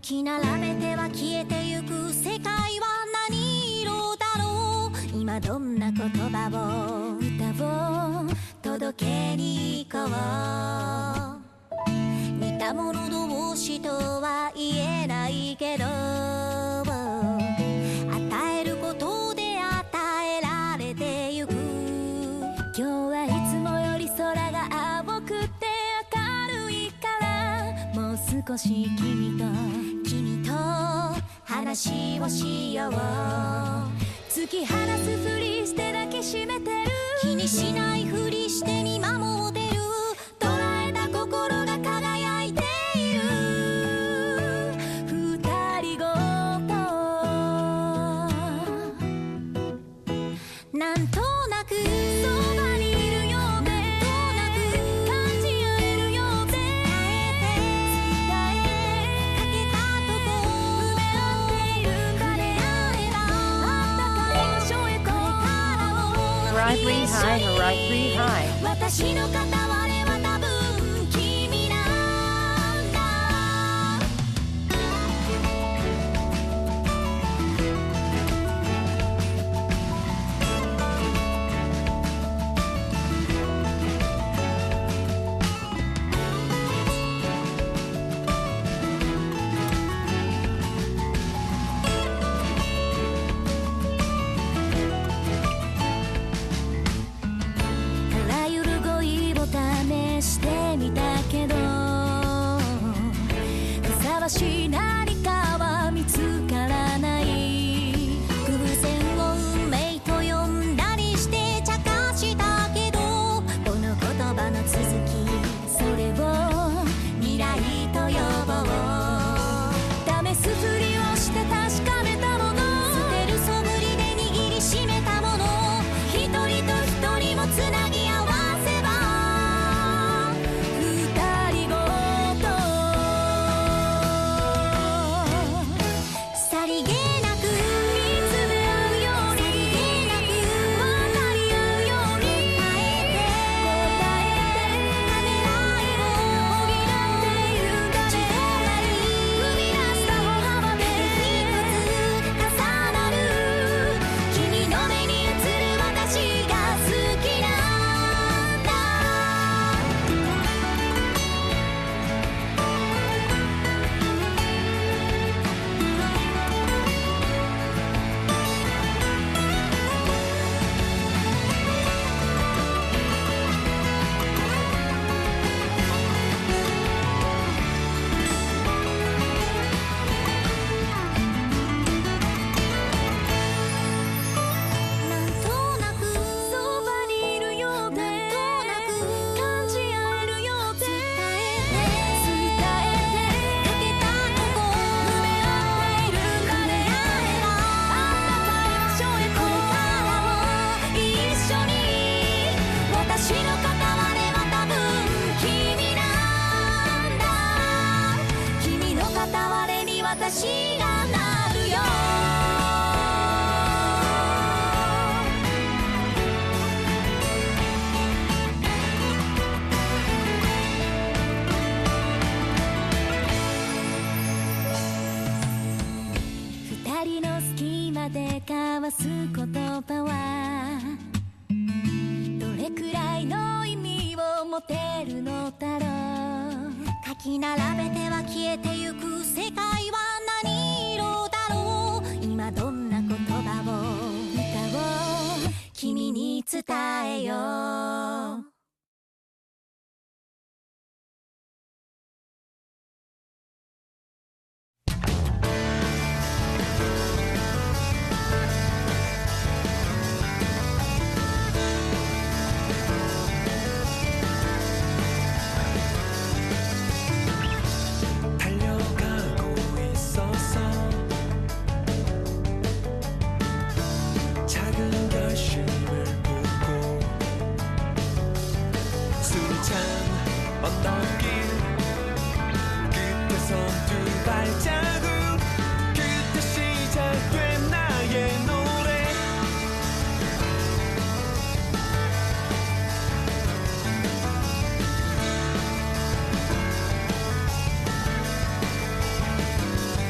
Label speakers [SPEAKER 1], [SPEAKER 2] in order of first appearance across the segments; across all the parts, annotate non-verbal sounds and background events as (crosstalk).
[SPEAKER 1] きならべては消えてゆく世界は何色だろう今どんな言葉を歌を届けに行こう似た者同士とは言えないけど与えることで与えられてゆく今日はいつもより空が青くて明るいからもう少し君と君と話をしよう突き放すふりしてだけ閉めてる気にしないふりして見守ってる捉えた心が輝いている二人ごとなんとなくそばにいるようでなんとなく感じ合えるようであえて伝えてかけたとこ埋め合っているかであればあったかい場所へこれからを
[SPEAKER 2] Rivalry high, rivalry high.
[SPEAKER 1] 私の片割れは多分君なんだあらゆる恋を試してみたけどふさわしい何かは見つからない偶然を運命と呼んだりして茶化したけどこの言葉の続きそれを未来と呼ぼう試すふりをして確かめたもの捨てるそぶりで握りしめたもの一人と一人もつなぎ合わせば二人ごとさりげなく見つめ合うようにさりげなく渡り合うようにあえて答えてためらいを補っているかであり生み出した歩幅で一つ重なる君の目に映る私が好きなんだなんとなくそばにいるようでなんとなく感じ合えるようで伝えて伝えてかけたとこ埋め合っているかであればあったかい場所へこれからも一緒に私の片割れは多分君なんだ君の片割れに私がなるよ二人の隙間で交わす言葉はどれくらいの意味を持てるのだろう書き並べては消えてゆく世界は何色だろう今どんな言葉を歌を君に伝えよう
[SPEAKER 3] 「
[SPEAKER 4] Oh, Oh,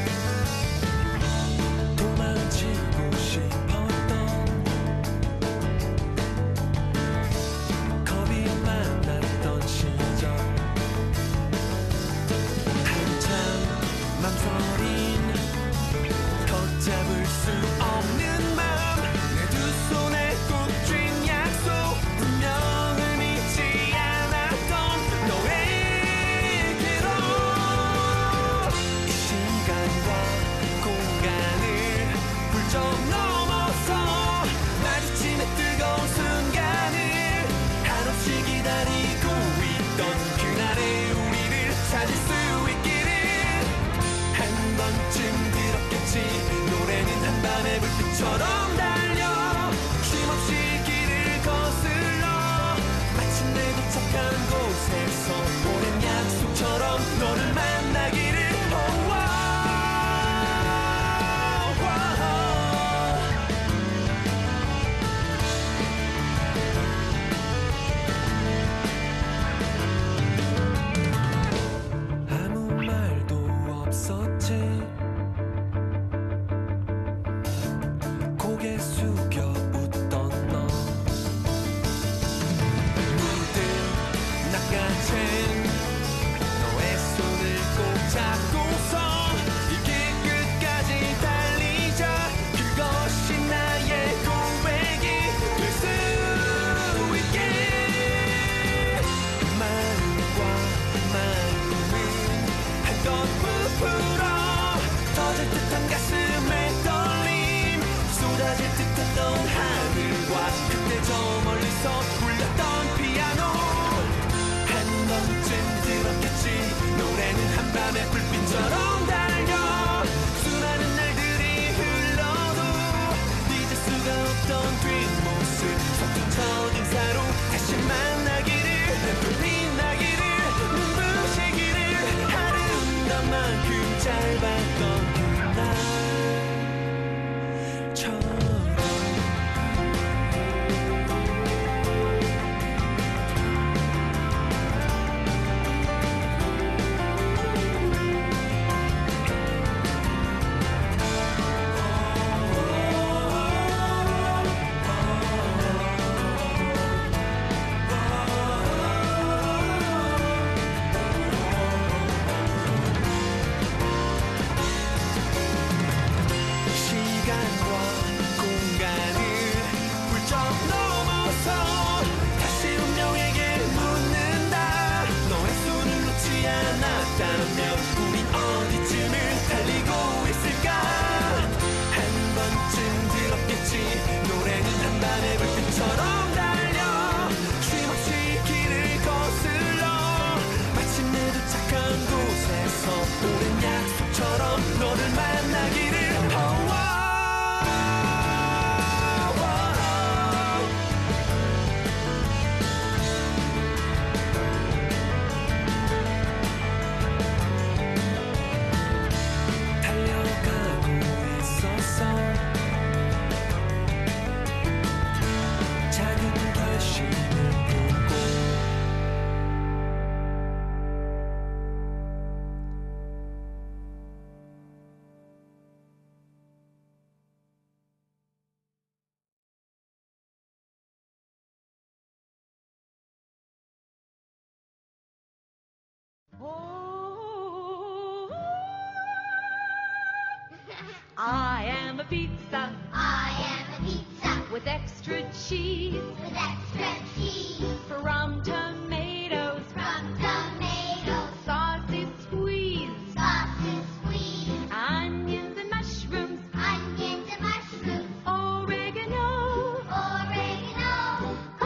[SPEAKER 3] I am a pizza
[SPEAKER 5] I am a pizza
[SPEAKER 3] with extra cheese
[SPEAKER 5] with extra cheese
[SPEAKER 3] from tomatoes.
[SPEAKER 5] from tomatoes,
[SPEAKER 3] Sausage squeeze,
[SPEAKER 5] sausage squeeze,
[SPEAKER 3] onions and mushrooms,
[SPEAKER 5] onions and mushrooms,
[SPEAKER 3] oregano.
[SPEAKER 5] oregano. I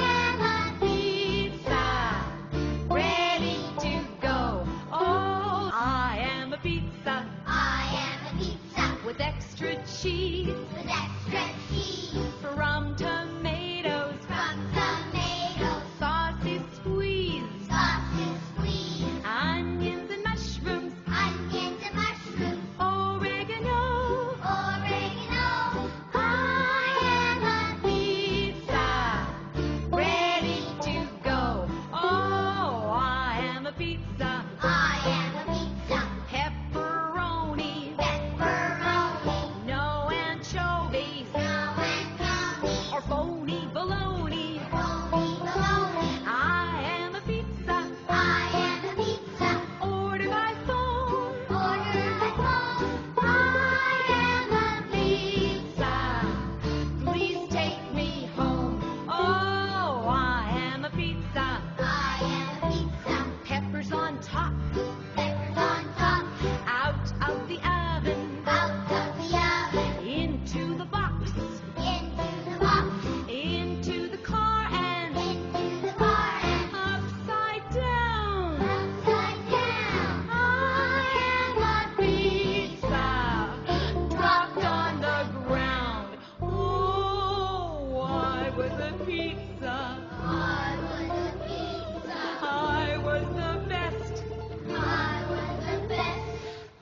[SPEAKER 5] am a pizza.
[SPEAKER 3] Ready to go. Oh, I am a pizza
[SPEAKER 5] I am a pizza
[SPEAKER 3] with extra cheese
[SPEAKER 5] with extra cheese
[SPEAKER 3] from tomatoes.
[SPEAKER 5] from tomatoes,
[SPEAKER 3] Sausage squeeze,
[SPEAKER 5] sausage squeeze,
[SPEAKER 3] onions and mushrooms,
[SPEAKER 5] onions and mushrooms,
[SPEAKER 3] oregano.
[SPEAKER 5] oregano. I am a pizza.
[SPEAKER 3] Ready to go. Oh, I am a pizza.
[SPEAKER 5] I am a pizza.
[SPEAKER 3] Pepperoni,
[SPEAKER 5] Pepperoni,
[SPEAKER 3] no anchovies,
[SPEAKER 5] no
[SPEAKER 3] or phony bologna.
[SPEAKER 5] bologna, bologna.
[SPEAKER 3] I am a pizza.
[SPEAKER 5] I am a pizza.
[SPEAKER 3] Order by phone.
[SPEAKER 5] Order by phone. I am a
[SPEAKER 3] Pizza, please take me home. Oh, I am a pizza.
[SPEAKER 5] I am a pizza.
[SPEAKER 3] Peppers on top,
[SPEAKER 5] Peppers on top,
[SPEAKER 3] out of the oven,
[SPEAKER 5] out of the oven,
[SPEAKER 3] into the box,
[SPEAKER 5] into the box,
[SPEAKER 3] into the car, and
[SPEAKER 5] into the bar, and
[SPEAKER 3] upside down.
[SPEAKER 5] upside down.
[SPEAKER 3] I am a pizza dropped on the ground. Oh, I was a pizza.
[SPEAKER 5] I was a pizza.
[SPEAKER 3] I was the best.
[SPEAKER 5] I was the best.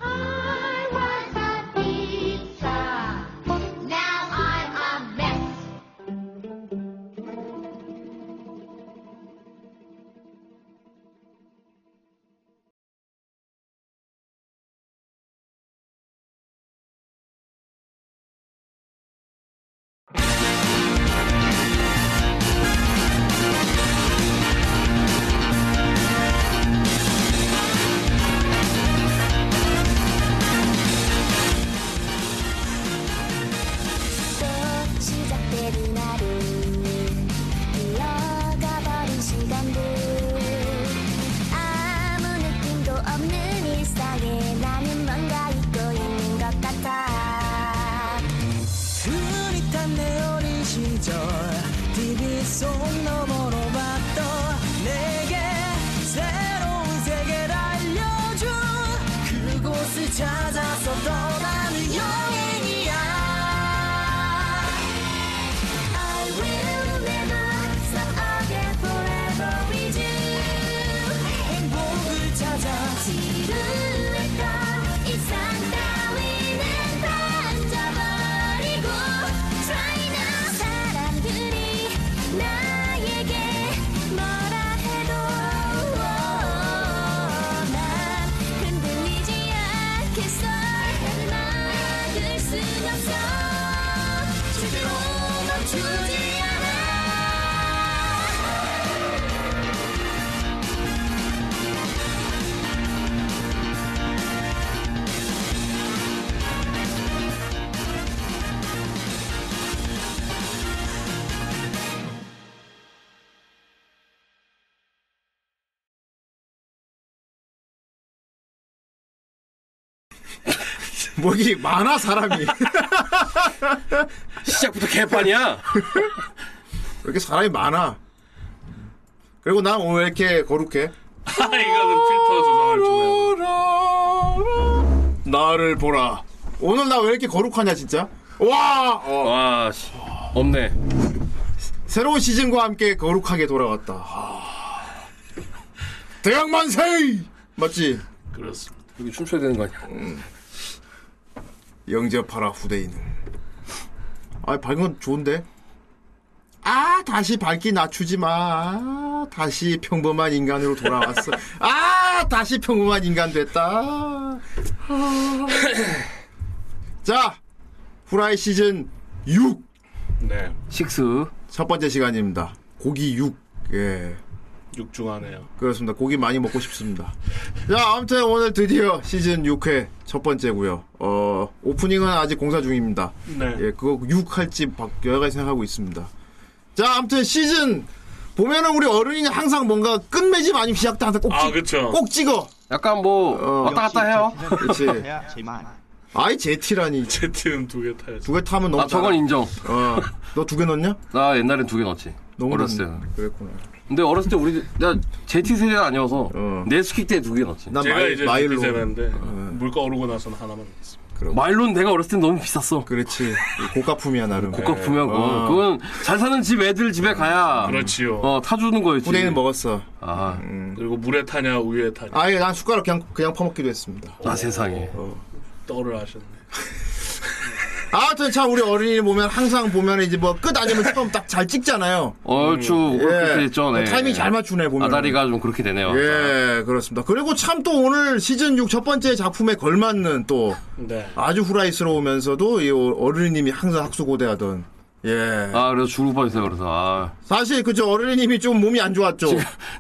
[SPEAKER 3] I was
[SPEAKER 5] I was a pizza. Now I'm a mess.
[SPEAKER 1] 또 시작되는 하루 흘러가버린 시간들 아무 느낌도 없는 일상에 나는 뭔가 잊고 있는 것 같아
[SPEAKER 6] 흔히 탄내 어린 그 시절 TV 속 너머로 봤던 내게 새로운 세계를 알려준 그곳을 찾아서 떠나는 여행이야
[SPEAKER 1] I will remember some other forever with you
[SPEAKER 6] 행복을 찾아
[SPEAKER 1] 지루했던 일상 따위는 던져버리고 Try now 사람들이 나에게 뭐라 해도 난 흔들리지 않겠어 막을 순 없어 절대로 멈추지 않아
[SPEAKER 7] 목이 많아
[SPEAKER 8] (laughs)
[SPEAKER 7] 사람이 왜
[SPEAKER 8] 시작부터 개판이야.
[SPEAKER 7] 이렇게 사람이 많아 그리고 난 오늘 왜 이렇게 거룩해
[SPEAKER 8] 아, 이거는 필터 조성을 주네요.
[SPEAKER 7] (laughs) 나를 보라 오늘 나 왜 이렇게 거룩하냐 진짜 와 어,
[SPEAKER 8] 와, 씨. 없네.
[SPEAKER 7] 새로운 시즌과 함께 거룩하게 돌아왔다 대양만세 맞지
[SPEAKER 8] 그렇습니다. 여기 춤춰야 되는 거 아니야?
[SPEAKER 7] 영접하라 후대인 아 밝은 건 좋은데 아 다시 밝기 낮추지 마 아, 다시 평범한 인간으로 돌아왔어 아 다시 평범한 인간 됐다 (laughs) 아. 자 후라이 시즌 6 첫
[SPEAKER 8] 네. 식스.
[SPEAKER 7] 번째 시간입니다 고기 6예
[SPEAKER 8] 육중하네요.
[SPEAKER 7] 그렇습니다. 고기 많이 먹고 싶습니다. 자, 아무튼 오늘 드디어 시즌 6회 첫 번째고요. 어, 오프닝은 아직 공사 중입니다.
[SPEAKER 8] 네.
[SPEAKER 7] 예, 그거 6 할지 박- 여러 가지 생각하고 있습니다. 자, 아무튼 시즌 보면은 우리 어른이 항상 뭔가 끝맺음 아니면 시작 때 항상 꼭
[SPEAKER 8] 아,
[SPEAKER 7] 찍-
[SPEAKER 8] 그쵸.
[SPEAKER 7] 꼭 찍어.
[SPEAKER 8] 약간 뭐 왔다 갔다 해요.
[SPEAKER 7] 그렇지. 아이 제티라니.
[SPEAKER 8] 제트는 두 개 타야지.
[SPEAKER 7] 두 개 타면 너무
[SPEAKER 9] 아 저건 인정.
[SPEAKER 7] 어, 너 두 개 넣었냐?
[SPEAKER 9] 나 옛날엔 두 개 넣었지.
[SPEAKER 7] 너무
[SPEAKER 9] 어렸을 때.
[SPEAKER 7] 넣었네. 그랬구나.
[SPEAKER 9] 근데 어렸을 때 우리 나 제티 세대가 아니어서
[SPEAKER 7] 어.
[SPEAKER 9] 내스킥 때 두 개 넣었지.
[SPEAKER 7] 난
[SPEAKER 8] 제가
[SPEAKER 7] 마이,
[SPEAKER 8] 이제
[SPEAKER 7] 마일로.
[SPEAKER 8] 제티세는데 네. 물가 오르고 나서는 하나만 있습니다.
[SPEAKER 9] 마일론 내가 어렸을 때 너무 비쌌어.
[SPEAKER 7] 그렇지. 고가품이야 나름.
[SPEAKER 9] 고가품이야 그건. 그건 잘 사는 집 애들 집에 가야
[SPEAKER 8] 그렇지요.
[SPEAKER 9] 어 타주는 거였지.
[SPEAKER 7] 후대인 먹었어.
[SPEAKER 9] 아,
[SPEAKER 8] 그리고 물에 타냐 우유에 타냐
[SPEAKER 7] 아예 난 숟가락 그냥 그냥 퍼먹기도 했습니다.
[SPEAKER 9] 아 세상에.
[SPEAKER 8] 떠를 하셨네.
[SPEAKER 7] 아무튼 참 우리 어린이 보면 항상 보면 이제 뭐 끝 아니면 처음 딱 잘 찍잖아요. 뭐
[SPEAKER 9] 얼추 어, 그렇게 됐죠. 네.
[SPEAKER 7] 예. 타이밍 잘 맞추네 보면.
[SPEAKER 9] 아다리가 좀 그렇게 되네요.
[SPEAKER 7] 예 그렇습니다. 그리고 참 또 오늘 시즌 6 첫 번째 작품에 걸맞는 또
[SPEAKER 8] 네.
[SPEAKER 7] 아주 후라이스러우면서도 이 어른이님이 항상 학수고대하던 예
[SPEAKER 9] 아 그래서 죽을 뻔했어요. 그래서 아
[SPEAKER 7] 사실 그저 어른이님이 좀 몸이 안 좋았죠.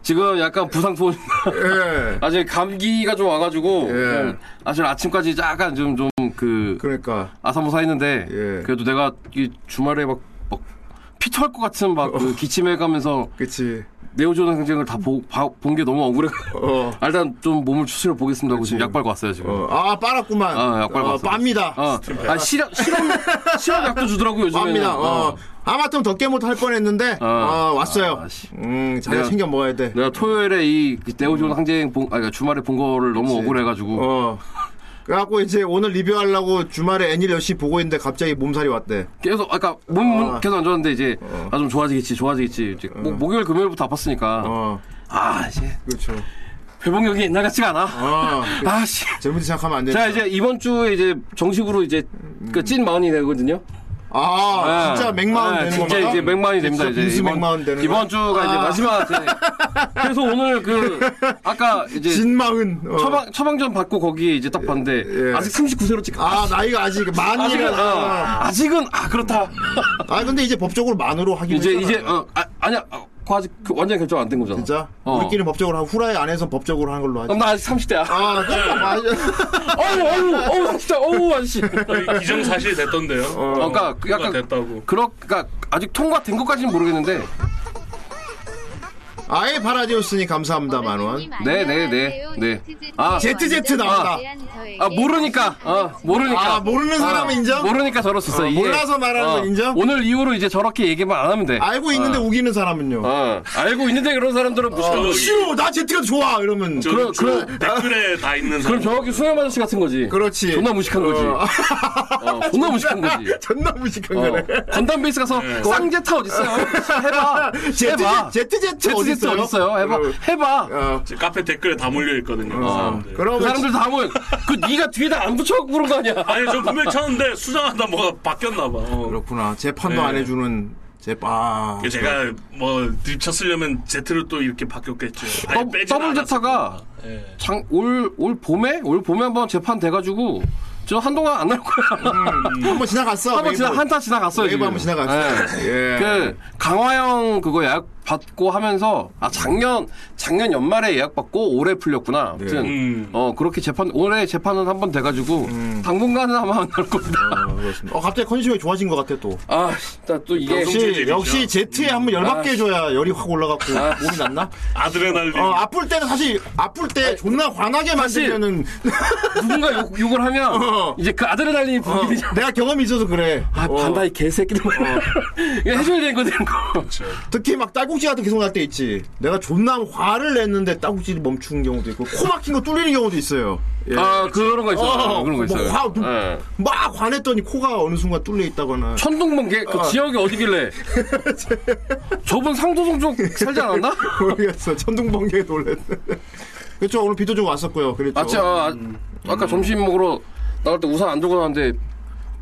[SPEAKER 9] 지금 약간 부상 소원.
[SPEAKER 7] 예
[SPEAKER 9] 아직 감기가 좀 와가지고
[SPEAKER 7] 예.
[SPEAKER 9] 그냥 아직 아침까지 약간 좀 좀 그
[SPEAKER 7] 그러니까
[SPEAKER 9] 아사모사했는데
[SPEAKER 7] 예.
[SPEAKER 9] 그래도 내가 이 주말에 막, 막 피터할 것 같은 막
[SPEAKER 7] 어.
[SPEAKER 9] 그 기침해가면서
[SPEAKER 7] 그치
[SPEAKER 9] 네오조는 경쟁을 다본 게 너무 억울해.
[SPEAKER 7] 어.
[SPEAKER 9] 아, (laughs) 일단 좀 몸을 추스려 보겠습니다. 하고 지금
[SPEAKER 7] 그렇지.
[SPEAKER 9] 약 빨고 왔어요 지금.
[SPEAKER 7] 어, 아 빨았구만.
[SPEAKER 9] 아, 약 빨고
[SPEAKER 7] 어,
[SPEAKER 9] 왔어.
[SPEAKER 7] 빱니다.
[SPEAKER 9] 어, 아 실험 실험
[SPEAKER 7] (laughs)
[SPEAKER 9] 실험 약도 주더라고 요즘에는.
[SPEAKER 7] 빱니다. 어. 아마트면 덕게 못할 뻔했는데 어, 왔어요.
[SPEAKER 9] 아, 씨.
[SPEAKER 7] 음 자기가
[SPEAKER 9] 내가-
[SPEAKER 7] 챙겨 먹어야 돼.
[SPEAKER 9] 내가 토요일에 이그 네오조는 항쟁 본, 아니, 그러니까 주말에 본 거를 너무 억울해가지고
[SPEAKER 7] 음. 어. 그래갖고 이제 오늘 리뷰하려고 주말에 애니를 열심히 보고 있는데 갑자기 몸살이 왔대.
[SPEAKER 9] 계속 아까 그러니까 몸
[SPEAKER 7] 어. 음.
[SPEAKER 9] 은 계속 안 좋았는데 이제 아 좀 좋아지겠지 좋아지겠지 이제 뭐 목- 목요일 금요일부터 아팠으니까
[SPEAKER 7] 어,
[SPEAKER 9] 아 이제
[SPEAKER 7] 그렇죠.
[SPEAKER 9] 회복력이 옛날 같지가 않아.
[SPEAKER 7] 어,
[SPEAKER 9] 아씨.
[SPEAKER 7] 잘못 생각하면 안 돼.
[SPEAKER 9] 자 이제 이번 주에 이제 정식으로 이제 그찐 마흔이 되거든요.
[SPEAKER 7] 아,
[SPEAKER 9] 예.
[SPEAKER 7] 진짜 맥마운
[SPEAKER 9] 예,
[SPEAKER 7] 되는
[SPEAKER 9] 진짜
[SPEAKER 7] 건가?
[SPEAKER 9] 이제 맥마운이 됩니다.
[SPEAKER 7] 진짜
[SPEAKER 9] 이제
[SPEAKER 7] 빈스 맥마운 되는 아.
[SPEAKER 9] 이번 주가 이제 마지막. 네. 그래서 오늘 그 아까 이제
[SPEAKER 7] 진마흔. 어.
[SPEAKER 9] 처방 처방전 받고 거기에 이제 딱 봤는데
[SPEAKER 7] 예.
[SPEAKER 9] 아직 39세로 찍.
[SPEAKER 7] 아, 나이가 아직
[SPEAKER 9] 아직은 어,
[SPEAKER 7] 만이라.
[SPEAKER 9] 아직은 아 그렇다.
[SPEAKER 7] 아, 근데 이제 법적으로 만으로 하기로
[SPEAKER 9] 이제
[SPEAKER 7] 했잖아.
[SPEAKER 9] 이제 어 아, 아니야 어, 그거 아직 그 완전 결정 안 된 거잖아.
[SPEAKER 7] 진짜
[SPEAKER 9] 어.
[SPEAKER 7] 우리끼리 법적으로 하고 후라이 안에서 법적으로 하는 걸로 하지.
[SPEAKER 9] 그럼 나 아직 30대야.
[SPEAKER 7] 아, 그러니까 맞아.
[SPEAKER 9] (laughs) 어우 어우 어우 나 진짜 어우 아저씨.
[SPEAKER 8] 기정사실 됐던데요.
[SPEAKER 9] 그러니까 그 약간
[SPEAKER 8] 됐다고.
[SPEAKER 9] 그러, 그러니까 아직 통과된 것까지는 모르겠는데
[SPEAKER 7] 아예 파라디오스니 감사합니다 만 원.
[SPEAKER 9] 네, 네, 네. 아.
[SPEAKER 7] ZZ 나왔다.
[SPEAKER 9] 아 모르니까 아 모르니까
[SPEAKER 7] 아 모르는 사람은
[SPEAKER 9] 아,
[SPEAKER 7] 인정?
[SPEAKER 9] 모르니까 저럴 수 있어.
[SPEAKER 7] 어,
[SPEAKER 9] 이게-
[SPEAKER 7] 몰라서 말하는
[SPEAKER 9] 어,
[SPEAKER 7] 건 인정?
[SPEAKER 9] 오늘 이후로 이제 저렇게 얘기만 안 하면 돼.
[SPEAKER 7] 알고 있는데
[SPEAKER 9] 아.
[SPEAKER 7] 우기는 사람은요.
[SPEAKER 9] 어, 알고 있는데 그런 사람들은 무슨
[SPEAKER 8] 어.
[SPEAKER 7] 싫어 나 제트가 좋아 이러면
[SPEAKER 8] 저,
[SPEAKER 9] 그럼-
[SPEAKER 8] 저
[SPEAKER 9] 그럼-
[SPEAKER 8] 그렇죠. 댓글에 다 있는
[SPEAKER 9] 그럼
[SPEAKER 8] 사람.
[SPEAKER 9] 정확히 수염 아저씨 같은 거지.
[SPEAKER 7] 그렇지.
[SPEAKER 9] 존나 무식한 거지. 어, 존나 무식한 거지.
[SPEAKER 7] (laughs) 존나 무식한 거네.
[SPEAKER 9] 어, 건담 베이스 가서 쌍제타 어딨어요? 해봐.
[SPEAKER 7] (laughs) 제트
[SPEAKER 9] 아, 해봐.
[SPEAKER 7] 제트 어디
[SPEAKER 9] 제트제트
[SPEAKER 7] 있어요?
[SPEAKER 9] 어딨어요? 해봐. 해봐.
[SPEAKER 7] 어,
[SPEAKER 8] 저 카페 댓글에 다 몰려 있거든요. 그 사람들.
[SPEAKER 9] 그
[SPEAKER 7] 그러면
[SPEAKER 9] 사람들 다 하면 그 네가 뒤에다 안 붙여 부른 거 아니야?
[SPEAKER 8] 아니 저 분명히 쳤는데 수정하다 뭐가 바뀌었나 봐. 어.
[SPEAKER 7] 그렇구나. 재판도
[SPEAKER 8] 네.
[SPEAKER 7] 안 해주는 제아
[SPEAKER 8] 제가 뭐 들쳤으려면 Z를 또 이렇게 바뀌었겠죠. 아니,
[SPEAKER 9] 어, 더블-
[SPEAKER 8] 빼지는
[SPEAKER 9] 더블 제타가
[SPEAKER 8] 않았을 거야. 예.
[SPEAKER 9] 장올올 봄에 올 봄에 한번 재판 돼가지고 저 한동안 안 날 거야.
[SPEAKER 7] 한번 지나갔어.
[SPEAKER 9] 음. 한번 지나 한타 지나갔어요.
[SPEAKER 7] 웨이브
[SPEAKER 9] 지금.
[SPEAKER 7] 한번 지나갔어.
[SPEAKER 9] 예.
[SPEAKER 7] 예.
[SPEAKER 9] 그 강화영 그거 예약 받고 하면서 아 작년 작년 연말에 예약 받고 올해 풀렸구나.
[SPEAKER 7] 네.
[SPEAKER 9] 아무튼
[SPEAKER 8] 음.
[SPEAKER 9] 어 그렇게 재판 올해 재판은 한 번 돼가지고
[SPEAKER 7] 음.
[SPEAKER 9] 당분간은 아마 안 날 겁니다.
[SPEAKER 7] 어, 그렇습니다. 어, 갑자기 컨디션이 좋아진 것 같아 또.
[SPEAKER 9] 아, 일단 또 이게
[SPEAKER 7] (laughs)
[SPEAKER 8] 방송-
[SPEAKER 7] 역시
[SPEAKER 8] 성질질이죠.
[SPEAKER 7] 역시 제트에 한번 열받게 해줘야 열이 확 올라갔고
[SPEAKER 9] 아,
[SPEAKER 7] 몸이 낫나?
[SPEAKER 8] 아드레날린.
[SPEAKER 7] 어 아플 때는 사실 아플 때 존나 화나게 만들면은
[SPEAKER 9] 누군가 욕, 욕을 하면
[SPEAKER 7] 어.
[SPEAKER 9] 이제 그 아드레날린이
[SPEAKER 7] 어,
[SPEAKER 9] 분비되죠.
[SPEAKER 7] (laughs) 내가 경험이 있어서 그래.
[SPEAKER 9] 아,
[SPEAKER 7] 어,
[SPEAKER 9] 반다 이 개새끼들.
[SPEAKER 7] 아.
[SPEAKER 9] 이거 해줘야 되는 거 되는 거.
[SPEAKER 7] 그렇죠. 특히 막 딸꾹질 같은 계속 날 때 있지. 내가 존나 화를 냈는데 딸꾹질이 멈추는 경우도 있고 코 막힌 거 뚫리는 경우도 있어요. 예.
[SPEAKER 9] 아, 그런 거 있어요.
[SPEAKER 7] 어,
[SPEAKER 9] 그런 거 있어요.
[SPEAKER 7] 뭐 화,
[SPEAKER 9] 예.
[SPEAKER 7] 막 화냈더니 코가 어느 순간 뚫려 있다거나. (laughs)
[SPEAKER 9] 천둥번개 그 지역이 어디길래? 저분 상도성 쪽 살지 않았나?
[SPEAKER 7] 모르겠어. 천둥번개에 놀랬네. 그렇죠. 오늘 비도 좀 왔었고요. 그랬죠.
[SPEAKER 9] 아차 아,
[SPEAKER 7] 음.
[SPEAKER 9] 아까 점심 먹으러 나갈 때 우산 안 들고 나왔는데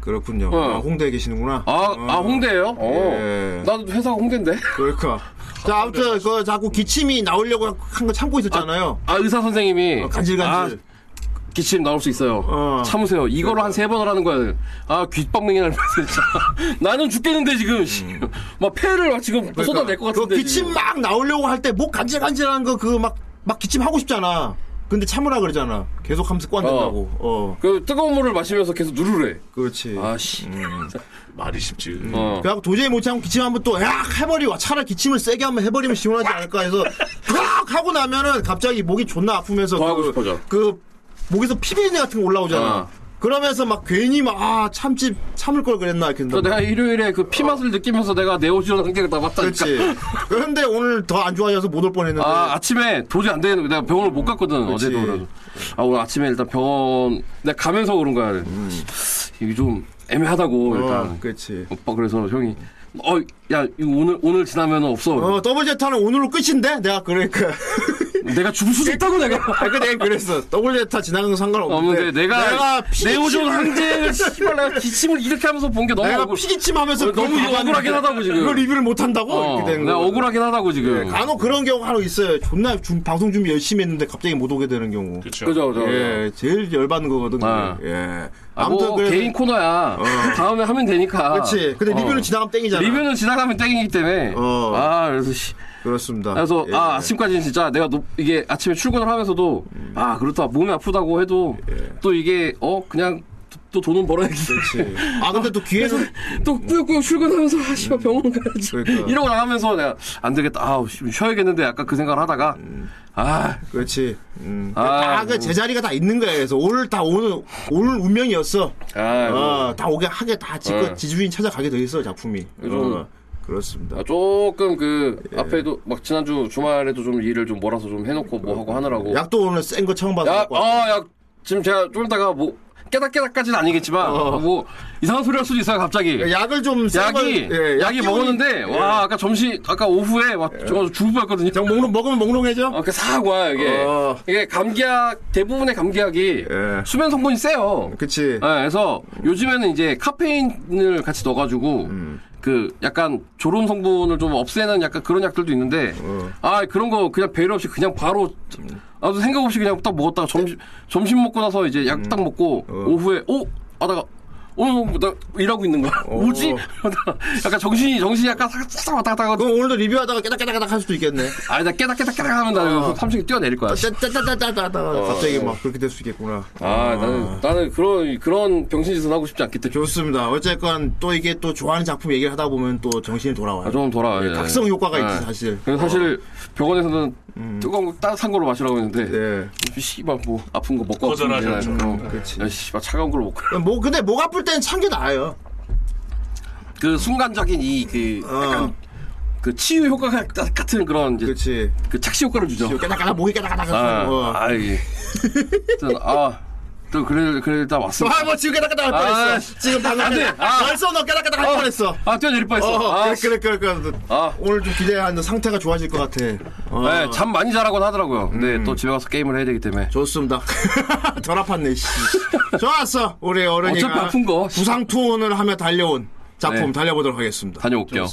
[SPEAKER 7] 그렇군요.
[SPEAKER 9] 어.
[SPEAKER 7] 아, 홍대에 계시는구나.
[SPEAKER 9] 아, 아 홍대예요? 어.
[SPEAKER 7] 음. 예.
[SPEAKER 9] 나도 회사가 홍대인데.
[SPEAKER 7] 그러니까. 자, 아무튼 그 자꾸 기침이 나오려고 한 거 참고 있었잖아요.
[SPEAKER 9] 아 의사 선생님이
[SPEAKER 7] 어, 간질간질.
[SPEAKER 9] 아, 기침 나올 수 있어요.
[SPEAKER 7] 어.
[SPEAKER 9] 참으세요. 이거를 한 세 번을 하는 거야. 아, 귓방맹이 날뻔 진짜. (laughs) 나는 죽겠는데, 지금. 씨. 막 폐를 막 지금 쏟아낼 것 같은데.
[SPEAKER 7] 음. 그 기침
[SPEAKER 9] 지금.
[SPEAKER 7] 막 나오려고 할 때 목 간질간질한 거 그 막 막 기침 하고 싶잖아. 근데 참으라 그러잖아. 계속 하면서 꽝된다고. 어.
[SPEAKER 9] 그 뜨거운 물을 마시면서 계속 누르래.
[SPEAKER 7] 그렇지.
[SPEAKER 9] 아, 씨.
[SPEAKER 8] 음. 말이 쉽지.
[SPEAKER 9] 어.
[SPEAKER 7] 음. 그래갖고 도저히 못 참고 기침하면 또, 야! 해버리고, 차라리 기침을 세게 한번 해버리면 시원하지 않을까 해서, 팍! 하고 나면은 갑자기 목이 존나 아프면서,
[SPEAKER 9] 더 하고
[SPEAKER 7] 그,
[SPEAKER 9] 싶어져.
[SPEAKER 7] 그 목에서 피비린내 같은 거 올라오잖아.
[SPEAKER 9] 어.
[SPEAKER 7] 그러면서 막 괜히 막, 아, 참지, 참을 걸 그랬나, 이렇게.
[SPEAKER 9] 그래서 내가 일요일에 그 피 맛을 느끼면서 내가 네오지온 한 개를 다 봤다니까.
[SPEAKER 7] 그렇지. 그런데 오늘 더 안 좋아져서 못 올 뻔 했는데.
[SPEAKER 9] 그러니까.
[SPEAKER 7] 어,
[SPEAKER 9] 아, 아침에 도저히 안 되는 거 내가 병원을 못 갔거든,
[SPEAKER 7] 네. 그렇지.
[SPEAKER 9] 어제도. 그래서. 아, 오늘 아침에 일단 병원, 내가 가면서 그런 거야. 이게 좀 애매하다고,
[SPEAKER 7] 음. 어,
[SPEAKER 9] 일단.
[SPEAKER 7] 그렇지.
[SPEAKER 9] 오빠, 그래서 형이, 어, 야, 이거 오늘, 오늘 지나면 없어.
[SPEAKER 7] 어, 더블 제타는 오늘로 끝인데? 내가 그러니까. (laughs)
[SPEAKER 9] 내가 죽을 수도 있다고, 내가.
[SPEAKER 7] 아, 그 내가 그랬어. 더블 제타 지나간 건 상관없는데.
[SPEAKER 9] 없는데 어, 내가,
[SPEAKER 7] 네. 피기침-
[SPEAKER 9] 네오존 항쟁을 씨발 내가 기침을 이렇게 하면서 본 게 너무
[SPEAKER 7] 내가 뭐
[SPEAKER 9] 억울-
[SPEAKER 7] 피기침하면서
[SPEAKER 9] 어, 너무
[SPEAKER 7] 그걸
[SPEAKER 9] 억울하긴
[SPEAKER 7] 받았는데
[SPEAKER 9] 하다고, 지금.
[SPEAKER 7] 그걸 리뷰를 못 한다고
[SPEAKER 9] 어,
[SPEAKER 7] 이렇게 된
[SPEAKER 9] 내가
[SPEAKER 7] 거.
[SPEAKER 9] 억울하긴 하다고 지금.
[SPEAKER 7] 간혹 그런 경우가 하나 있어요. 존나 준- 방송 준비 열심히 했는데 갑자기 못 오게 되는 경우.
[SPEAKER 8] 그렇죠.
[SPEAKER 9] 그죠, 그죠.
[SPEAKER 7] 예, 제일 열받는 거거든.
[SPEAKER 9] 아.
[SPEAKER 7] 그게. 예.
[SPEAKER 9] 아, 뭐
[SPEAKER 7] 그래서- 어.
[SPEAKER 9] 개인 코너야. 다음에 하면 되니까.
[SPEAKER 7] 그렇지. 근데 리뷰는
[SPEAKER 9] 어.
[SPEAKER 7] 지나가면 땡이잖아.
[SPEAKER 9] 리뷰는 지나가면 땡이기 때문에.
[SPEAKER 7] 어.
[SPEAKER 9] 아, 그래서 씨.
[SPEAKER 7] 그렇습니다.
[SPEAKER 9] 그래서
[SPEAKER 7] 예.
[SPEAKER 9] 아 아침까지는 진짜 내가 노- 이게 아침에 출근을 하면서도
[SPEAKER 7] 음.
[SPEAKER 9] 아 그렇다 몸이 아프다고 해도 또 이게 어 그냥 또, 또 돈은 벌어야지
[SPEAKER 7] 예. 그렇지. 아 근데 또 귀에서
[SPEAKER 9] 그래서 (laughs) 또 꾸역꾸역 출근하면서 아
[SPEAKER 7] 음.
[SPEAKER 9] 씨발 병원 가야지
[SPEAKER 7] 그러니까.
[SPEAKER 9] 이러고 나가면서 내가 안 되겠다 아우 씨, 쉬어야겠는데 약간 그 생각을 하다가
[SPEAKER 7] 음.
[SPEAKER 9] 아
[SPEAKER 7] 그렇지. 음.
[SPEAKER 9] 아,
[SPEAKER 7] 다그 제자리가 다 있는 거야. 그래서 오늘 다 오늘 오늘 운명이었어.
[SPEAKER 9] 아,
[SPEAKER 7] 어, 다 오게 하게 다 지껏
[SPEAKER 9] 어. 음.
[SPEAKER 7] 지주인 찾아가게 돼 있어 작품이.
[SPEAKER 9] 요즘-
[SPEAKER 7] 어, 그렇습니다.
[SPEAKER 9] 아, 조금 그
[SPEAKER 7] 예.
[SPEAKER 9] 앞에도 막 지난주 주말에도 좀 일을 좀 몰아서 좀 해놓고
[SPEAKER 7] 어.
[SPEAKER 9] 뭐 하고 하느라고
[SPEAKER 7] 약도 오늘 센 거 처음 받아.
[SPEAKER 9] 야,
[SPEAKER 7] 갖고 왔어.
[SPEAKER 9] 아, 야, 지금 제가 좀 이따가 뭐 깨닫 깨닫까지는 아니겠지만
[SPEAKER 7] 어.
[SPEAKER 9] 뭐 이상한 소리 할 수도 있어요 갑자기.
[SPEAKER 7] 약을 좀 센
[SPEAKER 9] 약이
[SPEAKER 7] 걸- 예,
[SPEAKER 9] 약이
[SPEAKER 7] 약이
[SPEAKER 9] 먹었는데
[SPEAKER 7] 오늘-
[SPEAKER 9] 와 아까 점심 아까 오후에 막 저거 주부였거든요.
[SPEAKER 7] 정 먹는 먹으면 몽롱해져.
[SPEAKER 9] 아까 싹 와요 이게
[SPEAKER 7] 어.
[SPEAKER 9] 이게 감기약 대부분의 감기약이
[SPEAKER 7] 예.
[SPEAKER 9] 수면 성분이 세요.
[SPEAKER 7] 그치.
[SPEAKER 9] 예, 그래서 요즘에는 이제 카페인을 같이 넣어가지고 그 약간 졸음 성분을 좀 없애는 약간 그런 약들도 있는데 아 그런 거 그냥 배려 없이 그냥 바로 아무 생각 없이 그냥 딱 먹었다가 점심 점심 먹고 나서 이제 약 딱 먹고 오후에 오 하다가 오늘 나 일하고 있는 거야 뭐지 (laughs) 약간 정신이 정신이 약간 싹싹 왔다 갔다 하고
[SPEAKER 7] 그럼 오늘도 리뷰하다가 깨닥깨닥깨닥 할 수도
[SPEAKER 9] (laughs)
[SPEAKER 7] 있겠네.
[SPEAKER 9] 아니 나 깨다 깨다 깨다 하면 나 삼층에 뛰어내릴 거야
[SPEAKER 7] 짜짜짜짜짜짜다
[SPEAKER 9] 어.
[SPEAKER 7] 갑자기 막 그렇게 될 수 있겠구나.
[SPEAKER 9] 아 나는 나는 그런 그런 병신짓은 하고 싶지 않기 때문에
[SPEAKER 7] 좋습니다. 어쨌건 또 이게 또 좋아하는 작품 얘기를 하다 보면 또 정신이 돌아와요.
[SPEAKER 9] 아, 좀 돌아와요. 예.
[SPEAKER 7] 네, 각성 효과가
[SPEAKER 9] 예.
[SPEAKER 7] 있지 사실. 어. 음.
[SPEAKER 9] 그래서 사실 병원에서는 뜨거운 거 따뜻한 걸로 마시라고 했는데
[SPEAKER 7] 예.
[SPEAKER 9] 씨발 뭐 아픈 거 먹고
[SPEAKER 8] 거절하셨죠.
[SPEAKER 7] 음, 그치.
[SPEAKER 9] 그렇지. 씨발 차가운 걸 먹고
[SPEAKER 7] 뭐 근데 목 아플 땐 참 게 나아요.
[SPEAKER 9] 그 순간적인 이그
[SPEAKER 7] 어,
[SPEAKER 9] 그 치유 효과 같은 그런 이제
[SPEAKER 7] 그렇지.
[SPEAKER 9] 그 착시 효과를 주죠.
[SPEAKER 7] 깨닥깨닥 목이 깨닥깨닥.
[SPEAKER 9] 아,
[SPEAKER 7] 어.
[SPEAKER 9] 아, 이 아또 그래 그래 일단 왔습니다.
[SPEAKER 7] 아, 뭐 지금 깨닥깨닥 할
[SPEAKER 9] 아,
[SPEAKER 7] 뻔했어. 지금 방금
[SPEAKER 9] 안 돼.
[SPEAKER 7] 깨-
[SPEAKER 9] 아.
[SPEAKER 7] 벌써 너 깨닥깨닥 할 뻔했어.
[SPEAKER 9] 아 뛰어내릴 뻔했어.
[SPEAKER 7] 어,
[SPEAKER 9] 아,
[SPEAKER 7] 그래, 그래, 그래, 그래.
[SPEAKER 9] 아.
[SPEAKER 7] 오늘 좀 기대하는 상태가 좋아질 것 같아. 어. 음.
[SPEAKER 9] 네, 잠 많이 자라곤 하더라고요. 근데 또 집에 가서 게임을 해야 되기 때문에.
[SPEAKER 7] 좋습니다. (laughs) 덜 아팠네, 씨. 좋았어. 우리 어른이가
[SPEAKER 9] 어차피 아픈 거.
[SPEAKER 7] 부상 투혼을 하며 달려온 작품
[SPEAKER 9] 네.
[SPEAKER 7] 달려보도록 하겠습니다.
[SPEAKER 9] 다녀올게요.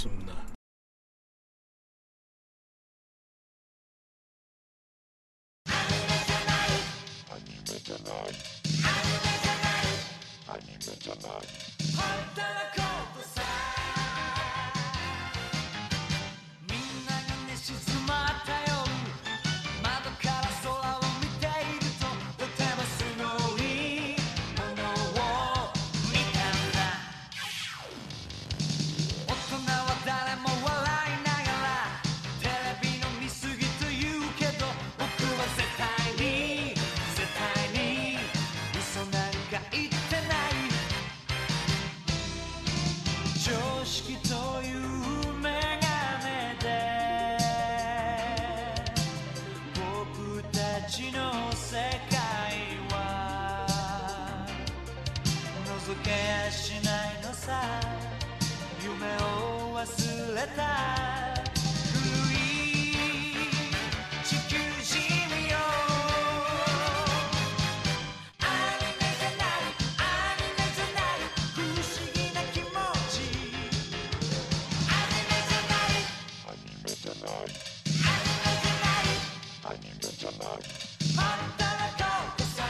[SPEAKER 4] 「ほったらここさ」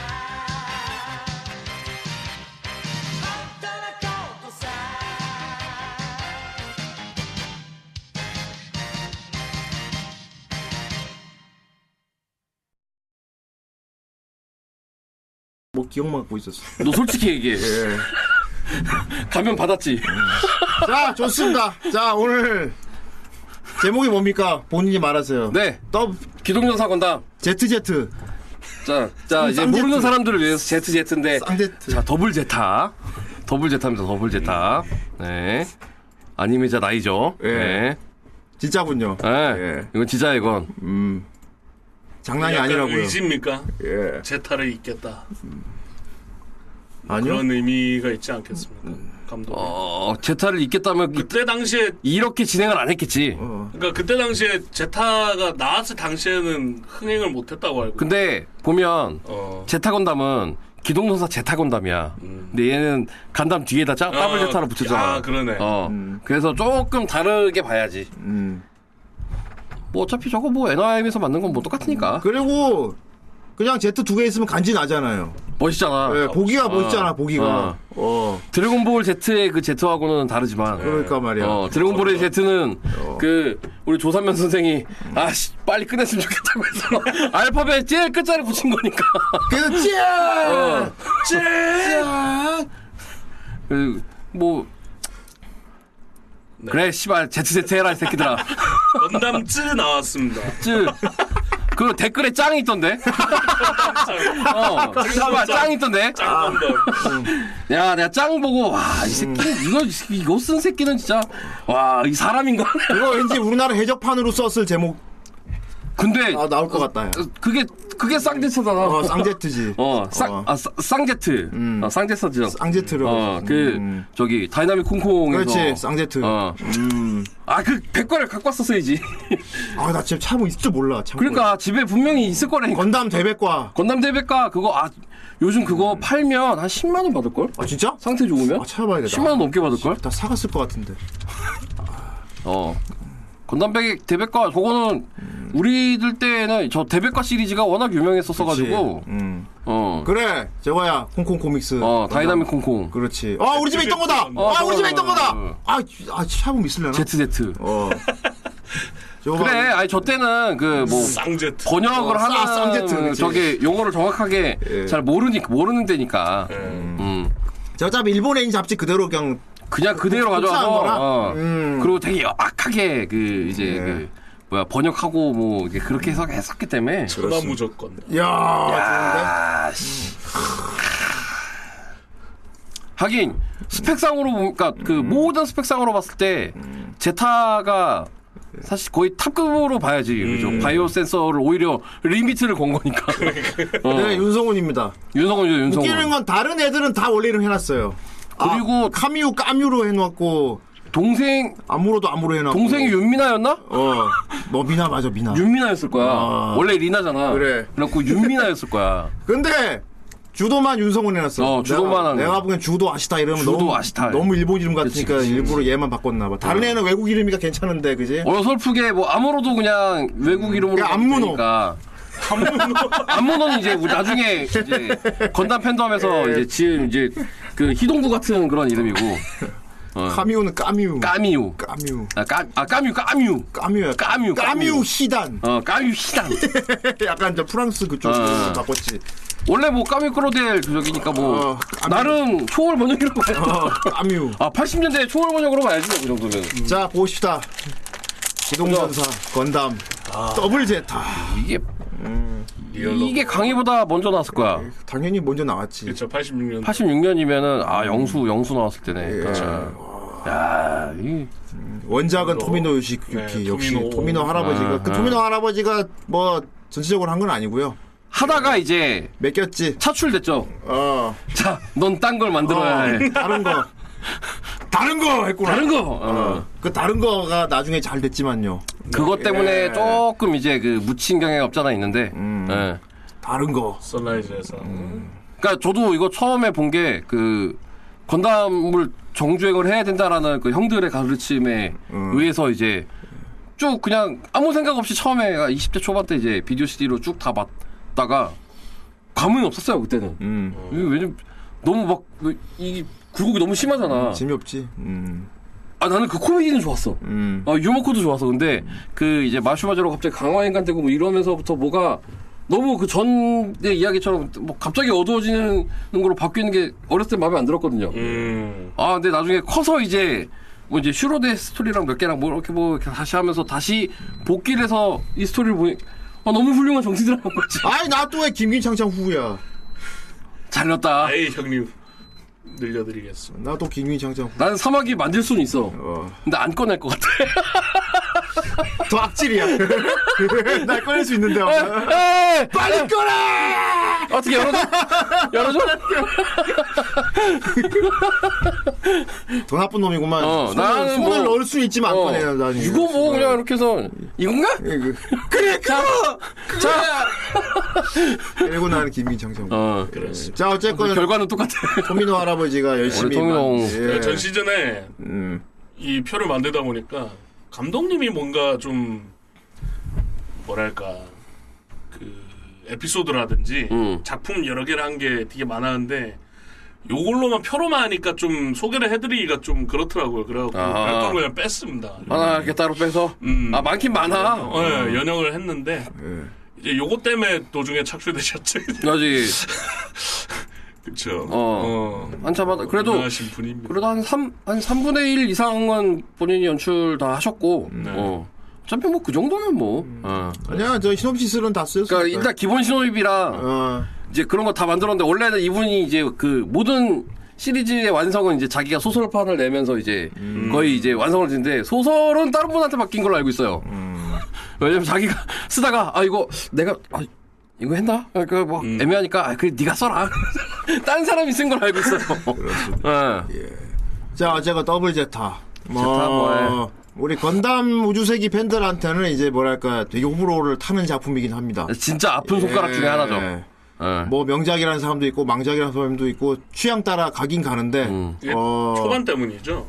[SPEAKER 7] 뭐 기억만 갖고 있었어.
[SPEAKER 9] 너 솔직히
[SPEAKER 7] (laughs)
[SPEAKER 9] 얘기해.
[SPEAKER 7] 예.
[SPEAKER 9] 가면 받았지.
[SPEAKER 7] 자, 좋습니다. 자, 오늘 제목이 뭡니까? 본인이 말하세요.
[SPEAKER 9] 네.
[SPEAKER 7] 더
[SPEAKER 9] 기동전 사건담.
[SPEAKER 7] ZZ.
[SPEAKER 9] 자, 자 이제
[SPEAKER 7] 음, 쌍 제트.
[SPEAKER 9] 모르는 사람들을 위해서 제트 제트인데.
[SPEAKER 7] 쌍 제트.
[SPEAKER 9] 자, 더블 제타. 더블 제타입니다. 더블 제타. 네. 아니미자 나이죠.
[SPEAKER 7] 예.
[SPEAKER 9] 네.
[SPEAKER 7] 진짜군요.
[SPEAKER 9] 네.
[SPEAKER 7] 예.
[SPEAKER 9] 이건 진짜 이건.
[SPEAKER 7] 장난이
[SPEAKER 8] 약간
[SPEAKER 7] 아니라고요.
[SPEAKER 8] 의지입니까?
[SPEAKER 7] 예.
[SPEAKER 8] 제타를 잇겠다.
[SPEAKER 7] 아니요.
[SPEAKER 8] 그런 의미가 있지 않겠습니까? 감독.
[SPEAKER 9] 어, 제타를 잇겠다면 이-
[SPEAKER 8] 그때 당시에
[SPEAKER 9] 이렇게 진행을 안 했겠지.
[SPEAKER 7] 어,
[SPEAKER 8] 그러니까 그때 당시에 제타가 나왔을 당시에는 흥행을 못했다고 알고.
[SPEAKER 9] 근데 보면
[SPEAKER 8] 어.
[SPEAKER 9] 제타 건담은 기동전사 제타 건담이야. 근데 얘는 간담 뒤에다 짜, 더블
[SPEAKER 8] 어,
[SPEAKER 9] 제타로 붙였잖아.
[SPEAKER 8] 아, 그러네.
[SPEAKER 9] 어. 그래서 조금 다르게 봐야지.
[SPEAKER 7] 음.
[SPEAKER 9] 뭐 어차피 저거 뭐 NRM에서 만든 건 뭐 똑같으니까.
[SPEAKER 7] 음. 그리고 그냥 Z 두 개 있으면 간지 나잖아요.
[SPEAKER 9] 멋있잖아.
[SPEAKER 7] 예, 보기가 멋있잖아, 보기가.
[SPEAKER 9] 아.
[SPEAKER 7] 어.
[SPEAKER 9] 드래곤볼 Z의 그 Z하고는 다르지만.
[SPEAKER 7] 그러니까 말이야.
[SPEAKER 9] 어, 드래곤볼의 Z는 그 우리 조삼면 선생이 아씨 빨리 끝냈으면 좋겠다고 (laughs) 해서 알파벳 제일 끝자리 붙인 (laughs) 거니까.
[SPEAKER 7] 그래서 짠!
[SPEAKER 9] 어.
[SPEAKER 7] 짠!
[SPEAKER 9] 그뭐 그래 씨발 ZZ 해라 이 새끼들아.
[SPEAKER 8] 건담쯔 나왔습니다.
[SPEAKER 9] 쯔. 그 댓글에 짱이 (laughs) 있던데. 어, 씨발 짱이 있던데.
[SPEAKER 8] 짱건담.
[SPEAKER 9] 야, 내가 짱 보고 와 이 새끼 이거 이거 쓴 새끼는 진짜 와 이 사람인가.
[SPEAKER 7] 이거 왠지 우리나라 해적판으로 썼을 제목
[SPEAKER 9] 근데
[SPEAKER 7] 아, 나올 것 같다. 야.
[SPEAKER 9] 어, 그게 그게 쌍제트잖아.
[SPEAKER 7] 어, 쌍제트지.
[SPEAKER 9] 어, 쌍,
[SPEAKER 7] 어. 음.
[SPEAKER 9] 아, 쌍- 쌍제트. 어, 쌍제트죠.
[SPEAKER 7] 쌍제트로.
[SPEAKER 9] 어, 그,
[SPEAKER 7] 음.
[SPEAKER 9] 저기, 다이나믹 콩콩에서.
[SPEAKER 7] 그렇지, 쌍제트. 음.
[SPEAKER 9] 어. 아, 그, 백과를 갖고 왔었어야지.
[SPEAKER 7] 아, 나 지금 참 있을 줄 몰라. 참.
[SPEAKER 9] (laughs) 그러니까, 집에 분명히 있을 거라니까.
[SPEAKER 7] 건담 대백과.
[SPEAKER 9] 건담 대백과 그거, 아, 요즘 그거 팔면 한 10만원 받을걸?
[SPEAKER 7] 아, 진짜?
[SPEAKER 9] 상태 좋으면?
[SPEAKER 7] 음. 아, 찾아봐야겠다.
[SPEAKER 9] 10만원 넘게 받을걸?
[SPEAKER 7] 다 사갔을 것 같은데.
[SPEAKER 9] 어. 건담 백- 대백과, 저거는,
[SPEAKER 7] 음.
[SPEAKER 9] 우리들 때는 저 대백과 시리즈가 워낙 유명했었어가지고,
[SPEAKER 7] 그치? 음.
[SPEAKER 9] 어.
[SPEAKER 7] 그래, 저거야. 홍콩 코믹스.
[SPEAKER 9] 어, 다이나믹 콩콩.
[SPEAKER 7] 그렇지. 아, 우리 집에 있던 거다!
[SPEAKER 9] 어,
[SPEAKER 7] 아, 우리 집에
[SPEAKER 9] 어,
[SPEAKER 7] 있던 거다!
[SPEAKER 9] 어.
[SPEAKER 7] 아, 아, 참 있을려나?
[SPEAKER 9] ZZ.
[SPEAKER 7] 어. 저거
[SPEAKER 9] 그래,
[SPEAKER 7] 봐.
[SPEAKER 9] 아니, 저 때는, 그, 뭐,
[SPEAKER 8] 쌍제트.
[SPEAKER 9] 번역을
[SPEAKER 7] 어,
[SPEAKER 9] 하는
[SPEAKER 7] 쌍- 쌍제트, 그치.
[SPEAKER 9] 저게 용어를 정확하게
[SPEAKER 7] 예.
[SPEAKER 9] 잘 모르니 모르는 데니까 음.
[SPEAKER 7] 저 어차피 일본에 있는 잡지 그대로 그냥.
[SPEAKER 9] 그냥 그대로
[SPEAKER 7] 복사한
[SPEAKER 9] 가져와서
[SPEAKER 7] 뭐 거라?
[SPEAKER 9] 어.
[SPEAKER 7] 음. 예.
[SPEAKER 9] 그리고 되게 악하게 그 이제 그 뭐야 번역하고 뭐 이게 그렇게 해서 했었기 때문에
[SPEAKER 8] 전화 무조건.
[SPEAKER 7] 이야, 좋은데?
[SPEAKER 9] 하긴 스펙상으로 보니까 그
[SPEAKER 7] 음.
[SPEAKER 9] 모든 스펙상으로 봤을 때 제타가 사실 거의 탑급으로 봐야지
[SPEAKER 7] 음.
[SPEAKER 9] 그죠? 바이오 센서를 오히려 리미트를 건 거니까 어.
[SPEAKER 7] 네, 윤성훈입니다.
[SPEAKER 9] 윤성훈이죠 윤성훈
[SPEAKER 7] 웃기는 건 다른 애들은 다 원래는 해놨어요. 아,
[SPEAKER 9] 어. 그리고-
[SPEAKER 7] 카미우 까뮤로 해놓았고
[SPEAKER 9] 동생
[SPEAKER 7] 아무로도 아무로 해놨고
[SPEAKER 9] 동생이 윤미나였나?
[SPEAKER 7] 어, 뭐 미나 맞아 미나.
[SPEAKER 9] 윤미나였을 거야.
[SPEAKER 7] 아.
[SPEAKER 9] 원래 리나잖아.
[SPEAKER 7] 그래.
[SPEAKER 9] 그래갖고 윤미나였을 거야.
[SPEAKER 7] 근데 주도만 윤성훈 해놨어.
[SPEAKER 9] 어, 주도만
[SPEAKER 7] 내가,
[SPEAKER 9] 하는
[SPEAKER 7] 내가
[SPEAKER 9] 거.
[SPEAKER 7] 보기엔 주도 아시다 이러면
[SPEAKER 9] 주도
[SPEAKER 7] 너무
[SPEAKER 9] 아시타.
[SPEAKER 7] 너무 일본 이름
[SPEAKER 9] 그치,
[SPEAKER 7] 같으니까
[SPEAKER 9] 그치. 어.
[SPEAKER 7] 일부러 얘만 바꿨나봐. 다른 애는 외국 이름이니까 괜찮은데 그지?
[SPEAKER 9] 어설프게 뭐 아무로도 그냥 외국 이름으로.
[SPEAKER 7] 야, 안문호.
[SPEAKER 9] 그러니까. 안문호는 이제 우리 나중에 이제 건담
[SPEAKER 7] 예.
[SPEAKER 9] 팬덤에서 이제 지은 이제 그 희동부 같은 그런 이름이고
[SPEAKER 7] 카미우는 까뮤.
[SPEAKER 9] 까미우.
[SPEAKER 7] 까뮤.
[SPEAKER 9] 아, 까, 아 까미우 까미우.
[SPEAKER 7] 까뮤야. 까뮤
[SPEAKER 9] 까뮤, 까뮤.
[SPEAKER 7] 히단. (laughs)
[SPEAKER 9] 어 까미우 희단.
[SPEAKER 7] 약간 저 프랑스 그쪽으로
[SPEAKER 9] 아.
[SPEAKER 7] 바꿨지.
[SPEAKER 9] 원래 뭐 까미우 크로델 조적이니까 뭐
[SPEAKER 7] 어, 까뮤.
[SPEAKER 9] 나름 초월 번역이라고 해요.
[SPEAKER 7] 어, 까뮤.
[SPEAKER 9] 아 80년대 초월 번역으로 봐야지 그 정도면.
[SPEAKER 7] 자 봅시다. 기동전사 건담 더블 제타.
[SPEAKER 9] 이게
[SPEAKER 7] 음.
[SPEAKER 8] 리얼로.
[SPEAKER 9] 이게 강의보다 먼저 나왔을 거야.
[SPEAKER 7] 예. 당연히 먼저 나왔지.
[SPEAKER 8] 그렇죠. 86년.
[SPEAKER 9] 86년이면은 아 영수 영수 나왔을 때네. 아. 야, 이
[SPEAKER 7] 원작은 토미노 요시유키
[SPEAKER 8] 네,
[SPEAKER 7] 역시 토미노,
[SPEAKER 8] 토미노.
[SPEAKER 7] 할아버지가 그 토미노 할아버지가 뭐 전체적으로 한 건 아니고요.
[SPEAKER 9] 하다가 이제
[SPEAKER 7] 맡겼지.
[SPEAKER 9] 차출됐죠.
[SPEAKER 7] 어,
[SPEAKER 9] 자, 넌 딴 걸 만들어야 해.
[SPEAKER 7] 어, 다른 거. 다른 거 했구나.
[SPEAKER 9] 아, 네. 다른 거. 어. 예.
[SPEAKER 7] 어, 그 다른 거가 나중에 잘 됐지만요.
[SPEAKER 9] 그것 때문에 조금 이제 그 묻힌 경향이 없잖아 있는데. 예.
[SPEAKER 7] 다른 거.
[SPEAKER 8] 선라이즈에서.
[SPEAKER 9] 그러니까 저도 이거 처음에 본 게 그 건담을 정주행을 해야 된다라는 그 형들의 가르침에 의해서 이제 쭉 그냥 아무 생각 없이 처음에 20대 초반 때 이제 비디오 CD로 쭉 다 봤다가 감흥이 없었어요 그때는.
[SPEAKER 7] 음,
[SPEAKER 9] 이게 왜냐면 너무 막이 굴곡이 너무 심하잖아.
[SPEAKER 7] 어. 재미없지. 음,
[SPEAKER 9] 아 나는 그 코미디는 좋았어.
[SPEAKER 7] 음.
[SPEAKER 9] 아 유머코도 좋았어. 근데 그 이제 마슈마저로 갑자기 강화인간 되고 뭐 이러면서부터 뭐가 너무 그 전의 이야기처럼 뭐 갑자기 어두워지는 걸로 바뀌는 게 어렸을 때 마음에 안 들었거든요.
[SPEAKER 8] 음.
[SPEAKER 9] 아, 근데 나중에 커서 이제 뭐 이제 슈로데 스토리랑 몇 개랑 뭐 이렇게 뭐 이렇게 다시 하면서 다시 복귀를 해서 이 스토리를 보니 아, 너무 훌륭한 정신드라마인 거지.
[SPEAKER 7] 아이 나 또 왜 김김창창 후야.
[SPEAKER 9] 잘렸다.
[SPEAKER 8] 에이 형님 늘려드리겠습니다.
[SPEAKER 7] 나 또 김김창창 후.
[SPEAKER 9] 나는 사막이 만들 수는 있어.
[SPEAKER 7] 어.
[SPEAKER 9] 근데 안 꺼낼 것 같아.
[SPEAKER 7] 더 악질이야. (laughs) 날 꺼낼 수 있는데. 아마.
[SPEAKER 9] 에이!
[SPEAKER 7] 빨리 꺼라!
[SPEAKER 9] 어떻게 열어줘? 열어줘?
[SPEAKER 7] 더 나쁜 놈이구만.
[SPEAKER 9] 어,
[SPEAKER 7] 손을,
[SPEAKER 9] 나는
[SPEAKER 7] 손을
[SPEAKER 9] 뭐-
[SPEAKER 7] 넣을 수 있지만 안
[SPEAKER 9] 어.
[SPEAKER 7] 꺼내. 나는
[SPEAKER 9] 이거 뭐 그냥 이렇게 해서 이건가?
[SPEAKER 7] 그래
[SPEAKER 9] 자, 자.
[SPEAKER 7] 그리고 나는 김민창정.
[SPEAKER 9] 어.
[SPEAKER 7] 예. 자 어쨌건
[SPEAKER 9] 결과는 똑같아.
[SPEAKER 7] 토미노 할아버지가 열심히.
[SPEAKER 9] 우리 토미노.
[SPEAKER 7] 만- 예.
[SPEAKER 8] 네, 전 시즌에
[SPEAKER 7] 음.
[SPEAKER 8] 이 표를 만들다 보니까 감독님이 뭔가 좀 뭐랄까 그 에피소드라든지
[SPEAKER 9] 음.
[SPEAKER 8] 작품 여러 개를 한 게 되게 많았는데 요걸로만 표로만 하니까 좀 소개를 해드리기가 좀 그렇더라고요. 그래갖고
[SPEAKER 9] 아.
[SPEAKER 8] 별도로 그냥 뺐습니다.
[SPEAKER 9] 하나 이렇게 따로 빼서.
[SPEAKER 8] 음.
[SPEAKER 9] 아, 많긴 많아.
[SPEAKER 8] 어, 예, 연영을 했는데
[SPEAKER 7] 예.
[SPEAKER 8] 이제 요거 때문에 도중에 착수되셨죠.
[SPEAKER 9] 그지
[SPEAKER 8] (laughs) 그렇죠.
[SPEAKER 9] 어. 한참 하다. 그래도,
[SPEAKER 7] 음,
[SPEAKER 8] 대단하신 분입니다.
[SPEAKER 9] 그래도 한 3, 한 3분의 1 이상은 본인이 연출 다 하셨고.
[SPEAKER 7] 음, 네.
[SPEAKER 9] 어. 어차피 뭐 그 정도면 뭐. 어.
[SPEAKER 7] 아니야 저 시놉시스는 다 쓰였어.
[SPEAKER 9] 그러니까 일단 기본 신호입이라
[SPEAKER 7] 어.
[SPEAKER 9] 이제 그런 거 다 만들었는데 원래는 이분이 이제 그 모든 시리즈의 완성은 이제 자기가 소설판을 내면서 이제 거의 이제 완성을 짓는데 소설은 다른 분한테 맡긴 걸로 알고 있어요. (laughs) 왜냐면 자기가 쓰다가 아 이거 내가 아, 이거 했나? 그러니까 뭐 애매하니까 아, 그래 네가 써라. (laughs) 딴 사람이 쓴 걸로 알고 있어요. 예.
[SPEAKER 7] 자 어쨌건 더블 제타. 뭐,
[SPEAKER 9] 제타 뭐에.
[SPEAKER 7] 우리 건담 우주세기 팬들한테는 이제 뭐랄까 되게 호불호를 타는 작품이긴 합니다.
[SPEAKER 9] 진짜 아픈 손가락 네. 중에
[SPEAKER 7] 예.
[SPEAKER 9] 하나죠. 예.
[SPEAKER 7] 뭐 명작이라는 사람도 있고 망작이라는 사람도 있고 취향 따라 가긴 가는데
[SPEAKER 9] 음.
[SPEAKER 8] 이게
[SPEAKER 7] 어,
[SPEAKER 8] 초반 때문이죠.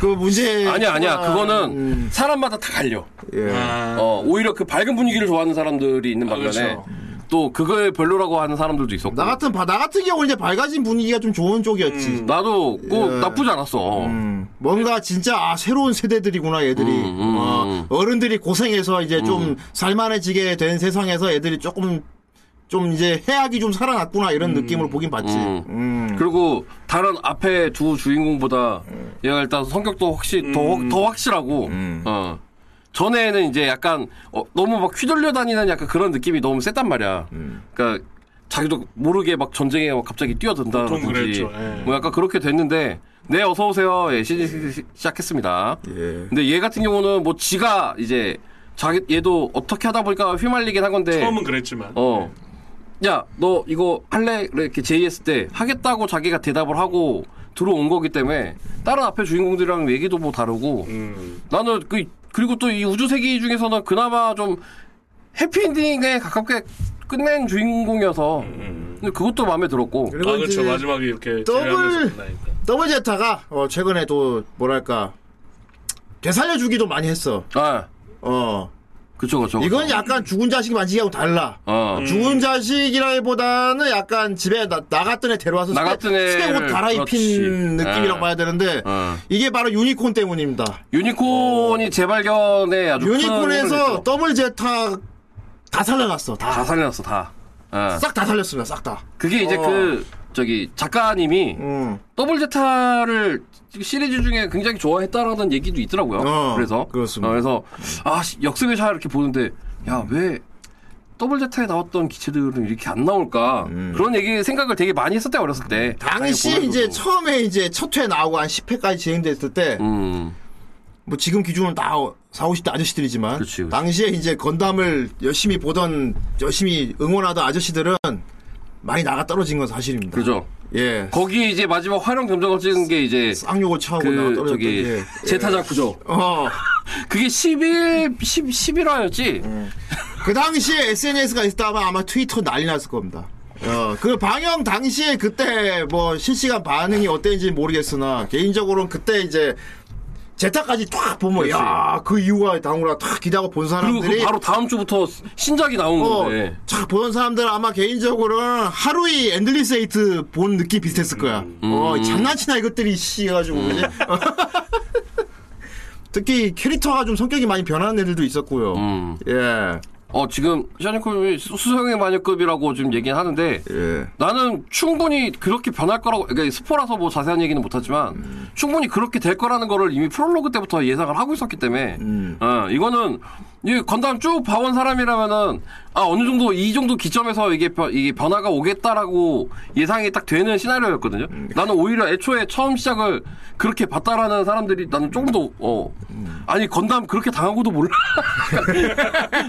[SPEAKER 7] 그 문제
[SPEAKER 9] 예. 아니야 아니야
[SPEAKER 7] 초반-
[SPEAKER 9] 그거는
[SPEAKER 7] 음,
[SPEAKER 9] 사람마다 다 갈려.
[SPEAKER 7] 예.
[SPEAKER 8] 아,
[SPEAKER 9] 어, 오히려 그 밝은 분위기를 좋아하는 사람들이 있는 반면에
[SPEAKER 8] 그렇죠.
[SPEAKER 9] 또 그걸 별로라고 하는 사람들도 있었고
[SPEAKER 7] 나 같은 바- 나 같은 경우 이제 밝아진 분위기가 좀 좋은 쪽이었지.
[SPEAKER 8] 음.
[SPEAKER 9] 도꼭
[SPEAKER 7] 예.
[SPEAKER 9] 나쁘지 않았어.
[SPEAKER 7] 음, 뭔가 진짜 아, 새로운 세대들이구나 얘들이
[SPEAKER 9] 음, 음,
[SPEAKER 7] 어,
[SPEAKER 9] 음.
[SPEAKER 7] 른들이 고생해서 이제 좀 살만해지게 된 세상에서 애들이 조금 좀 이제 해악이 좀 살아났구나 이런 느낌으로 보긴 봤지.
[SPEAKER 9] 음.
[SPEAKER 7] 음.
[SPEAKER 9] 그리고 다른 앞에 두 주인공보다 얘가 일단 성격도 확실히
[SPEAKER 7] 음.
[SPEAKER 9] 더, 더 확실하고 어. 전에는 이제 약간 어, 너무 막 휘둘려 다니는 약간 그런 느낌이 너무 셌단 말이야.
[SPEAKER 7] 음.
[SPEAKER 9] 그러니까 자기도 모르게 막 전쟁에 막 갑자기
[SPEAKER 8] 보통
[SPEAKER 9] 뛰어든다든지
[SPEAKER 8] 그랬죠, 예.
[SPEAKER 9] 뭐 약간 그렇게 됐는데 네 어서 오세요 예, 시즌 시- 시작했습니다.
[SPEAKER 7] 예.
[SPEAKER 9] 근데 얘 같은 경우는 뭐 지가 이제 자기 얘도 어떻게 하다 보니까 휘말리긴 한 건데
[SPEAKER 8] 처음은 그랬지만
[SPEAKER 9] 네. 어. 야, 너 이거 할래? 이렇게 제의했을 때 하겠다고 자기가 대답을 하고 들어온 거기 때문에 다른 앞에 주인공들이랑 얘기도 뭐 다르고
[SPEAKER 8] 음,
[SPEAKER 9] 나는 그 그리고 또 이 우주 세기 중에서는 그나마 좀 해피엔딩에 가깝게 끝낸 주인공이어서 근데 그것도 마음에 들었고
[SPEAKER 7] 그리고
[SPEAKER 8] 아
[SPEAKER 7] 이제
[SPEAKER 8] 그렇죠 마지막에 이렇게
[SPEAKER 7] 더블-
[SPEAKER 8] 제외하면서 끝나니까.
[SPEAKER 7] 더블 제타가 어, 최근에 또 뭐랄까 되살려주기도 많이 했어.
[SPEAKER 9] 아
[SPEAKER 7] 어
[SPEAKER 9] 그쵸 그쵸 그쵸.
[SPEAKER 7] 이건 약간 죽은 자식 만지기하고 달라.
[SPEAKER 9] 어
[SPEAKER 7] 죽은 자식이라기보다는 약간 집에 나, 나갔던 애 데려와서
[SPEAKER 9] 나갔던
[SPEAKER 7] 새- 새
[SPEAKER 9] 애를-
[SPEAKER 7] 옷 갈아입힌
[SPEAKER 9] 그렇지.
[SPEAKER 7] 느낌이라고
[SPEAKER 9] 예.
[SPEAKER 7] 봐야 되는데
[SPEAKER 9] 어.
[SPEAKER 7] 이게 바로 유니콘 때문입니다.
[SPEAKER 9] 유니콘이 재발견에 아주 큰 힘을
[SPEAKER 7] 유니콘에서
[SPEAKER 9] 줬죠.
[SPEAKER 7] 더블 제타 다 살려놨어. 다.
[SPEAKER 9] 다 살려놨어 다. 아.
[SPEAKER 7] 싹 다 살렸습니다. 싹 다.
[SPEAKER 9] 그게 이제
[SPEAKER 7] 어.
[SPEAKER 9] 그 저기 작가님이
[SPEAKER 7] 음.
[SPEAKER 9] 더블 제타를 시리즈 중에 굉장히 좋아했다라는 얘기도 있더라고요.
[SPEAKER 7] 어,
[SPEAKER 9] 그래서
[SPEAKER 7] 그렇습니다.
[SPEAKER 9] 어, 그래서 아 씨, 역습의 샤 이렇게 보는데 야 왜 더블 제타에 나왔던 기체들은 이렇게 안 나올까 그런 얘기 생각을 되게 많이 했었대 어렸을 때.
[SPEAKER 7] 음. 당시
[SPEAKER 9] 보면서도.
[SPEAKER 7] 이제 처음에 이제 첫 회 나오고 한 10회까지 진행됐을 때 뭐
[SPEAKER 9] 음,
[SPEAKER 7] 지금 기준으로 다 4, 50대 아저씨들이지만
[SPEAKER 9] 그치, 그치.
[SPEAKER 7] 당시에 이제 건담을 열심히 보던 열심히 응원하던 아저씨들은 많이 나가 떨어진 건 사실입니다.
[SPEAKER 9] 그죠.
[SPEAKER 7] 예.
[SPEAKER 9] 그렇죠. 거기에 이제 마지막 활용 점정을 찍은 게 이제
[SPEAKER 7] 쌍욕을 처하고 나가
[SPEAKER 9] 그
[SPEAKER 7] 떨어졌던
[SPEAKER 9] 저기
[SPEAKER 7] 게.
[SPEAKER 9] 제타자쿠죠.
[SPEAKER 7] 어.
[SPEAKER 9] 그게 11 10 11화였지.
[SPEAKER 7] 그 당시에 SNS가 있었다면 아마 트위터 난리 났을 겁니다. 어, 그 방영 당시에 그때 뭐 실시간 반응이 어땠는지 모르겠으나 개인적으로는 그때 이제 제타까지 탁 보면 야그 이유가 당구라 탁 기다고 본
[SPEAKER 9] 그리고 그
[SPEAKER 7] 사람들이
[SPEAKER 9] 바로 다음 주부터 신작이 나온
[SPEAKER 7] 어,
[SPEAKER 9] 건데.
[SPEAKER 7] 촥 보는 사람들은 아마 개인적으로는 하루이 엔들리스 에이트 본 느낌 비슷했을 거야.
[SPEAKER 9] 음.
[SPEAKER 7] 어, 장난치나 이것들이 씨 해가지고 그지? (laughs) 특히 캐릭터가 좀 성격이 많이 변하는 애들도 있었고요.
[SPEAKER 9] 음.
[SPEAKER 7] 예.
[SPEAKER 9] 어, 지금 샤니코님이 수성의 마녀급이라고 지금 얘기는 하는데
[SPEAKER 7] 예.
[SPEAKER 9] 나는 충분히 그렇게 변할 거라고 그러니까 스포라서 뭐 자세한 얘기는 못하지만 충분히 그렇게 될 거라는 거를 이미 프롤로그 때부터 예상을 하고 있었기 때문에 어, 이거는 이 건담 쭉 봐온 사람이라면은 아 어느 정도 이 정도 기점에서 이게 변, 이게 변화가 오겠다라고 예상이 딱 되는 시나리오였거든요. 나는 오히려 애초에 처음 시작을 그렇게 봤다라는 사람들이 나는 조금 더 어. 아니 건담 그렇게 당하고도 몰라. (laughs)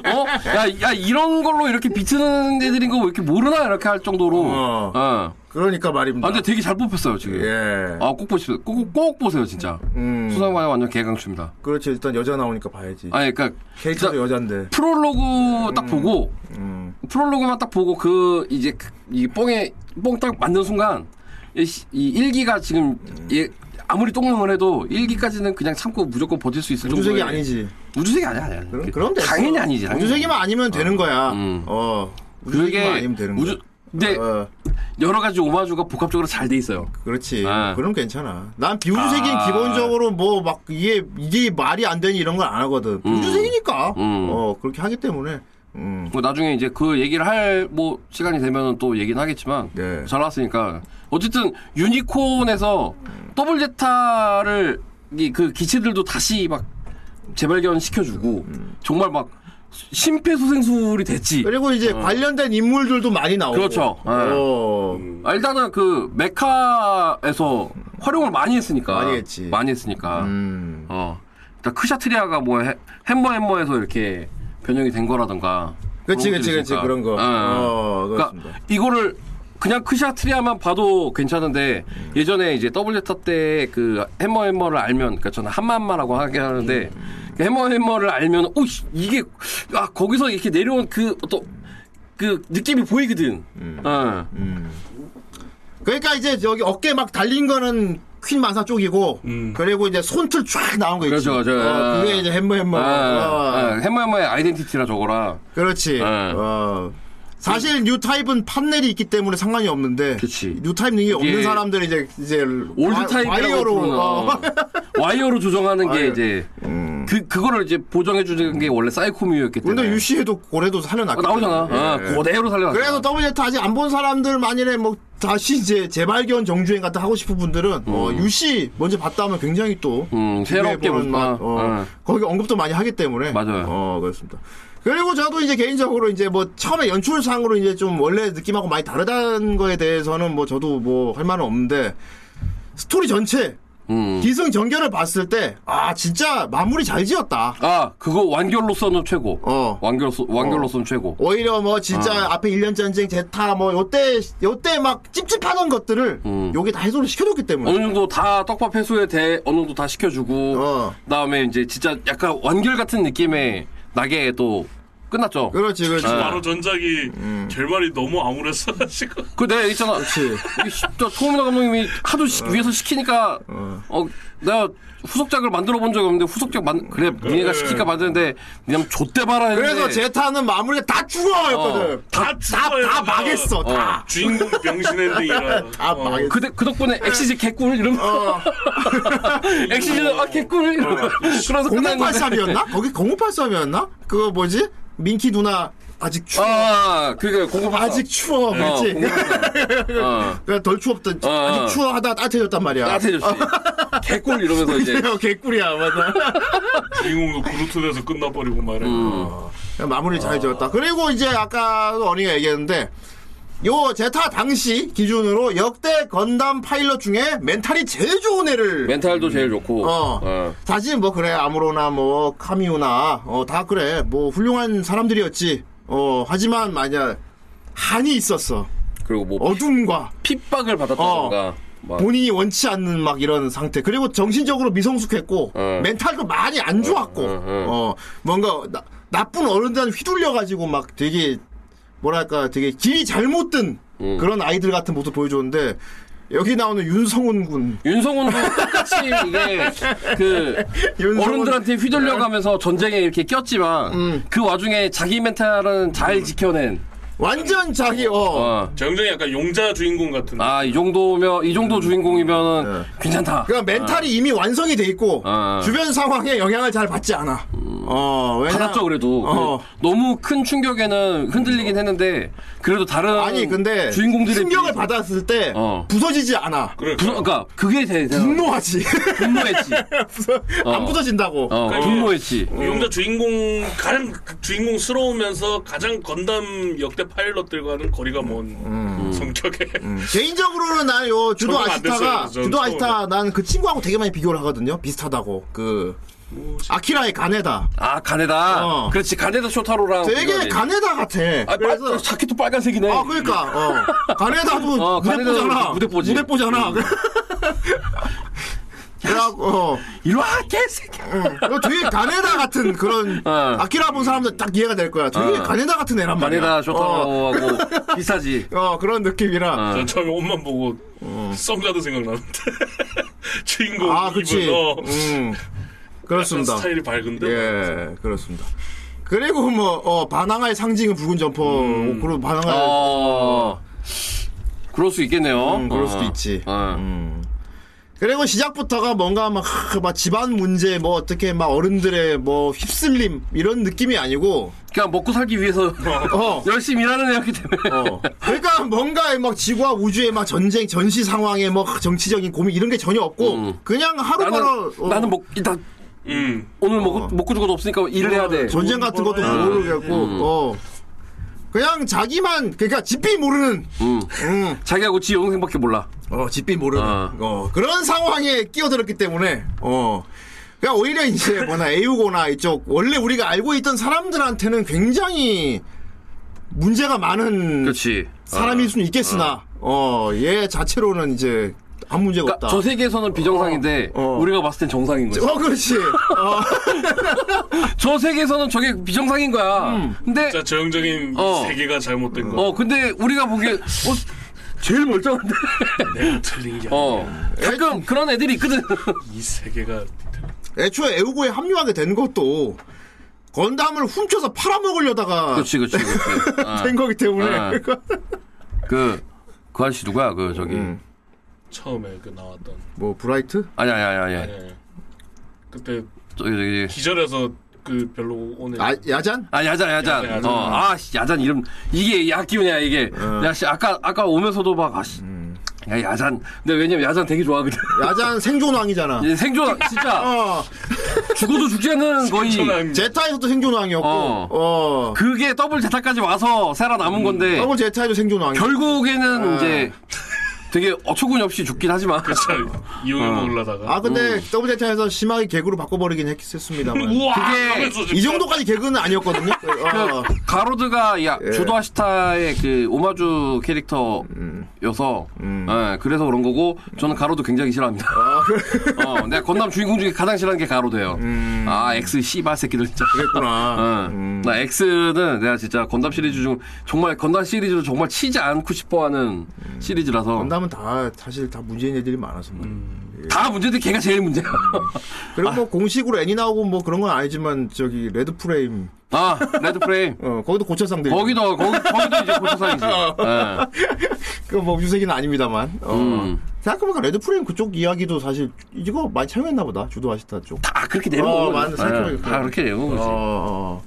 [SPEAKER 9] 어? 야, 야 이런 걸로 이렇게 비트는 애들인 거 왜 이렇게 모르나 이렇게 할 정도로.
[SPEAKER 7] 어.
[SPEAKER 9] 어.
[SPEAKER 7] 그러니까 말입니다.
[SPEAKER 9] 아, 근데 되게 잘 뽑혔어요, 지금.
[SPEAKER 7] 예.
[SPEAKER 9] 아, 꼭 보십시오. 꼭, 꼭 보세요, 진짜.
[SPEAKER 7] 음.
[SPEAKER 9] 수상관이 완전 개강추입니다.
[SPEAKER 7] 그렇지 일단 여자 나오니까 봐야지.
[SPEAKER 9] 아니, 그니까,
[SPEAKER 7] 캐릭터도
[SPEAKER 9] 진짜-
[SPEAKER 7] 여잔데.
[SPEAKER 9] 프롤로그 딱 보고,
[SPEAKER 7] 음.
[SPEAKER 9] 프롤로그만 딱 보고, 그, 이제, 그- 이 뽕에, 뽕 딱 만든 순간, 이, 시- 이 일기가 지금,
[SPEAKER 7] 음.
[SPEAKER 9] 예, 아무리 똥망을 해도 일기까지는 그냥 참고 무조건 버틸 수 있을
[SPEAKER 7] 우주색이
[SPEAKER 9] 그 정도의
[SPEAKER 7] 아니지.
[SPEAKER 9] 우주색이 아니야, 아니야.
[SPEAKER 7] 그럼 그럼 됐어.
[SPEAKER 9] 당연히 아니지. 당연히.
[SPEAKER 7] 우주색이만 아니면 되는 거야.
[SPEAKER 9] 음.
[SPEAKER 7] 어.
[SPEAKER 9] 그게
[SPEAKER 7] 우주색이만 아니면 되는
[SPEAKER 9] 우주
[SPEAKER 7] 거야.
[SPEAKER 9] 근데
[SPEAKER 7] 어,
[SPEAKER 9] 여러 가지 오마주가 복합적으로 잘 돼 있어요.
[SPEAKER 7] 그렇지. 뭐
[SPEAKER 9] 아.
[SPEAKER 7] 그럼 괜찮아. 난 비우주색인
[SPEAKER 9] 아.
[SPEAKER 7] 기본적으로 뭐 막 이게 이게 말이 안 되니 이런 걸 안 하거든. 우주색이니까.
[SPEAKER 9] 음.
[SPEAKER 7] 어 그렇게 하기 때문에. 음.
[SPEAKER 9] 뭐 나중에 이제 그 얘기를 할 뭐 시간이 되면 또 얘기는 하겠지만
[SPEAKER 7] 네.
[SPEAKER 9] 잘 나왔으니까 어쨌든 유니콘에서 더블 제타를 이 그 기체들도 다시 막 재발견 시켜주고 정말 막 심폐소생술이 됐지.
[SPEAKER 7] 음. 그리고 이제 관련된 인물들도 많이 나오고.
[SPEAKER 9] 그렇죠. 예.
[SPEAKER 7] 어.
[SPEAKER 9] 아, 일단은 그 메카에서 활용을 많이 했으니까
[SPEAKER 7] 많이 했지.
[SPEAKER 9] 많이 했으니까
[SPEAKER 7] 음.
[SPEAKER 9] 어 일단 크샤트리아가 뭐 해- 햄머 햄머에서 이렇게 변형이 된 거라던가
[SPEAKER 7] 그치, 그치,
[SPEAKER 9] 그런 것도
[SPEAKER 7] 그치,
[SPEAKER 9] 있으니까.
[SPEAKER 7] 그런 거.
[SPEAKER 9] 예.
[SPEAKER 7] 어,
[SPEAKER 9] 그러니까
[SPEAKER 7] 그렇습니다.
[SPEAKER 9] 이거를 그냥 크샤트리아만 봐도 괜찮은데 예전에 이제 WTA 때그 햄머 햄머를 알면 그러니까 저는 한마한마라고 하긴 하는데 그 햄머 햄머를 알면 오 이게 아 거기서 이렇게 내려온 그 어떤 그 느낌이 보이거든.
[SPEAKER 7] 음.
[SPEAKER 9] 어.
[SPEAKER 7] 그러니까 이제 여기 어깨 막 달린 거는 퀸 만사 쪽이고, 그리고 이제 손틀 쫙 나온 거 있지.
[SPEAKER 9] 음. 그렇죠, 그렇죠.
[SPEAKER 7] 어, 그게 이제 햄머
[SPEAKER 9] 예,
[SPEAKER 7] 햄머. 어,
[SPEAKER 9] 아, 해머해머의 아이덴티티라 저거라.
[SPEAKER 7] 그렇지.
[SPEAKER 9] 아.
[SPEAKER 7] 어. 사실 뉴 타입은 판넬이 있기 때문에 상관이 없는데,
[SPEAKER 9] 그- 그치.
[SPEAKER 7] 뉴 타입 능이 없는
[SPEAKER 9] 이게
[SPEAKER 7] 사람들이 이제 이제
[SPEAKER 9] 올드 타입이라고
[SPEAKER 7] 와이어로
[SPEAKER 9] 부르는
[SPEAKER 7] 어.
[SPEAKER 9] 어. 와이어로 조정하는 게
[SPEAKER 7] 와이어. 음.
[SPEAKER 9] 이제 그 그거를 이제 보정해 주는 게 원래 사이코뮤였기 때문에.
[SPEAKER 7] 근데 유시에도 고래도 살려놨고
[SPEAKER 9] 어, 나오잖아. 어,
[SPEAKER 7] 예.
[SPEAKER 9] 그대로 살려.
[SPEAKER 7] 그래서 WZ 아직 안 본 사람들 만일에 뭐 다시 이제 재발견 정주행 같은 거 하고 싶은 분들은 어, 유시 먼저 봤다 하면 굉장히 또
[SPEAKER 9] 음, 새롭게
[SPEAKER 7] 비교해보는
[SPEAKER 9] 볼까?
[SPEAKER 7] 맛, 어,
[SPEAKER 9] 어.
[SPEAKER 7] 거기 언급도 많이 하기 때문에
[SPEAKER 9] 맞아요.
[SPEAKER 7] 어 그렇습니다. 그리고 저도 이제 개인적으로 이제 뭐 처음에 연출상으로 이제 좀 원래 느낌하고 많이 다르다는 거에 대해서는 뭐 저도 뭐 할 말은 없는데 스토리 전체
[SPEAKER 9] 음.
[SPEAKER 7] 기승전결을 봤을 때 아 진짜 마무리 잘 지었다.
[SPEAKER 9] 아 그거 완결로서는 최고.
[SPEAKER 7] 어.
[SPEAKER 9] 완결 완결로서는 최고.
[SPEAKER 7] 오히려 뭐
[SPEAKER 9] 아.
[SPEAKER 7] 진짜 앞에 1년 전쟁 제타 뭐 요때 요때 막 찝찝하던 것들을
[SPEAKER 9] 음.
[SPEAKER 7] 여기 다 해소를 시켜줬기 때문에
[SPEAKER 9] 어느 정도 다 떡밥 회수에 대해 어느 정도 다 시켜주고
[SPEAKER 7] 어.
[SPEAKER 9] 그다음에 이제 진짜 약간 완결 같은 느낌의 나게 또 끝났죠. 그,
[SPEAKER 7] 그렇지 그렇지
[SPEAKER 8] 바로 전작이
[SPEAKER 7] 음.
[SPEAKER 8] 결말이 너무 암울했어가지고
[SPEAKER 9] 내가 있잖아.
[SPEAKER 7] 그렇지
[SPEAKER 9] 이 씨, 저 소민아 감독님이 하도 시- 위에서 시키니까 어 내가 후속작을 만들어 본 적이 없는데 후속작 만 그래 니네가 시키니까 만드는데 니네 좆대 봐라 했는데
[SPEAKER 7] 그래서 제타는 마무리가 다 죽어였거든
[SPEAKER 9] 어.
[SPEAKER 7] (laughs)
[SPEAKER 8] 다
[SPEAKER 7] 다,
[SPEAKER 8] 죽어요.
[SPEAKER 7] 다 망했어 다
[SPEAKER 8] 주인공 병신 엔딩이라
[SPEAKER 7] 다 망했어
[SPEAKER 9] 그, 그 덕분에 엑시즈 개꿀 이러면
[SPEAKER 7] 어.
[SPEAKER 9] 엑시즈 아 개꿀 이러면 (laughs) 그래서 끝났는데
[SPEAKER 7] 0583이었나? 거기 0583이었나? 그거 뭐지? 민키 누나 아직 추워
[SPEAKER 9] 아 그러니까 공급
[SPEAKER 7] 아직 추워 그렇지
[SPEAKER 9] 어.
[SPEAKER 7] 그냥 덜 추웠던
[SPEAKER 9] 어.
[SPEAKER 7] 아직 추워 하다 따뜻해졌단 말이야 어,
[SPEAKER 9] 따뜻해졌지 개꿀 이러면서 이제
[SPEAKER 7] (laughs) 개꿀이야 맞아
[SPEAKER 8] 주인공도 그루트 돼서 끝나버리고 말해.
[SPEAKER 7] 어. 음.
[SPEAKER 9] 음,
[SPEAKER 7] 그냥 마무리 잘 지었다. 그리고 이제 아까 어니가 얘기했는데 요 제타 당시 기준으로 역대 건담 파일럿 중에 멘탈이 제일 좋은 애를
[SPEAKER 9] 멘탈도 제일 좋고
[SPEAKER 7] 어.
[SPEAKER 9] 어.
[SPEAKER 7] 사실 뭐 그래 아무로나 뭐 카미우나 어, 다 그래 뭐 훌륭한 사람들이었지. 어 하지만 만약 한이 있었어
[SPEAKER 9] 그리고 뭐
[SPEAKER 7] 어둠과
[SPEAKER 9] 핍박을 받았다던가 막
[SPEAKER 7] 본인이 원치 않는 막 이런 상태 그리고 정신적으로 미성숙했고
[SPEAKER 9] 어.
[SPEAKER 7] 멘탈도 많이 안 좋았고 어,
[SPEAKER 9] 어, 어.
[SPEAKER 7] 뭔가 나- 나쁜 어른들한테 휘둘려 가지고 막 되게 뭐랄까 되게 길이 잘못된
[SPEAKER 9] 음.
[SPEAKER 7] 그런 아이들 같은 모습 보여줬는데 여기 나오는 윤성훈 군
[SPEAKER 9] 윤성훈도 똑같이 이게 그
[SPEAKER 7] 윤성훈-
[SPEAKER 9] 어른들한테
[SPEAKER 7] 네.
[SPEAKER 9] 휘둘려가면서 전쟁에 이렇게 꼈지만
[SPEAKER 7] 음.
[SPEAKER 9] 그 와중에 자기 멘탈은 잘 지켜낸
[SPEAKER 7] 완전 자기 어
[SPEAKER 9] 어.
[SPEAKER 8] 정정이 약간 용자 주인공 같은.
[SPEAKER 9] 아 이 정도면 이 정도 주인공이면
[SPEAKER 7] 네.
[SPEAKER 9] 괜찮다.
[SPEAKER 7] 그러니까 멘탈이 이미 완성이 돼 있고
[SPEAKER 9] 어.
[SPEAKER 7] 주변 상황에 영향을 잘 받지 않아.
[SPEAKER 9] 음,
[SPEAKER 7] 어, 왜냐-
[SPEAKER 9] 받았죠 그래도
[SPEAKER 7] 어.
[SPEAKER 9] 근데 너무 큰 충격에는 흔들리긴 했는데 그래도 다른
[SPEAKER 7] 아니 근데
[SPEAKER 9] 주인공들의
[SPEAKER 7] 충격을
[SPEAKER 9] 비해서-
[SPEAKER 7] 받았을 때
[SPEAKER 9] 어.
[SPEAKER 7] 부서지지 않아.
[SPEAKER 8] 그래.
[SPEAKER 9] 부- 그러니까 그게 대
[SPEAKER 7] 분노하지. (laughs)
[SPEAKER 9] 분노했지
[SPEAKER 7] 부서- 안
[SPEAKER 9] 어.
[SPEAKER 8] (laughs)
[SPEAKER 7] 부서진다고. (laughs)
[SPEAKER 9] 어,
[SPEAKER 8] 그러니까
[SPEAKER 9] 분노했지
[SPEAKER 8] 용자 주인공 가장 주인공스러우면서 가장 건담 역대 파일럿들과는 거리가 먼
[SPEAKER 7] 음.
[SPEAKER 8] 성격의
[SPEAKER 7] 개인적으로는 난 요 주도
[SPEAKER 8] 적응 안
[SPEAKER 7] 아시타가
[SPEAKER 8] 됐어요, 전
[SPEAKER 7] 주도
[SPEAKER 8] 처음에.
[SPEAKER 7] 아시타 난 그 친구하고 되게 많이 비교를 하거든요. 비슷하다고 그 아키라의 가네다.
[SPEAKER 9] 아 가네다
[SPEAKER 7] 어.
[SPEAKER 9] 그렇지 가네다 쇼타로랑
[SPEAKER 7] 되게
[SPEAKER 9] 어, 비교하네.
[SPEAKER 7] 가네다 같아.
[SPEAKER 9] 아, 빨,
[SPEAKER 7] 그래서
[SPEAKER 9] 자켓도 빨간색이네
[SPEAKER 7] 아 그러니까 어 가네다도
[SPEAKER 9] 어,
[SPEAKER 7] 무대
[SPEAKER 9] 가네다도
[SPEAKER 7] 보잖아.
[SPEAKER 9] 무대 보지. 음.
[SPEAKER 7] 잖아 (laughs) 그래갖고 어.
[SPEAKER 9] 일로와 개새끼
[SPEAKER 7] 너 되게 가네다 같은 그런
[SPEAKER 9] 어.
[SPEAKER 7] 아키라 본 사람들 딱 이해가 될 거야. 되게
[SPEAKER 9] 어.
[SPEAKER 7] 가네다 같은 애란 말이야.
[SPEAKER 9] 가네다
[SPEAKER 7] 어,
[SPEAKER 9] 쇼타로하고 비슷하지
[SPEAKER 7] 어, 그런 느낌이라.
[SPEAKER 9] 어.
[SPEAKER 8] 전 (laughs) 처음에 옷만 보고 썸가드 생각나는데 (laughs) 주인공
[SPEAKER 7] 음. 아, 그치.
[SPEAKER 8] 입은 어,
[SPEAKER 7] 음. 그렇습니다.
[SPEAKER 8] 스타일이 밝은데
[SPEAKER 7] 예, 그렇습니다. 그리고 뭐, 어, 바나나의 상징은 붉은 점퍼. 그리고 바나나, 의
[SPEAKER 9] 어 그럴 수 있겠네요
[SPEAKER 7] 음, 그럴
[SPEAKER 9] 어.
[SPEAKER 7] 수도 있지.
[SPEAKER 9] 어.
[SPEAKER 7] 음. 그리고 시작부터가 뭔가 막, 하, 막 집안 문제, 뭐 어떻게 막 어른들의 뭐 휩쓸림, 이런 느낌이 아니고,
[SPEAKER 9] 그냥 먹고 살기 위해서
[SPEAKER 7] (laughs) 어.
[SPEAKER 9] 열심히 일하는 애였기 때문에
[SPEAKER 7] 어. 그러니까 뭔가 막 지구와 우주의 막 전쟁, 전시 상황에 뭐 정치적인 고민 이런 게 전혀 없고,
[SPEAKER 9] 음.
[SPEAKER 7] 그냥 하루하루.
[SPEAKER 9] 나는
[SPEAKER 7] 어,
[SPEAKER 9] 나는 뭐 먹 일단
[SPEAKER 8] 음.
[SPEAKER 9] 오늘 먹 먹고 죽어도 없으니까 일을 해야 돼.
[SPEAKER 7] 전쟁 같은 것도
[SPEAKER 8] 음.
[SPEAKER 7] 모르겠고, 어. 그냥 자기만, 그러니까 집비 모르는,
[SPEAKER 9] 음.
[SPEAKER 7] 음.
[SPEAKER 9] 자기하고 지 동생밖에 몰라.
[SPEAKER 7] 어, 집비 모르는.
[SPEAKER 9] 어.
[SPEAKER 7] 어, 그런 상황에 끼어들었기 때문에, 어. 그러니까 오히려
[SPEAKER 9] (laughs)
[SPEAKER 7] 이제 뭐나 애우거나 이쪽, 원래 우리가 알고 있던 사람들한테는 굉장히 문제가 많은
[SPEAKER 9] 그렇지.
[SPEAKER 7] 사람일
[SPEAKER 9] 어.
[SPEAKER 7] 수는 있겠으나, 어, 얘 자체로는 이제 아무 문제가
[SPEAKER 9] 그러니까
[SPEAKER 7] 없다.
[SPEAKER 9] 저 세계에서는 비정상인데
[SPEAKER 7] 어. 어.
[SPEAKER 9] 우리가 봤을 땐 정상인 거지.
[SPEAKER 7] 어, 그렇지. 어.
[SPEAKER 9] 저 세계에서는 저게 비정상인 거야.
[SPEAKER 7] 음.
[SPEAKER 9] 근데
[SPEAKER 8] 자 저형적인
[SPEAKER 9] 어.
[SPEAKER 8] 세계가 잘못된 거
[SPEAKER 9] 어 근데 우리가 보기에 어 제일 멀쩡한데.
[SPEAKER 8] 내가 (laughs) 틀린 게 아니야
[SPEAKER 9] 어 (laughs) 가끔 그런 애들이 있거든.
[SPEAKER 8] 이 세계가
[SPEAKER 7] 애초에 애우고에 합류하게 된 것도 건담을 훔쳐서 팔아먹으려다가
[SPEAKER 9] 그렇지 그렇지 그렇지.
[SPEAKER 7] (laughs)
[SPEAKER 9] 어.
[SPEAKER 7] 된 거기 때문에.
[SPEAKER 9] 아. 그. 그 아저씨 누구야? 그 저기
[SPEAKER 7] 음.
[SPEAKER 8] 처음에 그 나왔던
[SPEAKER 7] 뭐, 브라이트?
[SPEAKER 9] 아니 아니 아니 아니
[SPEAKER 8] 예. 그때
[SPEAKER 9] 저기 저기
[SPEAKER 8] 기절해서 그 별로 오늘
[SPEAKER 7] 아, 야잔?
[SPEAKER 9] 아 야잔 야잔.
[SPEAKER 8] 야잔, 야잔.
[SPEAKER 9] 어, 아 씨, 야잔 이름 이게 야기우냐 이게. 야씨 아까 아까 오면서도 막 아씨. 야 야잔. 근데 (laughs) 왜냐면 야잔 되게 좋아하거든.
[SPEAKER 7] 야잔 생존왕이잖아.
[SPEAKER 9] 얘 생존 진짜
[SPEAKER 7] 어,
[SPEAKER 9] 죽어도 죽지 않는 거의
[SPEAKER 8] 천안
[SPEAKER 7] 제타에서도 생존왕이었고,
[SPEAKER 9] 어.
[SPEAKER 7] 어.
[SPEAKER 9] 그게 더블 제타까지 와서 살아 남은 건데
[SPEAKER 7] 더블 제타에도 생존왕이.
[SPEAKER 9] 결국에는
[SPEAKER 7] 아.
[SPEAKER 9] 이제 되게 어처구니 없이 죽긴 하지만.
[SPEAKER 8] 그렇죠. 이용해
[SPEAKER 9] 어.
[SPEAKER 8] 먹으려다가
[SPEAKER 7] 아,
[SPEAKER 9] 음.
[SPEAKER 7] 근데 더블 제타에서 심하게 개그로 바꿔버리긴
[SPEAKER 9] (laughs)
[SPEAKER 7] 했습니다만.
[SPEAKER 8] 네. 우와
[SPEAKER 9] 그게
[SPEAKER 8] 하면서
[SPEAKER 7] 이 정도까지 개그는 아니었거든요. 어.
[SPEAKER 9] (laughs) 그 가로드가 야
[SPEAKER 7] 예.
[SPEAKER 9] 주도 아시타의 그 오마주
[SPEAKER 7] 음.
[SPEAKER 9] 캐릭터여서 예, 그래서 그런 거고 저는 가로드 굉장히 싫어합니다.
[SPEAKER 7] 아,
[SPEAKER 9] (laughs) 어, 내가 건담 주인공 중에 가장 싫어하는 게 가로드예요. 아 엑스 씨발 새끼들 진짜.
[SPEAKER 7] 음. 그랬구나.
[SPEAKER 9] 어,
[SPEAKER 7] 음.
[SPEAKER 9] 나 X는 내가 진짜 건담 시리즈 중 정말 건담 시리즈로 정말 치지 않고 싶어하는 시리즈라서
[SPEAKER 7] 음. 건담은 다 사실 다 문제인 애들이 많아서 말이야.
[SPEAKER 9] 음. 다 문제인데 걔가 제일 문제야.
[SPEAKER 7] 그리고
[SPEAKER 9] 아.
[SPEAKER 7] 뭐 공식으로 애니 나오고 뭐 그런 건 아니지만 저기 레드 프레임
[SPEAKER 9] (laughs) 아 레드 프레임
[SPEAKER 7] 어 거기도 고쳐상들
[SPEAKER 9] 거기도 거기, 거기도 이제
[SPEAKER 7] (laughs)
[SPEAKER 9] 고쳐상이지.
[SPEAKER 7] 어.
[SPEAKER 9] 예.
[SPEAKER 7] 그뭐 유색은 아닙니다만 어.
[SPEAKER 9] 음.
[SPEAKER 7] 생각해보니까 레드 프레임 그쪽 이야기도 사실 이거 많이 참여했나 보다 주도 아시타 쪽.
[SPEAKER 9] 다 그렇게 내려오는
[SPEAKER 7] 어,
[SPEAKER 9] 거지.
[SPEAKER 7] 맞네. 생각해보니까
[SPEAKER 9] 예,
[SPEAKER 7] 그래.
[SPEAKER 9] 다 그렇게 내려오는
[SPEAKER 7] 어,
[SPEAKER 9] 거지.
[SPEAKER 7] 어.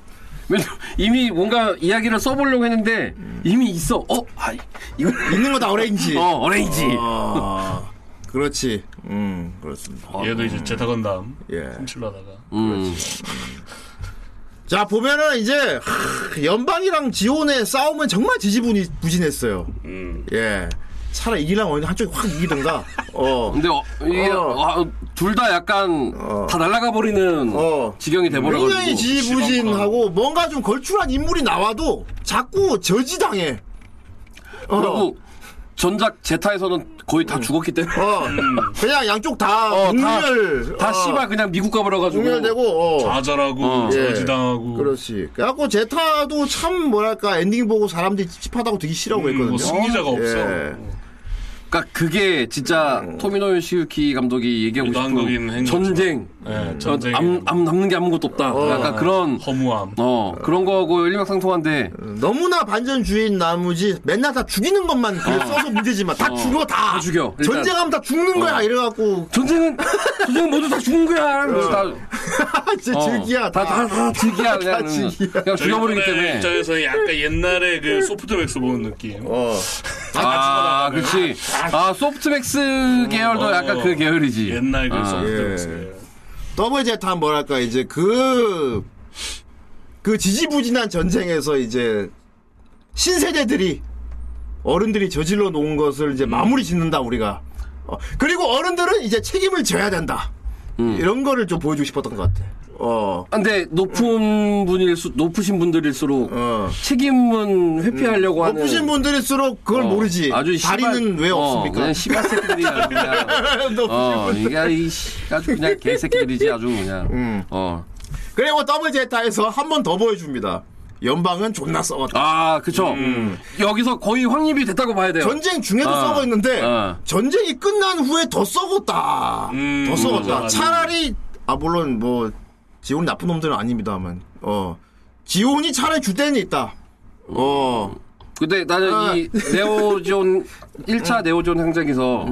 [SPEAKER 9] 왜냐면 이미 뭔가 이야기를 써보려고 했는데 이미 있어. 어, 아, 이거
[SPEAKER 7] 있는 거 다 오렌지.
[SPEAKER 9] 어 어레인지.
[SPEAKER 7] 어, 그렇지. 음 그렇습니다.
[SPEAKER 8] 얘도 이제 제타 건담
[SPEAKER 7] 예.
[SPEAKER 8] 훔치려다가
[SPEAKER 9] 음.
[SPEAKER 7] 자 보면은 이제 하, 연방이랑 지온의 싸움은 정말 지지부진했어요.
[SPEAKER 8] 음.
[SPEAKER 7] 예. 차라리 이기랑 어느 한쪽이 확 이기든가. 어.
[SPEAKER 9] 근데 어, 이게
[SPEAKER 7] 어.
[SPEAKER 9] 둘 다 약간
[SPEAKER 7] 어.
[SPEAKER 9] 다 날아가 버리는
[SPEAKER 7] 어.
[SPEAKER 9] 지경이 돼버려가지고. 뭐
[SPEAKER 7] 굉장히 지지부진하고 뭔가 좀 걸출한 인물이 나와도 자꾸 저지당해. 어.
[SPEAKER 9] 그리고 전작 제타에서는 거의 다 죽었기 때문에
[SPEAKER 7] 어. 그냥 양쪽 다
[SPEAKER 9] 어, 다-
[SPEAKER 7] 공멸.
[SPEAKER 9] (laughs) 다 씨발 그냥 미국 가버려가지고
[SPEAKER 7] 공멸되고. 어.
[SPEAKER 8] 좌절하고
[SPEAKER 9] 어.
[SPEAKER 8] 저지당하고
[SPEAKER 7] 그렇지. 그래갖고 제타도 참 뭐랄까 엔딩 보고 사람들이 찝찝하다고 되게 싫어하고
[SPEAKER 8] 음,
[SPEAKER 7] 했거든요.
[SPEAKER 8] 뭐 승리자가 없어
[SPEAKER 7] 예.
[SPEAKER 9] 그러니까 그게 진짜 토미노 요시유키 감독이 얘기하고
[SPEAKER 8] 유도한국인
[SPEAKER 9] 싶은
[SPEAKER 8] 행동처럼.
[SPEAKER 9] 전쟁
[SPEAKER 8] 예,
[SPEAKER 9] 저
[SPEAKER 8] 전쟁에
[SPEAKER 9] 남, 남- 남는 게 아무것도 없다 약간 그런
[SPEAKER 8] 허무함
[SPEAKER 9] 어 그런 거하고 일맥상통한데
[SPEAKER 7] 너무나 반전주의인 나머지 맨날 다 죽이는 것만 그냥 써서 문제지만 다 죽어 다.
[SPEAKER 9] 어. 다 죽여. 일단. 어.
[SPEAKER 7] 전쟁하면 다 죽는 거야 이래갖고 (laughs)
[SPEAKER 9] 전쟁은 전쟁은 모두 다 죽은 거야 그래서 다
[SPEAKER 7] 아, 진짜 즐기야 그렇죠. (laughs) 다.
[SPEAKER 9] 어. 다, 다 즐기야 그냥
[SPEAKER 7] 즐기야.
[SPEAKER 9] 그냥
[SPEAKER 8] 네,
[SPEAKER 9] 죽여버리기 때문에
[SPEAKER 8] 입장에서 약간 옛날에 그 소프트맥스 보는 느낌.
[SPEAKER 7] 어.
[SPEAKER 9] 아 그렇지 아 소프트맥스 계열도
[SPEAKER 8] 어,
[SPEAKER 9] 약간 그 계열이지
[SPEAKER 8] 옛날 그
[SPEAKER 9] 아.
[SPEAKER 8] 소프트맥스.
[SPEAKER 7] 더블 이제 다 뭐랄까 이제 그. 그 지지부진한 전쟁에서 이제 신세대들이 어른들이 저질러 놓은 것을
[SPEAKER 9] 음.
[SPEAKER 7] 이제 마무리 짓는다 우리가 어, 그리고 어른들은 이제 책임을 져야 된다
[SPEAKER 9] 음.
[SPEAKER 7] 이런 거를 좀 보여주고 싶었던 것 같아 어
[SPEAKER 9] 근데 높은 분일 수 높으신 분들일수록
[SPEAKER 7] 어. 음,
[SPEAKER 9] 책임은 회피하려고 하는
[SPEAKER 7] 높으신 분들일수록 그걸
[SPEAKER 9] 어,
[SPEAKER 7] 모르지.
[SPEAKER 9] 아주 씨발-
[SPEAKER 7] 다리는 왜
[SPEAKER 9] 어,
[SPEAKER 7] 없습니까?
[SPEAKER 9] 그냥 씨발
[SPEAKER 7] (laughs)
[SPEAKER 9] 새끼들이야 그냥
[SPEAKER 7] 높으신
[SPEAKER 9] 어
[SPEAKER 7] 분들.
[SPEAKER 9] 이게 이 씨- 아주 그냥 개새끼들이지 아주 그냥
[SPEAKER 7] 음.
[SPEAKER 9] 어
[SPEAKER 7] 그리고 더블 제타에서 한 번 더 보여줍니다. 연방은 존나 싸웠다.
[SPEAKER 9] 아, 그쵸. 여기서 거의 확립이 됐다고 봐야 돼요.
[SPEAKER 7] 음. 전쟁 중에도
[SPEAKER 9] 어.
[SPEAKER 7] 썩어 있는데
[SPEAKER 9] 어.
[SPEAKER 7] 전쟁이 끝난 후에 더 썩었다.
[SPEAKER 8] 음,
[SPEAKER 7] 더 썩었다.
[SPEAKER 8] 맞아.
[SPEAKER 7] 차라리 아 물론 뭐 지온 나쁜 놈들은 아닙니다만 어 지온이 차라리 줄 때는 있다. 어
[SPEAKER 9] 근데 나는
[SPEAKER 7] 아. 음.
[SPEAKER 9] 이 네오존, 1차 네오존 항쟁에서,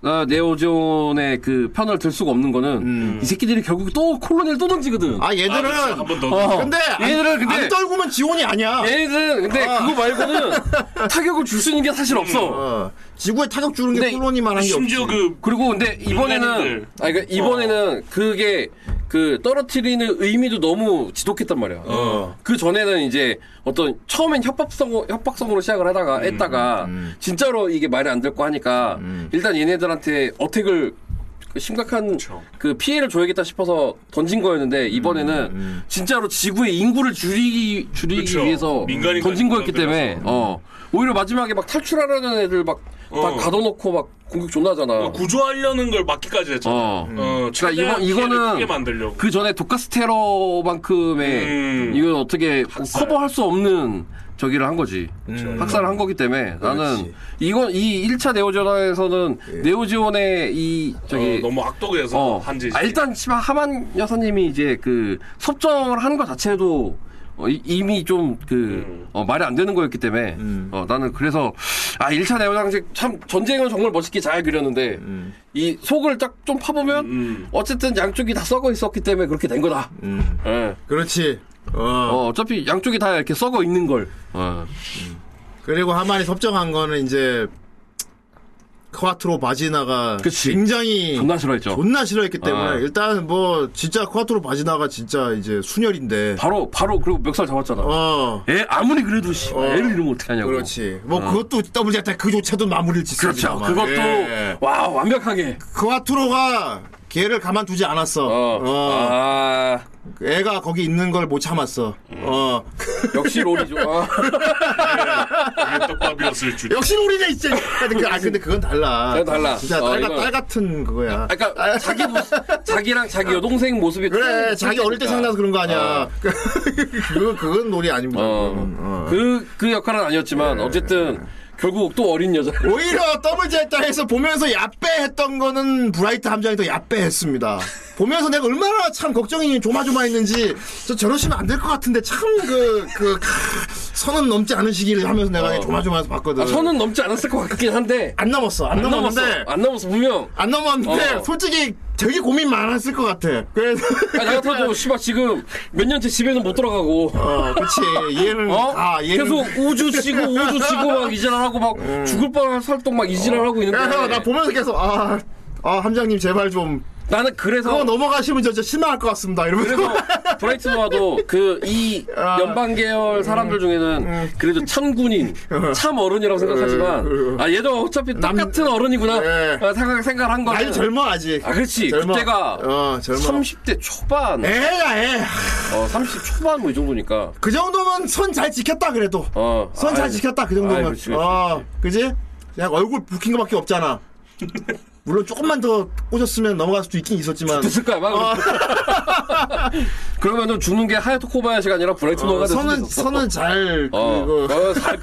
[SPEAKER 9] 나 네오존의 그 편을 들 수가 없는 거는, 이 새끼들이 결국 또 콜로니를 또 던지거든.
[SPEAKER 7] 음. 아, 얘들은
[SPEAKER 8] 아, 한번 더.
[SPEAKER 9] 어.
[SPEAKER 7] 근데 안-
[SPEAKER 9] 얘들은 근데- 예?
[SPEAKER 7] 안 떨구면 지온이 아니야.
[SPEAKER 9] 얘네들은 근데 그거 말고는 타격을 줄 수 있는 게 사실 없어.
[SPEAKER 7] 어, 지구에 타격 주는 게
[SPEAKER 9] 근데
[SPEAKER 7] 콜로니만 한게 없지.
[SPEAKER 8] 심지어 그
[SPEAKER 9] 그리고 근데 이번에는,
[SPEAKER 8] 인간인들.
[SPEAKER 9] 아, 그러니까
[SPEAKER 8] 어.
[SPEAKER 9] 이번에는 그게 그 떨어뜨리는 의미도 너무 지독했단 말이야.
[SPEAKER 8] 어.
[SPEAKER 9] 그 전에는 이제 어떤 처음엔 협박성 협박성으로 시작을
[SPEAKER 8] 음,
[SPEAKER 9] 하다가 했다가 진짜로 이게 말이 안 됐고 하니까 일단 얘네들한테 어택을 그 심각한 그
[SPEAKER 8] 음. 그쵸.
[SPEAKER 9] 피해를 줘야겠다 싶어서 던진 거였는데 이번에는 진짜로 지구의 인구를 줄이기 줄이기
[SPEAKER 8] 음, 그쵸.
[SPEAKER 9] 위해서
[SPEAKER 8] 민간인
[SPEAKER 9] 던진 거였기
[SPEAKER 8] 같은
[SPEAKER 9] 때문에
[SPEAKER 8] 사람들이라서.
[SPEAKER 9] 어 오히려 마지막에 막 탈출하려는 애들 막, 막
[SPEAKER 8] 어.
[SPEAKER 9] 가둬놓고 막 공격 존나잖아.
[SPEAKER 8] 구조하려는 걸 막기까지 했잖아.
[SPEAKER 9] 어.
[SPEAKER 8] 어,
[SPEAKER 9] 그러니까 이거,
[SPEAKER 8] 최대한 피해를 크게
[SPEAKER 9] 이거는
[SPEAKER 8] 만들려고.
[SPEAKER 9] 그 전에 독가스 테러만큼의
[SPEAKER 8] 음.
[SPEAKER 9] 이건 어떻게
[SPEAKER 8] 학살.
[SPEAKER 9] 커버할 수 없는 저기를 한 거지.
[SPEAKER 7] 음.
[SPEAKER 9] 학살을 한 거기 때문에 나는
[SPEAKER 7] 그렇지. 예.
[SPEAKER 9] 이건 이 1차 네오지온에서는 네오지온의 이 저기
[SPEAKER 8] 어, 너무 악독해서
[SPEAKER 9] 어,
[SPEAKER 8] 한지.
[SPEAKER 9] 아, 일단 씨발 하만 여사님이 이제 그 섭정을 하는 것 자체도 어, 이- 이미 좀 그
[SPEAKER 7] 음.
[SPEAKER 9] 말이 안 되는 거였기 때문에 어, 나는 그래서 아 1차 내오장식 참 전쟁은 정말 멋있게 잘 그렸는데
[SPEAKER 7] 음.
[SPEAKER 9] 이 속을 딱 좀 파보면
[SPEAKER 8] 음.
[SPEAKER 9] 어쨌든 양쪽이 다 썩어 있었기 때문에 그렇게 된 거다.
[SPEAKER 7] 음.
[SPEAKER 9] 예.
[SPEAKER 7] 그렇지. 어.
[SPEAKER 9] 어, 어차피 양쪽이 다 이렇게 썩어 있는 걸. 어.
[SPEAKER 7] 그리고 하만이 섭정한 거는 이제 코아트로 바지나가
[SPEAKER 9] 그치.
[SPEAKER 7] 굉장히
[SPEAKER 9] 존나 싫어했죠.
[SPEAKER 7] 존나 싫어했기 때문에
[SPEAKER 9] 아.
[SPEAKER 7] 일단 뭐 진짜 코아트로 바지나가 진짜 이제 순혈인데
[SPEAKER 9] 바로 바로 그리고 멱살 잡았잖아.
[SPEAKER 7] 어
[SPEAKER 9] 애 아무리 그래도 씨
[SPEAKER 7] 어.
[SPEAKER 9] 애를 잃으면 어떻게 하냐고.
[SPEAKER 7] 그렇지 뭐 그것도 WZ 그조차도 마무리를
[SPEAKER 9] 그렇죠.
[SPEAKER 7] 짓습니다만
[SPEAKER 9] 그것도
[SPEAKER 7] 예.
[SPEAKER 9] 와 완벽하게.
[SPEAKER 7] 코아트로가 걔를 가만두지 않았어
[SPEAKER 9] 어.
[SPEAKER 7] 어.
[SPEAKER 9] 아.
[SPEAKER 7] 애가 거기 있는 걸 못 참았어 어
[SPEAKER 9] 그 역시 롤이죠. 아.
[SPEAKER 8] 이게
[SPEAKER 9] (laughs)
[SPEAKER 8] 떡밥이었을 줄.
[SPEAKER 7] 역시 우리네 진짜 근데, 그, (laughs) 아, 근데 그건 달라
[SPEAKER 9] 그건 달라.
[SPEAKER 7] 진짜
[SPEAKER 9] 어,
[SPEAKER 7] 딸, 같-
[SPEAKER 9] 이건-
[SPEAKER 7] 딸 같은 그거야
[SPEAKER 9] 그러니까 자기 모- 자기랑 자기 여동생 모습이
[SPEAKER 7] 아, 그래
[SPEAKER 9] 똑같으니까.
[SPEAKER 7] 자기 어릴 때 상나서 그런 거 아니야. (laughs) 그건 그건 놀이 아닙니다.
[SPEAKER 9] 어.
[SPEAKER 7] 그거는. 어.
[SPEAKER 9] 그, 그 역할은 아니었지만 어쨌든 결국 또 어린 여자.
[SPEAKER 7] 네. 오히려 네. 더블 제타에서 보면서 야빼했던 거는 브라이트 함장이 더 야빼했습니다. 보면서 내가 얼마나 참 걱정이 조마조마했는지 저 저러시면 안 될 것 같은데 참 그 그 선은 넘지 않으시기를 하면서 내가
[SPEAKER 9] 어.
[SPEAKER 7] 조마조마해서 봤거든.
[SPEAKER 9] 아, 선은 넘지 않았을 것 같긴 한데
[SPEAKER 7] 안 넘었어. 안,
[SPEAKER 9] 안 넘었어.
[SPEAKER 7] 넘었는데
[SPEAKER 9] 안 넘었어 분명.
[SPEAKER 7] 안 넘었는데
[SPEAKER 9] 어.
[SPEAKER 7] 솔직히 되게 고민 많았을 것 같아. 그래서
[SPEAKER 9] 아,
[SPEAKER 7] (laughs)
[SPEAKER 9] 나 같아도 씨발 지금 몇 년째 집에는 못 돌아가고.
[SPEAKER 7] 그러니까 어, 그치. 얘는
[SPEAKER 9] 어?
[SPEAKER 7] 아, 얘는 음.
[SPEAKER 9] 계속 우주 치고 우주 치고 막 이질하고 막 죽을 뻔한 살떡 막 이질하고 있는데
[SPEAKER 7] 그래서 어. 나 보면서 계속 아, 아 함장님 제발 좀
[SPEAKER 9] 나는 그래서
[SPEAKER 7] 그거 넘어가시면 저 진짜 실망할 것 같습니다. 이러면서
[SPEAKER 9] 그래서 브라이트 노아도 그 이
[SPEAKER 7] 아. 음.
[SPEAKER 9] 연방 계열 사람들 중에는 그래도 참군인, 참 어른이라고 생각하지만 아 얘도 어차피
[SPEAKER 7] 남-
[SPEAKER 9] 똑같은 어른이구나
[SPEAKER 7] 음. 예.
[SPEAKER 9] 아, 생각 생각한
[SPEAKER 7] (laughs)
[SPEAKER 9] 거는
[SPEAKER 7] 아직 젊어 아직.
[SPEAKER 9] 아 그렇지
[SPEAKER 7] 젊어.
[SPEAKER 9] 그때가
[SPEAKER 7] 어 예. 젊어.
[SPEAKER 9] 30대 초반
[SPEAKER 7] 애야 애.
[SPEAKER 9] 어, 30 초반 뭐 이 정도니까
[SPEAKER 7] 그 정도면 선 잘 지켰다 그래도.
[SPEAKER 9] 어,
[SPEAKER 7] 선 잘
[SPEAKER 9] 아이,
[SPEAKER 7] 지켰다 그 정도면.
[SPEAKER 9] 아이, 그렇지, 그렇지,
[SPEAKER 7] 어 그지? 그냥 얼굴 붓힌 거밖에 없잖아. 물론 조금만 더 꽂았으면 넘어갈 수도 있긴 있었지만.
[SPEAKER 9] 됐을 거야 막 (laughs) 그러면은 죽는 게 하야토 코바야시가 아니라 브라이트 노아가
[SPEAKER 7] 아. 어,
[SPEAKER 9] 됐을
[SPEAKER 7] 선은
[SPEAKER 9] 수도 있어.
[SPEAKER 7] 선은 잘
[SPEAKER 9] 어,
[SPEAKER 7] 그거.
[SPEAKER 9] 어, 살-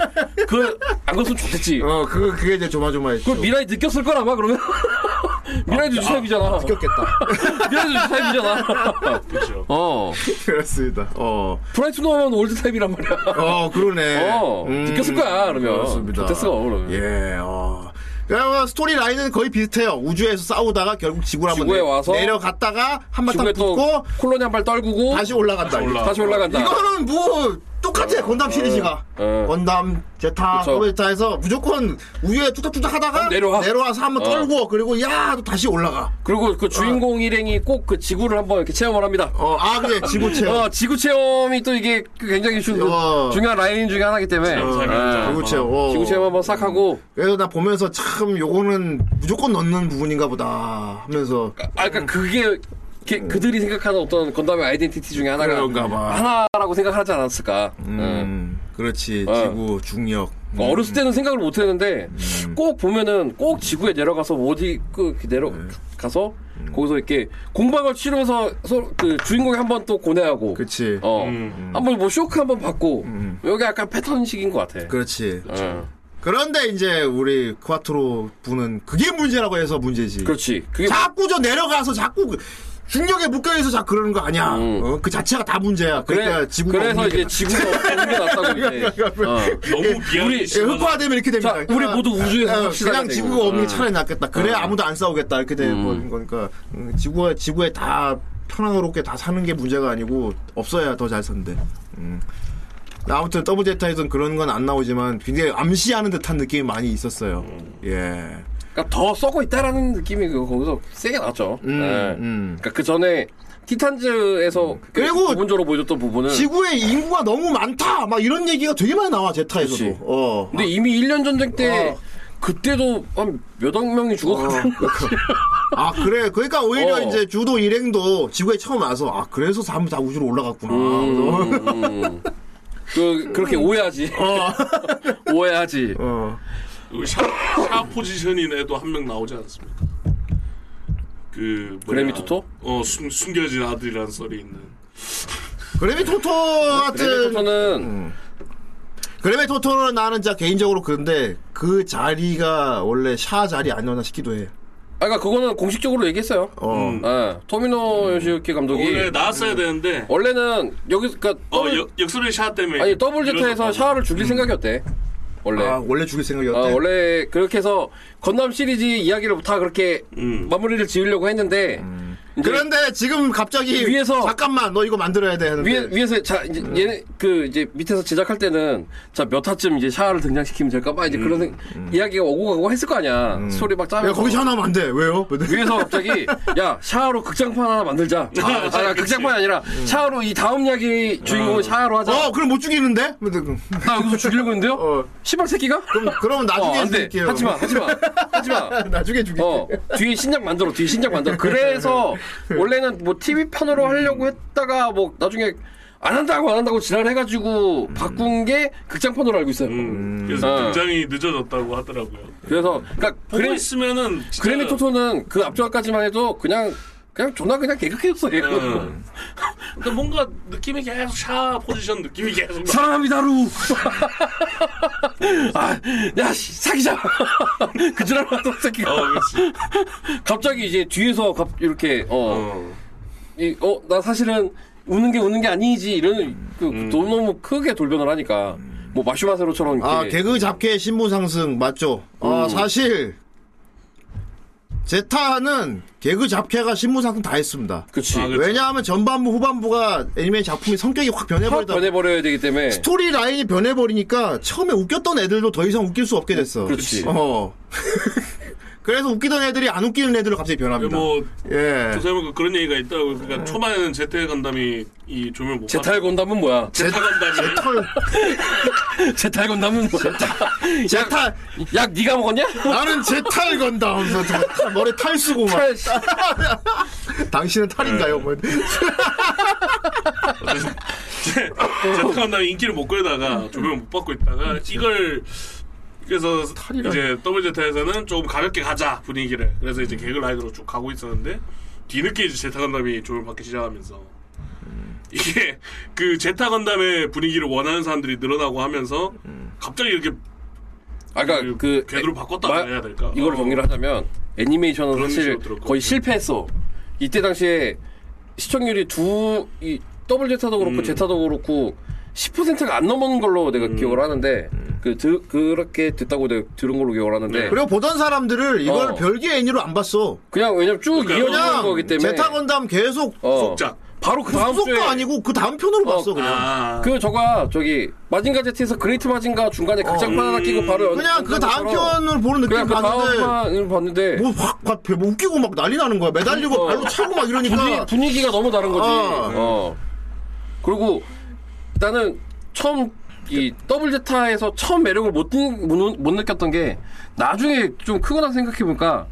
[SPEAKER 9] 그, 안 갔으면 좋겠지.
[SPEAKER 7] 어 그거 그게 이제
[SPEAKER 9] 그
[SPEAKER 7] 조마조마했죠.
[SPEAKER 9] 미라이 느꼈을 거라, 막, 그러면. (laughs) 미라이도 주사입이잖아.
[SPEAKER 7] 그러니까 웃겼겠다.
[SPEAKER 9] 미라이도 주사입이잖아.
[SPEAKER 8] 그렇죠.
[SPEAKER 9] 어.
[SPEAKER 7] (laughs) 그렇습니다. 어.
[SPEAKER 9] 브라이트 노아만 올드 타입이란 말이야.
[SPEAKER 7] 어, 그러네.
[SPEAKER 9] 어, 느꼈을 거야, 그러면.
[SPEAKER 7] 그렇습니다.
[SPEAKER 9] 좋댔어, 그러면.
[SPEAKER 7] 예, 어. 그러면 스토리 라인은 거의 비슷해요. 우주에서 싸우다가 결국 지구로 한번
[SPEAKER 9] 지구에
[SPEAKER 7] 내-
[SPEAKER 9] 와서
[SPEAKER 7] 내려갔다가 한바탕
[SPEAKER 9] 지구에 또
[SPEAKER 7] 붙고
[SPEAKER 9] 콜로니 한 발 떨구고
[SPEAKER 7] 다시 올라간다.
[SPEAKER 8] 다시 올라-
[SPEAKER 9] 다시 올라간다.
[SPEAKER 7] 이거는 뭐 똑같아 건담 시리즈가
[SPEAKER 9] 어.
[SPEAKER 7] 건담 제타
[SPEAKER 9] 그쵸.
[SPEAKER 7] 코베타에서 무조건 우에 뚝딱뚝딱 하다가
[SPEAKER 9] 한번 내려와.
[SPEAKER 7] 서 한번
[SPEAKER 9] 어.
[SPEAKER 7] 떨고 그리고 야 또 다시 올라가
[SPEAKER 9] 그리고
[SPEAKER 7] 어.
[SPEAKER 9] 그 주인공 일행이 꼭 그 지구를 한번 이렇게 체험을 합니다.
[SPEAKER 7] 어아 그래 지구 체험
[SPEAKER 9] 어, 지구 체험이 또 이게 굉장히 주,
[SPEAKER 7] 어.
[SPEAKER 9] 중요한 라인 중에 하나이기 때문에
[SPEAKER 8] 감사합니다.
[SPEAKER 9] 예.
[SPEAKER 7] 지구 체험 어.
[SPEAKER 9] 지구 체험 한번 싹 하고
[SPEAKER 7] 그래서 나 보면서 참 요거는 무조건 넣는 부분인가 보다 하면서
[SPEAKER 9] 아 그러니까 그게 게- 그들이 생각하는 어떤 건담의 아이덴티티 중에 하나가
[SPEAKER 7] 그런가 봐.
[SPEAKER 9] 하나라고 생각하지 않았을까. 예.
[SPEAKER 7] 음, 그렇지
[SPEAKER 9] 어.
[SPEAKER 7] 지구 중력 음.
[SPEAKER 9] 그러니까 어렸을 때는 생각을 못 했는데 꼭 보면은 꼭 지구에 내려가서 어디 그 이렇게
[SPEAKER 7] 네.
[SPEAKER 9] 내려가서
[SPEAKER 7] 음.
[SPEAKER 9] 거기서 이렇게 공방을 치르면서 서로 그 주인공이 한 번 또 고뇌하고
[SPEAKER 7] 그렇지
[SPEAKER 9] 어.
[SPEAKER 8] 음.
[SPEAKER 9] 한번 뭐 쇼크 한 번 받고 여기 약간 패턴식인 것 같아.
[SPEAKER 7] 음, 그렇지
[SPEAKER 9] 어.
[SPEAKER 7] 그런데 이제 우리 쿠아트로 분은 그게 문제라고 해서 문제지
[SPEAKER 9] 그렇지. 그게
[SPEAKER 7] 자꾸 저 내려가서 자꾸 그 중력에 묶여있어 자꾸 그러는 거 아니야.
[SPEAKER 9] 음.
[SPEAKER 7] 어, 그 자체가 다 문제야.
[SPEAKER 9] 그래,
[SPEAKER 7] 그러니까 지구가
[SPEAKER 9] 그래서
[SPEAKER 7] 없는 게 그러니까,
[SPEAKER 9] 이제 지구가 없는
[SPEAKER 7] (laughs)
[SPEAKER 9] 게 낫다고 이제. 어.
[SPEAKER 8] 너무 비하리
[SPEAKER 7] 예, 흑화되면 이렇게 됩니다.
[SPEAKER 9] 자, 우리 모두 우주에서 네.
[SPEAKER 7] 어,
[SPEAKER 9] 합시다.
[SPEAKER 7] 그냥
[SPEAKER 9] 되는
[SPEAKER 7] 지구가 없는 게
[SPEAKER 9] 거죠.
[SPEAKER 7] 차라리 낫겠다. 그래야 아무도 안 싸우겠다. 이렇게 되는 거니까 음, 지구가 지구에 다 편안하게 다 사는 게 문제가 아니고 없어야 더 잘 산대. 음. 아무튼 더블 제타에서는 그런 건 안 나오지만 굉장히 암시하는 듯한 느낌이 많이 있었어요.
[SPEAKER 9] 음.
[SPEAKER 7] 예.
[SPEAKER 9] 그러니까 더 썩어 있다라는 느낌이 그- 거기서 세게 나죠.
[SPEAKER 7] 음,
[SPEAKER 9] 예.
[SPEAKER 7] 음.
[SPEAKER 9] 그러니까 그 전에 티탄즈에서
[SPEAKER 7] 그리고
[SPEAKER 9] 부분적으로 보여줬던 부분은
[SPEAKER 7] 지구의 인구가 너무 많다. 막 이런 얘기가 되게 많이 나와 제타에서도.
[SPEAKER 9] 그치.
[SPEAKER 7] 어.
[SPEAKER 9] 근데 이미 1년 전쟁 때
[SPEAKER 7] 어.
[SPEAKER 9] 그때도 한 몇억 명이 죽었거든.
[SPEAKER 7] 아 그래 그러니까 오히려
[SPEAKER 9] 어.
[SPEAKER 7] 이제 주도 일행도 지구에 처음 와서 아 그래서 사람 다 우주로 올라갔구나 그래서,
[SPEAKER 9] 음. 그 그렇게 오해하지. (laughs) 오해하지.
[SPEAKER 7] 어.
[SPEAKER 8] 샤, 샤 포지션인에도 한 명 나오지 않습니까? 그 뭐냐,
[SPEAKER 9] 그래미 토토?
[SPEAKER 8] 어 숨, 숨겨진 아들이라는 썰이 있는
[SPEAKER 7] 그래미 토토
[SPEAKER 9] 네,
[SPEAKER 7] 같은
[SPEAKER 9] 레벨토는
[SPEAKER 7] 그래미 토토는 나는 진짜 개인적으로 그런데 그 자리가 원래 샤 자리 아니었나 싶기도 해
[SPEAKER 9] 아 그러니까 그거는 공식적으로 얘기했어요.
[SPEAKER 7] 어.
[SPEAKER 8] 음.
[SPEAKER 9] 예. 토미노 요시유키 감독이
[SPEAKER 8] 원래
[SPEAKER 9] 음.
[SPEAKER 8] 나왔어야 되는데
[SPEAKER 9] 원래는 여기 그러니까
[SPEAKER 8] 어
[SPEAKER 9] 더블-
[SPEAKER 8] 역, 역설의 샤 때문에
[SPEAKER 9] 아니 더블 제타에서
[SPEAKER 8] 이러셨다고.
[SPEAKER 9] 샤워를 죽일 생각이었대. 원래.
[SPEAKER 7] 아 원래 죽일 생각이었대
[SPEAKER 9] 아, 원래 그렇게 해서 건담 시리즈 이야기를 다 그렇게
[SPEAKER 8] 음.
[SPEAKER 9] 마무리를 지으려고 했는데 이제
[SPEAKER 7] 그런데 지금 갑자기
[SPEAKER 9] 위에서-
[SPEAKER 7] 잠깐만 너 이거 만들어야 돼 하는데
[SPEAKER 9] 위에 위에서 자 이제 얘네 그 이제 밑에서 제작할 때는 자 몇 화쯤 이제 샤를 등장시키면 될까 봐 이제 그런 생- 이야기가 오고 가고 했을 거 아니야 스토리 막
[SPEAKER 7] 음, 야
[SPEAKER 9] 짜면서
[SPEAKER 7] 거기 샤 나오면 안 돼 왜요?
[SPEAKER 9] 위에서 갑자기 야 샤로 극장판 하나 만들자 아, 아,
[SPEAKER 8] 그치.
[SPEAKER 9] 극장판이 아니라 샤로 이 다음 이야기 주인공을 샤로 하자
[SPEAKER 7] (laughs) 어 그럼 못 죽이는데? 그럼
[SPEAKER 9] 나 여기서 죽이려고 했는데요
[SPEAKER 7] 어.
[SPEAKER 9] 시발 새끼가
[SPEAKER 7] 그럼 나중에
[SPEAKER 9] 어안돼
[SPEAKER 7] 죽일게요
[SPEAKER 9] 하지마 하지마 하지마
[SPEAKER 7] (laughs) 나중에 죽일게
[SPEAKER 9] 어 뒤에 신작 만들어 뒤에 신작 만들어 그래서 원래는 뭐 TV 판으로 하려고 했다가 뭐 나중에 안 한다고 안 한다고 지랄 해가지고 바꾼 게 극장판으로 알고 있어요.
[SPEAKER 8] 음, 그래서
[SPEAKER 9] 어.
[SPEAKER 8] 굉장히 늦어졌다고 하더라고요
[SPEAKER 9] 그래서 그러니까
[SPEAKER 8] 보고
[SPEAKER 9] 그래
[SPEAKER 8] 있으면은 진짜-
[SPEAKER 9] 그래미 토토는 그 앞쪽까지만 해도 그냥 그냥 존나 그냥 개그캐였어 얘.
[SPEAKER 8] 어.
[SPEAKER 9] 음.
[SPEAKER 8] 근데 뭔가 느낌이 계속 샤 포지션 느낌이 계속 나.
[SPEAKER 9] 사랑합니다 루. (laughs) 아, 야 씨, 사기자. (laughs) 그 지랄 하던 새끼가
[SPEAKER 8] 어, 그렇지.
[SPEAKER 9] 갑자기 이제 뒤에서 갑 이렇게 어.
[SPEAKER 8] 어.
[SPEAKER 9] 이, 어, 나 사실은 우는 게 우는 게 아니지. 이런, 그,
[SPEAKER 7] 음.
[SPEAKER 9] 너무너무 크게 돌변을 하니까. 뭐, 마슈마세로처럼 이렇게. 음.
[SPEAKER 7] 아 개그 잡게 신분 상승 맞죠? 아 사실 제타는 개그 잡캐가 신분 상승 다 했습니다.
[SPEAKER 9] 그치.
[SPEAKER 8] 아,
[SPEAKER 9] 확
[SPEAKER 8] 그렇죠.
[SPEAKER 7] 왜냐하면 전반부 후반부가 애니메이션 작품이 성격이 확 변해버리다.
[SPEAKER 9] 변해버려야 되기 때문에.
[SPEAKER 7] 스토리 라인이 변해버리니까 처음에 웃겼던 애들도 더 이상 웃길 수 없게 됐어.
[SPEAKER 9] 그렇지.
[SPEAKER 7] 어. (laughs) 그래서 웃기던 애들이 안 웃기는 애들로 갑자기 변합니다.
[SPEAKER 8] 뭐
[SPEAKER 7] 예.
[SPEAKER 8] 조세호가 그런 얘기가 있다고 그러니까 초반에는 제태 간담이 이 조명 못
[SPEAKER 9] 제탈
[SPEAKER 7] (laughs)
[SPEAKER 9] 건담은 뭐야?
[SPEAKER 8] 봤- 제타 간담이
[SPEAKER 9] (laughs)
[SPEAKER 7] 털.
[SPEAKER 9] 제탈 건담은 뭐야?
[SPEAKER 7] 제타.
[SPEAKER 9] (laughs) 약, 니가
[SPEAKER 7] (laughs)
[SPEAKER 9] 먹었냐?
[SPEAKER 7] 나는 제탈 건다. 하면서 저 머리 탈 쓰고 막.
[SPEAKER 9] 탈, 네. 씨.
[SPEAKER 7] 당신은 탈인가요? 뭐.
[SPEAKER 8] (laughs) 제타 간담이 인기를 못 끌다가 조명 못 받고 있다가 이걸 그래서
[SPEAKER 7] 탈이라니.
[SPEAKER 8] 이제 더블 제타에서는 조금 가볍게 가자 분위기를 그래서 이제 개그 라인으로 쭉 가고 있었는데 뒤늦게 이제 제타 간담이 조명 받기 시작하면서 이게 그 제타 건담의 분위기를 원하는 사람들이 늘어나고 하면서 갑자기 이렇게
[SPEAKER 9] 아까
[SPEAKER 8] 그
[SPEAKER 9] 그.
[SPEAKER 8] 궤도를 바꿨다
[SPEAKER 9] 마-
[SPEAKER 8] 해야 될까?
[SPEAKER 9] 이걸
[SPEAKER 8] 어.
[SPEAKER 9] 정리를 하자면 애니메이션은
[SPEAKER 8] 그런
[SPEAKER 9] 사실
[SPEAKER 8] 식으로 들었거든요.
[SPEAKER 9] 거의 실패했어.
[SPEAKER 7] 음.
[SPEAKER 9] 이때 당시에 시청률이 두, 이, 더블 제타도 그렇고 제타도 그렇고 10%를 안 넘은 걸로 내가 기억을 하는데 그 드, 그렇게 됐다고 내가 들은 걸로 기억을 하는데
[SPEAKER 7] 음. 네. 그리고 보던 사람들을 이걸
[SPEAKER 9] 어.
[SPEAKER 7] 별개 애니로 안 봤어.
[SPEAKER 9] 그냥 왜냐면 쭉
[SPEAKER 8] 그러니까
[SPEAKER 9] 이어지는
[SPEAKER 7] 그냥
[SPEAKER 9] 거기 때문에
[SPEAKER 7] 제타 건담 계속
[SPEAKER 9] 어.
[SPEAKER 8] 속작.
[SPEAKER 9] 바로 그 다음 주에
[SPEAKER 7] 후속도 아니고 그 다음 편으로
[SPEAKER 9] 어,
[SPEAKER 7] 봤어 그냥.
[SPEAKER 8] 아.
[SPEAKER 9] 그 저가 저기 마징가 제트에서 그레이트 마징가 중간에 극장판 하나 끼고 바로 연-
[SPEAKER 7] 어. 음. 그냥 그 다음
[SPEAKER 9] 연장처럼
[SPEAKER 7] 편을 보는 느낌
[SPEAKER 9] 아, 그냥 그 다음
[SPEAKER 7] 봤는데
[SPEAKER 9] 편을 봤는데
[SPEAKER 7] 뭐확 막 웃기고 막 난리 나는 거야. 매달리고
[SPEAKER 9] 어.
[SPEAKER 7] 발로 차고 막 이러니까.
[SPEAKER 9] 분위, 분위기가 너무 다른 거지.
[SPEAKER 7] 어.
[SPEAKER 9] 어. 그리고 나는 처음 이 더블 제타에서 처음 매력을 못, 느- 못, 못 느꼈던 게 나중에 좀 크고 나서 생각해보니까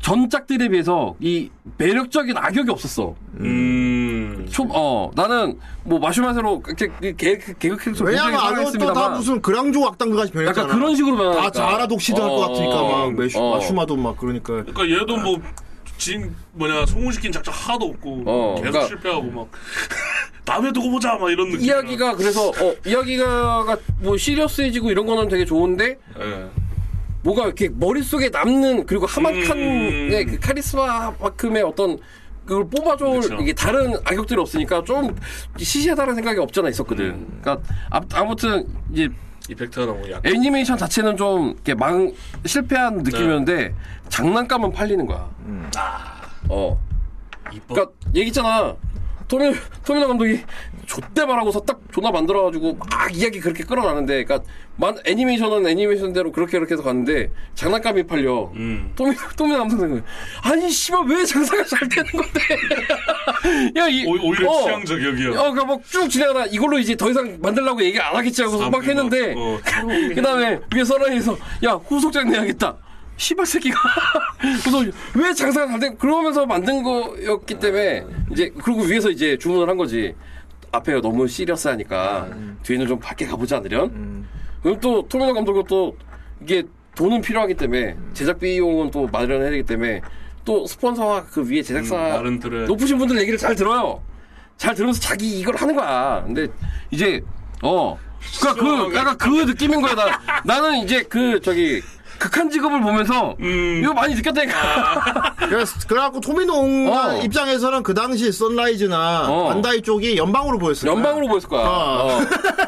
[SPEAKER 9] 전작들에 비해서 이 매력적인 악역이 없었어.
[SPEAKER 8] 음.
[SPEAKER 9] 초, 어, 나는 뭐 마슈마세로 개, 개, 개, 개그 캐릭터
[SPEAKER 7] 왜냐면 아무것도 다 무슨 그랑조 악당그까지 변했잖아.
[SPEAKER 9] 약간 그런 식으로 변하니까.
[SPEAKER 7] 다 자라 독시도 할 것 같으니까 막 매슈,
[SPEAKER 9] 어.
[SPEAKER 7] 마슈마도 막 그러니까.
[SPEAKER 8] 그러니까 얘도 뭐 지금 뭐냐 성공시킨 작전 하나도 없고
[SPEAKER 9] 어,
[SPEAKER 8] 계속
[SPEAKER 9] 그러니까-
[SPEAKER 8] 실패하고 막 (laughs) 다음에 두고 보자 막 이런 느낌.
[SPEAKER 9] 이야기가 그래서 어 이야기가 뭐 시리어스해지고 이런 거는 되게 좋은데
[SPEAKER 8] 예.
[SPEAKER 9] 뭐가 이렇게 머릿속에 남는 그리고 하만칸의
[SPEAKER 8] 음.
[SPEAKER 9] 그 카리스마만큼의 어떤 그걸 뽑아줄
[SPEAKER 8] 그쵸.
[SPEAKER 9] 이게 다른 악역들이 없으니까 좀 시시하다는 생각이 없잖아 있었거든.
[SPEAKER 8] 음.
[SPEAKER 9] 그러니까 아, 아무튼 이제
[SPEAKER 8] 이펙트가 너무 약.
[SPEAKER 9] 애니메이션 자체는 좀 이렇게 망
[SPEAKER 8] 네.
[SPEAKER 9] 실패한 느낌이었는데 장난감은 팔리는 거야.
[SPEAKER 8] 음.
[SPEAKER 9] 어.
[SPEAKER 8] 이뻐.
[SPEAKER 9] 그러니까 얘기 있잖아. 토미 토미노 감독이 좆대 말하고서 딱 존나 만들어가지고 막 이야기 그렇게 끌어나는데, 그러니까 만 애니메이션은 애니메이션대로 그렇게 그렇게 해서 갔는데 장난감이 팔려.
[SPEAKER 8] 음.
[SPEAKER 9] 토미 토미노 감독은 아니 씨발 왜 장사가 잘 되는
[SPEAKER 8] (laughs)
[SPEAKER 9] 건데? 야 이,
[SPEAKER 8] 오- 오히려
[SPEAKER 9] 어.
[SPEAKER 8] 취향 저격이야.
[SPEAKER 9] 어, 그러니까 막쭉 지나가다 이걸로 이제 더 이상 만들라고 얘기 안 하겠지 하고서 막
[SPEAKER 8] 사람들이
[SPEAKER 9] 했는데
[SPEAKER 8] 막, 어,
[SPEAKER 9] 그 다음에 위에 서라이에서 야 후속작 내야겠다. 시발 새끼가. (laughs) 그래서 왜 장사가 잘 돼? 그러면서 만든 거였기 때문에 이제 그리고 위에서 이제 주문을 한 거지. 앞에 너무 시리어스하니까 뒤에는 좀 밖에 가보지 않으련. 그럼 또 토미노 감독은 또 이게 돈은 필요하기 때문에 제작 비용은 또 마련해야 되기 때문에 또 스폰서와 그 위에 제작사
[SPEAKER 8] 음, 다른 틀에.
[SPEAKER 9] 높으신 분들 얘기를 잘 들어요. 잘 들으면서 자기 이걸 하는 거야. 근데 이제 어 그러니까 그 약간 그 느낌인 거야. 나
[SPEAKER 7] (laughs)
[SPEAKER 9] 나는 이제 그 저기 극한 직업을 보면서
[SPEAKER 7] 음.
[SPEAKER 9] 이거 많이 느꼈다니까.
[SPEAKER 7] 그래서 그래갖고 토미노
[SPEAKER 9] 어.
[SPEAKER 7] 입장에서는 그 당시 선라이즈나
[SPEAKER 9] 어.
[SPEAKER 7] 반다이 쪽이 연방으로 보였어요.
[SPEAKER 9] (laughs) 연방으로 보였을 거야.
[SPEAKER 7] 어.
[SPEAKER 9] 어.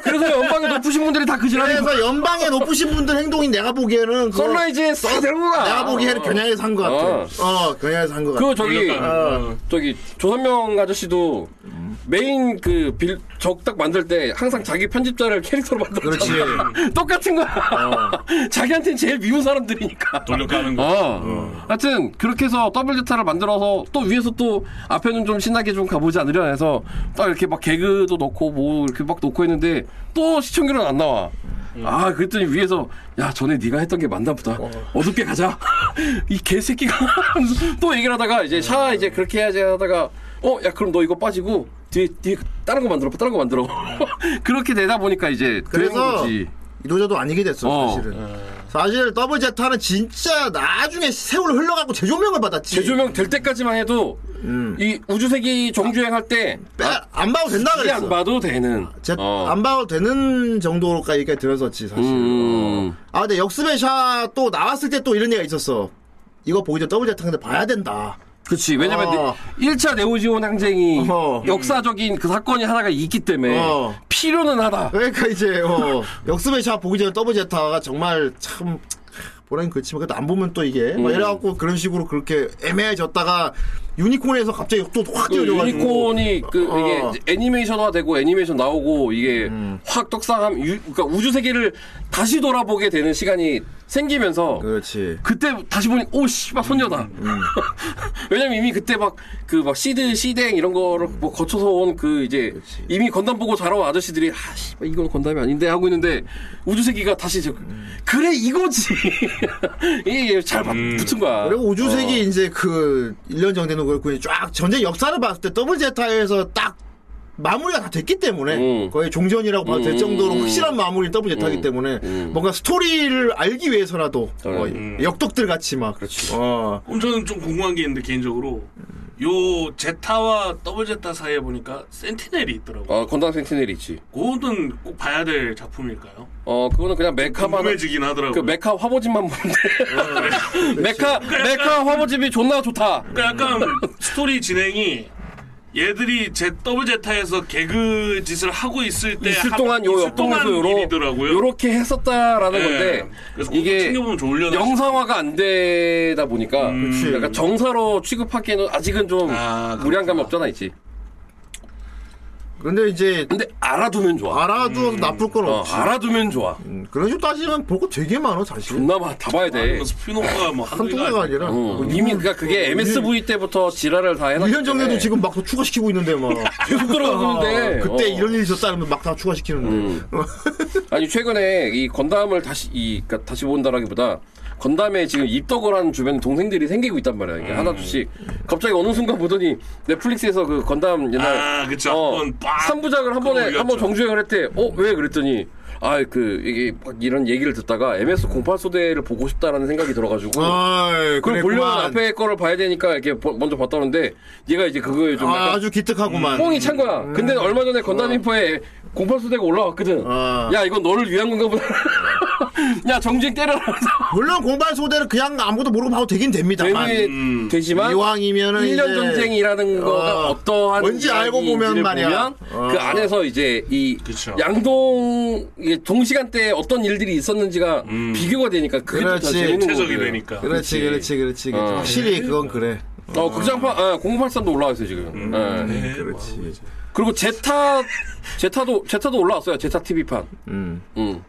[SPEAKER 9] 그래서 연방에 높으신 분들이 다 그 지랄이
[SPEAKER 7] 그래서 연방에 높으신 분들 행동이 내가 보기에는 그거
[SPEAKER 9] 선라이즈에 싹 데리고 가.
[SPEAKER 7] 내가 보기에는
[SPEAKER 9] 어.
[SPEAKER 7] 겨냥해서 한 것 같아. 어, 겨냥해서 한 것 같아.
[SPEAKER 9] 그 저기
[SPEAKER 8] 어.
[SPEAKER 9] 저기 조선명 아저씨도
[SPEAKER 7] 음.
[SPEAKER 9] 메인 그 빌 적딱 만들 때 항상 자기 편집자를 캐릭터로
[SPEAKER 7] 그렇지. 어.
[SPEAKER 9] 만들었잖아. (laughs) 똑같은 거야. (laughs) 자기한테는 제일 미운 사람들이니까.
[SPEAKER 8] 돌려 까는
[SPEAKER 9] 어.
[SPEAKER 8] 거.
[SPEAKER 9] 하여튼 그렇게 해서 더블 제타를 만들어서 또 위에서 또 앞에는 좀 신나게 좀 가보지 않으려 해서 딱 이렇게 막 개그도 넣고 뭐 이렇게 막 넣고 했는데 또 시청률은 안 나와.
[SPEAKER 7] 음.
[SPEAKER 9] 아 그랬더니 위에서 야 전에 네가 했던 게 맞나 보다. 어. 둡게 가자. (laughs) 이 개새끼가 하면서 또 얘기를 하다가 이제
[SPEAKER 7] 음.
[SPEAKER 9] 샤 이제 그렇게 해야지 하다가 어 야 그럼 너 이거 빠지고 뒤에 뒤에 다른 거 만들어 다른 거 만들어. (laughs) 그렇게 되다 보니까 이제 되는
[SPEAKER 7] 그래서
[SPEAKER 9] 거지.
[SPEAKER 7] 이도저도 아니게 됐어
[SPEAKER 9] 어.
[SPEAKER 7] 사실은. 사실 더블 제타는 진짜 나중에 세월 흘러갖고 재조명을 받았지. 음.
[SPEAKER 9] 재조명 될 때까지만 해도 이 우주세기 정주행 할때
[SPEAKER 7] 빼- 안 봐도 된다
[SPEAKER 9] 이게 안
[SPEAKER 7] 그랬어.
[SPEAKER 9] 봐도 되는.
[SPEAKER 7] 제,
[SPEAKER 9] 어.
[SPEAKER 7] 안 봐도 되는 정도로까지 얘기가 들었었지 사실.
[SPEAKER 9] 음.
[SPEAKER 7] 아 근데 역습의 샷또 나왔을 때 또 이런 얘기가 있었어. 이거 보기 전 더블 제타 근데 봐야 된다.
[SPEAKER 9] 그치. 왜냐면
[SPEAKER 7] 어.
[SPEAKER 9] 1차 네오지온 항쟁이
[SPEAKER 7] 어.
[SPEAKER 9] 역사적인 그 사건이 하나가 있기 때문에
[SPEAKER 7] 어.
[SPEAKER 9] 필요는 하다.
[SPEAKER 7] 그러니까 이제
[SPEAKER 9] (laughs)
[SPEAKER 7] 어, 역습의 샷 보기 전에 더블 제타가 정말 참 보라니 그렇지만 그래도 안 보면 또 이게
[SPEAKER 9] 음.
[SPEAKER 7] 막 이래갖고 그런 식으로 그렇게 애매해졌다가 유니콘에서 갑자기 또 확
[SPEAKER 9] 그
[SPEAKER 7] 뛰어져가지고
[SPEAKER 9] 유니콘이 그
[SPEAKER 7] 어.
[SPEAKER 9] 이게 애니메이션화되고 애니메이션 나오고 이게
[SPEAKER 7] 음.
[SPEAKER 9] 확 떡상함 유, 그러니까 우주 세계를 다시 돌아보게 되는 시간이 생기면서
[SPEAKER 7] 그렇지.
[SPEAKER 9] 그때 다시 보니 오 씨발 손녀다.
[SPEAKER 8] 음.
[SPEAKER 9] (laughs) 왜냐면 이미 그때 막 그 막 시드 시댕 이런 거를 뭐 거쳐서 온 그 이제 이미 건담 보고 자라온 아저씨들이 아 씨발 이건 건담이 아닌데 하고 있는데 우주세기가 다시 저
[SPEAKER 8] 음.
[SPEAKER 9] 그래 이거지. (laughs) 이게 잘 바- 붙은 거야.
[SPEAKER 7] 그리고 우주세기
[SPEAKER 9] 어.
[SPEAKER 7] 이제 그 1년 정도 되는 그렇고 이제 쫙 전쟁 역사를 봤을 때 더블 제타에서 딱 마무리가 다 됐기 때문에
[SPEAKER 9] 음. 음.
[SPEAKER 7] 거의 종전이라고 봐도 될 정도로 확실한 마무리 더블 제타기 때문에 뭔가 스토리를 알기 위해서라도 뭐 역독들 같이 막 그렇지. 어.
[SPEAKER 8] 그럼 저는 좀 궁금한 게 있는데 개인적으로 요 제타와 더블 제타 사이에 보니까 센티넬이 있더라고. 요
[SPEAKER 9] 어 건담 센티넬 있지.
[SPEAKER 8] 그거는 꼭 봐야 될 작품일까요?
[SPEAKER 9] 어 그거는 그냥 메카만
[SPEAKER 8] 궁금해지긴 어, 하더라고.
[SPEAKER 9] 그
[SPEAKER 8] 요
[SPEAKER 9] 메카 화보집만 (laughs) 보는데 메카 메카 화보집이 존나 좋다.
[SPEAKER 8] 그러니까 약간 스토리 진행이 얘들이 제 더블 제타에서 개그 짓을 하고 있을 때
[SPEAKER 9] 있을
[SPEAKER 8] 네, 한-
[SPEAKER 9] 동안 요
[SPEAKER 8] 있을 동안
[SPEAKER 9] 옆동에서 요러,
[SPEAKER 8] 일이더라고요.
[SPEAKER 9] 요렇게 했었다라는
[SPEAKER 8] 예.
[SPEAKER 9] 건데
[SPEAKER 8] 그래서 이게
[SPEAKER 9] 이게
[SPEAKER 8] 챙겨보면 좋으려나 음.
[SPEAKER 9] 영상화가 안 되다 보니까
[SPEAKER 7] 그치.
[SPEAKER 9] 약간 정사로 취급하기에는 아직은 좀
[SPEAKER 8] 아,
[SPEAKER 9] 무리한감이 없잖아 있지.
[SPEAKER 7] 근데 이제
[SPEAKER 9] 근데 알아두면 좋아.
[SPEAKER 7] 알아도 나쁠 건
[SPEAKER 9] 어,
[SPEAKER 7] 없지.
[SPEAKER 9] 알아두면 좋아.
[SPEAKER 7] 음, 그런 식으로 따지면 볼 거 되게 많아 사실.
[SPEAKER 9] 존나 봐, 다 봐야 돼.
[SPEAKER 8] 싶어. 아, 스피노프가 뭐
[SPEAKER 7] 한두
[SPEAKER 8] 한두
[SPEAKER 7] 개가
[SPEAKER 8] 개가 아니-
[SPEAKER 7] 아니라.
[SPEAKER 9] 어,
[SPEAKER 7] 뭐
[SPEAKER 9] 이미
[SPEAKER 7] 일본-
[SPEAKER 9] 그러니까 그게
[SPEAKER 7] 어,
[SPEAKER 9] MSV 때부터 지랄을 다
[SPEAKER 7] 1년
[SPEAKER 9] 해놨기
[SPEAKER 7] 전에도
[SPEAKER 9] 때문에.
[SPEAKER 7] 지금 막 더 추가시키고 있는데
[SPEAKER 9] (laughs)
[SPEAKER 7] 막 아,
[SPEAKER 9] 계속
[SPEAKER 7] (laughs)
[SPEAKER 9] 들어가는데
[SPEAKER 7] 그때
[SPEAKER 9] 어. 음.
[SPEAKER 7] 이런 일이 있었다 하면 막 다 추가시키는데
[SPEAKER 9] 아니 최근에 이 건담을 다시 이 그러니까 다시 본다라기보다 건담에 지금 입덕을 한 주변 동생들이 생기고 있단 말이야.
[SPEAKER 8] 음.
[SPEAKER 9] 이게 하나둘씩 갑자기 어느 순간 보더니 넷플릭스에서 그 건담 옛날
[SPEAKER 8] 아, 그쵸. 한번 빡!
[SPEAKER 9] 3부작을 한 번에
[SPEAKER 8] 끌어올렸죠.
[SPEAKER 9] 한 번 정주행을 했대. 어, 왜 그랬더니 아 그 이게 막 이런 얘기를 듣다가 MS 08 소대를 보고 싶다라는 생각이 들어 가지고
[SPEAKER 7] 아이,
[SPEAKER 9] 그걸 보려면
[SPEAKER 7] 그랬구만.
[SPEAKER 9] 앞에 거를 봐야 되니까 이렇게 보- 먼저 봤다는데 얘가 이제 그거에 좀
[SPEAKER 7] 아,
[SPEAKER 9] 약간
[SPEAKER 7] 아주 기특하구만.
[SPEAKER 9] 뽕이 찬 거야.
[SPEAKER 7] 음.
[SPEAKER 9] 근데 얼마 전에 건담 인포에 공팔수대가 올라왔거든.
[SPEAKER 7] 어.
[SPEAKER 9] 야, 이건 너를 위한
[SPEAKER 7] (laughs)
[SPEAKER 9] 건가 보다. 야, 정직 때려라.
[SPEAKER 7] 물론 공발 소대는 그냥 아무것도 모르고 봐도 되긴 됩니다만
[SPEAKER 9] 되게
[SPEAKER 8] 음.
[SPEAKER 9] 되지만
[SPEAKER 7] 아, 이왕이면은
[SPEAKER 9] 1년
[SPEAKER 7] 이제-
[SPEAKER 9] 전쟁이라는 거가
[SPEAKER 7] 어.
[SPEAKER 9] 어. 떠한
[SPEAKER 7] 뭔지 알고 보면 말이야. 어.
[SPEAKER 9] 그 안에서 이제 이
[SPEAKER 8] 그쵸.
[SPEAKER 9] 양동 이게 동시간대에 어떤 일들이 있었는지가 비교가 되니까 그게 또더
[SPEAKER 7] 음. 그렇지.
[SPEAKER 9] 재밌는
[SPEAKER 8] 체적이
[SPEAKER 9] 거거든.
[SPEAKER 8] 되니까.
[SPEAKER 7] 그렇지, 그렇지, 그렇지.
[SPEAKER 9] 어.
[SPEAKER 7] 확실히 그건 그래.
[SPEAKER 9] 어, 극장판 아, 083도 올라왔어요, 지금.
[SPEAKER 7] 음.
[SPEAKER 9] 예.
[SPEAKER 8] 네,
[SPEAKER 7] 그렇지.
[SPEAKER 9] 그리고 제타 제타도 제타도 올라왔어요. 제타 TV판.
[SPEAKER 7] 음.
[SPEAKER 9] 음.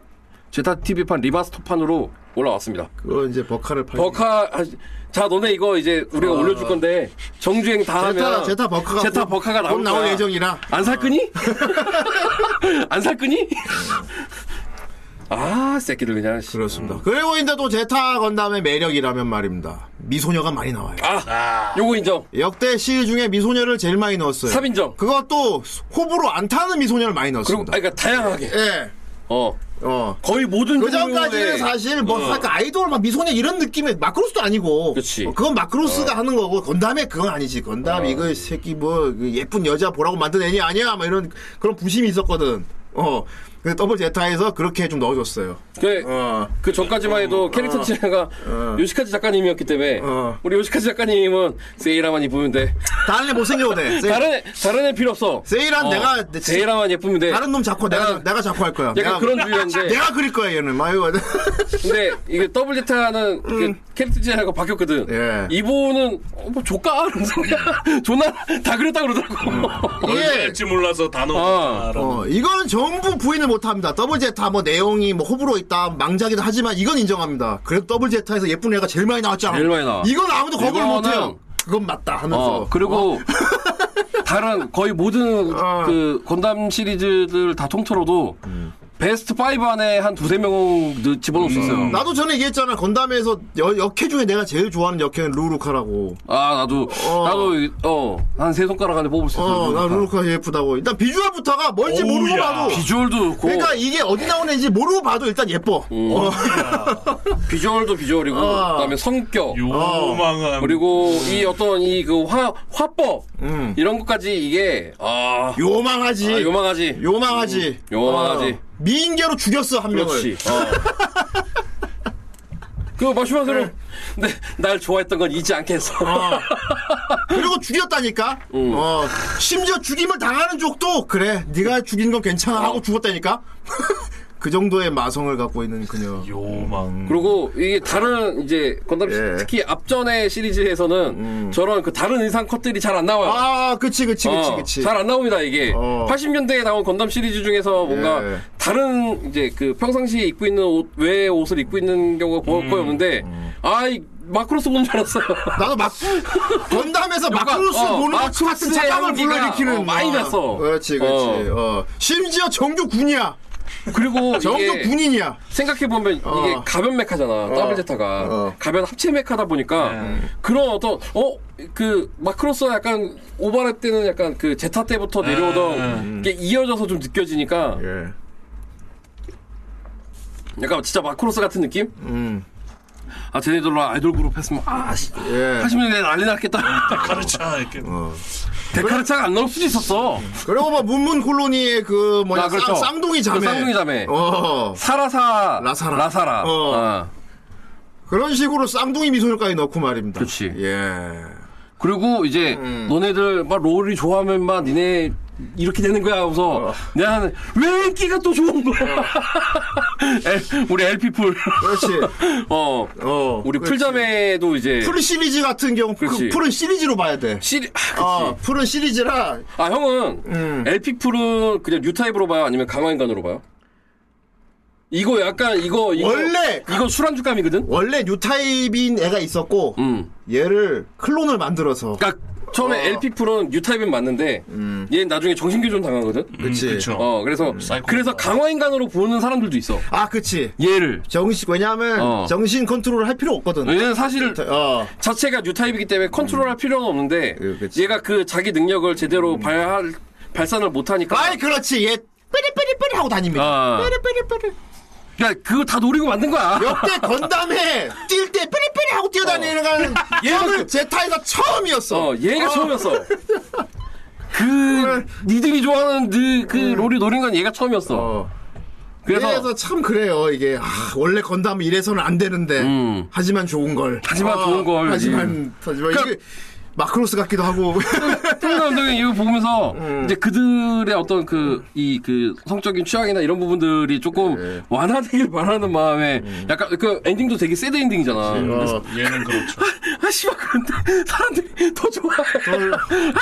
[SPEAKER 9] 제타 TV판 리바스터판으로 올라왔습니다.
[SPEAKER 7] 그거 이제 버카를 팔.
[SPEAKER 9] 버카 아, 자 너네 이거 이제
[SPEAKER 7] 아.
[SPEAKER 9] 우리가 올려줄 건데 정주행 다
[SPEAKER 7] 제타,
[SPEAKER 9] 하면
[SPEAKER 7] 제타 버카가
[SPEAKER 9] 제타
[SPEAKER 7] 곧-
[SPEAKER 9] 버카가
[SPEAKER 7] 곧
[SPEAKER 9] 나올
[SPEAKER 7] 나올
[SPEAKER 9] 거야.
[SPEAKER 7] 예정이라. 아.
[SPEAKER 9] 안 살 거니? (laughs) 안 살 거니? 아 새끼들 그냥 씨.
[SPEAKER 7] 그렇습니다. 그리고 이제 또 제타 건담의 매력이라면 말입니다. 미소녀가 많이 나와요.
[SPEAKER 9] 아 요거 인정
[SPEAKER 7] 역대 시리 중에 미소녀를 제일 많이 넣었어요.
[SPEAKER 9] 삽인정.
[SPEAKER 7] 그것도 호불호 안 타는 미소녀를 많이
[SPEAKER 9] 그리고
[SPEAKER 7] 넣었습니다.
[SPEAKER 9] 아 그러니까 다양하게
[SPEAKER 7] 예.
[SPEAKER 9] 어
[SPEAKER 7] 어.
[SPEAKER 9] 거의 모든
[SPEAKER 7] 그
[SPEAKER 9] 종류의-
[SPEAKER 7] 전까지는 사실 뭐 약간 아이돌 막 미소녀 이런 느낌의 마크로스도 아니고
[SPEAKER 9] 어. 그치. 어.
[SPEAKER 7] 어, 그건 마크로스가 하는 거고 건담에 그건 아니지 건담 이거 새끼 뭐그 예쁜 여자 보라고 만든 애니 아니야 막 이런 그런 부심이 있었거든 어 근데 더블 제타에서 그렇게 좀 넣어줬어요
[SPEAKER 9] 그,
[SPEAKER 7] 어.
[SPEAKER 9] 그 전까지만 해도 캐릭터 진화가 요시카즈 작가님이었기 때문에
[SPEAKER 7] 어.
[SPEAKER 9] 우리 요시카즈 작가님은 세이라만 예쁘면 돼
[SPEAKER 7] 다른 애 못생겨도 돼 세-
[SPEAKER 9] 다른 애, 다른 애 필요 없어
[SPEAKER 7] 네. 세이란 내가 내-
[SPEAKER 9] 세이라만 예쁘면 돼
[SPEAKER 7] 다른 놈 잡고 내가 내가 잡고 할 거야
[SPEAKER 9] 약간
[SPEAKER 7] 내가,
[SPEAKER 9] 그런 주의인데
[SPEAKER 7] 내가 그릴 거야 얘는
[SPEAKER 9] (laughs)
[SPEAKER 7] 마요
[SPEAKER 9] 근데 이게 더블 제타는 그 캐릭터 진화가 바뀌었거든
[SPEAKER 7] 음. 예.
[SPEAKER 9] 이분은 어, 뭐 조까 그런 소리야 (laughs) 존나 다 그랬다 그러더라고
[SPEAKER 8] 얼마
[SPEAKER 9] 뭐
[SPEAKER 7] 예.
[SPEAKER 8] 할지 몰라서 단어.
[SPEAKER 9] 아.
[SPEAKER 7] 어, 이거는 전부 부인을 못합니다. 더블 제타 뭐 내용이 뭐 호불호 있다 망작이다 하지만 이건 인정합니다. 그래도 더블 제타에서 예쁜 애가 제일 많이 나왔잖아.
[SPEAKER 9] 제일 많이 나와.
[SPEAKER 7] 이건 아무도 거부를
[SPEAKER 9] 이거는-
[SPEAKER 7] 못해요. 그건 맞다 하면서.
[SPEAKER 9] 어, 그리고 (laughs) 다른 거의 모든
[SPEAKER 7] 어.
[SPEAKER 9] 그 건담 시리즈들 다 통틀어도 베스트 5 안에 한 두세 명 넣- 집어넣을 수 있어요.
[SPEAKER 7] 음. 나도 전에 얘기했잖아. 건담에서 여- 역해 중에 내가 제일 좋아하는 역해는 루루카라고.
[SPEAKER 9] 아, 나도,
[SPEAKER 7] 어.
[SPEAKER 9] 나도, 어, 한 세 손가락 안에 뽑을 수 있어요.
[SPEAKER 7] 어, 나 루루카 예쁘다고. 일단 비주얼부터가 뭔지 모르고
[SPEAKER 8] 어우야.
[SPEAKER 7] 봐도.
[SPEAKER 9] 비주얼도 고,
[SPEAKER 7] 그러니까 이게 어디 나오는지 모르고 봐도 일단 예뻐.
[SPEAKER 9] 음.
[SPEAKER 7] 어, (laughs)
[SPEAKER 9] 비주얼도 비주얼이고,
[SPEAKER 7] 어. 음.
[SPEAKER 9] 그 다음에 성격,
[SPEAKER 8] 요망한.
[SPEAKER 9] 그리고 이 어떤 이 그 화, 화법, 이런 것까지 이게, 아,
[SPEAKER 7] 요망하지.
[SPEAKER 9] 아, 요망하지.
[SPEAKER 7] 하지 어.
[SPEAKER 9] 음, 요망하지.
[SPEAKER 7] 미인계로 죽였어 한 명을.
[SPEAKER 9] 그렇지.
[SPEAKER 7] (laughs)
[SPEAKER 9] 어. 그 마시마세로 근데 네, 날 좋아했던 건 잊지 않겠어.
[SPEAKER 7] 아. 그리고 죽였다니까.
[SPEAKER 9] 음.
[SPEAKER 7] 어, 심지어 죽임을 당하는 쪽도 그래. 네가 죽인 건 괜찮아 하고 죽었다니까. (laughs) 그 정도의 마성을 갖고 있는 그녀.
[SPEAKER 8] 요망.
[SPEAKER 9] (laughs) 그리고 이게 다른 이제 건담 시-
[SPEAKER 7] 예. 음.
[SPEAKER 9] 특히 앞전의 시리즈에서는 저런 그 다른 의상 컷들이 잘 안 나와요.
[SPEAKER 7] 아, 그치, 그치,
[SPEAKER 9] 어.
[SPEAKER 7] 그치, 그치.
[SPEAKER 9] 잘 안 나옵니다 이게
[SPEAKER 7] 어.
[SPEAKER 9] 80년대에 나온 건담 시리즈 중에서 뭔가
[SPEAKER 7] 예.
[SPEAKER 9] 다른 이제 그 평상시에 입고 있는 옷 외의 옷을 입고 있는 경우가 거-
[SPEAKER 7] 음.
[SPEAKER 9] 거의 없는데 아이 마크로스 보는 줄 알았어요. (laughs)
[SPEAKER 7] 나도 막 건담에서 마크로스
[SPEAKER 9] 어,
[SPEAKER 7] 보는 것 같은
[SPEAKER 9] 마크로스의
[SPEAKER 7] 자감을
[SPEAKER 9] 연기가,
[SPEAKER 7] 불러일으키는
[SPEAKER 9] 어, 많이
[SPEAKER 7] 어,
[SPEAKER 9] 났어.
[SPEAKER 7] 그렇지, 그렇지. 어. 심지어 정규 군이야.
[SPEAKER 9] 그리고
[SPEAKER 7] 정규
[SPEAKER 9] 이게
[SPEAKER 7] 군인이야.
[SPEAKER 9] 생각해보면
[SPEAKER 7] 어.
[SPEAKER 9] 이게 가변 메카잖아 더블 제타가
[SPEAKER 7] 어. 네.
[SPEAKER 9] 가변 합체 메카다 보니까 그런 어떤 어 그 마크로스와 약간 오바랩 때는 약간 그 제타 때부터 내려오던 게 이어져서 좀 느껴지니까
[SPEAKER 7] 네. 음. 예.
[SPEAKER 9] 약간 진짜 마크로스 같은 느낌?
[SPEAKER 7] 음.
[SPEAKER 9] 아 쟤네들로 아이돌 그룹 했으면 아 씨,
[SPEAKER 7] 예.
[SPEAKER 9] 80년대 난리
[SPEAKER 7] 음.
[SPEAKER 9] 났겠다
[SPEAKER 8] 가르차 이렇게.
[SPEAKER 9] (laughs) 데카르차가 안 나올 수도 있었어
[SPEAKER 7] 그리고 뭐 문문 콜로니의 그 뭐냐
[SPEAKER 9] 아, 그렇죠.
[SPEAKER 7] 쌍, 쌍둥이 자매.
[SPEAKER 9] 그 쌍둥이 자매.
[SPEAKER 7] 어.
[SPEAKER 9] 사라사
[SPEAKER 7] 라사라.
[SPEAKER 9] 라사라
[SPEAKER 7] 어.
[SPEAKER 9] 아.
[SPEAKER 7] 그런 식으로 쌍둥이 미소녀까지 넣고 말입니다.
[SPEAKER 9] 그치.
[SPEAKER 7] 예.
[SPEAKER 9] 그리고 이제
[SPEAKER 7] 음.
[SPEAKER 9] 너네들 막 롤이 좋아하면 막 니네 이렇게 되는 거야 하고서
[SPEAKER 7] 어.
[SPEAKER 9] 내가 왜 인기가 또 좋은 거야? (laughs) 엘- 우리 LP풀.
[SPEAKER 7] 그렇지.
[SPEAKER 9] (laughs) 어.
[SPEAKER 7] 어,
[SPEAKER 9] 우리
[SPEAKER 7] 그렇지.
[SPEAKER 9] 풀자매도 이제
[SPEAKER 7] 풀 시리즈 같은 경우 그
[SPEAKER 9] 그렇지.
[SPEAKER 7] 풀은 시리즈로 봐야 돼.
[SPEAKER 9] 시리 아, 그치.
[SPEAKER 7] 어, 풀은 시리즈라
[SPEAKER 9] 아 형은
[SPEAKER 7] 음.
[SPEAKER 9] LP 풀은 그냥 뉴타입으로 봐요? 아니면 강화인간으로 봐요? 이거 약간 이거 이거
[SPEAKER 7] 원래
[SPEAKER 9] 이거 술안주감이거든.
[SPEAKER 7] 원래 뉴타입인 애가 있었고
[SPEAKER 9] 음.
[SPEAKER 7] 얘를 클론을 만들어서 음.
[SPEAKER 9] 그러니까 처음에 LP 풀은 뉴타입은 맞는데 얘는 나중에 정신교정 당하거든.
[SPEAKER 7] 그치.
[SPEAKER 8] 그쵸.
[SPEAKER 9] 어
[SPEAKER 7] 음,
[SPEAKER 9] 그래서
[SPEAKER 8] 사이코패스.
[SPEAKER 9] 그래서 강화인간으로 보는 사람들도 있어.
[SPEAKER 7] 아 그치
[SPEAKER 9] 얘를
[SPEAKER 7] 정신 왜냐하면
[SPEAKER 9] 어.
[SPEAKER 7] 정신 컨트롤 할 필요 없거든
[SPEAKER 9] 얘는 사실
[SPEAKER 7] 어 음.
[SPEAKER 9] 자체가 뉴타입이기 때문에 컨트롤할 필요는 없는데
[SPEAKER 7] 예, 그치.
[SPEAKER 9] 얘가 그 자기 능력을 제대로 발할 발산을 못하니까
[SPEAKER 7] 음. 아이 그렇지 얘 뿌리뿌리뿌리 하고 다닙니다
[SPEAKER 9] 아.
[SPEAKER 7] 뿌리뿌리뿌리
[SPEAKER 9] 그러니까 그거 다 노리고 만든 거야.
[SPEAKER 7] 역대 건담에 뛸 때 뿌리뿌리 하고 뛰어다니는
[SPEAKER 9] (laughs)
[SPEAKER 7] 건 얘는 제타에서 처음이었어
[SPEAKER 9] 어, 얘가 처음이었어. 그 니들이 좋아하는 그, 그 롤이 노린 건 얘가 처음이었어.
[SPEAKER 7] 음. 어.
[SPEAKER 9] 그래서
[SPEAKER 7] 그래서 참 그래요 이게 아, 원래 건담은 이래서는 안 되는데
[SPEAKER 9] 음.
[SPEAKER 7] 하지만 좋은 걸 아,
[SPEAKER 9] 하지만 좋은 걸.
[SPEAKER 7] 하지만 하지만
[SPEAKER 9] 그러니까- 음,
[SPEAKER 7] 이게 마크로스 같기도
[SPEAKER 9] (laughs)
[SPEAKER 7] 하고
[SPEAKER 9] 태훈 감독이 이거 보면서
[SPEAKER 7] 음.
[SPEAKER 9] 이제 그들의 어떤 그 이 그 성적인 취향이나 이런 부분들이 조금
[SPEAKER 7] 네.
[SPEAKER 9] 완화되길 바라는 마음에 약간 그 엔딩도 되게 새드 엔딩이잖아.
[SPEAKER 7] 어,
[SPEAKER 8] 얘는 그렇죠.
[SPEAKER 9] 아 씨발 그런데 사람들이 더 좋아해.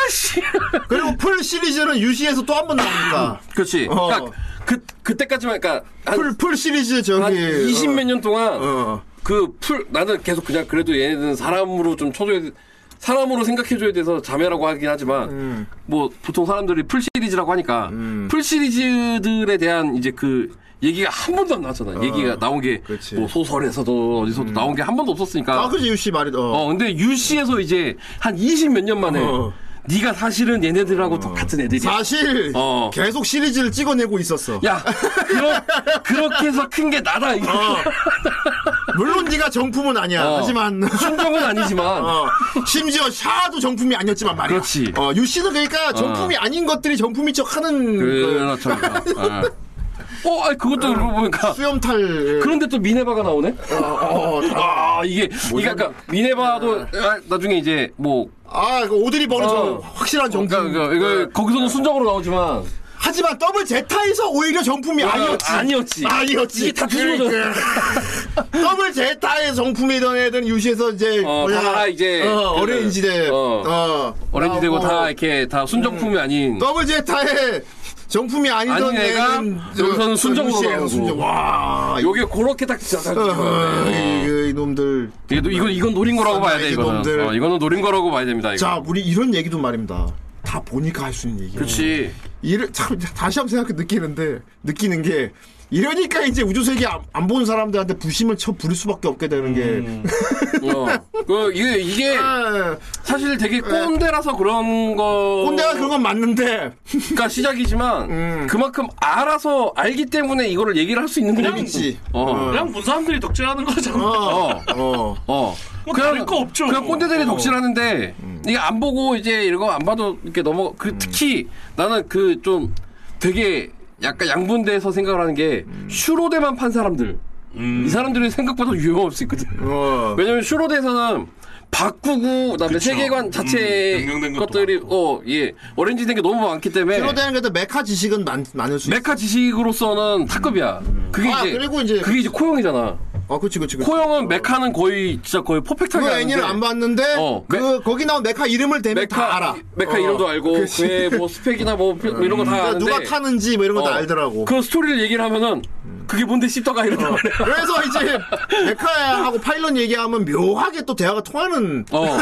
[SPEAKER 9] 아씨.
[SPEAKER 7] 그리고 풀 시리즈는 유시에서 또 한 번 나오니까
[SPEAKER 9] 그렇지.
[SPEAKER 7] 어.
[SPEAKER 9] 그러니까 그 그때까지만 그러니까
[SPEAKER 7] 풀, 풀 시리즈 저기
[SPEAKER 9] 한 20 몇 년 동안
[SPEAKER 7] 어.
[SPEAKER 9] 그 풀 나는 계속 그냥 그래도 얘네들은 사람으로 좀 쳐줘야 돼- 사람으로 생각해줘야 돼서 자매라고 하긴 하지만
[SPEAKER 7] 음.
[SPEAKER 9] 뭐 보통 사람들이 풀 시리즈라고 하니까 풀 시리즈들에 대한 이제 그 얘기가 한 번도 안 나왔잖아. 얘기가 나온 게
[SPEAKER 7] 어, 그치.
[SPEAKER 9] 뭐 소설에서도 어디서도 나온 게 한 번도 없었으니까.
[SPEAKER 7] 음. 아 그지 유시 말이 어.
[SPEAKER 9] 어 근데 유씨에서 이제 한 20 몇 년 만에
[SPEAKER 7] 어.
[SPEAKER 9] 네가 사실은 얘네들하고 똑같은 애들이야.
[SPEAKER 7] 사실
[SPEAKER 9] 어.
[SPEAKER 7] 계속 시리즈를 찍어내고 있었어
[SPEAKER 9] 야, 그러, 그렇게 해서 큰 게 나다. 이거.
[SPEAKER 7] 어. 물론 네가 정품은 아니야
[SPEAKER 9] 어.
[SPEAKER 7] 하지만
[SPEAKER 9] (laughs) 충격은 아니지만.
[SPEAKER 7] 어, 심지어 샤도 정품이 아니었지만 말이야.
[SPEAKER 9] 그렇지. 어.
[SPEAKER 7] 어, 유씨는 그러니까 정품이 아닌 것들이 정품인 척 하는 그
[SPEAKER 9] 그렇죠. 아. 어, 아니, 그것도 그러고 보니까.
[SPEAKER 7] 수염탈. 예.
[SPEAKER 9] 그런데 또 미네바가 나오네?
[SPEAKER 7] 어, 어, 어, 다-
[SPEAKER 9] 아, 이게, 이게 아까 미네바도 아, 나중에 이제 뭐.
[SPEAKER 7] 아, 그 오드리 버는
[SPEAKER 9] 어.
[SPEAKER 7] 저 확실한 정품. 네.
[SPEAKER 9] 그러니까, 그러니까 이거 거기서는 순정으로 나오지만.
[SPEAKER 7] 하지만 더블 제타에서 오히려 정품이 아니었지.
[SPEAKER 9] 어, 아니었지.
[SPEAKER 7] 아니었지.
[SPEAKER 9] 이게 다 뒤집어져. (laughs)
[SPEAKER 7] 그러니까. 더블 제타의 정품이던 애들은 유시에서 이제
[SPEAKER 9] 어,
[SPEAKER 7] 뭐냐,
[SPEAKER 9] 다 이제
[SPEAKER 7] 어,
[SPEAKER 9] 그,
[SPEAKER 7] 어레인지대
[SPEAKER 9] 어.
[SPEAKER 7] 어,
[SPEAKER 9] 오렌지 되고
[SPEAKER 7] 나오고
[SPEAKER 9] 다 이렇게 다 순정품이
[SPEAKER 7] 음.
[SPEAKER 9] 아닌.
[SPEAKER 7] 더블 제타의 정품이 아니던
[SPEAKER 9] 아닌 애가
[SPEAKER 7] 애는
[SPEAKER 9] 여기서는 순정으로
[SPEAKER 7] 유시에서
[SPEAKER 9] 나오고.
[SPEAKER 7] 순정. 와,
[SPEAKER 9] 요게 그렇게 딱 진짜.
[SPEAKER 7] 어허, 이, 이 놈들.
[SPEAKER 9] 이거 이건 이건 노린 거라고 봐야 돼
[SPEAKER 7] 놈들.
[SPEAKER 9] 이거는. 어, 이거는 노린 거라고 봐야 됩니다. 이거.
[SPEAKER 7] 자, 우리 이런 얘기도 말입니다. 다 보니까 할 수 있는 얘기.
[SPEAKER 9] 그렇지.
[SPEAKER 7] 이를 참 다시 한번 생각해 느끼는데 느끼는 게 이러니까 이제 우주세계 안, 안 보는 사람들한테 부심을 쳐 부릴 수밖에 없게 되는 게. (laughs)
[SPEAKER 9] 어. 그 이게 이게
[SPEAKER 7] 아,
[SPEAKER 9] 사실 되게 꼰대라서 그런 거.
[SPEAKER 7] 꼰대가 그런 건 맞는데
[SPEAKER 9] 그러니까 시작이지만 그만큼 알아서 알기 때문에 이거를 얘기를 할 수 있는 거야.
[SPEAKER 7] 그림이지.
[SPEAKER 9] 어.
[SPEAKER 8] 그냥 본 사람들이 덕질하는 거잖아.
[SPEAKER 7] 어,
[SPEAKER 9] 어.
[SPEAKER 7] 어.
[SPEAKER 9] 어.
[SPEAKER 8] 뭐 다를 거 없죠.
[SPEAKER 9] 그냥 꼰대들이
[SPEAKER 8] 어.
[SPEAKER 9] 덕질하는데
[SPEAKER 7] 음.
[SPEAKER 9] 이게 안 보고 이제 이거 안 봐도 이렇게 넘어. 그 특히 나는 그 좀 되게 약간 양분돼서 생각을 하는 게
[SPEAKER 7] 음.
[SPEAKER 9] 슈로데만 판 사람들.
[SPEAKER 8] 음.
[SPEAKER 9] 이 사람들이 생각보다 유형 없이 있거든.
[SPEAKER 7] 어.
[SPEAKER 9] 왜냐면 슈로데에서는 바꾸고 그다음에 세계관 자체
[SPEAKER 8] 음, 변경된 것도
[SPEAKER 9] 것들이 어 예 오렌지 된 게 너무 많기 때문에
[SPEAKER 7] 그러다는 게도 메카 지식은 많, 많을 수 있어.
[SPEAKER 9] 메카 지식으로서는 타급이야. 그게
[SPEAKER 7] 아,
[SPEAKER 9] 이제
[SPEAKER 7] 그리고 이제-
[SPEAKER 9] 그게 이제 코형이잖아.
[SPEAKER 7] 어, 그치, 그치, 그치.
[SPEAKER 9] 코형은 메카는 거의 진짜 거의 퍼펙트하게
[SPEAKER 7] 그
[SPEAKER 9] 하는데
[SPEAKER 7] 애니를 안 봤는데
[SPEAKER 9] 어,
[SPEAKER 7] 그
[SPEAKER 9] 메-
[SPEAKER 7] 거기 나온 메카 이름을 대면 다 알아.
[SPEAKER 9] 메카
[SPEAKER 7] 어.
[SPEAKER 9] 이름도 알고
[SPEAKER 7] 그치.
[SPEAKER 9] 그의 뭐 스펙이나 뭐 피- 뭐 이런 거 다
[SPEAKER 7] 그러니까
[SPEAKER 9] 아는데
[SPEAKER 7] 누가 타는지 뭐 이런 거 다
[SPEAKER 9] 어,
[SPEAKER 7] 알더라고. 어.
[SPEAKER 9] 그 스토리를 얘기를 하면은 그게 뭔데 씹다가 이러는 거야.
[SPEAKER 7] 그래서 이제 메카하고 파일럿 얘기하면 묘하게 또 대화가 통하는 (laughs)
[SPEAKER 9] 어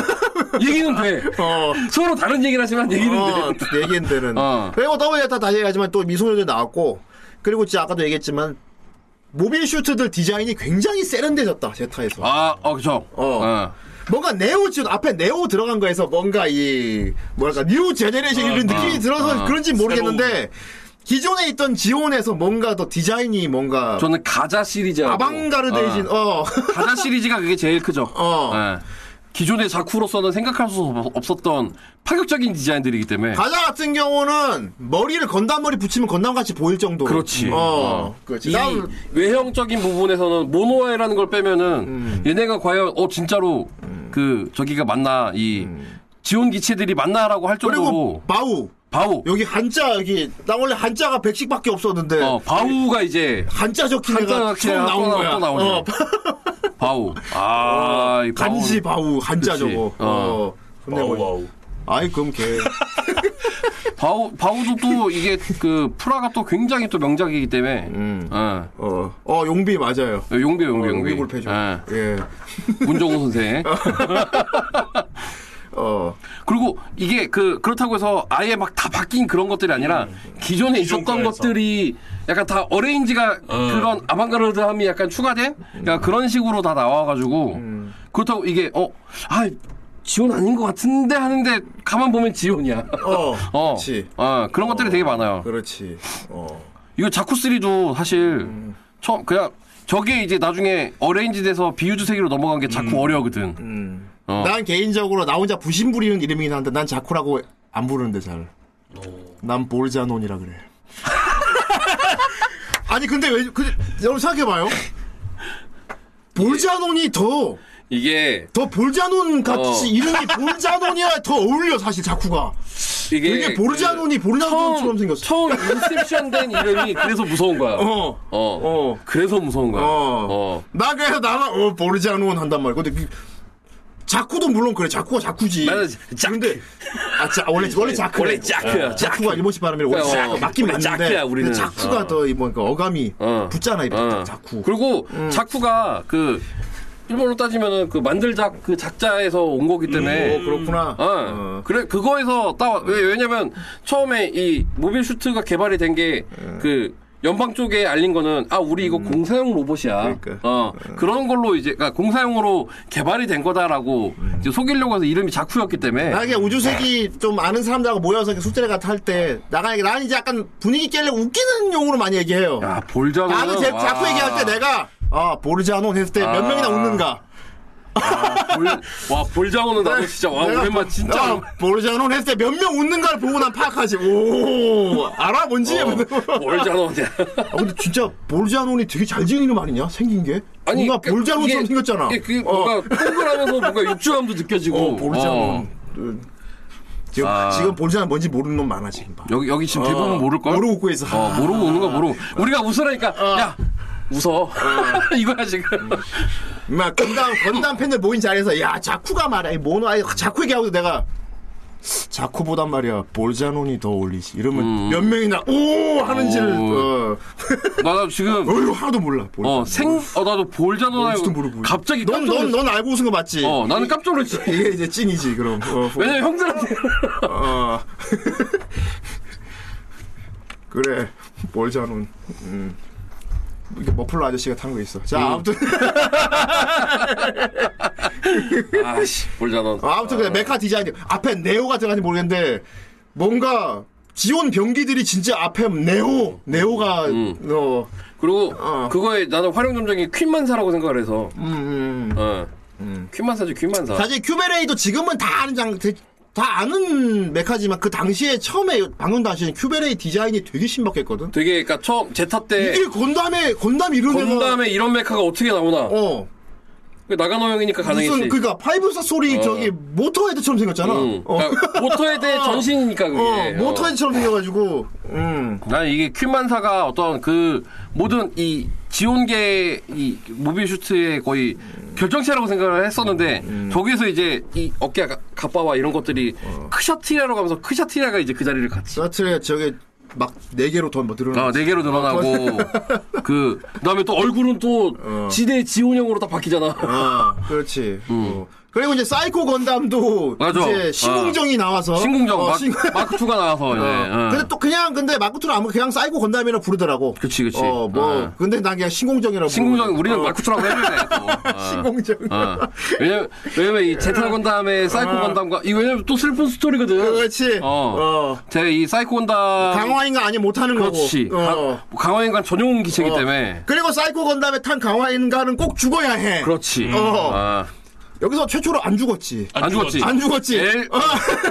[SPEAKER 9] 얘기는 돼.
[SPEAKER 7] 어,
[SPEAKER 9] 서로 다른 얘기를 하지만 얘기는
[SPEAKER 7] 어,
[SPEAKER 9] 돼.
[SPEAKER 7] 얘기는
[SPEAKER 9] 어.
[SPEAKER 7] 그리고 더블제타 다시 얘기하지만 또 미소녀도 나왔고 그리고 진짜 아까도 얘기했지만 모빌 슈트들 디자인이 굉장히 세련돼졌다 제타에서
[SPEAKER 9] 아, 어, 그쵸.
[SPEAKER 7] 어. 뭔가 네오 지금 앞에 네오 들어간 거에서 뭔가 이 뭐랄까 뉴 제네레이션 이런
[SPEAKER 9] 아,
[SPEAKER 7] 느낌이 들어서 그런지 모르겠는데 기존에 있던 지온에서 뭔가 더 디자인이 뭔가
[SPEAKER 9] 어. 저는 가자 시리즈하고.
[SPEAKER 7] 아방가르데이신 어.
[SPEAKER 9] 가자 시리즈가 그게 제일 크죠.
[SPEAKER 7] 어.
[SPEAKER 9] 예. 기존의 자쿠로서는 생각할 수 없- 없었던 파격적인 디자인들이기 때문에.
[SPEAKER 7] 가자 같은 경우는 머리를 건담 머리 붙이면 건담 같이 보일 정도로
[SPEAKER 9] 그렇지.
[SPEAKER 7] 어,
[SPEAKER 9] 어.
[SPEAKER 7] 그렇지.
[SPEAKER 9] 이
[SPEAKER 7] 다음
[SPEAKER 9] 외형적인 부분에서는 모노아이라는
[SPEAKER 7] 음.
[SPEAKER 9] 걸 빼면은 얘네가 과연 어 진짜로 그 저기가 맞나 이 지원 기체들이 만나라고 할
[SPEAKER 7] 그리고
[SPEAKER 9] 정도로
[SPEAKER 7] 바우
[SPEAKER 9] 바우
[SPEAKER 7] 여기 한자 여기 나 원래 한자가 100씩밖에 없었는데
[SPEAKER 9] 어 바우가 이제
[SPEAKER 7] 한자 적힌 애가
[SPEAKER 9] 한자
[SPEAKER 7] 처음
[SPEAKER 9] 기체가
[SPEAKER 7] 나온
[SPEAKER 9] 또
[SPEAKER 7] 거야.
[SPEAKER 9] 나- 또 나오네.
[SPEAKER 7] 어, (laughs)
[SPEAKER 9] 바우 아 이 바우는-
[SPEAKER 7] 간지 바우 한자
[SPEAKER 9] 그치.
[SPEAKER 7] 저거.
[SPEAKER 9] 어.
[SPEAKER 7] 어. 혼내고. 아이 그럼 걔
[SPEAKER 9] 바우 바우도 또 이게 그 프라가 또 굉장히 또 명작이기 때문에 어.
[SPEAKER 7] 어. 어, 용비 맞아요.
[SPEAKER 9] 용비 용비 용비
[SPEAKER 7] 어, 용비 골패죠.
[SPEAKER 9] 예.
[SPEAKER 7] 예. (laughs)
[SPEAKER 9] 문정호 선생
[SPEAKER 7] 어.
[SPEAKER 9] 그리고 이게 그 그렇다고 해서 아예 막 다 바뀐 그런 것들이 아니라 음, 기존에
[SPEAKER 8] 기존
[SPEAKER 9] 있었던
[SPEAKER 8] 거에서.
[SPEAKER 9] 것들이 약간 다 어레인지가 음. 그런 아방가르드함이 약간 추가된 약간 그런 식으로 다 나와가지고 그렇다고 이게 어 아 지온 아닌 것 같은데 하는데 가만 보면 지온이야. (laughs)
[SPEAKER 7] 어.
[SPEAKER 9] 어,
[SPEAKER 7] 그렇지.
[SPEAKER 9] 어, 그런 것들이 되게 많아요.
[SPEAKER 7] 그렇지. 어.
[SPEAKER 9] 이거 자쿠3도 사실 처음 그냥 저게 이제 나중에 어레인지 돼서 비유주 세계로 넘어간 게 자쿠 어려거든. 어.
[SPEAKER 7] 난 개인적으로 나 혼자 부심 부리는 이름이긴 한데 난 자쿠라고 안 부르는데 잘. 난 볼자논이라 그래. (laughs) 아니 근데 왜 그, 여러분 생각해봐요. 볼자논이 더,
[SPEAKER 9] 이게
[SPEAKER 7] 더 볼자논 같이,
[SPEAKER 9] 어.
[SPEAKER 7] 이름이 볼자논이야 더 어울려, 사실, 자쿠가.
[SPEAKER 9] 이게 그
[SPEAKER 7] 되게 보르자논이 보르자논처럼 생겼어.
[SPEAKER 9] 처음 인셉션 된 이름이 (laughs) 그래서 무서운 거야. 어.
[SPEAKER 7] 어.
[SPEAKER 9] 어.
[SPEAKER 7] 어.
[SPEAKER 9] 그래서 무서운 거야.
[SPEAKER 7] 어.
[SPEAKER 9] 어.
[SPEAKER 7] 나 그래서 나만 어 보르자논 한단 말이야. 근데 그, 자쿠도 물론 그래. 자쿠가 자쿠지.
[SPEAKER 9] 나는 자크. 네.
[SPEAKER 7] 근데 아, 자, 원래 원래 자크.
[SPEAKER 9] 원래 자크야, 자크.
[SPEAKER 7] 자쿠가 일본식 발음이라 원래
[SPEAKER 9] 어,
[SPEAKER 7] 자크 맞긴
[SPEAKER 9] 원래
[SPEAKER 7] 맞는데.
[SPEAKER 9] 자크야, 우리는.
[SPEAKER 7] 근데 자쿠가
[SPEAKER 9] 어.
[SPEAKER 7] 더 이번 그 어감이
[SPEAKER 9] 어.
[SPEAKER 7] 붙잖아 이
[SPEAKER 9] 어.
[SPEAKER 7] 자쿠.
[SPEAKER 9] 그리고
[SPEAKER 7] 음.
[SPEAKER 9] 자쿠가 그 일본으로 따지면은 그 만들작 그 작자에서 온 거기 때문에
[SPEAKER 7] 어, 그렇구나.
[SPEAKER 9] 어. 그래 그거에서 따 왜, 왜냐면 처음에 이 모빌 슈트가 개발이 된 게
[SPEAKER 7] 음.
[SPEAKER 9] 그 연방 쪽에 알린 거는 아 우리 이거 공사용 로봇이야.
[SPEAKER 7] 그러니까.
[SPEAKER 9] 어, 그런 걸로 이제 그러니까 공사용으로 개발이 된 거다라고
[SPEAKER 7] 음.
[SPEAKER 9] 이제 속이려고 해서 이름이 자쿠였기 때문에
[SPEAKER 7] 나게 우주색이 좀 아는 사람들하고 모여서 이렇게 숙제를 같이 할때 나가 난 이제 약간 분위기 깨려고 웃기는 용으로 많이 얘기해요.
[SPEAKER 9] 야 볼자는
[SPEAKER 7] 나는 제, 자꾸 얘기할 때 내가 아 보르자논 했을 때 몇
[SPEAKER 9] 아.
[SPEAKER 7] 명이나 웃는가.
[SPEAKER 9] 볼, 와 볼장어는 나도 진짜 와
[SPEAKER 7] 내가
[SPEAKER 9] 오랜만 진짜
[SPEAKER 7] 나 보르자논 했을 때 몇 명 웃는가를 보고 난 파악하지. 오 알아 뭔지.
[SPEAKER 9] 어. 볼장어
[SPEAKER 7] (laughs) 아, 근데 진짜 볼자논이 되게 잘 지은 이름 아니냐? 생긴 게? 뭔가
[SPEAKER 9] 그러니까
[SPEAKER 7] 볼자논처럼
[SPEAKER 9] 이게-
[SPEAKER 7] 생겼잖아.
[SPEAKER 9] 이게 그게 뭔가 동그라면서 뭔가 육주함도 느껴지고
[SPEAKER 7] 어, 볼자논.
[SPEAKER 9] 어.
[SPEAKER 7] 지금,
[SPEAKER 9] 아.
[SPEAKER 7] 지금 볼자논 뭔지 모르는 놈 많아, 지금 봐.
[SPEAKER 9] 여기 여기 지금 대부분 모를 걸
[SPEAKER 7] 어. 모르고 웃고 있어. 어.
[SPEAKER 9] 어, 모르고 우는 거 모르고 우리가 웃으라니까 야 웃어 (laughs) 이거야 지금
[SPEAKER 7] 막 건담, 건담 팬들 모인 자리에서, 야, 자쿠가 말이야. 이 모노, 아이, 자쿠 얘기하고 내가, 자쿠보단 말이야, 볼자논이 더 어울리지. 이러면 몇 명이나, 오! 하는지를,
[SPEAKER 9] 음. 오.
[SPEAKER 7] 어.
[SPEAKER 9] 나 지금
[SPEAKER 7] 어휴, 하나도 몰라.
[SPEAKER 9] 어
[SPEAKER 7] 볼자논.
[SPEAKER 9] 생 어 나도 볼장어
[SPEAKER 7] 뭔지도 모르고.
[SPEAKER 9] 갑자기
[SPEAKER 7] 넌,
[SPEAKER 9] 깜짝
[SPEAKER 7] 넌,
[SPEAKER 9] 놀랐어
[SPEAKER 7] 넌 예, 알고 웃은 거 맞지?
[SPEAKER 9] 어 나는 깜짝
[SPEAKER 7] (laughs)
[SPEAKER 9] 놀랐지
[SPEAKER 7] 이게 이제 찐이지, 그럼. 어,
[SPEAKER 9] 왜냐면 형들한테
[SPEAKER 7] 어. (laughs) 그래 볼자논 음. 이게 머플러 아저씨가 탄 거 있어
[SPEAKER 9] 음.
[SPEAKER 7] 자 아무튼 (laughs)
[SPEAKER 9] 아씨 볼장어
[SPEAKER 7] 아무튼 그냥 메카 디자인 앞에 네오가 들어가는지 모르겠는데 뭔가 지온 병기들이 진짜 앞에 네오 네오가
[SPEAKER 9] 음.
[SPEAKER 7] 어,
[SPEAKER 9] 그리고
[SPEAKER 7] 어.
[SPEAKER 9] 그거에 나는 활용점정이 퀸만사라고 생각을 해서
[SPEAKER 7] 음, 음.
[SPEAKER 9] 어. 퀸만사지 퀸만사.
[SPEAKER 7] 사실 큐베레이도 지금은 다 아는 장, 대- 다 아는 메카지만 그 당시에 처음에 방영 당시에 큐베레이 디자인이 되게 신박했거든
[SPEAKER 9] 되게 그러니까 처음 제타 때
[SPEAKER 7] 이게 건담에 건담 이러는
[SPEAKER 9] 건담에 이런 메카가 어떻게 나오나?
[SPEAKER 7] 어
[SPEAKER 9] 그 나가노 형이니까 가능했지. 어.
[SPEAKER 7] 무슨 그니까 파이브스타 소리 저기 모터헤드처럼 생겼잖아. (laughs)
[SPEAKER 9] 응.
[SPEAKER 7] 어.
[SPEAKER 9] 그러니까 모터헤드의 전신이니까 그게.
[SPEAKER 7] 어,
[SPEAKER 9] 어.
[SPEAKER 7] 모터헤드처럼 생겨가지고. 음.
[SPEAKER 9] 난 이게 퀸만사가 어떤 그 모든 이 지온계 이 모빌 슈트의 거의 결정체라고 생각을 했었는데
[SPEAKER 7] 음,
[SPEAKER 9] 저기에서 이제 이 어깨 가- 가빠와 이런 것들이
[SPEAKER 7] 어.
[SPEAKER 9] 크샤티라로 가면서 크샤티라가 이제 그 자리를 갔지.
[SPEAKER 7] 사트에 저게 막 네 개로 더 늘어나.
[SPEAKER 9] 아, 네 개로
[SPEAKER 7] (laughs)
[SPEAKER 9] 늘어나고 그 그다음에 또 얼굴은 또
[SPEAKER 7] 어.
[SPEAKER 9] 지대 지온형으로 딱 바뀌잖아.
[SPEAKER 7] 아, 그렇지. 어. 그리고 이제 사이코 건담도
[SPEAKER 9] 음. 맞아.
[SPEAKER 7] 이제 신공정이 나와서.
[SPEAKER 9] 신궁정
[SPEAKER 7] 어,
[SPEAKER 9] 마, (laughs)
[SPEAKER 7] 신-
[SPEAKER 9] 크투가 나와서 이제.
[SPEAKER 7] 어.
[SPEAKER 9] 예.
[SPEAKER 7] 근데 또 그냥 근데 마쿠토는 아무 그냥 사이코 건담이라 부르더라고.
[SPEAKER 9] 그치, 그치.
[SPEAKER 7] 어, 뭐
[SPEAKER 9] 어.
[SPEAKER 7] 근데 난 그냥 신공정이라고.
[SPEAKER 9] 신궁정
[SPEAKER 7] 부르거든.
[SPEAKER 9] 우리는
[SPEAKER 7] 어.
[SPEAKER 9] 마크투라고 해줘야 돼.
[SPEAKER 7] (laughs)
[SPEAKER 9] 또. 어.
[SPEAKER 7] 신공정.
[SPEAKER 9] 어. 왜냐면 왜냐면 이 제타 건담의 사이코 건담과 이 왜냐면 또 슬픈 스토리거든.
[SPEAKER 7] 어. 그렇지.
[SPEAKER 9] 어.
[SPEAKER 7] 어.
[SPEAKER 9] 제이 사이코 건담
[SPEAKER 7] 강화인가 아니 못하는
[SPEAKER 9] 그렇지.
[SPEAKER 7] 거고. 어.
[SPEAKER 9] 강- 강화인간 전용 기체이기 때문에
[SPEAKER 7] 그리고 사이코 건담에 탄 강화인간은 꼭 죽어야 해.
[SPEAKER 9] 그렇지.
[SPEAKER 7] 어.
[SPEAKER 9] 아,
[SPEAKER 7] 여기서 최초로 안 죽었지.
[SPEAKER 9] 안 죽었지.
[SPEAKER 7] 안 죽었지.
[SPEAKER 9] 엘-
[SPEAKER 7] 어.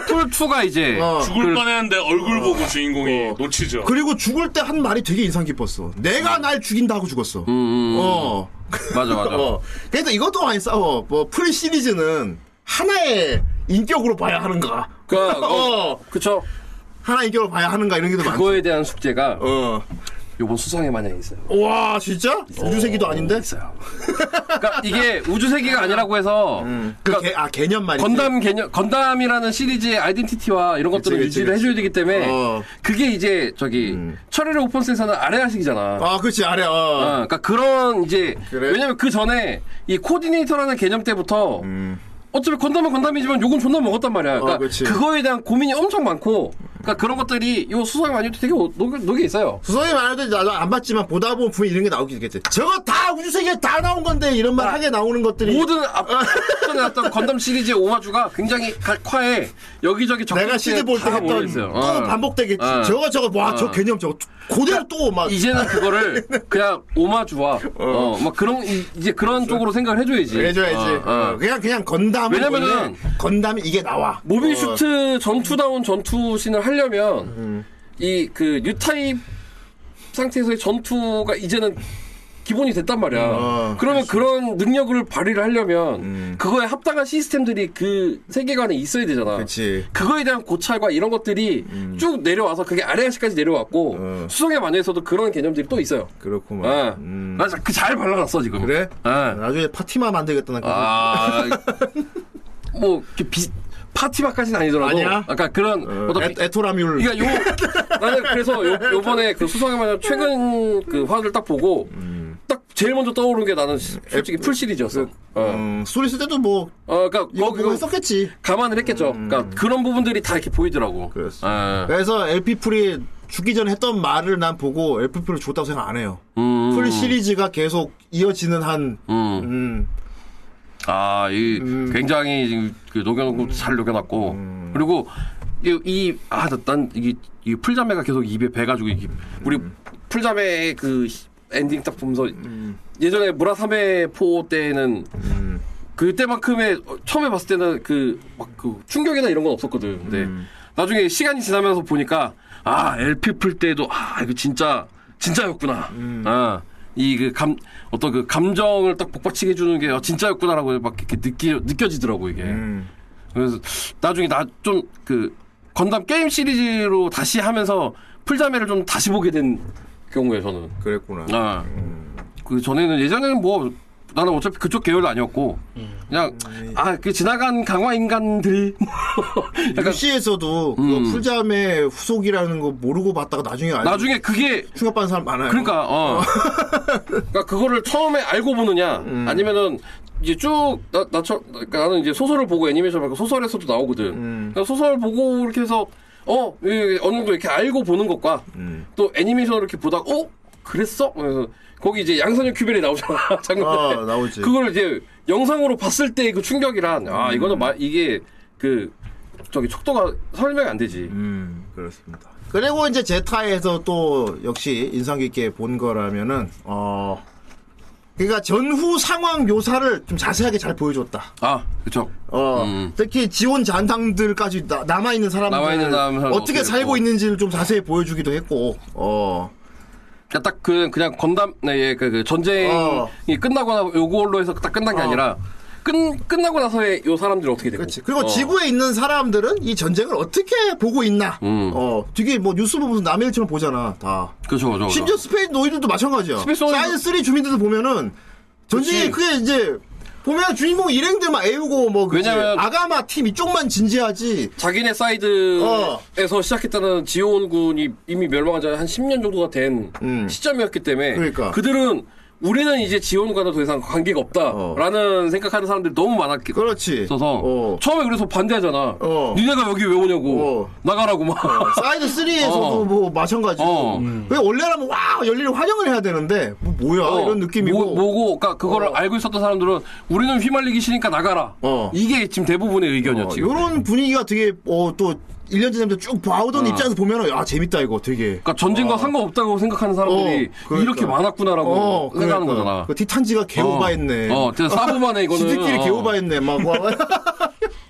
[SPEAKER 9] 풀투가 이제
[SPEAKER 7] 어.
[SPEAKER 8] 죽을 뻔했는데 얼굴 보고 주인공이 놓치죠.
[SPEAKER 7] 그리고 죽을 때 한 말이 되게 인상 깊었어. 내가 날 죽인다 하고 죽었어.
[SPEAKER 9] 음, 음,
[SPEAKER 7] (laughs) 어.
[SPEAKER 9] 맞아 맞아.
[SPEAKER 7] 어. 그래서 이것도 많이 싸워. 뭐, 풀 시리즈는 하나의 인격으로 봐야 하는가?
[SPEAKER 9] 그러니까 어,
[SPEAKER 7] (laughs) 어,
[SPEAKER 9] 그쵸.
[SPEAKER 7] 하나 인격으로 봐야 하는가 이런 게 더 많고.
[SPEAKER 9] 그거에 대한 숙제가
[SPEAKER 7] 어.
[SPEAKER 9] 요번 수상에 만약에 있어요.
[SPEAKER 7] 와 진짜?
[SPEAKER 9] 어,
[SPEAKER 7] 우주세기도 아닌데?
[SPEAKER 9] 있어요. 그러니까 이게 우주세계가 아니라고 해서
[SPEAKER 7] 그 개, 아 개념 말이지.
[SPEAKER 9] 그러니까 건담 개념 건담이라는 시리즈의 아이덴티티와 이런 것들을
[SPEAKER 7] 그치,
[SPEAKER 9] 유지를
[SPEAKER 7] 그치.
[SPEAKER 9] 해줘야 되기 때문에
[SPEAKER 7] 어. 음.
[SPEAKER 9] 그게 이제 저기 철회의 오픈센서는 아레아식이잖아.
[SPEAKER 7] 아 그렇지 아래.
[SPEAKER 9] 어,
[SPEAKER 7] 어.
[SPEAKER 9] 그러니까 그런 이제
[SPEAKER 7] 그래?
[SPEAKER 9] 왜냐면 그 전에 이 코디네이터라는 개념 때부터 어차피 건담은 건담이지만 욕은 존나 먹었단 말이야. 그러니까
[SPEAKER 7] 음. 어, 그치.
[SPEAKER 9] 그거에 대한 고민이 엄청 많고 그러니까 그런 것들이 요 수상 아니어도 되게 오- 녹여, 녹여 있어요.
[SPEAKER 7] 수성이 말해도 나도 안 봤지만 보다 보면 분명 이런 게 나오긴 있겠지. 저거 다 우주세계 다 나온 건데 이런 말 하게 나오는 것들이.
[SPEAKER 9] 아, 모든 앞전에 어떤 건담 시리즈의 오마주가 굉장히 각화에 여기저기
[SPEAKER 7] 내가 시드 볼 때
[SPEAKER 9] 다 모여
[SPEAKER 7] 했던
[SPEAKER 9] 있어요.
[SPEAKER 7] 또
[SPEAKER 9] 어.
[SPEAKER 7] 반복되겠지.
[SPEAKER 9] 어.
[SPEAKER 7] 저거 저거 와 저
[SPEAKER 9] 어.
[SPEAKER 7] 개념 저거 그대로 또 막.
[SPEAKER 9] 이제는 그거를 그냥
[SPEAKER 7] (laughs)
[SPEAKER 9] 오마주와 어, 막 그런 이- 이제 그런 쪽으로 생각을 해줘야지.
[SPEAKER 7] 해줘야지.
[SPEAKER 9] 어, 어.
[SPEAKER 7] 그냥 그냥 건담.
[SPEAKER 9] 왜냐면은-
[SPEAKER 7] 건담이 이게 나와.
[SPEAKER 9] 모빌
[SPEAKER 7] 어.
[SPEAKER 9] 슈트 전투다운 전투신을 하려면
[SPEAKER 7] 음.
[SPEAKER 9] 이 그 뉴타입 상태에서의 전투가 이제는 기본이 됐단 말이야.
[SPEAKER 7] 어, 음.
[SPEAKER 9] 그러면 그런 능력을 발휘를 하려면 그거에 합당한 시스템들이 그 세계관에 있어야 되잖아.
[SPEAKER 7] 그치.
[SPEAKER 9] 그거에 대한 고찰과 이런 것들이 쭉 내려와서 그게 아래아시까지 내려왔고
[SPEAKER 7] 음. 어.
[SPEAKER 9] 수성의 마녀에서도 그런 개념들이 또 있어요.
[SPEAKER 7] 그렇구만.
[SPEAKER 9] 아,
[SPEAKER 7] 음.
[SPEAKER 9] 맞아. 그 잘 발라놨어 지금.
[SPEAKER 7] 그래?
[SPEAKER 9] 아,
[SPEAKER 7] 나중에 파티마 만들겠다는 거.
[SPEAKER 9] 아, 뭐 이렇게 비 파티마까지는 아니더라도
[SPEAKER 7] 아니야?
[SPEAKER 9] 약간 그런
[SPEAKER 7] 어,
[SPEAKER 9] 어떤
[SPEAKER 7] 에,
[SPEAKER 9] 비-
[SPEAKER 7] 에토라뮨.
[SPEAKER 9] 그러니까 요 나는 그래서 요, 요번에 그 수상에 마녀 최근 그 화를 딱 보고
[SPEAKER 7] 음.
[SPEAKER 9] 딱 제일 먼저 떠오른 게 나는 시- 솔직히 풀 시리즈였어. 어,
[SPEAKER 7] 음, 소리 쓸 때도 뭐
[SPEAKER 9] 어, 그러니까
[SPEAKER 7] 이거
[SPEAKER 9] 거기
[SPEAKER 7] 보고 했었겠지.
[SPEAKER 9] 감안을 했겠죠. 그러니까 그런 부분들이 다 이렇게 보이더라고.
[SPEAKER 7] 그랬어. 네.
[SPEAKER 9] 아,
[SPEAKER 7] 그래서 LP풀이 죽기 전에 했던 말을 난 보고 LP풀을 줬다고 생각 안 해요.
[SPEAKER 9] 음,
[SPEAKER 7] 풀 시리즈가 계속 이어지는 한,
[SPEAKER 9] 음.
[SPEAKER 7] 음,
[SPEAKER 9] 아, 이 굉장히 지금 그 녹여놓고 잘 녹여놨고 그리고 이, 이 아, 나- 난 이게 이 풀자매가 계속 입에 배가지고 이게 우리 풀자매의 그 시- 엔딩 딱 보면서 예전에 무라사메 포 때는 그때만큼의 어, 처음에 봤을 때는 그 막 그 충격이나 이런 건 없었거든. 근데 나중에 시간이 지나면서 보니까 아 LP 풀 때도 아 이거 진짜 진짜였구나. 아이 그 감 어떤 그 감정을 딱 복받치게 해주는 게 아, 진짜였구나라고 막 이렇게 느끼 느껴지더라고 이게.
[SPEAKER 7] 음.
[SPEAKER 9] 그래서 나중에 나 좀 그 건담 게임 시리즈로 다시 하면서 풀자매를 좀 다시 보게 된 경우에 저는.
[SPEAKER 7] 그랬구나.
[SPEAKER 9] 아. 그 전에는 예전에는 뭐 나는 어차피 그쪽 계열도 아니었고 그냥 아 그 지나간 강화 인간들이 (laughs) 약간
[SPEAKER 7] 유시에서도
[SPEAKER 9] 음.
[SPEAKER 7] 풀잠의 후속이라는 거 모르고 봤다가 나중에 알고
[SPEAKER 9] 나중에 그게
[SPEAKER 7] 충격받는 사람 많아요.
[SPEAKER 9] 그러니까 어 (laughs) 그러니까 그거를 처음에 알고 보느냐 아니면은 이제 쭉나 나, 처- 그러니까 나는 이제 소설을 보고 애니메이션 을 보고 소설에서도 나오거든 그러니까 소설 보고 이렇게 해서 어 예, 어느 정도 이렇게 알고 보는 것과 또 애니메이션을 이렇게 보다가 어 그랬어 그래서 거기 이제 양선형 큐벨이 나오잖아 (laughs) 장면에
[SPEAKER 7] 아, 나오지.
[SPEAKER 9] 그걸 이제 영상으로 봤을 때 그 충격이란 아 이거는 마, 이게 그 저기 척도가 설명이 안 되지
[SPEAKER 7] 음, 그렇습니다. 그리고 이제 제타에서 또 역시 인상 깊게 본 거라면은, 어, 그러니까 전후 상황 묘사를 좀 자세하게 잘 보여줬다.
[SPEAKER 9] 아 그쵸
[SPEAKER 7] 어,
[SPEAKER 9] 음.
[SPEAKER 7] 특히 지원 잔당들까지 나- 남아있는 사람들
[SPEAKER 9] 남아있는 사람 사람
[SPEAKER 7] 어떻게
[SPEAKER 9] 어떻게
[SPEAKER 7] 살고
[SPEAKER 9] 했고.
[SPEAKER 7] 있는지를 좀 자세히 보여주기도 했고, 어,
[SPEAKER 9] 그냥 딱 그, 그냥 건담, 네, 예, 그, 그 전쟁이
[SPEAKER 7] 어.
[SPEAKER 9] 끝나거나 요걸로 해서 딱 끝난 게 아니라, 끝, 끝나고 나서의 요 사람들이 어떻게 되고.
[SPEAKER 7] 그렇지. 그리고
[SPEAKER 9] 어.
[SPEAKER 7] 지구에 있는 사람들은 이 전쟁을 어떻게 보고 있나,
[SPEAKER 9] 음.
[SPEAKER 7] 어, 되게 뭐 뉴스 보면서 남의 일처럼 보잖아, 다.
[SPEAKER 9] 그렇죠, 그쵸, 그쵸. 그쵸.
[SPEAKER 7] 심지어 스페인 노이들도 마찬가지야.
[SPEAKER 9] 그러니까. 스페인 노이드-
[SPEAKER 7] 사이언 3 주민들도 보면은 전쟁이 그게 이제 보면 주인공 일행들만 애우고 뭐 그치?
[SPEAKER 9] 왜냐면-
[SPEAKER 7] 아가마 팀 이쪽만 진지하지.
[SPEAKER 9] 자기네 사이드에서 시작했다는 지오온군이 이미 멸망한 지 한 10년 정도가 된
[SPEAKER 7] 음.
[SPEAKER 9] 시점이었기 때문에,
[SPEAKER 7] 그러니까.
[SPEAKER 9] 들은 우리는 이제 지오온과는 더 이상 관계가
[SPEAKER 7] 어.
[SPEAKER 9] 없다라는 생각하는 사람들이 너무 많았기
[SPEAKER 7] 그렇지.
[SPEAKER 9] 있어서
[SPEAKER 7] 어.
[SPEAKER 9] 처음에 그래서 반대하잖아.
[SPEAKER 7] 어.
[SPEAKER 9] 니네가 여기 왜 오냐고
[SPEAKER 7] 어.
[SPEAKER 9] 나가라고 막.
[SPEAKER 7] 사이드 3에서도
[SPEAKER 9] 어.
[SPEAKER 7] 뭐 마찬가지고.
[SPEAKER 9] 어.
[SPEAKER 7] 왜 원래라면 와 열일을 환영을 해야 되는데 뭐, 야
[SPEAKER 9] 어,
[SPEAKER 7] 이런 느낌이고.
[SPEAKER 9] 뭐, 고 그러니까 그거를 알고 있었던 사람들은 우리는 휘말리기 싫으니까 나가라.
[SPEAKER 7] 어.
[SPEAKER 9] 이게 지금 대부분의 의견이었지.
[SPEAKER 7] 이런 어, 분위기가 되게 어, 또 1년 전부터 쭉
[SPEAKER 9] 어.
[SPEAKER 7] 봐오던 입장에서 보면은 야 재밌다 이거 되게.
[SPEAKER 9] 그러니까 전쟁과 상관없다고 생각하는 사람들이
[SPEAKER 7] 어, 그러니까.
[SPEAKER 9] 이렇게 많았구나라고
[SPEAKER 7] 어,
[SPEAKER 9] 생각하는
[SPEAKER 7] 그러니까.
[SPEAKER 9] 거잖아.
[SPEAKER 7] 그 티탄지가 개오바했네. (laughs)
[SPEAKER 9] 어, 진짜 사부만해 이거는.
[SPEAKER 7] 지들끼리
[SPEAKER 9] 어.
[SPEAKER 7] 뭐,
[SPEAKER 9] (laughs)
[SPEAKER 7] 개오바했네 막. 와.
[SPEAKER 9] 그리고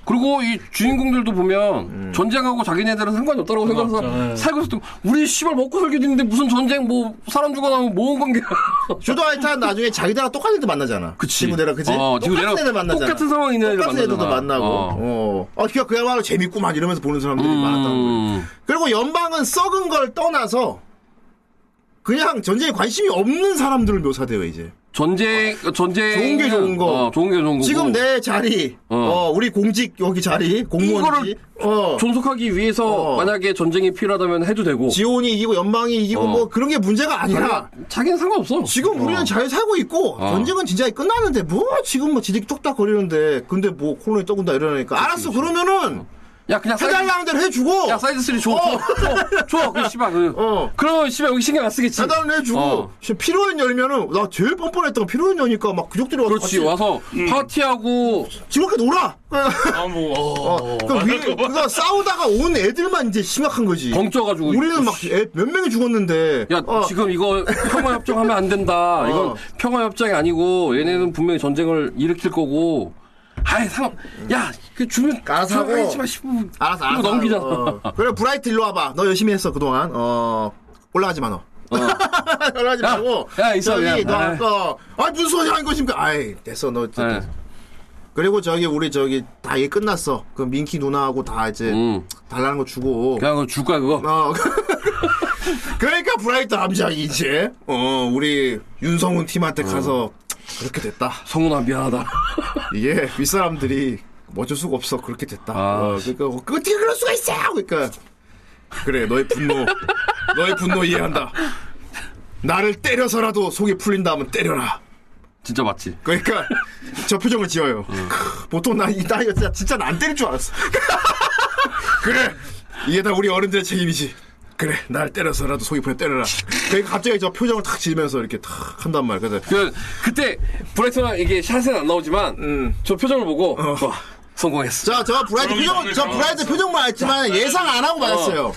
[SPEAKER 9] 그리고 이 주인공들도 보면
[SPEAKER 7] 음.
[SPEAKER 9] 전쟁하고 자기네들은 상관이 네. 없다고 생각해서
[SPEAKER 8] 상관없죠, 예.
[SPEAKER 9] 살고 있어. 우리 씨발 먹고 살기도 힘든데 무슨 전쟁 뭐 사람 죽어나고 뭐 관계야.
[SPEAKER 7] 저도 하여튼 나중에 자기들하고 똑같은 애들 만나잖아.
[SPEAKER 9] 그치.
[SPEAKER 7] 지구대랑 그치?
[SPEAKER 9] 어,
[SPEAKER 7] 똑같은
[SPEAKER 9] 지구대랑
[SPEAKER 7] 애들 만나잖아.
[SPEAKER 9] 똑같은 상황에 있는 애들
[SPEAKER 7] 똑같은 애들도
[SPEAKER 9] 만나잖아.
[SPEAKER 7] 만나고.
[SPEAKER 9] 어.
[SPEAKER 7] 어. 어, 그니까 그야말로 재밌고 막 이러면서 보는 사람들이 많았다는 거예요.
[SPEAKER 9] 음.
[SPEAKER 7] 그리고 연방은 썩은 걸 떠나서 그냥 전쟁에 관심이 없는 사람들을 묘사돼요, 이제.
[SPEAKER 9] 전쟁 전쟁
[SPEAKER 7] 좋은 게 좋은 거.
[SPEAKER 9] 어, 좋은 게 좋은 거.
[SPEAKER 7] 지금 내 자리, 어.
[SPEAKER 9] 어.
[SPEAKER 7] 우리 공직 여기 자리, 공무원지,
[SPEAKER 9] 이거를
[SPEAKER 7] 어,
[SPEAKER 9] 존속하기 위해서
[SPEAKER 7] 어.
[SPEAKER 9] 만약에 전쟁이 필요하다면 해도 되고.
[SPEAKER 7] 지원이 이기고 연방이 이기고
[SPEAKER 9] 어.
[SPEAKER 7] 뭐 그런 게 문제가 아니라
[SPEAKER 9] 자기는- 자기는 상관없어.
[SPEAKER 7] 지금 우리는
[SPEAKER 9] 어.
[SPEAKER 7] 잘 살고 있고
[SPEAKER 9] 어.
[SPEAKER 7] 전쟁은 진짜 끝나는데 뭐 지금 뭐 지들이 쪽딱 거리는데 근데 뭐 코로나 떠군다 이러니까 알았어 그러면은
[SPEAKER 9] 야 그냥 사이즈,
[SPEAKER 7] 해달라는 대로 해주고
[SPEAKER 9] 야 사이즈 3 줘. 줘. 줘. 그 씨발 그.
[SPEAKER 7] 어.
[SPEAKER 9] 그러면 씨발 여기 신경 안 쓰겠지.
[SPEAKER 7] 해달라는 해주고
[SPEAKER 9] 어.
[SPEAKER 7] 지금 필요한 열면은 나 제일 뻔뻔했던 필요한 열니까 막 그족들이 와서
[SPEAKER 9] 그렇지 와서
[SPEAKER 7] 음.
[SPEAKER 9] 파티하고
[SPEAKER 7] 즐겁게 놀아
[SPEAKER 8] 아뭐
[SPEAKER 7] (laughs) 어,
[SPEAKER 8] 어,
[SPEAKER 7] 그위 그거 싸우다가 온 애들만 이제 심각한 거지
[SPEAKER 9] 벙쪄가지고
[SPEAKER 7] 우리는 막 몇 명이 죽었는데
[SPEAKER 9] 야
[SPEAKER 7] 어,
[SPEAKER 9] 지금 이거 평화협정하면 안 된다. 이건 평화협정이 아니고 얘네는 분명히 전쟁을 일으킬 거고. 아이 상, 야그 주면
[SPEAKER 7] 알아서 하고.
[SPEAKER 9] 하겠지만 씨발
[SPEAKER 7] 알았어 알았어
[SPEAKER 9] 이거 넘기잖아.
[SPEAKER 7] 어. 그래 브라이트 일로 와봐 너 열심히 했어 그동안 어 올라가지 마 너 어. (laughs) 올라가지
[SPEAKER 9] 야,
[SPEAKER 7] 말고
[SPEAKER 9] 야, 있어,
[SPEAKER 7] 저기
[SPEAKER 9] 그냥.
[SPEAKER 7] 너
[SPEAKER 9] 아이.
[SPEAKER 7] 아까 아 무슨 소리 한 것입니까 아이 됐어 너
[SPEAKER 9] 네.
[SPEAKER 7] 그리고 저기 우리 저기 다 얘 끝났어 그 민키 누나하고 다 이제
[SPEAKER 9] 음.
[SPEAKER 7] 달라는 거 주고
[SPEAKER 9] 그냥 그거 줄 거야 그거.
[SPEAKER 7] 어 (laughs) 그러니까 브라이트 함장이 이제 어 우리 윤성훈 팀한테 가서
[SPEAKER 9] 음.
[SPEAKER 7] 그렇게 됐다
[SPEAKER 9] 성훈아 미안하다. (laughs)
[SPEAKER 7] 이게 윗사람들이 뭐 어쩔 수가 없어 그렇게 됐다
[SPEAKER 9] 아.
[SPEAKER 7] 어, 그러니까 어, 어떻게 그럴 수가 있어 그러니까 그래 너의 분노 너의 분노 이해한다 나를 때려서라도 속이 풀린다 하면 때려라
[SPEAKER 9] 진짜 맞지.
[SPEAKER 7] 그러니까 저 표정을 지어요 크, 보통 나이 나이가 진짜, 진짜 난 때릴 줄 알았어 그래 이게 다 우리 어른들의 책임이지 그래 날 때려서라도 속이 풀려 때려라 그러니까 갑자기 저 표정을 탁 지으면서 이렇게 탁 한단 말이야 그래서
[SPEAKER 9] 그 그때 브라이트랑 이게 샷은 안 나오지만
[SPEAKER 7] 음.
[SPEAKER 9] 저 표정을 보고
[SPEAKER 7] 어.
[SPEAKER 9] 와, 성공했어.
[SPEAKER 7] 자, 저 브라이트 표정, 저
[SPEAKER 9] 뭐
[SPEAKER 7] 브라이트 표정만 알지만 예상 안 하고
[SPEAKER 9] (laughs)
[SPEAKER 7] 맞았어요.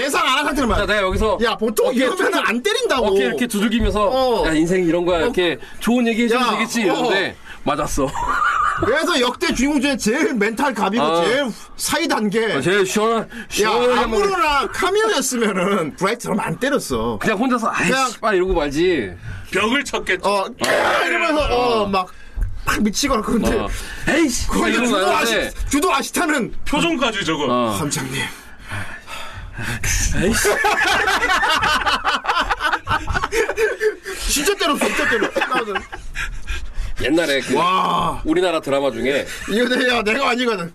[SPEAKER 7] 예상 안 한 상태로
[SPEAKER 9] 자,
[SPEAKER 7] 맞았어요.
[SPEAKER 9] 내가 여기서
[SPEAKER 7] 야, 보통 이러면 안 때린다고.
[SPEAKER 9] 어깨 이렇게 두들기면서
[SPEAKER 7] 어.
[SPEAKER 9] 야 인생 이런 거야 이렇게 좋은 얘기 해주면
[SPEAKER 7] 야,
[SPEAKER 9] 되겠지
[SPEAKER 7] 어.
[SPEAKER 9] 이러는데 맞았어. (laughs)
[SPEAKER 7] 그래서 역대 주인공 중에 제일 멘탈 갑이고
[SPEAKER 9] 아.
[SPEAKER 7] 제일 사이단 게.
[SPEAKER 9] 어, 제일 시원한
[SPEAKER 7] 야,
[SPEAKER 9] 시원한
[SPEAKER 7] 아무로나 카미오였으면은 브라이트처럼 안 때렸어.
[SPEAKER 9] 그냥 혼자서
[SPEAKER 7] 그냥-
[SPEAKER 9] 아이씨 빨 이러고 말지.
[SPEAKER 8] 벽을 쳤겠죠.
[SPEAKER 7] 어, 이러면서, 어, 막, 팍 미치거나 그런데.
[SPEAKER 9] 어. 에이씨 막
[SPEAKER 7] 거기
[SPEAKER 9] 이러고
[SPEAKER 7] 주도
[SPEAKER 9] 나는데
[SPEAKER 7] 아시, 주도 아시타는
[SPEAKER 8] 표정까지 저거.
[SPEAKER 7] 감장님.
[SPEAKER 9] 에이씨
[SPEAKER 7] (laughs) 진짜 때렸어, 진짜 때렸어.
[SPEAKER 9] 옛날에 그
[SPEAKER 7] 와.
[SPEAKER 9] 우리나라 드라마 중에
[SPEAKER 7] 이거 내가 내가 아니거든.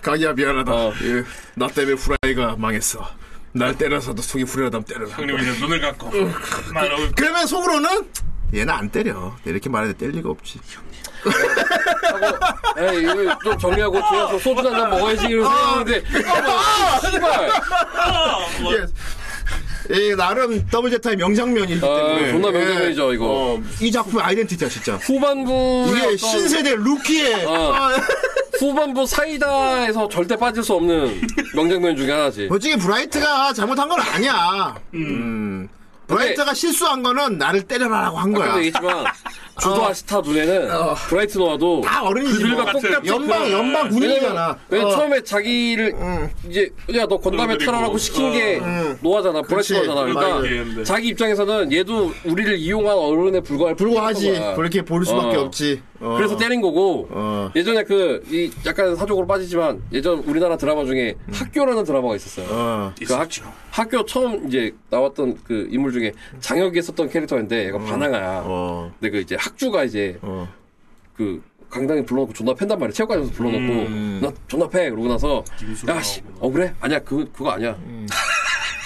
[SPEAKER 7] 강이야 미안하다.
[SPEAKER 9] 어.
[SPEAKER 7] 예, 나 때문에 후라이가 망했어. 날 때려서도 속이 후련하다면 때려라.
[SPEAKER 8] 형님 이제 눈을 감고 말
[SPEAKER 7] 그러면 속으로는 얘는 안 때려. 이렇게 말해도 때릴 리가 없지.
[SPEAKER 9] 예, 에이 이거 좀 정리하고 뒤에서 소주 한 잔 먹어야지 이러고 생각했는데 아, 씨발
[SPEAKER 7] 예, 예, 나름 WZ의 명장면이기 때문에.
[SPEAKER 9] 아, 존나 명장면이죠,
[SPEAKER 7] 예.
[SPEAKER 9] 이거.
[SPEAKER 7] 어, 이 작품의 아이덴티티야 진짜.
[SPEAKER 9] 후반부에
[SPEAKER 7] 이게
[SPEAKER 9] 어떤
[SPEAKER 7] 신세대 루키의
[SPEAKER 9] 어.
[SPEAKER 7] 아, (laughs)
[SPEAKER 9] 후반부 사이다에서 절대 빠질 수 없는 명장면 중에 하나지.
[SPEAKER 7] 솔직히 브라이트가 잘못한 건 아니야. 음. 브라이트가 실수한 거는 나를 때려라라고 한 거야.
[SPEAKER 9] 아까도 얘기했지만 주도 아시타 눈에는 브라이트 노아도
[SPEAKER 7] 어. 다 어른이지.
[SPEAKER 9] 그들과
[SPEAKER 7] 뭐.
[SPEAKER 9] 똑같은
[SPEAKER 7] 연방
[SPEAKER 8] 그런-
[SPEAKER 7] 연방 군인이잖아.
[SPEAKER 9] 왜냐면, 왜냐면
[SPEAKER 7] 어.
[SPEAKER 9] 처음에 자기를 이제 야 너 건담에
[SPEAKER 8] 그리고,
[SPEAKER 9] 태어나라고 시킨
[SPEAKER 8] 어.
[SPEAKER 9] 게 노아잖아
[SPEAKER 7] 그렇지.
[SPEAKER 9] 브라이트노아잖아 그러니까
[SPEAKER 8] 그렇게 얘기했는데.
[SPEAKER 9] 자기 입장에서는 얘도 우리를 이용한 어른에 불과할
[SPEAKER 7] 불과하지.
[SPEAKER 9] 뿐인 거야.
[SPEAKER 7] 그렇게 볼 수밖에
[SPEAKER 9] 어.
[SPEAKER 7] 없지. 어.
[SPEAKER 9] 그래서 때린 거고
[SPEAKER 7] 어.
[SPEAKER 9] 예전에 그 이 약간 사적으로 빠지지만 예전 우리나라 드라마 중에 학교라는 드라마가 있었어요.
[SPEAKER 7] 음. 어.
[SPEAKER 9] 그 학, 학교 처음 이제 나왔던 그 인물 중에 장혁이 했었던 캐릭터인데 약간 반항아야.
[SPEAKER 7] 어.
[SPEAKER 9] 근데 그 이제 학주가 이제
[SPEAKER 7] 어.
[SPEAKER 9] 그 강당에 불러놓고 존나 팬단 말이야. 체육관에서 불러놓고
[SPEAKER 7] 음.
[SPEAKER 9] 나 존나 패 그러고 나서
[SPEAKER 8] 김수로
[SPEAKER 9] 야씨
[SPEAKER 8] 나오구나. 음.
[SPEAKER 9] 어 그래 아니야 그거 그거 아니야. (laughs)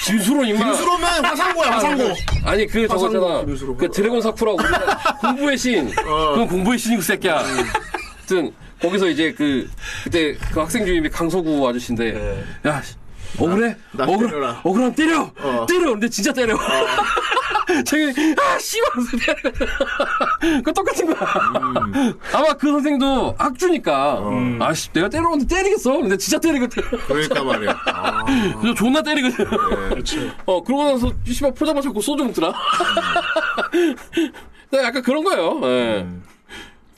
[SPEAKER 9] 김수로 임마.
[SPEAKER 7] 김수로면 화상고야, 화상고.
[SPEAKER 9] 아니 그
[SPEAKER 7] 화상고
[SPEAKER 9] 저거잖아.
[SPEAKER 7] 김수로.
[SPEAKER 9] 그
[SPEAKER 7] (laughs)
[SPEAKER 9] 드래곤 사쿠라 우리나라 공부의 신. 그건 공부의 신이고 새끼야.
[SPEAKER 7] 음.
[SPEAKER 9] 하여튼 거기서 이제 그 그때 그 학생 주임이 강서구 아저씨인데 야 씨, 억울해
[SPEAKER 7] 네. 나
[SPEAKER 9] 억울
[SPEAKER 7] 때려라.
[SPEAKER 9] 억울하면 때려
[SPEAKER 7] 어.
[SPEAKER 9] 때려 근데 진짜 때려. (laughs) 자기 아 씨발 (laughs) 그 똑같은 거야.
[SPEAKER 7] 음.
[SPEAKER 9] 아마 그 선생도 학주니까
[SPEAKER 7] 어.
[SPEAKER 9] 아씨 내가 때려오는데 때리겠어. 근데 진짜 때리거든.
[SPEAKER 7] 그러니까 말이야. 아.
[SPEAKER 9] 그래서 (laughs) 존나 때리거든.
[SPEAKER 8] 그렇죠.
[SPEAKER 9] 어 그러고 나서 씨발 포장마 (laughs)
[SPEAKER 7] 음,
[SPEAKER 9] 잡고 소주 먹더라. 나 약간 그런 거예요. 예.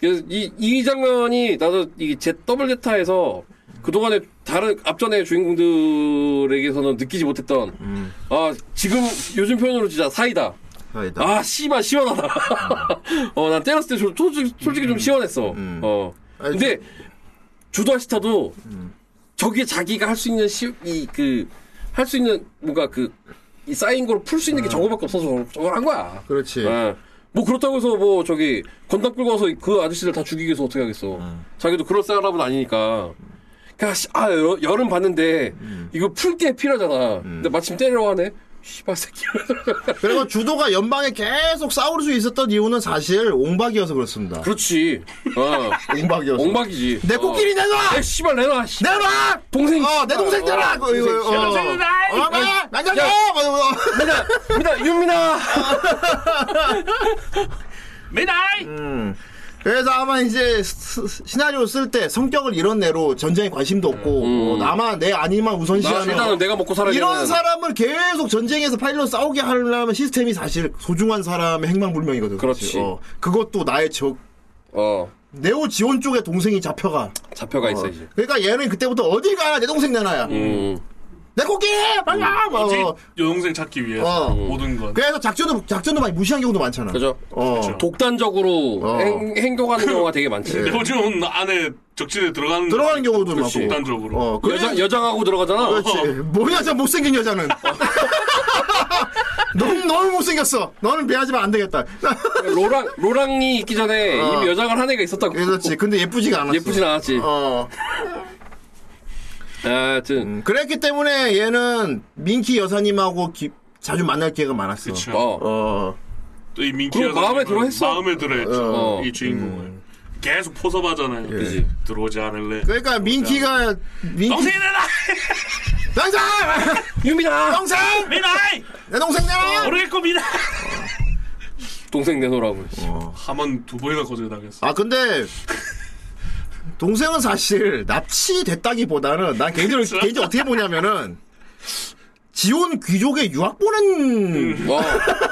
[SPEAKER 9] 그래서 이, 이 장면이 나도 이제 더블 제타에서 그동안에 다른 앞전의 주인공들에게서는 느끼지 못했던
[SPEAKER 7] 음.
[SPEAKER 9] 아 지금 요즘 표현으로 진짜 사이다
[SPEAKER 7] 아, 일단.
[SPEAKER 9] 아 씨발 시원하다 (laughs) 어 난 때렸을 때 솔- 솔직히, 솔직히 좀 시원했어
[SPEAKER 7] 음.
[SPEAKER 9] 어
[SPEAKER 7] 아니, 음.
[SPEAKER 9] 근데 주도하시타도 저게 자기가 할 수 있는 시이그할 수 있는 뭔가 그 이 쌓인 걸 풀 수 있는 게 저거밖에 없어서 저걸- 저걸 한 거야
[SPEAKER 7] 음. 그렇지.
[SPEAKER 9] 예. 뭐 그렇다고 해서 뭐 저기 건담 끌고 와서 그 아저씨들 다 죽이기 위해서 어떻게 하겠어.
[SPEAKER 7] 음.
[SPEAKER 9] 자기도 그럴 사람은 아니니까. 그냥 씨, 아 여, 여름 봤는데
[SPEAKER 7] 음.
[SPEAKER 9] 이거 풀 게 필요하잖아. 근데 마침 때리러 하네. 씨발 새끼. (laughs)
[SPEAKER 7] 그리고 주도가 연방에 계속 싸울 수 있었던 이유는 사실 옹박이어서 그렇습니다.
[SPEAKER 9] 그렇지. 어.
[SPEAKER 7] 옹박이어서.
[SPEAKER 9] 엉박이지.
[SPEAKER 7] 내 코끼리 내놔!
[SPEAKER 9] 내 씨발 내놔. 씨.
[SPEAKER 7] 내놔!
[SPEAKER 9] 동생.
[SPEAKER 7] 어, 내 동생 내놔! 이거, 이거,
[SPEAKER 9] 동생.
[SPEAKER 7] 어. 어, 나, 나 자녀!
[SPEAKER 9] 미나, 미나, 윤미나.
[SPEAKER 8] 미나이!
[SPEAKER 7] 그래서 아마 이제 스- 스- 시나리오 쓸 때 성격을 이런 애로 전쟁에 관심도 없고 뭐 나만 내 아니만
[SPEAKER 9] 음. 나 일단은
[SPEAKER 7] 우선시하는
[SPEAKER 9] 내가 먹고 살아야
[SPEAKER 7] 이런
[SPEAKER 9] 되는.
[SPEAKER 7] 사람을 계속 전쟁에서 파일럿 싸우게 하려면 시스템이 사실 소중한 사람의 행방불명이거든.
[SPEAKER 9] 그렇지.
[SPEAKER 7] 어, 그것도 나의 적
[SPEAKER 9] 어.
[SPEAKER 7] 네오 지온 쪽에 동생이 잡혀가.
[SPEAKER 9] 잡혀가 있어 이제.
[SPEAKER 7] 그러니까 얘는 그때부터 어딜 가야 내 동생 내놔야.
[SPEAKER 9] 음.
[SPEAKER 7] 내 코끼리 빨리 와. 뭐.
[SPEAKER 8] 뭐지? 여동생 찾기 위해서
[SPEAKER 7] 어.
[SPEAKER 8] 모든 건.
[SPEAKER 7] 그래서 작전도 작전도 많이 무시한 경우도 많잖아.
[SPEAKER 9] 그죠. 그렇죠.
[SPEAKER 7] 어.
[SPEAKER 9] 독단적으로
[SPEAKER 7] 어. 네.
[SPEAKER 9] 행, 행동하는 경우가 되게 많지.
[SPEAKER 8] 요즘 안에 적진에 들어가는
[SPEAKER 7] 들어가는 경우도 많고.
[SPEAKER 8] 그렇지, 극단적으로.
[SPEAKER 7] 어. 그래,
[SPEAKER 9] 여자, 여장하고 들어가잖아.
[SPEAKER 7] 그렇지. 뭐야 저 못생긴
[SPEAKER 8] (laughs)
[SPEAKER 7] 여자는. 너무 너무 못생겼어. 너는 배하지만 안 되겠다. (laughs)
[SPEAKER 9] 로랑 로랑이 있기 전에
[SPEAKER 7] 어.
[SPEAKER 9] 이미 여장을 한 애가 있었다고.
[SPEAKER 7] 그렇지. 근데 예쁘지가 않았어.
[SPEAKER 9] 예쁘진 않았지.
[SPEAKER 7] 어.
[SPEAKER 9] 아, 하여튼
[SPEAKER 7] 그랬기 때문에 얘는 민키 여사님하고 기- 자주 만날 기회가 많았어.
[SPEAKER 8] 그쵸.
[SPEAKER 9] 어.
[SPEAKER 7] 어.
[SPEAKER 8] 또이 민키가
[SPEAKER 9] 그리고 마음에 들어 했어.
[SPEAKER 8] 마음에 들어 했죠.
[SPEAKER 9] 어.
[SPEAKER 8] 이 주인공을. 계속 포섭하잖아요.
[SPEAKER 9] 그지.
[SPEAKER 8] 들어오지 않을래.
[SPEAKER 7] 음. 예. 그러니까 민키가 민키
[SPEAKER 8] 동생 내놔!
[SPEAKER 7] 동생
[SPEAKER 9] 유민아
[SPEAKER 7] 동생
[SPEAKER 8] (laughs) 미나이!
[SPEAKER 7] 내 동생 내놔.
[SPEAKER 8] 모르겠고 미나이!
[SPEAKER 9] 동생 내놓으라고.
[SPEAKER 7] 어.
[SPEAKER 8] 하만 두 번이나 거절당했어.
[SPEAKER 7] 아 근데 동생은 사실 납치됐다기보다는 난 개인적으로
[SPEAKER 9] 그렇죠.
[SPEAKER 8] 그쵸?
[SPEAKER 7] 개인적으로 어떻게 보냐면은 지온 귀족의 유학 보낸
[SPEAKER 9] 어.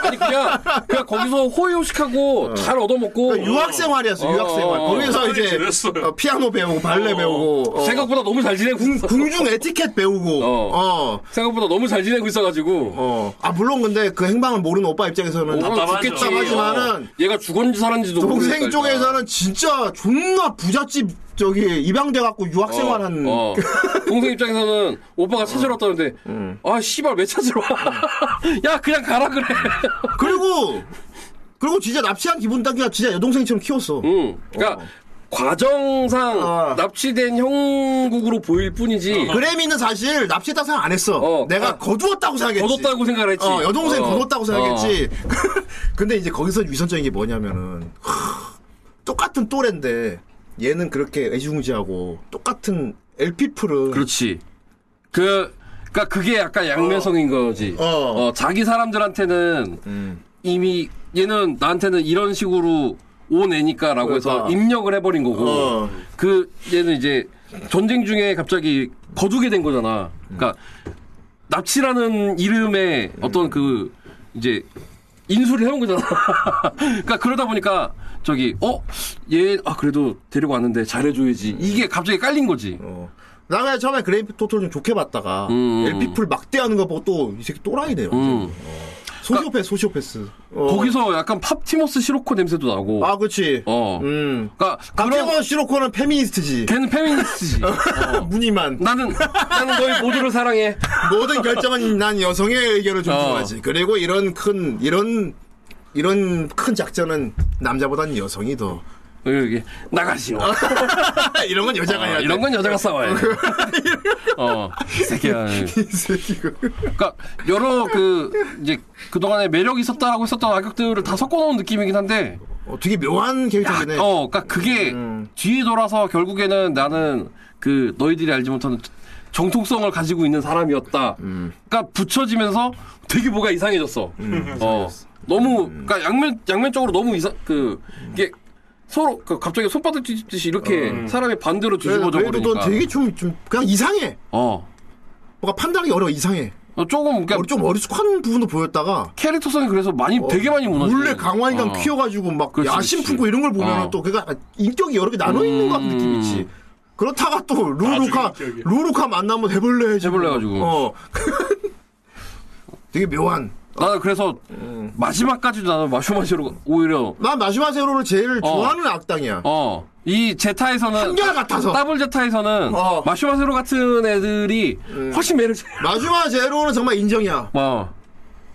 [SPEAKER 9] 아니 그냥 그냥 거기서 호의호식하고 잘 얻어먹고
[SPEAKER 7] 그러니까 유학 생활이었어 유학
[SPEAKER 9] 어,
[SPEAKER 7] 생활
[SPEAKER 9] 어,
[SPEAKER 7] 거기서
[SPEAKER 8] 그렇게
[SPEAKER 7] 이제
[SPEAKER 8] 지냈어요.
[SPEAKER 7] 어, 피아노 배우고 발레
[SPEAKER 8] 어,
[SPEAKER 7] 배우고 어,
[SPEAKER 9] 생각보다 너무 잘 지내고 있어.
[SPEAKER 7] 궁중 에티켓 배우고
[SPEAKER 9] 어.
[SPEAKER 7] 어.
[SPEAKER 9] 생각보다 너무 잘 지내고 있어가지고.
[SPEAKER 7] 어. 아 물론 근데 그 행방을 모르는 오빠 입장에서는
[SPEAKER 9] 오빠는
[SPEAKER 8] 답답하죠.
[SPEAKER 9] 죽겠지.
[SPEAKER 7] 답답하지만은
[SPEAKER 9] 어. 얘가 죽었는지 살았는지도
[SPEAKER 7] 동생
[SPEAKER 9] 모르니까
[SPEAKER 7] 쪽에서는 진짜 존나 부잣집 저기 입양돼 갖고 유학
[SPEAKER 9] 일단.
[SPEAKER 7] 생활한 어.
[SPEAKER 9] 어. 동생 입장에서는 오빠가 찾으러 왔다는데
[SPEAKER 7] 음.
[SPEAKER 9] 아 씨발 왜 찾으러 와? 야 그냥 가라 그래.
[SPEAKER 7] 그리고 그리고 진짜 납치한 기분 딱이야 진짜 여동생처럼 음. 키웠어.
[SPEAKER 9] 응. 그러니까 과정상
[SPEAKER 7] 어.
[SPEAKER 9] 납치된 형국으로 보일 뿐이지
[SPEAKER 7] 그래미는 사실 납치했다 생각 안 했어.
[SPEAKER 9] 어,
[SPEAKER 7] 내가
[SPEAKER 9] 그냥
[SPEAKER 7] 거두었다고 생각했지.
[SPEAKER 9] 거뒀다고 생각을 했지.
[SPEAKER 7] 어, 여동생
[SPEAKER 9] 어.
[SPEAKER 7] 거뒀다고 생각했지. (laughs) 근데 이제 거기서 위선적인 게 뭐냐면은 하, 똑같은 또래인데 얘는 그렇게 애지중지하고 똑같은 엘피풀은
[SPEAKER 9] 어. 그렇지. 그 그러니까 그게 약간 양면성인 거지.
[SPEAKER 7] 어.
[SPEAKER 9] 어, 자기 사람들한테는
[SPEAKER 7] 음.
[SPEAKER 9] 이미 얘는 나한테는 이런 식으로 온 애니까라고 해서
[SPEAKER 7] 그러니까.
[SPEAKER 9] 입력을 해버린 거고
[SPEAKER 7] 어.
[SPEAKER 9] 그 얘는 이제 전쟁 중에 갑자기 거두게 된 거잖아. 그러니까 납치라는 이름의 어떤 그 이제 인수를 해온 거잖아. (laughs) 그러니까 그러다 보니까 저기 어 얘 아 그래도 데리고 왔는데 잘해줘야지 이게 갑자기 깔린 거지.
[SPEAKER 7] 어. 나가 처음에 그레이프 토토를 좀 좋게 봤다가
[SPEAKER 9] 음.
[SPEAKER 7] 엘피풀 막대하는 거 보고 또 이 새끼 또라이네 완전.
[SPEAKER 9] 음.
[SPEAKER 7] 소시오패스 소시오패스. 어.
[SPEAKER 9] 거기서 약간 팝티머스 시로코 냄새도 나고.
[SPEAKER 7] 아 그렇지.
[SPEAKER 9] 어.
[SPEAKER 7] 음.
[SPEAKER 9] 그러니까 그런
[SPEAKER 7] 박재범 시로코는 페미니스트지.
[SPEAKER 9] 걔는
[SPEAKER 7] (laughs)
[SPEAKER 9] 페미니스트지. 어.
[SPEAKER 7] 그 무늬만
[SPEAKER 9] 나는 나는 너희 모두를 사랑해.
[SPEAKER 7] 모든 결정은 난 여성의 의견을 존중하지. 그리고 이런 큰 이런 이런 큰 작전은 남자보다는 여성이 더
[SPEAKER 9] 여기 어, 나가시오.
[SPEAKER 7] (laughs) 이런 건 어, (laughs) 여자가 해야
[SPEAKER 9] 뭐. 어,
[SPEAKER 7] 돼.
[SPEAKER 9] 이런 건 여자가 싸워야 돼. 어, 이
[SPEAKER 7] (laughs)
[SPEAKER 9] 새끼야.
[SPEAKER 7] 이 새끼가.
[SPEAKER 9] 그러니까 여러 그 이제 그 동안에 매력이 있었다라고 했었던 악역들을 다 섞어놓은 느낌이긴 한데,
[SPEAKER 7] 어, 되게 묘한 캐릭터네. 음,
[SPEAKER 9] 어, 그러니까 그게 뒤에 돌아서 결국에는 나는 그 너희들이 알지 못하는 정통성을 가지고 있는 사람이었다.
[SPEAKER 7] 음.
[SPEAKER 9] 그러니까 붙여지면서 되게 뭐가 이상해졌어.
[SPEAKER 7] 음.
[SPEAKER 9] 어, 너무 그러니까 양면 양면적으로 너무 이상 그 이게 서로 그 갑자기 손바닥 뒤집듯이 이렇게 사람이 반대로 뒤집어져
[SPEAKER 7] 음. 그래도 넌
[SPEAKER 9] 버리니까.
[SPEAKER 7] 되게 좀, 좀 그냥 이상해.
[SPEAKER 9] 어.
[SPEAKER 7] 뭔가 판단하기 어려워 이상해.
[SPEAKER 9] 어, 조금 그러니까
[SPEAKER 7] 머리 좀 어리숙한 부분도 보였다가
[SPEAKER 9] 캐릭터성이 그래서 많이 되게 많이 어. 무너져.
[SPEAKER 7] 원래 어, 강화인간 키워가지고 막
[SPEAKER 9] 그렇지,
[SPEAKER 7] 야심
[SPEAKER 9] 그렇지.
[SPEAKER 7] 품고 이런 걸 보면
[SPEAKER 9] 어. 음.
[SPEAKER 7] 또 그가 인격이 여러 개 나눠 있는 것 같은 느낌이지. 그렇다가 또 루루카
[SPEAKER 8] 나중에 인격이.
[SPEAKER 7] 루루카 만나면 해볼래 해지.
[SPEAKER 9] 해볼래 가지고.
[SPEAKER 7] 어. (laughs) 되게 묘한.
[SPEAKER 9] 나는 그래서 음. 마지막까지도 나는 마쇼마쇼로 오히려
[SPEAKER 7] 난 마지막 세로를 제일 좋아하는 악당이야.
[SPEAKER 9] 어. 이 제타에서는
[SPEAKER 7] 한결 같아서.
[SPEAKER 9] 더블 제타에서는
[SPEAKER 7] 어. 음.
[SPEAKER 9] 마쇼마세로 같은 애들이 훨씬 매력
[SPEAKER 7] 마지막 제로는 정말 인정이야.
[SPEAKER 9] 어.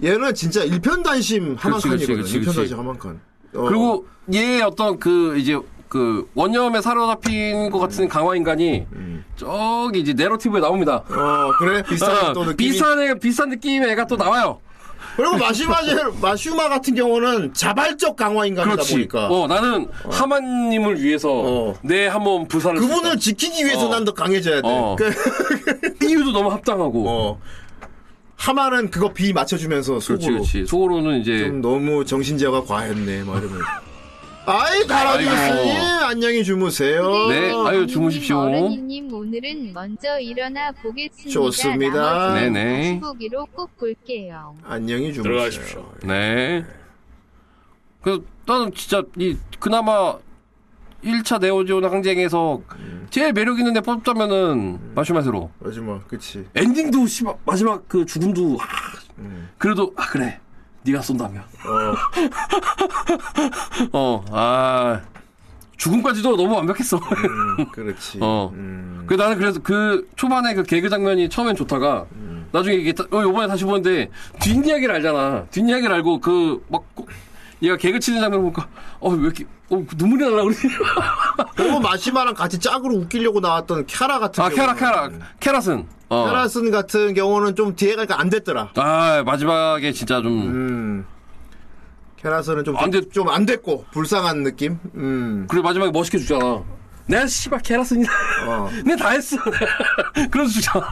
[SPEAKER 7] 얘는 진짜 일편단심
[SPEAKER 9] 그렇지, 그렇지,
[SPEAKER 7] 하만칸이거든.
[SPEAKER 9] 그렇지,
[SPEAKER 7] 일편단심 하만칸. 어.
[SPEAKER 9] 그리고 얘의 어떤 그 이제 그 원념에 사로잡힌 것 같은 강화 인간이 저기 이제 내러티브에 나옵니다.
[SPEAKER 7] 어 그래 음. 비슷한 또 느낌.
[SPEAKER 9] 아, 비슷한 애, 비슷한 느낌의 애가 또 나와요.
[SPEAKER 7] 그리고 마슈마 제- 마슈마 같은 경우는 자발적 강화 인간이다 보니까
[SPEAKER 9] 어, 나는 하마님을 위해서
[SPEAKER 7] 어.
[SPEAKER 9] 내 한번 부산을
[SPEAKER 7] 그분을
[SPEAKER 9] 쓰자.
[SPEAKER 7] 지키기 위해서
[SPEAKER 9] 어.
[SPEAKER 7] 난 더 강해져야 돼.
[SPEAKER 9] 어.
[SPEAKER 7] 그, (laughs)
[SPEAKER 9] 이유도 너무 합당하고.
[SPEAKER 7] 어. 하마는 그거 비 맞춰주면서
[SPEAKER 9] 그렇지, 예.
[SPEAKER 7] 속으로
[SPEAKER 9] 그렇지. 속으로는 이제
[SPEAKER 7] 좀 너무 정신제어가 과했네 막 이러면.
[SPEAKER 9] (laughs)
[SPEAKER 7] 아이 다라비
[SPEAKER 9] 아이고.
[SPEAKER 7] 교수님 안녕히 주무세요.
[SPEAKER 9] 네, 아유 주무십시오.
[SPEAKER 10] 어른이님 오늘은 먼저 일어나 보겠습니다.
[SPEAKER 7] 좋습니다.
[SPEAKER 10] 나머지는
[SPEAKER 9] 네네.
[SPEAKER 10] 다시 보기로 꼭 볼게요.
[SPEAKER 7] 안녕히 주무세요.
[SPEAKER 8] 들어가십시오.
[SPEAKER 9] 네. 그래서 나는 진짜 이 그나마 1차 네오지온 항쟁에서 제일 매력 있는 애 뽑자면은 마슈마세로
[SPEAKER 7] 마지막 뭐, 그치.
[SPEAKER 9] 엔딩도 씨발 마지막 그 죽음도 아, 그래도 아 그래 네가 쏜다며
[SPEAKER 7] 어.
[SPEAKER 9] 어 아 죽음까지도 너무 완벽했어 (laughs)
[SPEAKER 7] 음, 그렇지.
[SPEAKER 9] 어.
[SPEAKER 7] 음.
[SPEAKER 9] 그 나는 그래서 그 초반에 그 개그 장면이 처음엔 좋다가 나중에 이게 다- 어, 요번에 다시 보는데 뒷이야기를 알잖아. 뒷이야기를 알고 그 막 얘가 개그 치는 장면 보니까 어 왜 이렇게 어 눈물이 날라 그러지? (laughs)
[SPEAKER 7] 그리고 마시마랑 같이 짝으로 웃기려고 나왔던 캐라 같은
[SPEAKER 9] 아 캐라
[SPEAKER 7] 경우는-
[SPEAKER 9] 캐라 캐라슨. 어.
[SPEAKER 7] 캐라슨 같은 경우는 좀 뒤에 가니까 안 됐더라.
[SPEAKER 9] 아 마지막에 진짜 좀
[SPEAKER 7] 음. 캐라슨은 좀,
[SPEAKER 9] 안 됐-
[SPEAKER 7] 좀 안 됐고, 불쌍한 느낌? 음.
[SPEAKER 9] 그리고 마지막에 멋있게 주잖아. 내가 씨발 캐라슨이다.
[SPEAKER 7] 어.
[SPEAKER 9] (laughs) 내가 다 했어. 그래서 주잖아.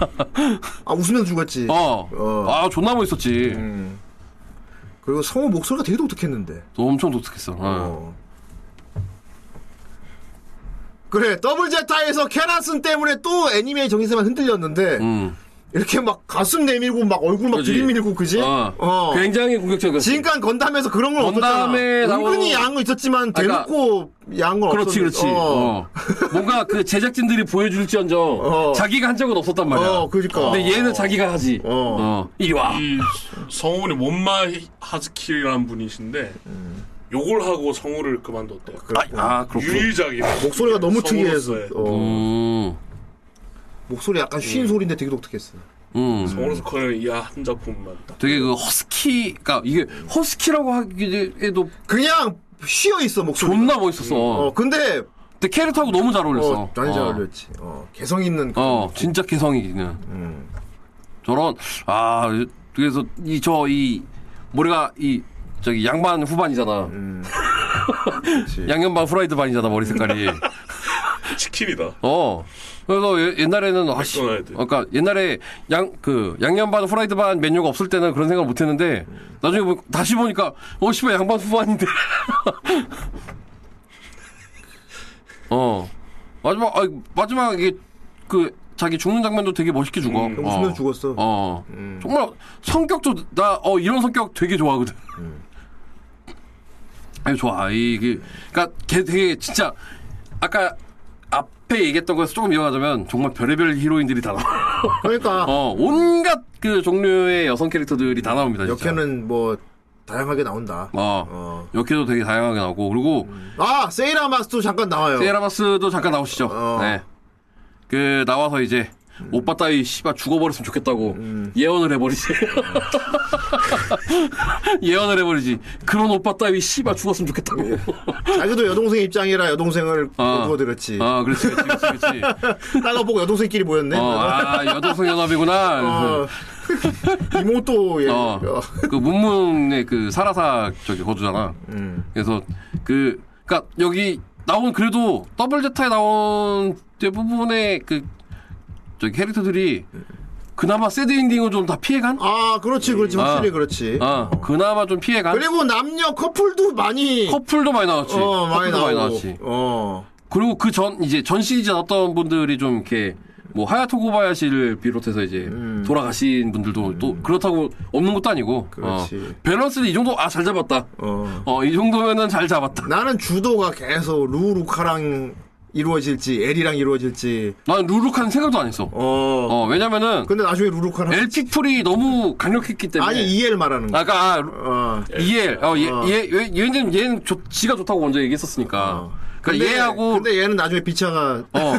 [SPEAKER 7] 아, 웃으면서 죽었지.
[SPEAKER 9] 어.
[SPEAKER 7] 어.
[SPEAKER 9] 아 존나 멋있었지.
[SPEAKER 7] 음. 그리고 성우 목소리가 되게 독특했는데.
[SPEAKER 9] 너 엄청 독특했어. 어.
[SPEAKER 7] 어. 그래, 더블 제타에서 캐라슨 때문에 또 애니메이 정신세만 흔들렸는데,
[SPEAKER 9] 음.
[SPEAKER 7] 이렇게 막 가슴 내밀고, 막 얼굴 막
[SPEAKER 9] 그지.
[SPEAKER 7] 들이밀고, 뭐 그지?
[SPEAKER 9] 어. 굉장히 공격적이었어.
[SPEAKER 7] 지금까지 건담에서 그런 건
[SPEAKER 9] 건담에
[SPEAKER 7] 없었잖아.
[SPEAKER 9] 나오는-
[SPEAKER 7] 은근히 양은 있었지만 대놓고 양은 없었는데.
[SPEAKER 9] 그렇지, 그렇지. 어. 뭔가 그 제작진들이 보여줄지언정
[SPEAKER 7] 어.
[SPEAKER 9] 자기가 한 적은 없었단 말이야.
[SPEAKER 7] 어, 그러니까.
[SPEAKER 9] 근데 얘는 자기가 하지.
[SPEAKER 7] 어.
[SPEAKER 9] 어. 이리 와.
[SPEAKER 8] 이 성우분이 원마 하즈키라는 분이신데 요걸 하고 성우를 그만뒀대요.
[SPEAKER 7] 음. 그렇고.
[SPEAKER 9] 아, 그렇군.
[SPEAKER 8] 유일작이
[SPEAKER 7] 목소리가 너무 특이해서
[SPEAKER 8] 성우로서의-
[SPEAKER 7] 어,
[SPEAKER 9] 음,
[SPEAKER 7] 목소리 약간 쉰 소리인데 되게 독특했어.
[SPEAKER 9] 음.
[SPEAKER 8] 성우로서 커녕 이한 작품만 딱.
[SPEAKER 9] 되게 그 허스키, 그니까 이게 허스키라고 하기에도
[SPEAKER 7] 그냥 쉬어 있어 목소리.
[SPEAKER 9] 존나 멋있었어.
[SPEAKER 7] 어 근데
[SPEAKER 9] 근데 캐릭터하고 너무 잘 어울렸어.
[SPEAKER 7] 어, 난잘 어울렸지. 어 개성 있는. 그-
[SPEAKER 9] 어, 진짜 개성이 있는. 저런, 아, 그래서 이, 저, 이, 머리가 이, 저기 양반 후반이잖아.
[SPEAKER 7] 음. 그치.
[SPEAKER 9] 양념반 후라이드 반이잖아, 머리 색깔이.
[SPEAKER 7] (laughs)
[SPEAKER 8] 치킨이다.
[SPEAKER 9] 어. 그래서 예- 옛날에는 아씨,
[SPEAKER 8] 맥도날드.
[SPEAKER 9] 그러니까 옛날에 양 그 양념 반 후라이드 반 메뉴가 없을 때는 그런 생각을 못했는데 나중에 보- 다시 보니까 어 씨발 양반 후반인데. (laughs) 어 마지막 아 마지막 이게 그 자기 죽는 장면도 되게 멋있게 죽어.
[SPEAKER 8] 음,
[SPEAKER 7] 웃으면서
[SPEAKER 9] 어.
[SPEAKER 7] 죽었어.
[SPEAKER 9] 어
[SPEAKER 7] 음.
[SPEAKER 9] 정말 성격도 나 어 이런 성격 되게 좋아하거든.
[SPEAKER 7] 음.
[SPEAKER 9] 아유 좋아 이게 그러니까 걔 되게 진짜 아까 앞에 얘기했던 거에서 조금 이어가자면 정말 별의별 히로인들이
[SPEAKER 7] (laughs)
[SPEAKER 9] 다 나와.
[SPEAKER 7] 그러니까
[SPEAKER 9] 어 온갖 그 종류의 여성 캐릭터들이 다 나옵니다. 진짜.
[SPEAKER 7] 역캐는 뭐 다양하게 나온다.
[SPEAKER 9] 어,
[SPEAKER 7] 어.
[SPEAKER 9] 역캐도 되게 다양하게 나오고 그리고
[SPEAKER 7] 아 세이라 마스도 잠깐 나와요.
[SPEAKER 9] 세라마스도 잠깐 나오시죠.
[SPEAKER 7] 어.
[SPEAKER 9] 네. 그 나와서 이제 오빠 따위 씨발 죽어버렸으면 좋겠다고
[SPEAKER 7] 음.
[SPEAKER 9] 예언을 해버리지. (laughs) 예언을 해버리지. 그런 오빠 따위 씨발 죽었으면 좋겠다고.
[SPEAKER 7] 자기도 아, 여동생 입장이라 여동생을
[SPEAKER 9] 어.
[SPEAKER 7] 보고 들었지.
[SPEAKER 9] 아 그렇지 그렇지 그렇지. 그렇지.
[SPEAKER 7] 딸로 보고 여동생끼리 예. 모였네.
[SPEAKER 9] 어, 아 여동성 연합이구나.
[SPEAKER 7] 어. 예.
[SPEAKER 9] 그래서,
[SPEAKER 7] (laughs) 이모또 얘.
[SPEAKER 9] 어, 그 문문의 그 사라사 저기 거주잖아.
[SPEAKER 7] 음.
[SPEAKER 9] 그래서 그 그러니까 여기 나온 그래도 더블 제타에 나온 대부분의 그 저기 캐릭터들이 그나마 새드 엔딩은 좀 다 피해간?
[SPEAKER 7] 아 그렇지 그렇지 확실히
[SPEAKER 9] 아.
[SPEAKER 7] 그렇지.
[SPEAKER 9] 아, 그나마 좀 피해간.
[SPEAKER 7] 그리고 남녀 커플도 많이
[SPEAKER 9] 커플도 많이 나왔지.
[SPEAKER 7] 어, 많이
[SPEAKER 9] 커플도
[SPEAKER 7] 나오고.
[SPEAKER 9] 많이 나왔지.
[SPEAKER 7] 어.
[SPEAKER 9] 그리고 그 전 이제 전 시리즈 나왔던 분들이 좀 이렇게 뭐 하야토 고바야시를 비롯해서 이제
[SPEAKER 7] 음.
[SPEAKER 9] 돌아가신 분들도 또 그렇다고 없는 것도 아니고
[SPEAKER 7] 그렇지.
[SPEAKER 9] 어, 밸런스를 이 정도 아 잘 잡았다.
[SPEAKER 7] 어.
[SPEAKER 9] 어 이 정도면은 잘 잡았다.
[SPEAKER 7] 나는 주도가 계속 루루카랑 이루어질지 엘이랑 이루어질지
[SPEAKER 9] 난 루루카는 생각도 안 했어.
[SPEAKER 7] 어.
[SPEAKER 9] 어 왜냐면은
[SPEAKER 7] 근데 나중에 루루카랑
[SPEAKER 9] 엘픽 풀이 너무 강력했기 때문에
[SPEAKER 7] 아니 이엘 말하는 거.
[SPEAKER 9] 아까 아,
[SPEAKER 7] 어.
[SPEAKER 9] 이엘. 어, 얘,
[SPEAKER 7] 어.
[SPEAKER 9] 얘, 얘, 얘는, 얘는 좋- 지가 좋다고 먼저 얘기했었으니까.
[SPEAKER 7] 어.
[SPEAKER 9] 그러니까 얘하고,
[SPEAKER 7] 근데 얘는 나중에 비차가 (laughs)
[SPEAKER 9] 어.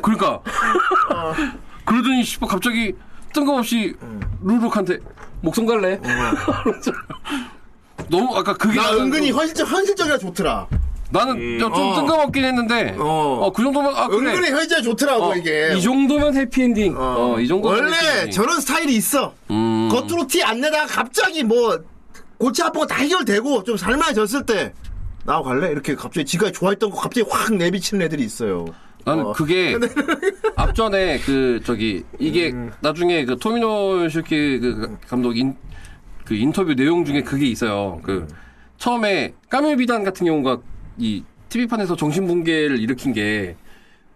[SPEAKER 9] 그러니까. 그러더니, 씨발, 갑자기 뜬금없이
[SPEAKER 7] 음.
[SPEAKER 9] 루룩한테 목숨 갈래? (laughs) 너무, 아까 그게.
[SPEAKER 7] 나
[SPEAKER 9] 나는
[SPEAKER 7] 은근히
[SPEAKER 9] 좀-
[SPEAKER 7] 현실적 현실적이라 좋더라.
[SPEAKER 9] 나는 좀
[SPEAKER 7] 어.
[SPEAKER 9] 뜬금없긴 했는데.
[SPEAKER 7] 어.
[SPEAKER 9] 어. 그 정도면, 아, 그래.
[SPEAKER 7] 은근히 현실적 좋더라고
[SPEAKER 9] 어,
[SPEAKER 7] 이게.
[SPEAKER 9] 이 정도면 해피엔딩. 어, 이 정도면.
[SPEAKER 7] 원래
[SPEAKER 9] 해피엔딩.
[SPEAKER 7] 저런 스타일이 있어.
[SPEAKER 9] 음.
[SPEAKER 7] 겉으로 티 안 내다가 갑자기 뭐 골치 아픈 거 다 해결되고 좀 살만해졌을 때 나와 갈래? 이렇게 갑자기 지가 좋아했던 거 갑자기 확 내비치는 애들이 있어요.
[SPEAKER 9] 나는
[SPEAKER 7] 어.
[SPEAKER 9] 그게 앞전에 그 저기 이게 나중에 그 토미노 슈키 그 감독 인, 그 인터뷰 내용 중에 그게 있어요. 그 처음에 까메비단 같은 경우가 이 TV판에서 정신붕괴를 일으킨 게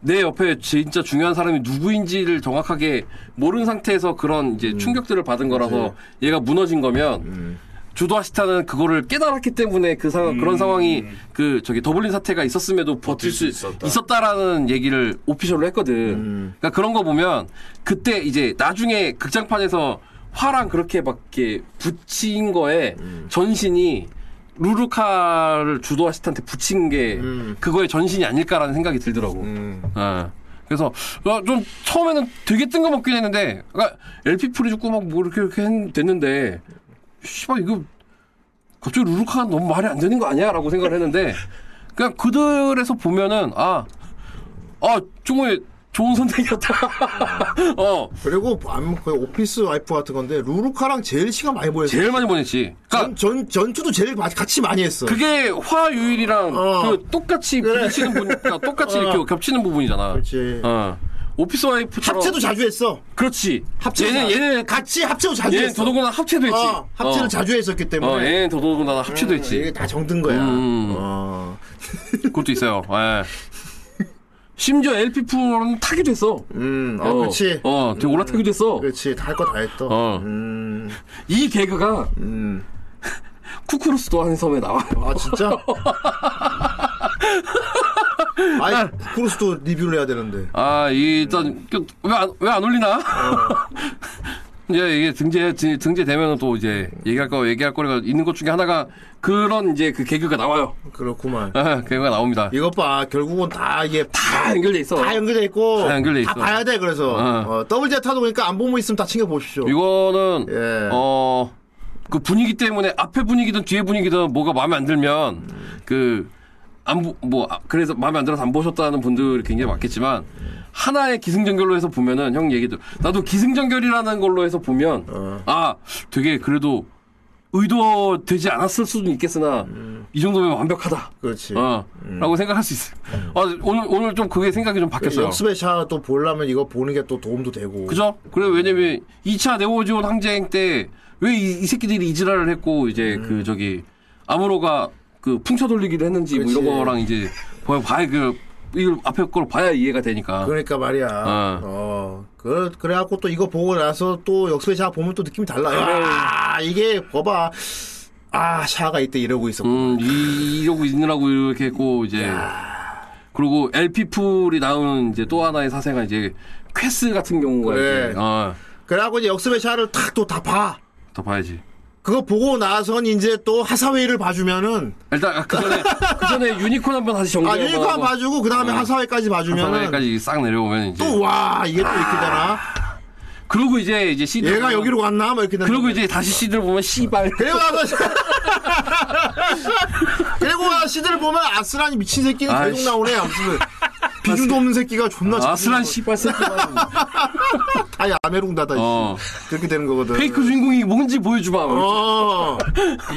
[SPEAKER 9] 내 옆에 진짜 중요한 사람이 누구인지를 정확하게 모르는 상태에서 그런 이제 충격들을 받은 거라서 얘가 무너진 거면 주도아시타는 그거를 깨달았기 때문에 그 상, 그런 상황이 그 저기 더블린 사태가 있었음에도 버틸 수
[SPEAKER 8] 있었다. 음.
[SPEAKER 9] 있었다. 라는 얘기를 오피셜로 했거든. 그러니까 그런 거 보면 그때 이제 나중에 극장판에서 화랑 그렇게밖에 붙인 거에
[SPEAKER 8] 음.
[SPEAKER 9] 전신이 루루카를 주도아시타한테 붙인 게
[SPEAKER 8] 음.
[SPEAKER 9] 그거의 전신이 아닐까라는 생각이 들더라고.
[SPEAKER 7] 음.
[SPEAKER 9] 예. 그래서 어, 좀 처음에는 되게 뜬금없긴 했는데 그러니까 LP 풀이 죽고 막뭐 이렇게 이렇게 했- 됐는데 씨발 이거 갑자기 루루카가 너무 말이 안 되는 거 아니야라고 생각을 했는데 그러니까 그냥 그들에서 보면은 아아 정말 좋은 선택이었다. (laughs) 어
[SPEAKER 7] 그리고 밤 거의 오피스 와이프 같은 건데 루루카랑 제일 시간 많이 보였어.
[SPEAKER 9] 제일 많이 보냈지. 그러니까
[SPEAKER 7] 전, 전 전투도 제일 마- 같이 많이 했어.
[SPEAKER 9] 그게 화유일이랑
[SPEAKER 7] 어.
[SPEAKER 9] 그 똑같이 부딪히는 분, 그러니까
[SPEAKER 7] (laughs)
[SPEAKER 9] 똑같이 이렇게 겹치는 부분이잖아.
[SPEAKER 7] 그렇지.
[SPEAKER 9] 어. 오피스 와이프처럼
[SPEAKER 7] 합체도 자주 했어.
[SPEAKER 9] 그렇지.
[SPEAKER 7] 합체.
[SPEAKER 9] 얘는 얘는
[SPEAKER 7] 같이 합체도 자주
[SPEAKER 9] 얘는
[SPEAKER 7] 했어.
[SPEAKER 9] 더더군다나 합체도 했지.
[SPEAKER 7] 어, 합체를
[SPEAKER 9] 어.
[SPEAKER 7] 자주 했었기 때문에
[SPEAKER 9] 어, 얘는 더더군다나 합체도
[SPEAKER 7] 음, 이게
[SPEAKER 9] 했지.
[SPEAKER 7] 다 정든 거야.
[SPEAKER 9] 음.
[SPEAKER 7] 어.
[SPEAKER 9] 그것도 있어요. 예. 심지어 LP 프로는 타기도 했어.
[SPEAKER 7] 음, 어, 그렇지.
[SPEAKER 9] 어, 되게 올라타기도 했어.
[SPEAKER 7] 그렇지. 다 할 거 다 했어.
[SPEAKER 9] 어.
[SPEAKER 7] 음.
[SPEAKER 9] 이 개그가
[SPEAKER 7] 음.
[SPEAKER 9] (laughs) 쿠쿠루스도 한 섬에 나와요.
[SPEAKER 7] 아 진짜?
[SPEAKER 9] (laughs)
[SPEAKER 7] 아이 크루스도 리뷰를 해야 되는데
[SPEAKER 9] 아, 이, 일단, 왜안 왜 안 올리나?
[SPEAKER 7] 어.
[SPEAKER 9] (laughs) 이제 이게 등재, 지- 등재되면 또 이제 얘기할 거, 얘기할 거리가 있는 것 중에 하나가 그런 이제 그 개그가 나와요.
[SPEAKER 7] 그렇구만.
[SPEAKER 9] 아, 개그가 나옵니다.
[SPEAKER 7] 이것 봐 결국은 다 이게 다,
[SPEAKER 9] 다 연결돼 있어.
[SPEAKER 7] 예. 다 연결돼 있고
[SPEAKER 9] 다 연결돼 있어.
[SPEAKER 7] 봐야 돼 그래서
[SPEAKER 9] 어.
[SPEAKER 7] 어, 더블 제타도 그러니까 안 보면 있으면 다 챙겨 보십시오.
[SPEAKER 9] 이거는
[SPEAKER 7] 예.
[SPEAKER 9] 어. 그 분위기 때문에 앞에 분위기든 뒤에 분위기든 뭐가 마음에 안 들면 그 그안뭐 그래서 마음에 안 들어서 안 보셨다는 분들이 굉장히 많겠지만 하나의 기승전결로 해서 보면은 형 얘기도 나도 기승전결이라는 걸로 해서 보면
[SPEAKER 7] 어.
[SPEAKER 9] 아 되게 그래도 의도되지 않았을 수도 있겠으나 이 정도면 완벽하다.
[SPEAKER 7] 그렇지.
[SPEAKER 9] 어,
[SPEAKER 7] 음.
[SPEAKER 9] 라고 생각할 수 있어요. 아, 오늘 오늘 좀 그게 생각이 좀 바뀌었어요.
[SPEAKER 7] 역습의 샷또 보려면 이거 보는 게 또 도움도 되고.
[SPEAKER 9] 그죠? 그래 왜냐면 2차 네오지온 항쟁 때 왜 이 새끼들이 이지랄을 했고 이제
[SPEAKER 7] 음.
[SPEAKER 9] 그 저기 아무로가 그 풍차 돌리기를 했는지 뭐 이런
[SPEAKER 7] 그치.
[SPEAKER 9] 거랑 이제 봐야 봐야 그 이걸 앞에 걸 봐야 이해가 되니까.
[SPEAKER 7] 그러니까 말이야.
[SPEAKER 9] 어.
[SPEAKER 7] 어. 그, 그래갖고 또 이거 보고 나서 또 역습의 샤 보면 또 느낌이 달라. 아, 이게 봐봐. 아, 샤가 이때 이러고 있었고.
[SPEAKER 9] 음, 이, 이러고 있느라고 이렇게 했고 이제 그리고 LP 풀이 나오는 이제 또 하나의 사세가 이제 퀘스 같은 경우가
[SPEAKER 7] 그래.
[SPEAKER 9] 이제 어,
[SPEAKER 7] 그래갖고 이제 역습의 샤를 탁 또 다 봐.
[SPEAKER 9] 더 봐야지.
[SPEAKER 7] 그거 보고 나선 이제 또 하사웨이를 봐주면은
[SPEAKER 9] 일단 아, 그 전에 그 전에 유니콘 한번 다시
[SPEAKER 7] 아
[SPEAKER 9] 정리해 봐. 어.
[SPEAKER 7] 유니콘 봐주고 그 다음에 하사웨이까지 봐주면은
[SPEAKER 9] 까지 아. 싹 내려오면 이제
[SPEAKER 7] 또 와 이게 또 이렇게 되나
[SPEAKER 9] 그러고 이제 이제 CD
[SPEAKER 7] 얘가
[SPEAKER 9] 보면-
[SPEAKER 7] 여기로 갔나 막 이렇게 되나
[SPEAKER 9] 그리고 이제 다시 CD를 보면 씨발.
[SPEAKER 7] 그리고 나서 (laughs) 그리고 나 시들 보면 아스란이 미친 새끼는
[SPEAKER 9] 아이,
[SPEAKER 7] 계속 나오네 무슨 비중도 없는 새끼가 존나
[SPEAKER 9] 아,
[SPEAKER 7] 자주
[SPEAKER 9] 아슬란
[SPEAKER 7] 나와. (laughs)
[SPEAKER 9] 씨발 새끼가.
[SPEAKER 7] 다 야메룽다다
[SPEAKER 9] 어.
[SPEAKER 7] 그렇게 되는 거거든
[SPEAKER 9] 페이크 주인공이 뭔지 보여주마.
[SPEAKER 7] 어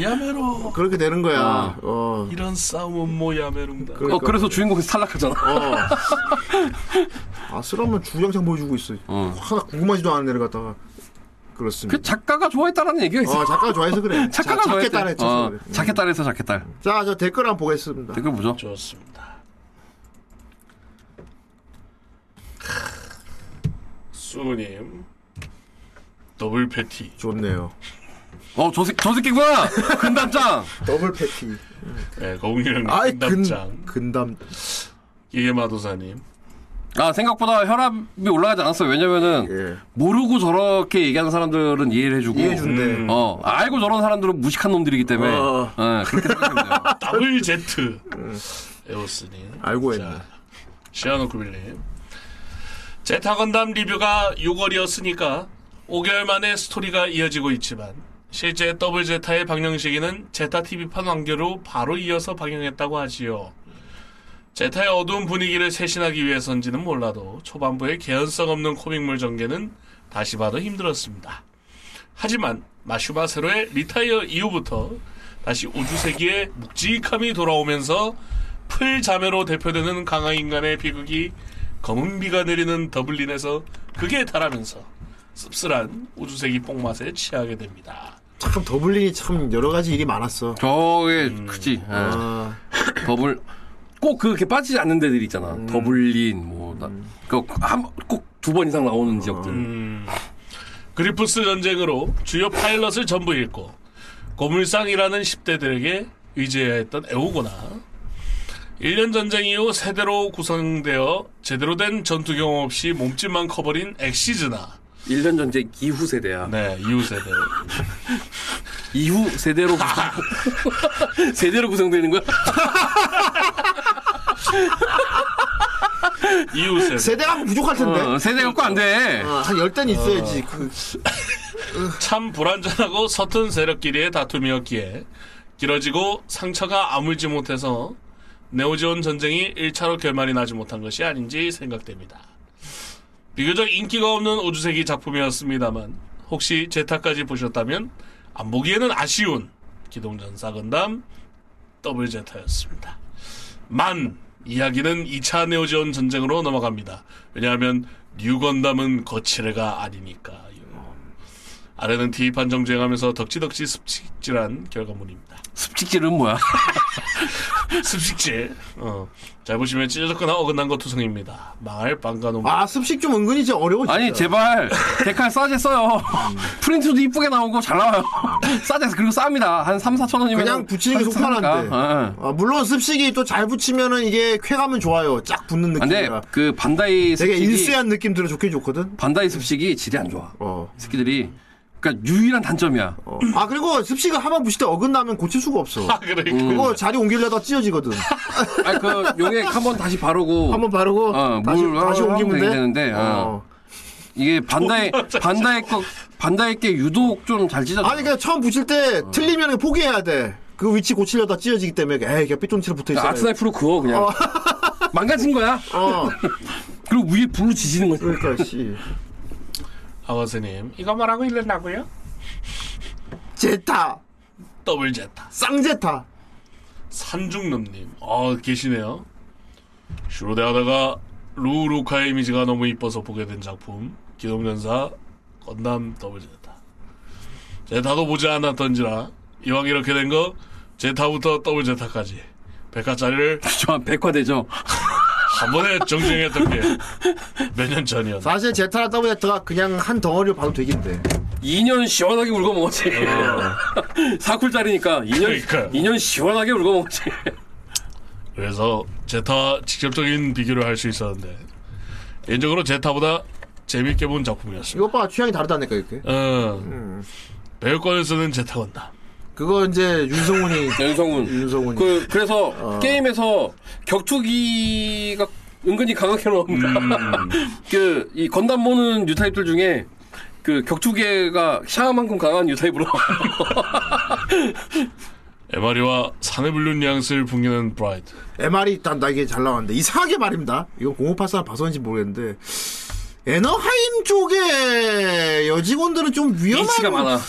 [SPEAKER 8] 야메로
[SPEAKER 7] 그렇게 되는 거야 어,
[SPEAKER 8] 이런 싸움은 뭐 야메룽다.
[SPEAKER 9] 어, 아. 그래서 주인공에서 탈락하잖아.
[SPEAKER 7] 그러니까. 어. 아스란만 주장창 보여주고 있어
[SPEAKER 9] 어.
[SPEAKER 7] 하나 궁금하지도 않은 애를 갖다가 그렇습니다
[SPEAKER 9] 그 작가가 좋아했다라는 얘기가 있어.
[SPEAKER 7] 어, 작가가 좋아해서 그래.
[SPEAKER 9] 그 (laughs) 작가가
[SPEAKER 7] 자, 작게
[SPEAKER 9] 좋아했대.
[SPEAKER 7] 따라 했죠.
[SPEAKER 9] 어,
[SPEAKER 7] 그래. 음.
[SPEAKER 9] 작게 따라해서 작게 딸.
[SPEAKER 7] 자, 저 댓글 한번 보겠습니다.
[SPEAKER 9] 댓글 보죠.
[SPEAKER 8] 좋습니다. 수우님 더블 패티
[SPEAKER 7] 좋네요.
[SPEAKER 9] 어, 저, 새, 저 새끼구나! 근답장!
[SPEAKER 7] 더블 패티.
[SPEAKER 8] 네, 거북이랑
[SPEAKER 7] 아이
[SPEAKER 8] 남장
[SPEAKER 7] 근 근담.
[SPEAKER 8] 이게마도사님
[SPEAKER 9] 아, 생각보다 혈압이 올라가지 않았어요. 왜냐면은,
[SPEAKER 7] 예.
[SPEAKER 9] 모르고 저렇게 얘기하는 사람들은 이해를 해주고.
[SPEAKER 7] 이해해준대.
[SPEAKER 8] 음.
[SPEAKER 9] 어, 알고 저런 사람들은 무식한 놈들이기 때문에.
[SPEAKER 7] 어.
[SPEAKER 9] 예, 그렇게 생각하면 돼요.
[SPEAKER 8] 음, 더블 제트
[SPEAKER 7] 음.
[SPEAKER 8] 에오스님
[SPEAKER 7] 알고
[SPEAKER 8] 자,
[SPEAKER 7] 했네.
[SPEAKER 8] 시아노쿠빌님 제타 건담 리뷰가 6월이었으니까 5개월 만에 스토리가 이어지고 있지만 실제 더블 제타의 방영 시기는 제타 TV판 완결로 바로 이어서 방영했다고 하지요. 제타의 어두운 분위기를 세신하기 위해서인지는 몰라도 초반부의 개연성 없는 코믹물 전개는 다시 봐도 힘들었습니다. 하지만 마슈마세로의 리타이어 이후부터 다시 우주세계의 묵직함이 돌아오면서 풀 자매로 대표되는 강한 인간의 비극이 검은 비가 내리는 더블린에서 극에 달하면서 씁쓸한 우주세기 뽕맛에 취하게 됩니다.
[SPEAKER 7] 참 더블린이 참 여러 가지 일이 많았어.
[SPEAKER 9] 저게, 그치. 예.
[SPEAKER 7] 아,
[SPEAKER 9] 더블 꼭 그렇게 빠지지 않는 데들 있잖아.
[SPEAKER 7] 음.
[SPEAKER 9] 더블린 뭐, 뭐그한꼭 두 번 이상 나오는 지역들.
[SPEAKER 7] 음.
[SPEAKER 8] 그리프스 전쟁으로 주요 파일럿을 전부 잃고 고물상이라는 10대들에게 의지해야 했던 에오고나 1년 전쟁 이후 세대로 구성되어 제대로 된 전투 경험 없이 몸집만 커버린 엑시즈나
[SPEAKER 9] 1년 전쟁 이후 세대야.
[SPEAKER 8] 네 이후 세대
[SPEAKER 9] 이후
[SPEAKER 7] (laughs)
[SPEAKER 9] 세대로 구성 (laughs) 세대로 구성되는 거야?
[SPEAKER 8] 이후 세대
[SPEAKER 7] 세대가 부족할 텐데.
[SPEAKER 9] 어, 세대가 꼭 안 돼.
[SPEAKER 7] 아, 한 열단 있어야지. 그,
[SPEAKER 8] 참 불완전하고 서툰 세력끼리의 다툼이었기에 길어지고 상처가 아물지 못해서 네오지온 전쟁이 1차로 결말이 나지 못한 것이 아닌지 생각됩니다. 비교적 인기가 없는 우주세기 작품이었습니다만 혹시 제타까지 보셨다면 안 보기에는 아쉬운 기동전사 건담 더블 제타였습니다. 만 이야기는 2차 네오지온 전쟁으로 넘어갑니다. 왜냐하면 뉴 건담은 거칠애가 아니니까요. 아래는 디입한 정주행하면서 덕지덕지 습식질한 결과물입니다.
[SPEAKER 9] 습직질은 뭐야?
[SPEAKER 8] 습식질. 어. 잘 보시면 찢어졌거나 어긋난 것 투성입니다. 망할 빵가놈.
[SPEAKER 7] 아, 습식 좀 은근히 이제 어려워.
[SPEAKER 9] 아니
[SPEAKER 7] 진짜.
[SPEAKER 9] 제발 데칼 싸게 써요.
[SPEAKER 7] 음.
[SPEAKER 9] 프린트도 이쁘게 나오고 잘 나와요.
[SPEAKER 7] (laughs)
[SPEAKER 9] 싸게 그리고 쌉니다. 한 3, 4천 원이면 그러니까, 어,
[SPEAKER 7] 그냥 붙이는 게 속편한데. 아, 물론 습식이 또 잘 붙이면은 이게 쾌감은 좋아요. 쫙 붙는
[SPEAKER 9] 근데
[SPEAKER 7] 느낌이라.
[SPEAKER 9] 그 반다이
[SPEAKER 7] 되게
[SPEAKER 9] 습식이
[SPEAKER 7] 일수한 느낌 들어 좋긴 좋거든.
[SPEAKER 9] 반다이 습식이 질이 안 좋아.
[SPEAKER 7] 어.
[SPEAKER 9] 이 새끼들이 그러니까 유일한 단점이야.
[SPEAKER 7] 어. 아 그리고 습식을 한번 붙일 때 어긋나면 고칠 수가 없어.
[SPEAKER 8] 아, 그러니까.
[SPEAKER 7] 그거 자리 옮기려다 찢어지거든.
[SPEAKER 9] 아, 그 용액 한 번 다시 바르고
[SPEAKER 7] 한번 바르고
[SPEAKER 9] 어,
[SPEAKER 7] 다시,
[SPEAKER 9] 물
[SPEAKER 7] 다시
[SPEAKER 9] 하면
[SPEAKER 7] 옮기면 돼.
[SPEAKER 9] 되는데, 어. 이게 반다이 반다이 거 반다이 게 유독 좀 잘 찢어져.
[SPEAKER 7] 아니 그냥 처음 붙일 때
[SPEAKER 9] 어.
[SPEAKER 7] 틀리면 포기해야 돼. 그 위치 고치려다 찢어지기 때문에 에이 그냥 삐뚤치로 붙어 있어.
[SPEAKER 9] 그러니까 아트나이프로 그어 그냥
[SPEAKER 7] 어.
[SPEAKER 9] 망가진 거야.
[SPEAKER 7] 어.
[SPEAKER 9] 그리고 위에 불로 지지는 거지.
[SPEAKER 7] 그러니까 씨.
[SPEAKER 8] 아버스님, 이거 말하고 일른다고요?
[SPEAKER 7] 제타
[SPEAKER 8] 더블 제타.
[SPEAKER 7] 쌍제타.
[SPEAKER 8] 산중놈님. 어, 계시네요. 슈로데 하다가 루루카의 이미지가 너무 이뻐서 보게 된 작품. 기동전사 건담 더블 제타. 제타도 보지 않았던지라 이왕 이렇게 된 거 제타부터 더블 제타까지 100화짜리를
[SPEAKER 9] 저 백화대죠.
[SPEAKER 8] 한 번에 정주행했던 게 몇 년 전이었나?
[SPEAKER 7] 사실 제타나 더블 제타가 그냥 한 덩어리로 봐도 되긴 돼.
[SPEAKER 9] 2년 시원하게 울고 먹었지.
[SPEAKER 7] 어.
[SPEAKER 9] (laughs) 4쿨짜리니까 2년
[SPEAKER 8] 그러니까요.
[SPEAKER 9] 2년 시원하게 울고 먹었지. (laughs)
[SPEAKER 8] 그래서 제타 직접적인 비교를 할 수 있었는데 개인적으로 제타보다 재밌게 본 작품이었어요.
[SPEAKER 7] 이것 봐 취향이 다르다니까 이렇게.
[SPEAKER 8] 어, 배우권에서는 제타 건다.
[SPEAKER 7] 그거 이제 윤성훈이 (laughs)
[SPEAKER 9] 연성훈.
[SPEAKER 7] 윤성훈이.
[SPEAKER 9] 그 그래서 게임에서 격투기가 은근히 강하게 나옵니다.
[SPEAKER 7] 음.
[SPEAKER 9] (laughs) 그 이 건담 모는 뉴타입들 중에 그 격투계가 샤아만큼 강한 뉴타입으로 (laughs)
[SPEAKER 8] 에마리와 산의 블루 뉘앙스를 풍기는 브라이드.
[SPEAKER 7] MR이 난 나게 잘 나왔는데 이상하게 말입니다. 이건 공업파사 봐서인지 모르겠는데 에너하임 쪽에 여직원들은 좀 위험한
[SPEAKER 9] 비치가 많아.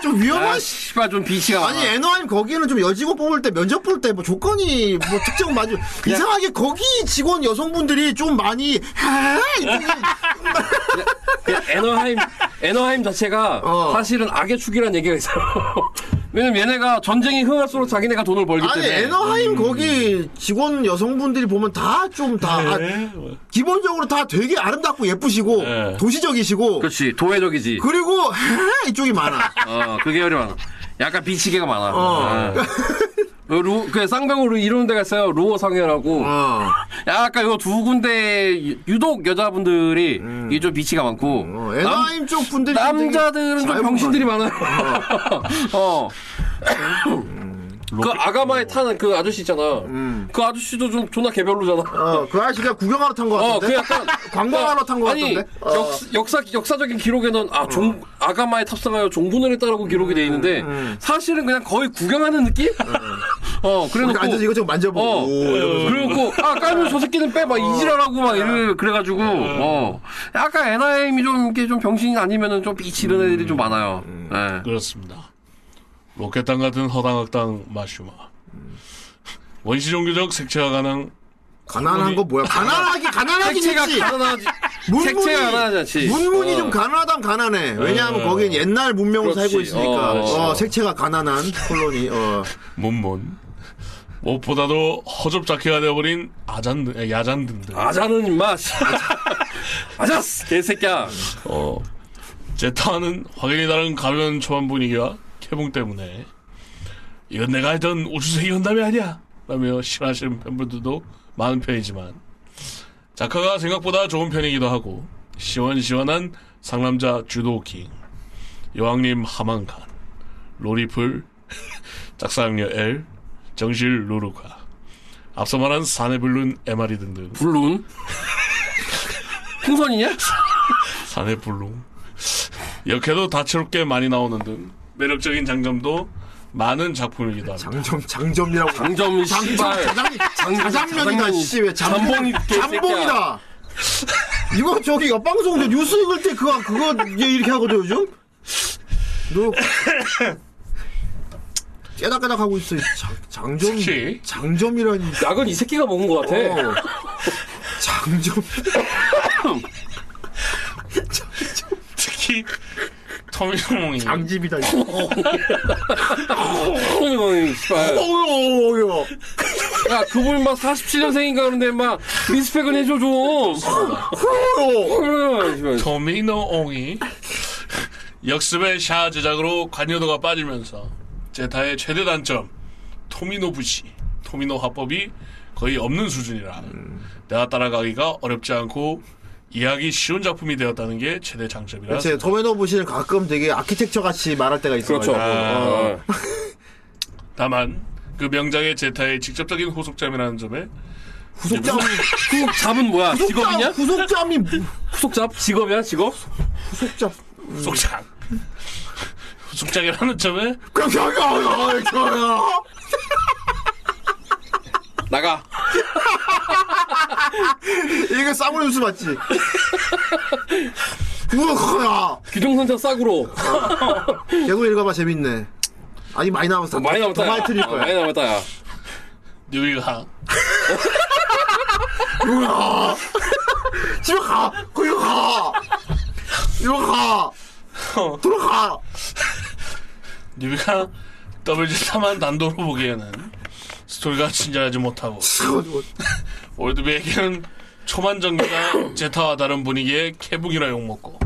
[SPEAKER 7] 좀
[SPEAKER 9] 아
[SPEAKER 7] 위험한 시-
[SPEAKER 9] 씨발 좀 비치가
[SPEAKER 7] 아니
[SPEAKER 9] 많아.
[SPEAKER 7] 에너하임 거기는 좀 여직원 뽑을 때 면접 볼 때 뭐 조건이 뭐 특정 맞아 이상하게 거기 직원 여성분들이 좀 많이 하
[SPEAKER 9] 그 에너하임 에너하임 자체가
[SPEAKER 7] 어.
[SPEAKER 9] 사실은 악의 축이라는 얘기가 있어요. (laughs) 왜냐면 얘네가 전쟁이 흥할수록 자기네가 음. 돈을 벌기
[SPEAKER 7] 아니
[SPEAKER 9] 때문에.
[SPEAKER 7] 에너하임 거기 직원 여성분들이 보면 다 좀 다
[SPEAKER 9] 네.
[SPEAKER 7] 아, 기본적으로 다 되게 아름답고 예쁘시고
[SPEAKER 8] 네.
[SPEAKER 7] 도시적이시고
[SPEAKER 9] 그렇지 도회적이지.
[SPEAKER 7] 그리고 이쪽이 많아.
[SPEAKER 9] 어 그게 어려워. 약간 비치개가 많아.
[SPEAKER 7] 어.
[SPEAKER 9] 예. 어, 루, 그 쌍벽으로 이런 데가 있어요. 루어상해라고.
[SPEAKER 7] (laughs) 어.
[SPEAKER 9] 약간 요 두 군데 유독 여자분들이 이게 좀 비치가 많고.
[SPEAKER 7] 음. 어,
[SPEAKER 9] 남-
[SPEAKER 7] 에너하임 쪽 분들이
[SPEAKER 9] 남자들은 좀 병신들이 많아요. (laughs) 어.
[SPEAKER 7] 음.
[SPEAKER 9] 그 아가마에
[SPEAKER 7] 뭐.
[SPEAKER 9] 타는 그 아저씨 있잖아. 그 아저씨도 좀 존나 개별로잖아.
[SPEAKER 7] 어그 아저씨가 구경하러 탄 거
[SPEAKER 9] 어,
[SPEAKER 7] 같은데.
[SPEAKER 9] 그 약간
[SPEAKER 7] (laughs) 관광하러 탄거
[SPEAKER 9] 아니,
[SPEAKER 7] 같은데. 어.
[SPEAKER 9] 역, 역사 역사적인 기록에는 아, 종 아가마에 탑승하여 종군을 했다라고 기록이
[SPEAKER 7] 음,
[SPEAKER 9] 돼 있는데 사실은 그냥 거의 구경하는 느낌? (laughs) 어, 그래
[SPEAKER 7] 그러니까
[SPEAKER 9] 놓고
[SPEAKER 7] 앉아서 이것저것 만져보고.
[SPEAKER 9] 어.
[SPEAKER 7] 이러면서. 어.
[SPEAKER 9] 그리고 아 깔면 저 새끼는 빼 막 이지랄하고 막 이래 그래가지고 어 약간 에나임이 좀 이렇게 좀 병신이 아니면은 좀 비치는
[SPEAKER 7] 음.
[SPEAKER 9] 애들이 좀 많아요. 네.
[SPEAKER 8] 그렇습니다. 로켓당 같은 허당학당 마슈마. 원시 종교적 색채가 가능.
[SPEAKER 7] 가난한 거 뭐야? 가난하기 가난하긴
[SPEAKER 9] 어. 색채가
[SPEAKER 7] 했지.
[SPEAKER 9] 가난하지.
[SPEAKER 7] 문문이
[SPEAKER 9] 색채가 가난하지.
[SPEAKER 7] 문문이
[SPEAKER 9] 어.
[SPEAKER 7] 좀 가난하단 가난해. 왜냐하면 거긴 옛날 문명을
[SPEAKER 9] 그렇지.
[SPEAKER 7] 살고 있으니까.
[SPEAKER 9] 어,
[SPEAKER 7] 어,
[SPEAKER 9] 어.
[SPEAKER 7] 색채가 가난한 콜론이. 어.
[SPEAKER 8] 문문. 무엇보다도 허접잡게가 되어버린 아잔 에, 야잔든들.
[SPEAKER 7] (laughs)
[SPEAKER 9] 아자는 임마. 아자스 개새끼야.
[SPEAKER 8] 어. 제타는 확연히 다른 가벼운 초반 분위기와 개봉 때문에 이건 내가 했던 우주세계 현담이 아니야 라며 싫어하시는 팬분들도 많은 편이지만 작가가 생각보다 좋은 편이기도 하고 시원시원한 상남자 주도킹 여왕님 하만칸 로리풀 (laughs) 짝사랑녀 엘 정실 루루카 앞서 말한 사내블룬 에마리 등등
[SPEAKER 9] 불룬. 풍선이냐?
[SPEAKER 8] 사내 불롱 역해도 다채롭게 많이 나오는 등 매력적인 장점도 많은 작품이기도 합니다.
[SPEAKER 7] 장점 장점이라고.
[SPEAKER 9] 장점 씨발.
[SPEAKER 7] 자장면 자장면이다
[SPEAKER 9] 자장면이.
[SPEAKER 7] 씨왜
[SPEAKER 9] 잠봉이
[SPEAKER 7] 잠봉이
[SPEAKER 9] 개새끼야.
[SPEAKER 7] 잠봉이다. 이거 저기 옆 방송 에 뉴스 읽을 때 그거 그거 얘 이렇게 하거든 요즘. 너 깨닥깨닥 하고 있어. 장, 장점
[SPEAKER 8] 특히.
[SPEAKER 7] 장점이라니.
[SPEAKER 9] 약은 이 새끼가 먹은 것 같아.
[SPEAKER 7] 어. 장점.
[SPEAKER 8] 특히 터미노몽이
[SPEAKER 7] 장집이다.
[SPEAKER 9] 어, 풍선이 씨발.
[SPEAKER 7] 어이구,
[SPEAKER 9] 야 그분 막 47년생인가 그런데 막 리스펙은 해줘 좀.
[SPEAKER 7] 어이구.
[SPEAKER 8] 터미노옹이 역습의 샤 제작으로 관여도가 빠지면서 제타의 최대 단점 토미노 부시 토미노 화법이 거의 없는 수준이라
[SPEAKER 7] 음.
[SPEAKER 8] 내가 따라가기가 어렵지 않고 이해하기 쉬운 작품이 되었다는 게 최대 장점이라
[SPEAKER 7] 제 도메노 보시는 가끔 되게 아키텍처 같이 말할 때가 아, 있어요.
[SPEAKER 9] 그렇죠. 어.
[SPEAKER 8] 다만 그 명작의 제타의 직접적인 후속점이라는 점에
[SPEAKER 7] 구속잠,
[SPEAKER 9] 후속잡은 뭐야? 직업이냐?
[SPEAKER 7] 구속잠, 구속잠이 뭐-
[SPEAKER 9] 후속잡? 직업이야? 직업?
[SPEAKER 7] 구속잠.
[SPEAKER 8] 후속작 (laughs) 후속작이라는 점에
[SPEAKER 7] 그럼 저기 어요
[SPEAKER 9] 나가.
[SPEAKER 7] 이게 싸구려 뉴스
[SPEAKER 9] (laughs)
[SPEAKER 7] 맞지? 우와,
[SPEAKER 9] 규정선차 싸구로.
[SPEAKER 7] 계속 읽어봐 재밌네. 아니 많이 남았어.
[SPEAKER 9] 많이 남았다.
[SPEAKER 7] 더 많이
[SPEAKER 9] 야.
[SPEAKER 7] 틀릴
[SPEAKER 9] 어, 많이
[SPEAKER 7] 거야.
[SPEAKER 9] 남았다. 야.
[SPEAKER 8] 뉴이하
[SPEAKER 7] 집에 가. 거기 가. 이리 가. 들어가.
[SPEAKER 8] 뉴이하 WG3만 단독으로 보기에는 스토리가 친절하지 못하고
[SPEAKER 7] 그래가지고
[SPEAKER 8] 올드백에는 초반 전개가 (clears throat) 제타와 다른 분위기의 캐북이라 욕먹고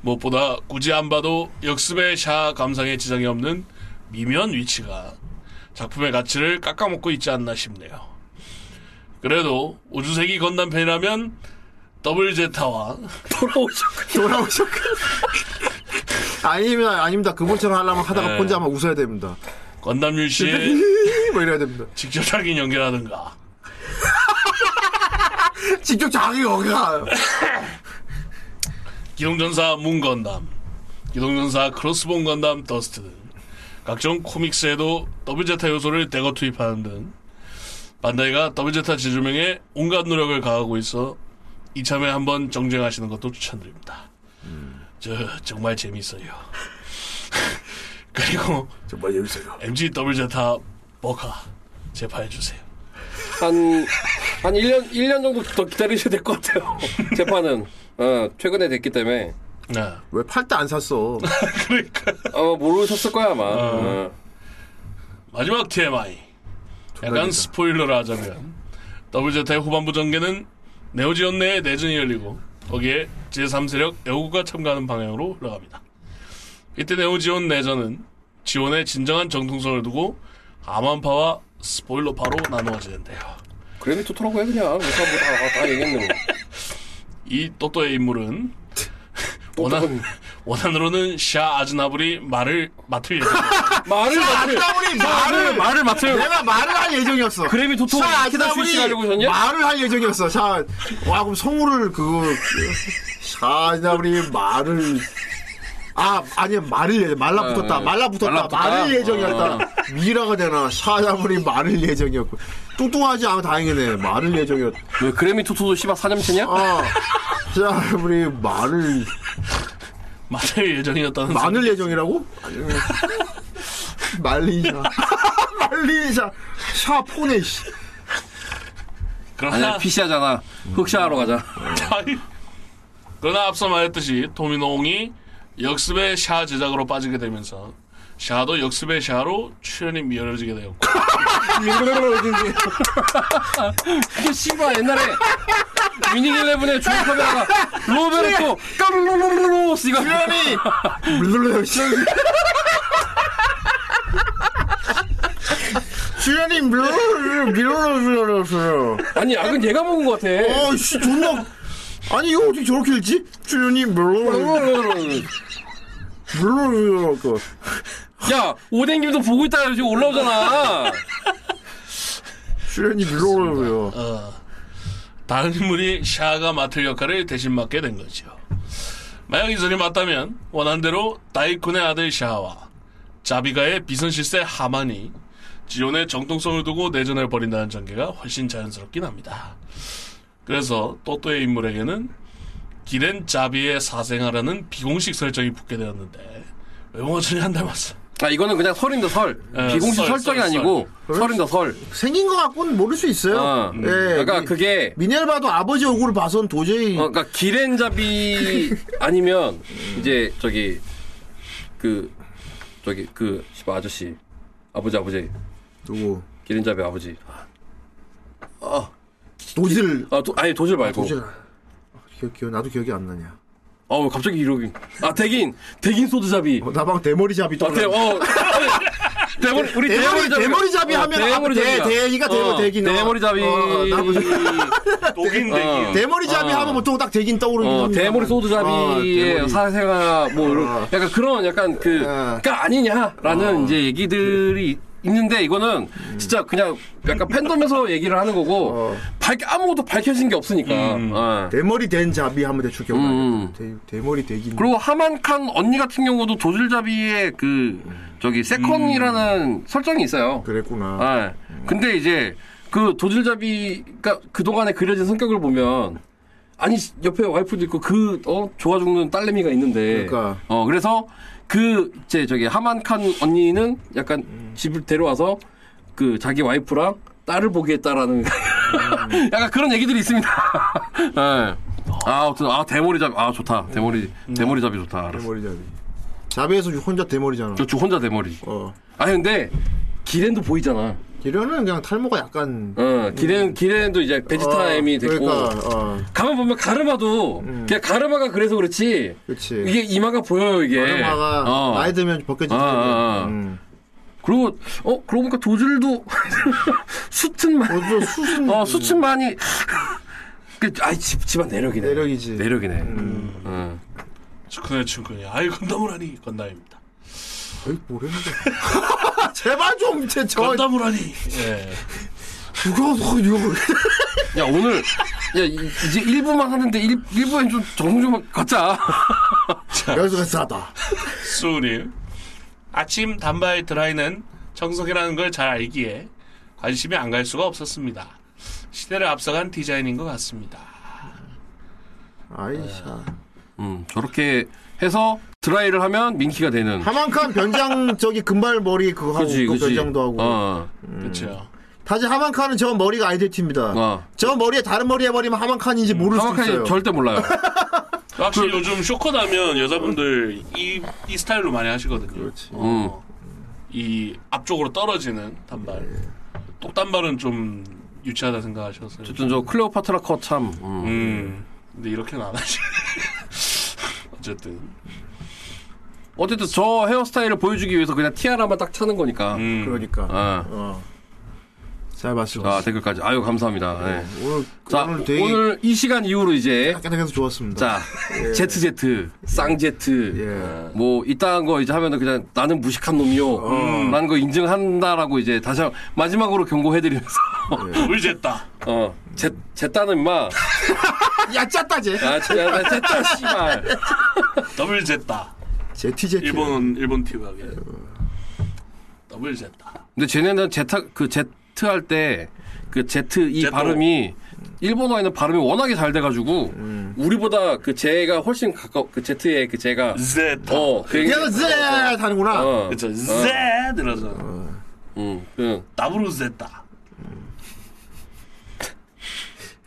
[SPEAKER 8] 무엇보다 굳이 안 봐도 역습의 샤 감상에 지장이 없는 미묘한 위치가 작품의 가치를 깎아먹고 있지 않나 싶네요. 그래도 우주세기 건담편이라면 더블 제타와
[SPEAKER 9] 돌아오셨군. (laughs)
[SPEAKER 7] 돌아오셨고. 아닙니다, 아닙니다. 그분처럼 하려면 하다가
[SPEAKER 8] 네.
[SPEAKER 7] 혼자만 웃어야 됩니다. (laughs)
[SPEAKER 8] 건담
[SPEAKER 9] 그
[SPEAKER 8] 유시의
[SPEAKER 7] 뭐 이래야 됩니다.
[SPEAKER 8] 직접적인 연결하든가
[SPEAKER 7] 직접 자기 여기가.
[SPEAKER 8] 기동전사 문건담, 기동전사 크로스본 건담 더스트 등 각종 코믹스에도 더블제타 요소를 대거 투입하는 등 반다이가 더블제타 지조명에 온갖 노력을 가하고 있어 이참에 한번 정주행하시는 것도 추천드립니다. 저 정말 재밌어요. (laughs) 그리고
[SPEAKER 7] 정말 재밌어요.
[SPEAKER 8] MG 더블제타 버카 제파해주세요.
[SPEAKER 9] 한, (laughs) 한 1년, 1년 정도 더 기다리셔야 될 것 같아요. 재판은. 어, 최근에 됐기 때문에.
[SPEAKER 8] 네.
[SPEAKER 7] 왜 팔 때 안 샀어?
[SPEAKER 8] 그러니까
[SPEAKER 9] 어, 모르셨을 거야, 아마.
[SPEAKER 8] 어.
[SPEAKER 9] 어.
[SPEAKER 8] 마지막 TMI. 약간
[SPEAKER 7] 존나기다.
[SPEAKER 8] 스포일러를 하자면 WZ의 후반부 전개는 네오지온 내에 내전이 열리고 거기에 제3세력 애국가 참가하는 방향으로 흘러갑니다. 이때 네오지온 내전은 지원의 진정한 정통성을 두고 암환파와 스포일러파로 나누어지는데요.
[SPEAKER 9] 그래도 좋더라고 해, 그냥. 그래서 뭐 다, 다 얘기했네, 뭐.
[SPEAKER 8] 이 또또의 인물은
[SPEAKER 9] 또
[SPEAKER 8] 원한,
[SPEAKER 9] 뭐. 똑같네.
[SPEAKER 8] 원한으로는 샤 아즈나블이 말을 맡을
[SPEAKER 7] (laughs)
[SPEAKER 8] 예정.
[SPEAKER 9] 말을 맡을.
[SPEAKER 7] 아즈나블이 말을
[SPEAKER 9] 말을 맡을.
[SPEAKER 7] 내가 말을 할 예정이었어.
[SPEAKER 9] 그래미 토토
[SPEAKER 7] 샤
[SPEAKER 9] 기타 스위치 가지고
[SPEAKER 7] 아즈나블이
[SPEAKER 9] 오셨냐?
[SPEAKER 7] 말을 할 예정이었어. 샤, 와 그럼 성우를 그거 샤 아즈나블이 말을 아 아니 말을 예- 말라 붙었다
[SPEAKER 9] 어, 어.
[SPEAKER 7] 말라 붙었다 아.
[SPEAKER 9] 말라붙었다.
[SPEAKER 7] 말을 예정이었다
[SPEAKER 9] 어.
[SPEAKER 7] 미라가 되나 샤 아즈나블이 말을 예정이었고 뚱뚱하지 않아 다행이네 말을 예정이었.
[SPEAKER 9] 왜 그래미 토토도 씨발 사념체냐?
[SPEAKER 7] 아, 샤 아즈나블이 말을
[SPEAKER 8] 맡을 예정이었다는
[SPEAKER 7] 마늘 예정이라고? 예. 말리샤 (laughs) 말리샤 샤포네 씨.
[SPEAKER 8] 그러나
[SPEAKER 9] 아니야, PC하잖아. 흑샤하러 가자.
[SPEAKER 8] 아니, 그러나 앞서 말했듯이 도미노홍이 역습의 샤 제작으로 빠지게 되면서 샤도 역습의 샤로 출연이 미열해지게 되었고
[SPEAKER 9] 이게 씨발 옛날에 위닝 일레븐의 주요 카메라가 로베르토 까르르르로스 이거
[SPEAKER 7] 아니 물놀래요 주연이 밀어러 밀어러 밀어러
[SPEAKER 9] 아니 약은 얘가 먹은 것 같아.
[SPEAKER 7] 어씨 존나 아니 이거 어떻게 저렇게 읽지? 주연이 밀어러 밀어러 밀어러 그
[SPEAKER 9] 야 오뎅김도 보고 있다 지금 올라오잖아.
[SPEAKER 7] 주연이 밀어러요
[SPEAKER 8] 어, 다른 인물이 샤가 맡을 역할을 대신 맡게 된 거죠. 만약 이 전이 맞다면 원한대로 다이쿤의 아들 샤와 자비가의 비선실세 하만이 지온의 정통성을 두고 내전을 벌인다는 전개가 훨씬 자연스럽긴 합니다. 그래서 또또의 인물에게는 기렌 자비의 사생아라는 비공식 설정이 붙게 되었는데 외모가 전혀 안 닮았어.
[SPEAKER 9] 아 이거는 그냥 설인데 설
[SPEAKER 8] 예,
[SPEAKER 9] 비공식
[SPEAKER 8] 설,
[SPEAKER 9] 설정이
[SPEAKER 8] 설,
[SPEAKER 9] 아니고 설인데 설.
[SPEAKER 7] 생긴 것 같고는 모를 수 있어요.
[SPEAKER 9] 어.
[SPEAKER 7] 예,
[SPEAKER 9] 그러니까
[SPEAKER 7] 미-
[SPEAKER 9] 그게
[SPEAKER 7] 미네르바도 아버지 얼굴을 봐선 도저히
[SPEAKER 9] 어, 그러니까 (laughs) 기렌잡이 아니면 이제 저기 그 저기 그 씨발 아저씨 아버지 아버지
[SPEAKER 7] 누구
[SPEAKER 9] 기린잡이 아버지.
[SPEAKER 7] 도질
[SPEAKER 9] 아, 도, 아니 도질 말고.
[SPEAKER 7] 도질 기억 기억 나도 기억이 안 나냐.
[SPEAKER 9] 어우 갑자기 이러긴. 아 대긴 대긴 소드잡이.
[SPEAKER 7] 어, 나방 대머리 잡이 또.
[SPEAKER 9] 아, 대, 어. 대머리 우리 어,
[SPEAKER 7] 대머리- 대머리잡이 하면
[SPEAKER 9] 대머리
[SPEAKER 7] 아, 대-
[SPEAKER 9] 잡이야.
[SPEAKER 7] 대기가 대머- 대기나.
[SPEAKER 9] 대머리 잡이.
[SPEAKER 7] 어, 나
[SPEAKER 9] (laughs)
[SPEAKER 8] 독인
[SPEAKER 9] 어.
[SPEAKER 7] 대머리 잡이
[SPEAKER 9] 어.
[SPEAKER 7] 하면 보통 딱 대긴 떠오르는.
[SPEAKER 9] 어, 대머리 소드잡이의 예,
[SPEAKER 7] 아, 대머리.
[SPEAKER 9] 사생아 뭐 이런
[SPEAKER 7] 어.
[SPEAKER 9] 약간 그런 약간 그
[SPEAKER 7] 어.
[SPEAKER 9] 그러니까 아니냐라는 이제 얘기들이 있는데 이거는 진짜 그냥 약간 팬덤에서 얘기를 하는 거고
[SPEAKER 7] 음. 어.
[SPEAKER 9] 밝 아무것도 밝혀진 게 없으니까.
[SPEAKER 8] 음.
[SPEAKER 9] 어.
[SPEAKER 7] 대머리 된 잡이 하면 대충 기억나.
[SPEAKER 9] 음.
[SPEAKER 7] 대, 대머리 대긴.
[SPEAKER 9] 그리고 하만칸 언니 같은 경우도 도질잡이의 그 저기 세컨이라는 설정이 있어요.
[SPEAKER 7] 그랬구나.
[SPEAKER 9] 아, 근데 이제 그 도질잡이가 그러니까 그동안에 그려진 성격을 보면 아니 옆에 와이프도 있고 그 어 좋아 죽는 딸내미가 있는데
[SPEAKER 7] 그러니까.
[SPEAKER 9] 어 그래서 그 이제 저기 하만칸 언니는 약간 집을 데려와서 그 자기 와이프랑 딸을 보게 했다라는 (laughs) 약간 그런 얘기들이 있습니다. (laughs) 예. 아, 아무튼 아 대머리 잡이 아 좋다 대머리 대머리 잡이 좋다. 알았어.
[SPEAKER 7] 대머리 잡이. 잡이에서 혼자 대머리잖아.
[SPEAKER 9] 저 혼자 대머리.
[SPEAKER 7] 어.
[SPEAKER 9] 아니 근데 기렌도 보이잖아.
[SPEAKER 7] 이러는 그냥 탈모가 약간.
[SPEAKER 9] 어, 기렌, 기렌도 이제 베지타임이
[SPEAKER 7] 어,
[SPEAKER 9] 됐고.
[SPEAKER 7] 그러니까, 음. 어,
[SPEAKER 9] 가만 보면 가르마도, 그냥 가르마가 그래서 그렇지.
[SPEAKER 7] 그치.
[SPEAKER 9] 이게 이마가 보여요, 이게.
[SPEAKER 7] 얼마가
[SPEAKER 9] 어.
[SPEAKER 7] 나이 들면 벗겨지는.
[SPEAKER 9] 어, 어, 어.
[SPEAKER 7] 음.
[SPEAKER 9] 그리고, 어, 그러고 보니까 도질도 (laughs) 수튼 많이.
[SPEAKER 7] 어, 저 수순.
[SPEAKER 9] 어, 수튼 많이. 그, 아이, 집, 집안 내력이네.
[SPEAKER 7] 내력이지.
[SPEAKER 9] 내력이네.
[SPEAKER 7] 음.
[SPEAKER 9] 어.
[SPEAKER 8] 측근의 측근이 아이 건담을 하니 건담입니다.
[SPEAKER 7] 거의 모르는데. (laughs) 제발 좀, 제, 저,
[SPEAKER 8] 건담을 하니. 예.
[SPEAKER 7] 죽어,
[SPEAKER 9] 뭐
[SPEAKER 7] 이거.
[SPEAKER 9] 야, 오늘, 야, 이- 이제 1부만 하는데 1, 일부엔좀 정성 좀 갖자.
[SPEAKER 7] (laughs) 여기서 싸다.
[SPEAKER 8] 수우님 아침 단발 드라이는 정석이라는 걸 잘 알기에 관심이 안 갈 수가 없었습니다. 시대를 앞서간 디자인인 것 같습니다.
[SPEAKER 7] 아이샤.
[SPEAKER 9] (laughs) 음, 저렇게 해서 드라이를 하면 민키가 되는.
[SPEAKER 7] 하만칸
[SPEAKER 9] (laughs)
[SPEAKER 7] 변장 저기 금발 머리 그거 하고
[SPEAKER 9] 그지,
[SPEAKER 7] 또
[SPEAKER 9] 그지.
[SPEAKER 7] 변장도 하고
[SPEAKER 9] 어,
[SPEAKER 7] 음.
[SPEAKER 8] 그렇죠.
[SPEAKER 7] 다시 하만칸은 저 머리가 아이덴티티입니다.
[SPEAKER 9] 어. 음,
[SPEAKER 7] 저 머리에 다른 머리 해버리면 하만칸인지 모를 수
[SPEAKER 9] 하마카이
[SPEAKER 7] 있어요.
[SPEAKER 9] 절대 몰라요.
[SPEAKER 8] 확실히
[SPEAKER 7] 그
[SPEAKER 8] 요즘 쇼컷 하면 여자분들 이, 이 스타일로 많이 하시거든요.
[SPEAKER 7] 그렇지.
[SPEAKER 9] 음.
[SPEAKER 8] 어, 이 앞쪽으로 떨어지는 단발.
[SPEAKER 7] 네.
[SPEAKER 8] 똑단발은 좀 유치하다 생각하셨어요.
[SPEAKER 9] 어쨌든 저 클레오파트라 컷 참. 음.
[SPEAKER 8] 음.
[SPEAKER 7] 네.
[SPEAKER 8] 근데 이렇게는 안 하시. (laughs) 어쨌든.
[SPEAKER 9] 어쨌든 저 헤어스타일을 보여주기 위해서 그냥 티아라만 딱 차는 거니까.
[SPEAKER 8] 음.
[SPEAKER 7] 그러니까.
[SPEAKER 9] 아.
[SPEAKER 7] 어. 잘 봤어.
[SPEAKER 9] 자 댓글까지. 아유 감사합니다. 네.
[SPEAKER 7] 오늘
[SPEAKER 9] 자
[SPEAKER 7] 오늘 되게
[SPEAKER 9] 오늘 이 시간 이후로 이제
[SPEAKER 7] 깨끗해서 좋았습니다.
[SPEAKER 9] 자 ZZ 쌍제트
[SPEAKER 7] 예. 어.
[SPEAKER 9] 뭐 이딴 거 이제 하면은 그냥 나는 무식한 놈이요
[SPEAKER 7] 음.
[SPEAKER 9] 라는 거 인증한다라고 이제 다시 한- 마지막으로 경고해드리면서 (laughs)
[SPEAKER 8] 우리 쟀다.
[SPEAKER 9] 어제 제따는 임마
[SPEAKER 7] 야 짰다제.
[SPEAKER 9] 아 제- 야, 제따 씨발
[SPEAKER 8] 더블 쟀다.
[SPEAKER 7] 제티제티.
[SPEAKER 8] 일본, 일본 티브하게. 더블 쟀다.
[SPEAKER 9] 근데 쟤네는 제타 그 제트 할 때 그 제트 이
[SPEAKER 8] 제토.
[SPEAKER 9] 발음이 일본어에 있는 발음이 워낙에 잘 돼가지고
[SPEAKER 8] 음.
[SPEAKER 9] 우리보다 그 제가 훨씬 가까워 그 제트의 그 제가
[SPEAKER 8] 쟀다.
[SPEAKER 9] 어 되게
[SPEAKER 7] 야제 하는구나.
[SPEAKER 9] 어,
[SPEAKER 8] 그쵸. 쟀! 이러잖아.
[SPEAKER 9] 음, 그,
[SPEAKER 8] 더블로 쟀다.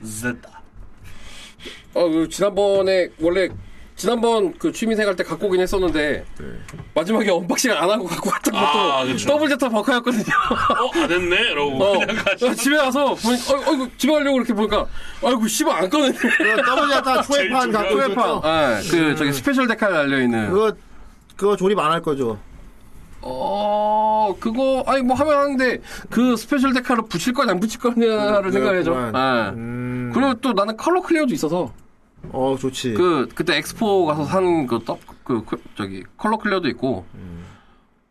[SPEAKER 8] 쟀다.
[SPEAKER 9] 어, 그 지난번에 원래 지난번 그 취미생 할때 갖고 오긴 했었는데 마지막에 언박싱 안 하고 갖고 갔던 것도
[SPEAKER 8] 네. 아, 그쵸.
[SPEAKER 9] 더블 제타 버카였거든요.
[SPEAKER 8] 어, 안 했네? 이러고
[SPEAKER 9] 어,
[SPEAKER 8] 그냥 가시.
[SPEAKER 9] 집에 와서 보니까 어, 어이구 집에 가려고 이렇게 보니까 아이고 씨발 안 꺼냈네.
[SPEAKER 8] 어,
[SPEAKER 9] (laughs)
[SPEAKER 7] 그 더블자타 초회판
[SPEAKER 8] 제일
[SPEAKER 7] 갖고
[SPEAKER 8] 중요한
[SPEAKER 7] 초회판.
[SPEAKER 9] 아, 그
[SPEAKER 8] 음.
[SPEAKER 9] 저기 스페셜 데칼 달려 있는.
[SPEAKER 7] 그거 그거 조립 안 할 거죠.
[SPEAKER 9] 어 그거 아니 뭐 하면 하는데 그 스페셜 데칼을 붙일 거냐 안 붙일 거냐를 생각해죠.
[SPEAKER 7] 음, 그렇구만.
[SPEAKER 9] 아.
[SPEAKER 7] 음.
[SPEAKER 9] 그리고 또 나는 컬러 클리어도 있어서
[SPEAKER 7] 어 좋지.
[SPEAKER 9] 그 그때 엑스포 가서 산그떡그 그, 저기 컬러 클리어도 있고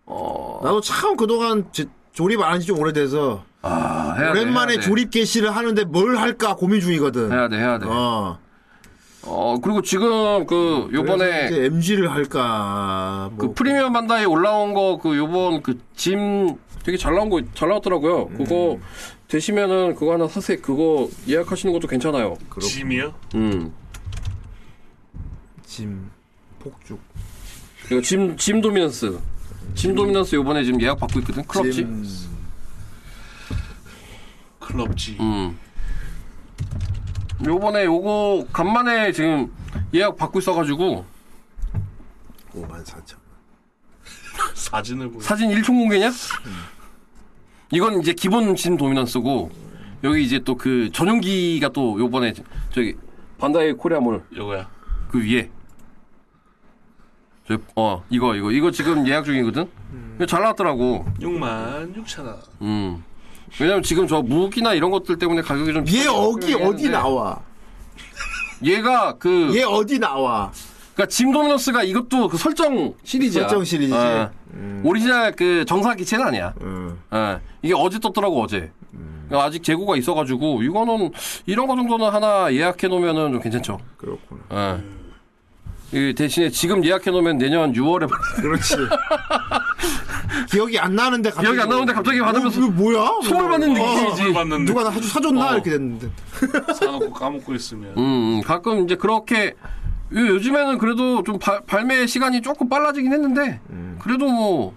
[SPEAKER 7] 나도 참 그동안 지- 조립 안 한 지 좀 오래돼서
[SPEAKER 9] 아, 해야 돼,
[SPEAKER 7] 오랜만에
[SPEAKER 9] 해야 돼.
[SPEAKER 7] 조립 게시를 하는데 뭘 할까 고민 중이거든.
[SPEAKER 9] 해야 돼 해야 돼. 어,
[SPEAKER 7] 어.
[SPEAKER 9] 그리고 지금 그
[SPEAKER 7] 그래서
[SPEAKER 9] 요번에
[SPEAKER 7] 이제 MG를 할까. 뭐.
[SPEAKER 9] 그 프리미엄 반다이 올라온 거 그 요번 그 짐 되게 잘 나온 거 잘 나왔더라고요. 그거
[SPEAKER 7] 음.
[SPEAKER 9] 되시면은 그거 하나 사세요. 그거 예약하시는 것도 괜찮아요.
[SPEAKER 8] 짐이요?
[SPEAKER 9] 음.
[SPEAKER 7] 짐 폭죽.
[SPEAKER 9] 그리고 짐, 짐 도미넌스. 짐 도미넌스 요번에 지금 예약 받고 있거든. 클럽지.
[SPEAKER 7] 짐.
[SPEAKER 8] 클럽지.
[SPEAKER 9] 음. 요번에 요거 간만에 지금 예약 받고 있어가지고
[SPEAKER 7] 5만 4천.
[SPEAKER 8] 사진을 보여.
[SPEAKER 9] 사진 1총 공개냐? 이건 이제 기본 짐 도미넌스고 여기 이제 또 그 전용기가 또 요번에 저기 반다이 코리아몰
[SPEAKER 8] 요거야.
[SPEAKER 9] 그 위에 저, 어 이거 이거 이거 지금 예약 중이거든 이거 잘 나왔더라고
[SPEAKER 8] 6만 6천 원.
[SPEAKER 9] 음 왜냐면 지금 저 무기나 이런 것들 때문에 가격이 좀
[SPEAKER 7] 얘 어디 어디
[SPEAKER 9] 비싸긴 했는데
[SPEAKER 7] 나와?
[SPEAKER 9] 얘가 그
[SPEAKER 7] 얘 어디 나와?
[SPEAKER 9] 그러니까 짐 도미너스가 이것도 그 설정 시리즈야
[SPEAKER 7] 설정 시리즈지. 음.
[SPEAKER 9] 어. 오리지널 그 정사 기체는 아니야
[SPEAKER 7] 응.
[SPEAKER 9] 어. 이게 어제 떴더라고 어제
[SPEAKER 7] 음.
[SPEAKER 9] 그러니까 아직 재고가 있어가지고 이거는 이런 거 정도는 하나 예약해 놓으면은 좀 괜찮죠
[SPEAKER 7] 그렇구나.
[SPEAKER 9] 어. 이 대신에 지금 예약해 놓으면 내년
[SPEAKER 7] (laughs)
[SPEAKER 9] 6월에 (laughs)
[SPEAKER 7] 그렇지. 기억이 안 나는데 갑자기
[SPEAKER 9] 기억이 안 나는데 갑자기 받으면서
[SPEAKER 7] 어, 이거 뭐야?
[SPEAKER 9] 소울 받는 음, 느낌이지.
[SPEAKER 7] 어,
[SPEAKER 8] 선물 받는
[SPEAKER 7] 누가 나
[SPEAKER 8] 느낌.
[SPEAKER 7] 아주 사줬나
[SPEAKER 9] 어.
[SPEAKER 7] 이렇게 됐는데.
[SPEAKER 8] 사갖고 까먹고 있으면.
[SPEAKER 9] 음, 음, 가끔 이제 그렇게 요- 요즘에는 그래도 좀 발- 발매 시간이 조금 빨라지긴 했는데 그래도 뭐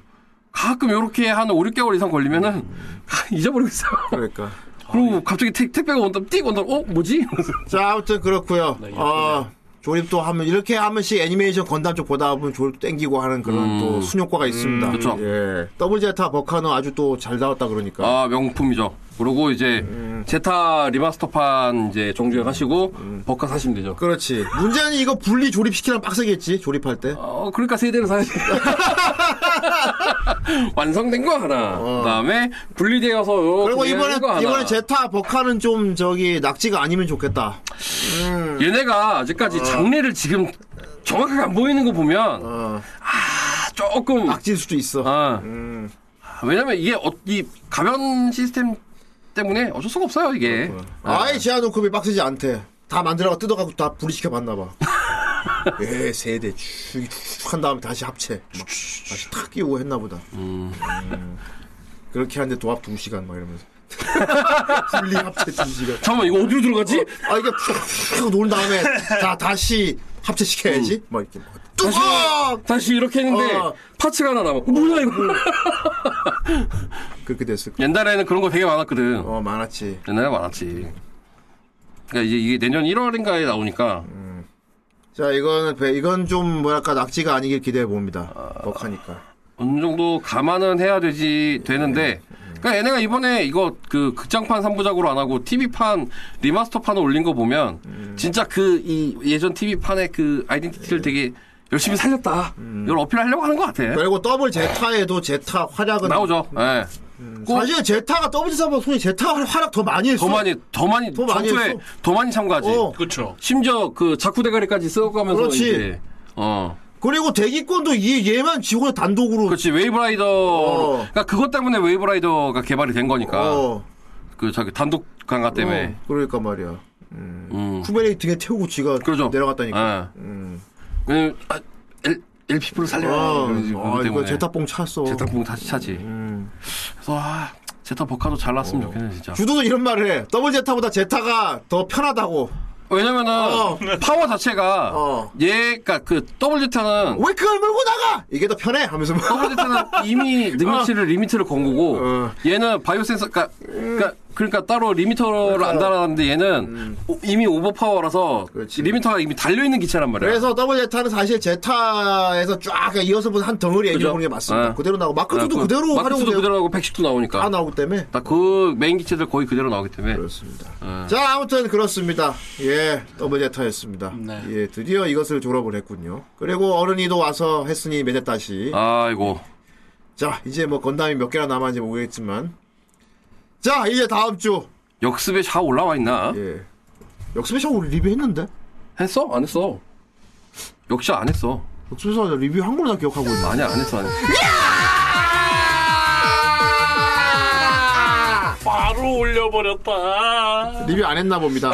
[SPEAKER 9] 가끔 요렇게 한 5, 6개월 이상 걸리면은 잊어버리고 (laughs) 있어요.
[SPEAKER 7] 그러니까.
[SPEAKER 9] 그리고 갑자기 택, 택배가 온다, 띡 온다, 어? 뭐지? (laughs) 이러면서.
[SPEAKER 7] 자, 아무튼 그렇고요.
[SPEAKER 8] 네,
[SPEAKER 7] 어, 조립도 하면 이렇게 한 번씩 애니메이션 건담 쪽 보다 보면 조립 땡기고 하는 그런 또 순효과가 있습니다.
[SPEAKER 9] 음. 그쵸.
[SPEAKER 7] 예. 더블 제타 버카는 아주 또 잘 나왔다 그러니까.
[SPEAKER 9] 아, 명품이죠. 그리고 이제 제타 리마스터판 이제 정주행 하시고 버카 사시면 되죠.
[SPEAKER 7] 그렇지. 문제는 이거 분리 조립시키면 빡세겠지. 조립할 때.
[SPEAKER 9] 어, 그러니까 세대를 사야지. (laughs) 완성된 거 하나. 그 다음에 분리되어서 요렇게
[SPEAKER 7] 어. 그리고
[SPEAKER 9] 되는
[SPEAKER 7] 이번에
[SPEAKER 9] 거 하나.
[SPEAKER 7] 이번에 제타 버카는 좀 저기 낙지가 아니면 좋겠다.
[SPEAKER 9] 음. 얘네가 아직까지 장르를 지금 정확하게 안 보이는 거 보면
[SPEAKER 7] 어,
[SPEAKER 9] 아, 조금
[SPEAKER 7] 낙지일 수도 있어.
[SPEAKER 9] 아,
[SPEAKER 7] 음.
[SPEAKER 9] 아, 왜냐면 이게 어, 이 가변 시스템 때문에 어쩔 수가 없어요 이게
[SPEAKER 7] 아예 제아노컵이 빡세지 않대. 다 만들어가 뜯어가고 다 분리시켜 봤나 봐. (laughs) 예, 세대 쭉쭉한 다음에 다시 합체. 막 다시 탁 끼우고 했나 보다. 음. 그렇게 하는데 도합 2시간 막 이러면서. (laughs) 분리 합체 2시간.
[SPEAKER 9] 잠깐만 이거 어디로 들어가지?
[SPEAKER 7] 아, 이게 쭉 놓은 다음에 자, 다시 합체시켜야지. 막 이렇게. 막 뚜벅!
[SPEAKER 9] 다시 이렇게 했는데
[SPEAKER 7] 어. 음.
[SPEAKER 9] 파츠가 하나 남아 어, 뭐야 이거
[SPEAKER 7] 그렇게 됐을 거야.
[SPEAKER 9] (laughs) 옛날에는 그런 거 되게 많았거든
[SPEAKER 7] 어, 많았지. 음.
[SPEAKER 9] 옛날에 많았지 그러니까 이제 이게 내년 1월인가에 나오니까
[SPEAKER 7] 자, 이건, 배- 이건 좀, 뭐랄까, 낙지가 아니길 기대해 봅니다. 벅하니까.
[SPEAKER 9] 어느 정도 감안은 해야 되지 되는데 그러니까 얘네가 이번에 이거 그 극장판 3부작으로 안 하고 TV판 리마스터판을 올린 거 보면
[SPEAKER 7] 음.
[SPEAKER 9] 진짜 그 이 예전 TV판의 그 아이덴티티를
[SPEAKER 7] 네.
[SPEAKER 9] 되게 열심히 살렸다
[SPEAKER 7] 음.
[SPEAKER 9] 이걸 어필하려고 하는 것 같아
[SPEAKER 7] 그리고 더블 제타에도 제타 활약은.
[SPEAKER 9] 나오죠 예. 꼭
[SPEAKER 7] 사실 제타가 더블 제타보다 손이 제타 활약 더 많이 했어.
[SPEAKER 9] 더 많이 더 많이
[SPEAKER 7] 더 많이
[SPEAKER 9] 청소에
[SPEAKER 7] 했어.
[SPEAKER 9] 더 많이 참가하지
[SPEAKER 7] 어.
[SPEAKER 8] 그렇죠.
[SPEAKER 9] 심지어 그 자쿠 대가리까지 써가면서
[SPEAKER 7] 그렇지.
[SPEAKER 9] 이제 어
[SPEAKER 7] 그리고 대기권도 얘, 얘만 지고 단독으로.
[SPEAKER 9] 그렇지 웨이브라이더
[SPEAKER 7] 어.
[SPEAKER 9] 그러니까 그것 때문에 웨이브라이더가 개발이 된 거니까
[SPEAKER 7] 어.
[SPEAKER 9] 그 저기 단독 강화 때문에
[SPEAKER 7] 어, 그러니까 말이야.
[SPEAKER 9] 음.
[SPEAKER 7] 쿠베레이 등에 태우고 지가
[SPEAKER 9] 그러죠.
[SPEAKER 7] 내려갔다니까. 음.
[SPEAKER 9] 예. 왜, 아, 엘, LP프로 살려.
[SPEAKER 7] 아,
[SPEAKER 9] 아,
[SPEAKER 7] 아 이거 제타뽕 찼어.
[SPEAKER 9] 제타풍 다시 차지. 그래서, 아, 제타 버카도 잘 났으면 좋겠네, 진짜.
[SPEAKER 7] 어. 주도도 이런 말을 해. 더블 제타보다 제타가 더 편하다고.
[SPEAKER 9] 왜냐면은,
[SPEAKER 7] 어.
[SPEAKER 9] 파워 자체가,
[SPEAKER 7] 어.
[SPEAKER 9] 얘, 그니까 그, 더블 제타는,
[SPEAKER 7] 왜 그걸 몰고 나가? 이게 더 편해? 하면서 막.
[SPEAKER 9] 더블 제타는
[SPEAKER 7] (laughs)
[SPEAKER 9] 이미 능력치를 리미트를 건 거고,
[SPEAKER 7] 어. 음.
[SPEAKER 9] 얘는 바이오 센서, 그니까, 그니까, 그러니까 따로 리미터를 안 달았는데 얘는 오- 이미 오버파워라서
[SPEAKER 7] 음. 그렇지.
[SPEAKER 9] 리미터가 이미 달려있는 기체란 말이야.
[SPEAKER 7] 그래서 더블 제타는 사실 제타에서 쫙 이어서 본 한 덩어리 얘기를
[SPEAKER 9] 그죠?
[SPEAKER 7] 보는 게 맞습니다.
[SPEAKER 9] 예.
[SPEAKER 7] 그대로 나오고 마크도
[SPEAKER 9] 아, 그-
[SPEAKER 7] 그대로 아, 활용
[SPEAKER 9] 마크스도
[SPEAKER 7] 되
[SPEAKER 9] 그대로 하고 110도 나오니까.
[SPEAKER 7] 다 나오기 때문에
[SPEAKER 9] 나 그 메인 기체들 거의 그대로 나오기 때문에
[SPEAKER 7] 그렇습니다. 자 아무튼 그렇습니다. 예 더블 제타였습니다.
[SPEAKER 8] 네.
[SPEAKER 7] 예 드디어 이것을 졸업을 했군요. 그리고 어른이도 와서 했으니 메데타시.
[SPEAKER 9] 아이고
[SPEAKER 7] 자 이제 뭐 건담이 몇 개나 남았는지 모르겠지만 자 이제 다음 주
[SPEAKER 9] 역습에 샤 올라와 있나
[SPEAKER 7] 예. 역습에서 우리 리뷰했는데
[SPEAKER 9] 했어 안 했어 역시 안 했어
[SPEAKER 7] 역습에서 리뷰 한 걸로 다 기억하고 있나?
[SPEAKER 9] 아니야 안 했어 안 했어
[SPEAKER 8] 바로 올려버렸다.
[SPEAKER 7] 리뷰 안 했나 (laughs) 봅니다.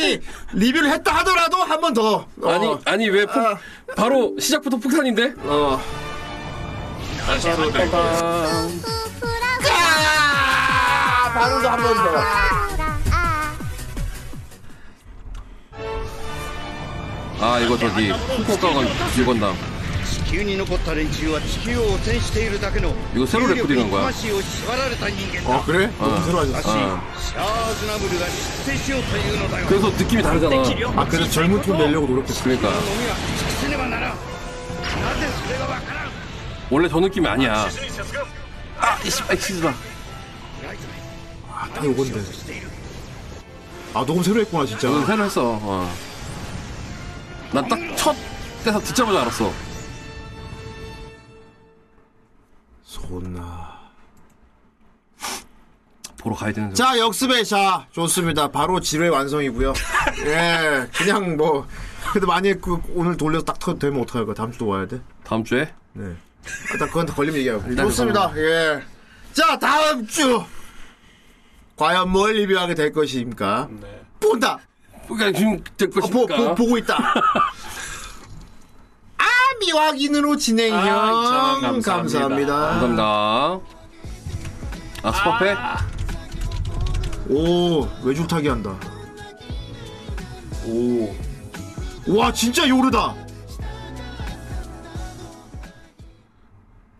[SPEAKER 7] 아니 리뷰를 했다 하더라도 한 번 더. 어,
[SPEAKER 9] 아니 아니 왜 폭,
[SPEAKER 7] 아.
[SPEAKER 9] 바로 시작부터 폭탄인데
[SPEAKER 7] 어.
[SPEAKER 8] 다시 한번 더.
[SPEAKER 7] 아, 바로도 한 번 더.
[SPEAKER 9] 아 이거 저기 후쿠오카건 유건담
[SPEAKER 4] 地球に残った連中は地球を汚染しているだけの
[SPEAKER 9] 이거 새로
[SPEAKER 4] 重力に
[SPEAKER 9] 레코딩한 거야
[SPEAKER 4] 魂を縛られた人間だ
[SPEAKER 7] 어 그래? 너무 새로워졌어.
[SPEAKER 4] シャーズナブルが失勢しようというのだよ
[SPEAKER 9] 아, 그래서 느낌이 다르잖아
[SPEAKER 7] 아 그래서 젊은 톤 내려고 노력했어.
[SPEAKER 9] 그러니까
[SPEAKER 4] 飲みは尽くせねばならんなぜそれがわからん
[SPEAKER 9] 원래 저 느낌이 아니야 아 이씨 엑시즈다
[SPEAKER 7] 아, 딱 요건데. 아 녹음 새로 했구나 진짜.
[SPEAKER 9] 이건 새로 했어 어. 난딱 첫 때서 듣자마자 알았어
[SPEAKER 7] 손나.
[SPEAKER 9] 보러 가야 되는 데
[SPEAKER 7] 자 역습의 자 좋습니다. 바로 지뢰
[SPEAKER 9] (laughs)
[SPEAKER 7] 완성이고요. 예, 그냥 뭐 그래도 만약에 그 오늘 돌려서 딱 터- 되면 어떡할 거야? 다음 주또 와야 돼.
[SPEAKER 9] 다음 주에
[SPEAKER 7] 네. 일단 그건 다 걸리면 얘기하고.
[SPEAKER 9] 일단
[SPEAKER 7] 좋습니다. 예. 자, 다음 주. 과연 뭘 리뷰하게 될 것입니까?
[SPEAKER 8] 네.
[SPEAKER 7] 본다!
[SPEAKER 9] 그러니까 지금 될
[SPEAKER 7] 어, 보,
[SPEAKER 9] 것입니까?
[SPEAKER 7] 보, 보고 있다.
[SPEAKER 9] (laughs)
[SPEAKER 7] 아, 미확인으로 진행형.
[SPEAKER 8] 아, 이천 원 감사합니다.
[SPEAKER 9] 감사합니다. 아 스파페?
[SPEAKER 7] 오, 외줄타기 한다.
[SPEAKER 8] 오.
[SPEAKER 7] 와, 진짜 요르다.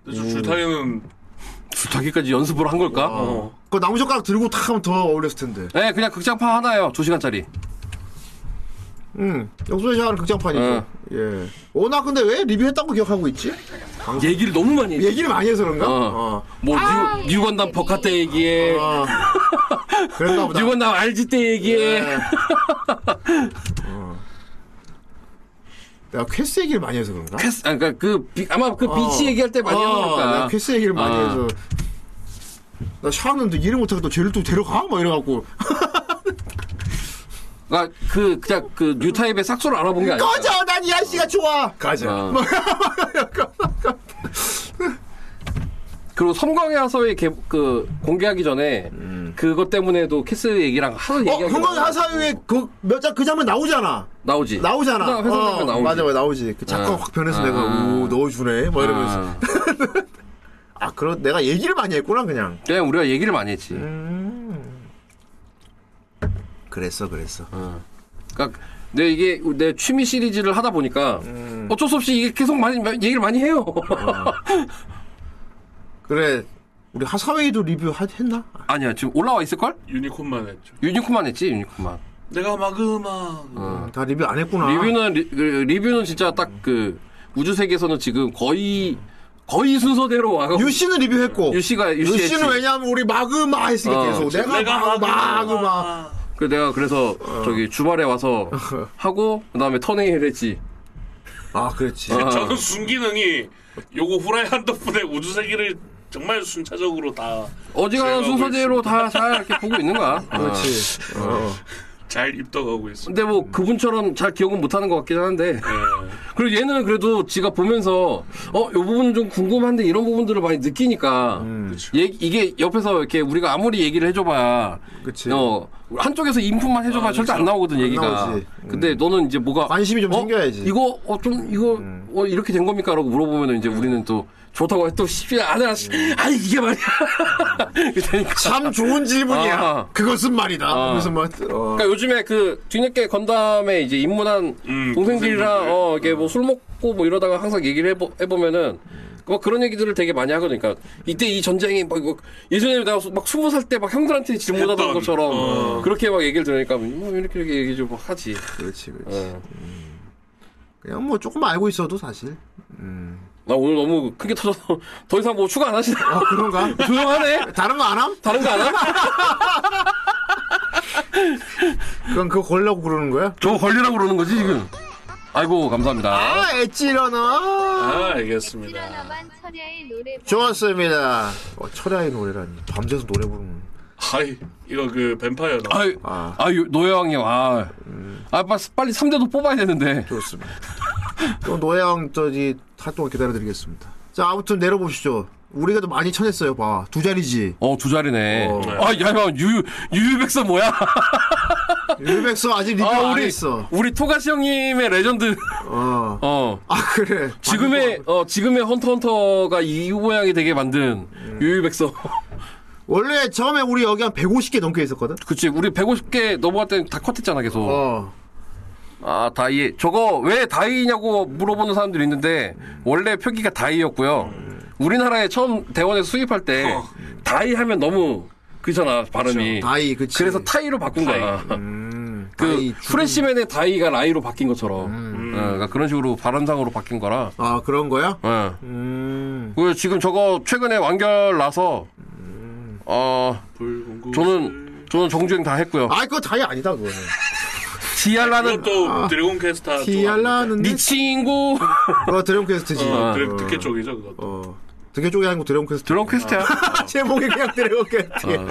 [SPEAKER 8] 그래서 줄타기는
[SPEAKER 9] 주타기까지 연습을 한 걸까?
[SPEAKER 8] 어.
[SPEAKER 7] 그 나무젓가락 들고 탁 하면 더 어울렸을 텐데.
[SPEAKER 9] 네 그냥 극장판 하나예요. 2 시간짜리.
[SPEAKER 7] 응. 영수회샤는 극장판이고.
[SPEAKER 9] 어.
[SPEAKER 7] 예. 오, 나 근데 왜 리뷰했다고 기억하고 있지?
[SPEAKER 9] 얘기를 너무 많이 했어.
[SPEAKER 7] 얘기를 많이 해서 그런가?
[SPEAKER 9] 어.
[SPEAKER 7] 어.
[SPEAKER 9] 뭐 뉴, 뉴건담 버카 때 얘기해.
[SPEAKER 7] 어. 그랬나 보다.
[SPEAKER 9] 뉴건담 RG 때 얘기해.
[SPEAKER 7] 예. 어. 내가 퀘스 얘기를 많이 해서 그런가?
[SPEAKER 9] 퀘스, 아, 그러니까 그 비- 아마 그 비치 얘기할 때
[SPEAKER 7] 어,
[SPEAKER 9] 많이 한
[SPEAKER 7] 내가
[SPEAKER 9] 걸까?
[SPEAKER 7] 퀘스 얘기를 많이
[SPEAKER 9] 아.
[SPEAKER 7] 해서 나 샤는데 이해 못하고 또 쟤를 또 데려가? 막 이래갖고
[SPEAKER 9] 그러니까 그 그냥 그 뉴타입의 싹소를 알아본 게 아니야.
[SPEAKER 7] 꺼져! 난 이 아저씨가 좋아! 가자
[SPEAKER 9] (laughs) 어. 그리고 섬광의 하서의 개, 그 공개하기 전에 그것 때문에도 캐스 얘기랑 하도
[SPEAKER 7] 어?
[SPEAKER 9] 얘기하고
[SPEAKER 7] 형광 하사유의 그몇장그 장면 나오잖아
[SPEAKER 9] 나오지
[SPEAKER 7] 나오잖아 어,
[SPEAKER 9] 회사 장면 나오지
[SPEAKER 7] 맞아 맞아 나오지 그 잠깐
[SPEAKER 9] 아.
[SPEAKER 7] 확 변해서
[SPEAKER 9] 아.
[SPEAKER 7] 내가 오 넣어주네 막 이러면서
[SPEAKER 9] 아,
[SPEAKER 7] 아 그런 내가 얘기를 많이 했구나 그냥
[SPEAKER 9] 그냥 우리가 얘기를 많이 했지
[SPEAKER 7] 음. 그랬어 그랬어
[SPEAKER 9] 그러니까 내 이게 내 취미 시리즈를 하다 보니까
[SPEAKER 7] 음.
[SPEAKER 9] 어쩔 수 없이 이게 계속 많이 마- 얘기를 많이 해요
[SPEAKER 7] 아.
[SPEAKER 9] (laughs)
[SPEAKER 7] 그래 우리 하사웨이도 리뷰 하- 했나?
[SPEAKER 9] 아니야 지금 올라와 있을걸
[SPEAKER 8] 유니콘만 했죠.
[SPEAKER 9] 유니콘만 했지 유니콘만
[SPEAKER 8] 내가 막 음악.
[SPEAKER 9] 어.
[SPEAKER 7] 아, 다 리뷰 안 했구나.
[SPEAKER 9] 리뷰는 리, 그 리뷰는 진짜 딱 그 우주 세계에서는 지금 거의 거의 순서대로 와.
[SPEAKER 7] 유 씨는 리뷰했고.
[SPEAKER 9] 유 씨가 유 씨.
[SPEAKER 7] 는 어. 왜냐하면 우리 마그마 했으니까
[SPEAKER 9] 어,
[SPEAKER 7] 계속 내가, 마- 마그마.
[SPEAKER 9] 그 내가 그래서 저기 주말에 와서 하고 그다음에 턴웨이를 했지.
[SPEAKER 7] 아 그렇지.
[SPEAKER 9] 어.
[SPEAKER 8] (laughs) 저는 순기능이 요거 후라이 한 덕분에 우주세계를 정말 순차적으로 다
[SPEAKER 9] 어지간한
[SPEAKER 8] 제가
[SPEAKER 9] 순서대로 다 잘 이렇게 보고 있는 거야. 어.
[SPEAKER 7] 그렇지. 어.
[SPEAKER 8] 잘 입덕하고 네. 있어.
[SPEAKER 9] 근데 뭐 그분처럼 잘 기억은 못하는 것 같긴 한데. 그리고 얘는 그래도 지가 보면서 어요 부분 좀 궁금한데 이런 부분들을 많이 느끼니까 얘- 이게 옆에서 이렇게 우리가 아무리 얘기를 해줘봐야
[SPEAKER 7] 그치.
[SPEAKER 9] 어 한쪽에서 인풋만 해줘봐야 절대 안 나오거든 얘기가.
[SPEAKER 7] 아, 그렇죠. 나오지. 음.
[SPEAKER 9] 근데 너는 이제 뭐가
[SPEAKER 7] 관심이 좀
[SPEAKER 9] 어?
[SPEAKER 7] 생겨야지. 음.
[SPEAKER 9] 이거 어 좀 이거 어 이렇게 된 겁니까라고 물어보면 이제 우리는 또 (laughs) 좋다고 해도 쉽지 않아.
[SPEAKER 7] 음.
[SPEAKER 9] 아니 이게 말이야. (laughs) 그러니까.
[SPEAKER 7] 참 좋은 질문이야.
[SPEAKER 9] 아.
[SPEAKER 7] 그것은 말이다.
[SPEAKER 9] 아.
[SPEAKER 7] 무슨 말? 어.
[SPEAKER 9] 그러니까 요즘에 그 뒤늦게 건담에 이제 입문한
[SPEAKER 8] 음,
[SPEAKER 9] 동생들이랑
[SPEAKER 8] 동생들.
[SPEAKER 9] 어 이게 뭐 술 먹고 뭐 이러다가 항상 얘기를 해보, 해보면은 뭐 그런 얘기들을 되게 많이 하거든요. 그러니까 이때 이 전쟁이 막 이거 예전에 내가 막 스무 살 때 막 형들한테 질문하던
[SPEAKER 8] 했던,
[SPEAKER 9] 것처럼
[SPEAKER 8] 어.
[SPEAKER 9] 그렇게 막 얘기를 들으니까 뭐 이렇게 이렇게 얘기 좀 하지.
[SPEAKER 7] 그렇지, 그렇지.
[SPEAKER 9] 어.
[SPEAKER 7] 그냥 뭐 조금 알고 있어도 사실.
[SPEAKER 9] 나 오늘 너무 크게 터져서 (laughs) 더 이상 뭐 추가 안 하시나?
[SPEAKER 7] 아 그런가?
[SPEAKER 9] (laughs)
[SPEAKER 7] (laughs)
[SPEAKER 9] 조용하네.
[SPEAKER 7] 다른 거 안 함?
[SPEAKER 9] 다른 거 안 하?
[SPEAKER 7] 그럼 그거 걸려고 그러는 거야?
[SPEAKER 9] 저 걸리라고 그러는 거지 지금. 아이고 감사합니다.
[SPEAKER 7] 아 엣지러너.
[SPEAKER 8] 아, 알겠습니다.
[SPEAKER 10] 드러나만 철야의 노래
[SPEAKER 7] 좋았습니다. 어, 철야의 노래라니. 밤새서 노래 부르는.
[SPEAKER 8] 하이, 이거 그 뱀파이어 나.
[SPEAKER 9] 아이,
[SPEAKER 7] 아.
[SPEAKER 9] 아유, 노예왕님, 아. 아, 빨리, 빨리 3대도 뽑아야 되는데.
[SPEAKER 7] 좋습니다. (laughs) 또 노예왕 저기 활동을 기다려드리겠습니다. 자 아무튼 내려보시죠. 우리가 또 많이 쳐냈어요. 봐. 두 자리지.
[SPEAKER 9] 어, 두 자리네.
[SPEAKER 7] 어.
[SPEAKER 9] 아, 야, 야, 유, 유유백서 뭐야?
[SPEAKER 7] 율백서 아직 리뷰
[SPEAKER 9] 아,
[SPEAKER 7] 안
[SPEAKER 9] 우리,
[SPEAKER 7] 했어.
[SPEAKER 9] 우리 토가시 형님의 레전드.
[SPEAKER 7] 어.
[SPEAKER 9] 어.
[SPEAKER 7] 아 그래. 뭐,
[SPEAKER 9] 지금의, 어, 지금의 헌터 헌터가 이 모양이 되게 만든
[SPEAKER 7] 음.
[SPEAKER 9] 유유백서. (laughs)
[SPEAKER 7] 원래 처음에 우리 여기 한 150개 넘게 있었거든.
[SPEAKER 9] 그치, 우리 150개 넘어갈 땐 다 컷했잖아, 계속.
[SPEAKER 7] 어.
[SPEAKER 9] 아, 다이. 저거 왜 다이냐고 물어보는 사람들이 있는데,
[SPEAKER 7] 음.
[SPEAKER 9] 원래 표기가 다이였고요. 우리나라에 처음 대원에서 수입할 때,
[SPEAKER 8] 어.
[SPEAKER 9] 다이 하면 너무, 그잖아, 발음이.
[SPEAKER 7] 그렇죠. 다이 그치.
[SPEAKER 9] 예. 그래서 타이로 바꾼 거야.
[SPEAKER 7] 음,
[SPEAKER 9] 그
[SPEAKER 7] 다이 음. 죽음.
[SPEAKER 9] 프레시맨의 다이가 라이로 바뀐 것처럼 어, 그러니까 그런 식으로 발음상으로 바뀐 거라.
[SPEAKER 7] 아 그런 거야?
[SPEAKER 9] 예.
[SPEAKER 7] 음.
[SPEAKER 9] 그 지금 저거 최근에 완결 나서 어
[SPEAKER 8] 불공구.
[SPEAKER 9] 저는 저는 정주행 다 했고요.
[SPEAKER 7] 아 그거 다이 아니다 그거는.
[SPEAKER 9] 디알라는 아,
[SPEAKER 8] 또 드래곤 퀘스타. 쪽
[SPEAKER 7] 티알라는
[SPEAKER 9] 네 친구
[SPEAKER 7] 어 드래곤 퀘스트지.
[SPEAKER 8] 아닙니까? 어,
[SPEAKER 7] 어.
[SPEAKER 8] 드래, 듣게 쪽이죠, 그거.
[SPEAKER 7] 어. 게 쪽에 하는 거 (laughs) 드래곤 퀘스트. 어.
[SPEAKER 9] 드럼 퀘스트야.
[SPEAKER 7] 아, 제목이 그냥 드래곤 퀘스트. 야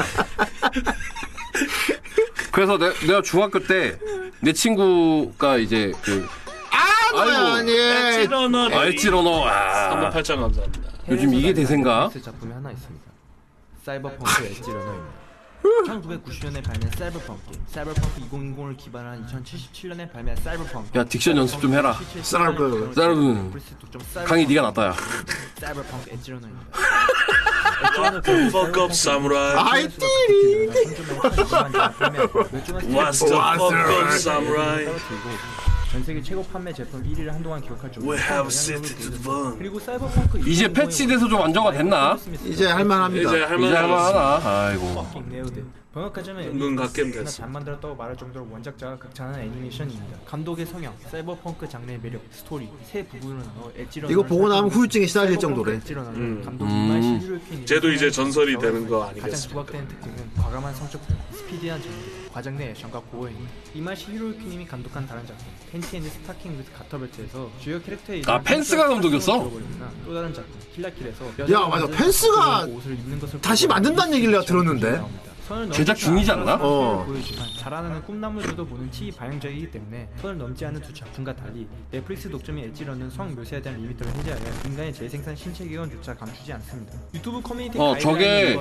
[SPEAKER 9] 그래서 내, 내가 중학교 때 내 친구가 이제 그
[SPEAKER 7] 아
[SPEAKER 9] 아이고.
[SPEAKER 7] 노예왕 예.
[SPEAKER 8] 에치러너
[SPEAKER 9] 알지러너 아,
[SPEAKER 8] 38,000 감사합니다.
[SPEAKER 9] 요즘 이게 대세인가?
[SPEAKER 6] 그 작품이 하나 있습니다. 사이버펑크 엣지 러너입니다. 1990년에 발매한 사이버펑크, 사이버펑크 2020을 기반한 2077년에 발매한 사이버펑크.
[SPEAKER 9] 야 딕션 연습 좀 해라.
[SPEAKER 7] 사이버펑크.
[SPEAKER 9] 사이버펑크. 강의 네가 낫다야.
[SPEAKER 6] 사이버펑크 엣지 러너입니다.
[SPEAKER 8] Fuck up samurai.
[SPEAKER 7] 아이 띠리.
[SPEAKER 8] What's the fuck up samurai?
[SPEAKER 6] 전 세계 최고 판매 제품 1위를 한동안 기록할 정도로
[SPEAKER 8] We have sifted to the bone.
[SPEAKER 6] 그리고 사이버펑크
[SPEAKER 9] 이제
[SPEAKER 6] 2020의
[SPEAKER 9] 패치돼서 좀 안정화 됐나?
[SPEAKER 7] 이제 할만합니다.
[SPEAKER 8] 이제
[SPEAKER 9] 이제
[SPEAKER 8] 할만한
[SPEAKER 9] 할만하나? 아이고.
[SPEAKER 6] 내용들. 네.
[SPEAKER 8] 네.
[SPEAKER 6] 번역하자면
[SPEAKER 8] 은근 갓겜 됐어.
[SPEAKER 6] 잘 만들었다고 말할 정도로 원작자가 극찬한 애니메이션입니다. 감독의 성향, 사이버펑크 장르의 매력, 스토리 세 부분을 넣어 엣지런
[SPEAKER 7] 이거 보고 나면 후유증이 시달릴 정도래.
[SPEAKER 6] 감독 이마이
[SPEAKER 9] 음.
[SPEAKER 6] 신유로키니
[SPEAKER 8] 쟤도 이제 전설이 되는 거
[SPEAKER 6] 가장
[SPEAKER 8] 아니겠습니까?
[SPEAKER 6] 부각되는 특징은 과감한 성적 표현, 스피디한 전개, 과장 내 액션과 고어입니다. 이마시 히로유키님이 감독한 다른 작품 팬티 앤드 스타킹 위드 가터벨트에서 주요 캐릭터의
[SPEAKER 9] 아, 펜스가 감독이었어?
[SPEAKER 6] 또 다른 작품 킬라킬에서
[SPEAKER 7] 야, 맞아. 펜스가
[SPEAKER 6] 옷을 입는 것을
[SPEAKER 7] 다시 만든다는 얘기를 내가 들었는데.
[SPEAKER 6] 선을 넘지
[SPEAKER 9] 제작
[SPEAKER 6] 않은
[SPEAKER 9] 중이지 않나?
[SPEAKER 7] 어.
[SPEAKER 6] 보여지만 자라나는 꿈나무들도 보는 TV 방영작이기 때문에 선을 넘지 않은 두 작품과 달리 넷플릭스 독점이 엣지러는 성 묘사에 대한 리미터를 해제하여 인간의 재생산 신체 기관조차 감추지 않습니다. 유튜브 커뮤니티
[SPEAKER 9] 어, 저게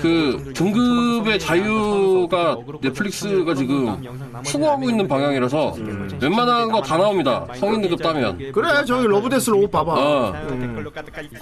[SPEAKER 9] 그 등급의 자유가 넷플릭스가 지금 추구하고 있는 방향이라서 음, 웬만한 거 다 나옵니다. 성인 등급 따면.
[SPEAKER 7] 그래 저기 러브데스로 옷 봐봐.
[SPEAKER 9] 어.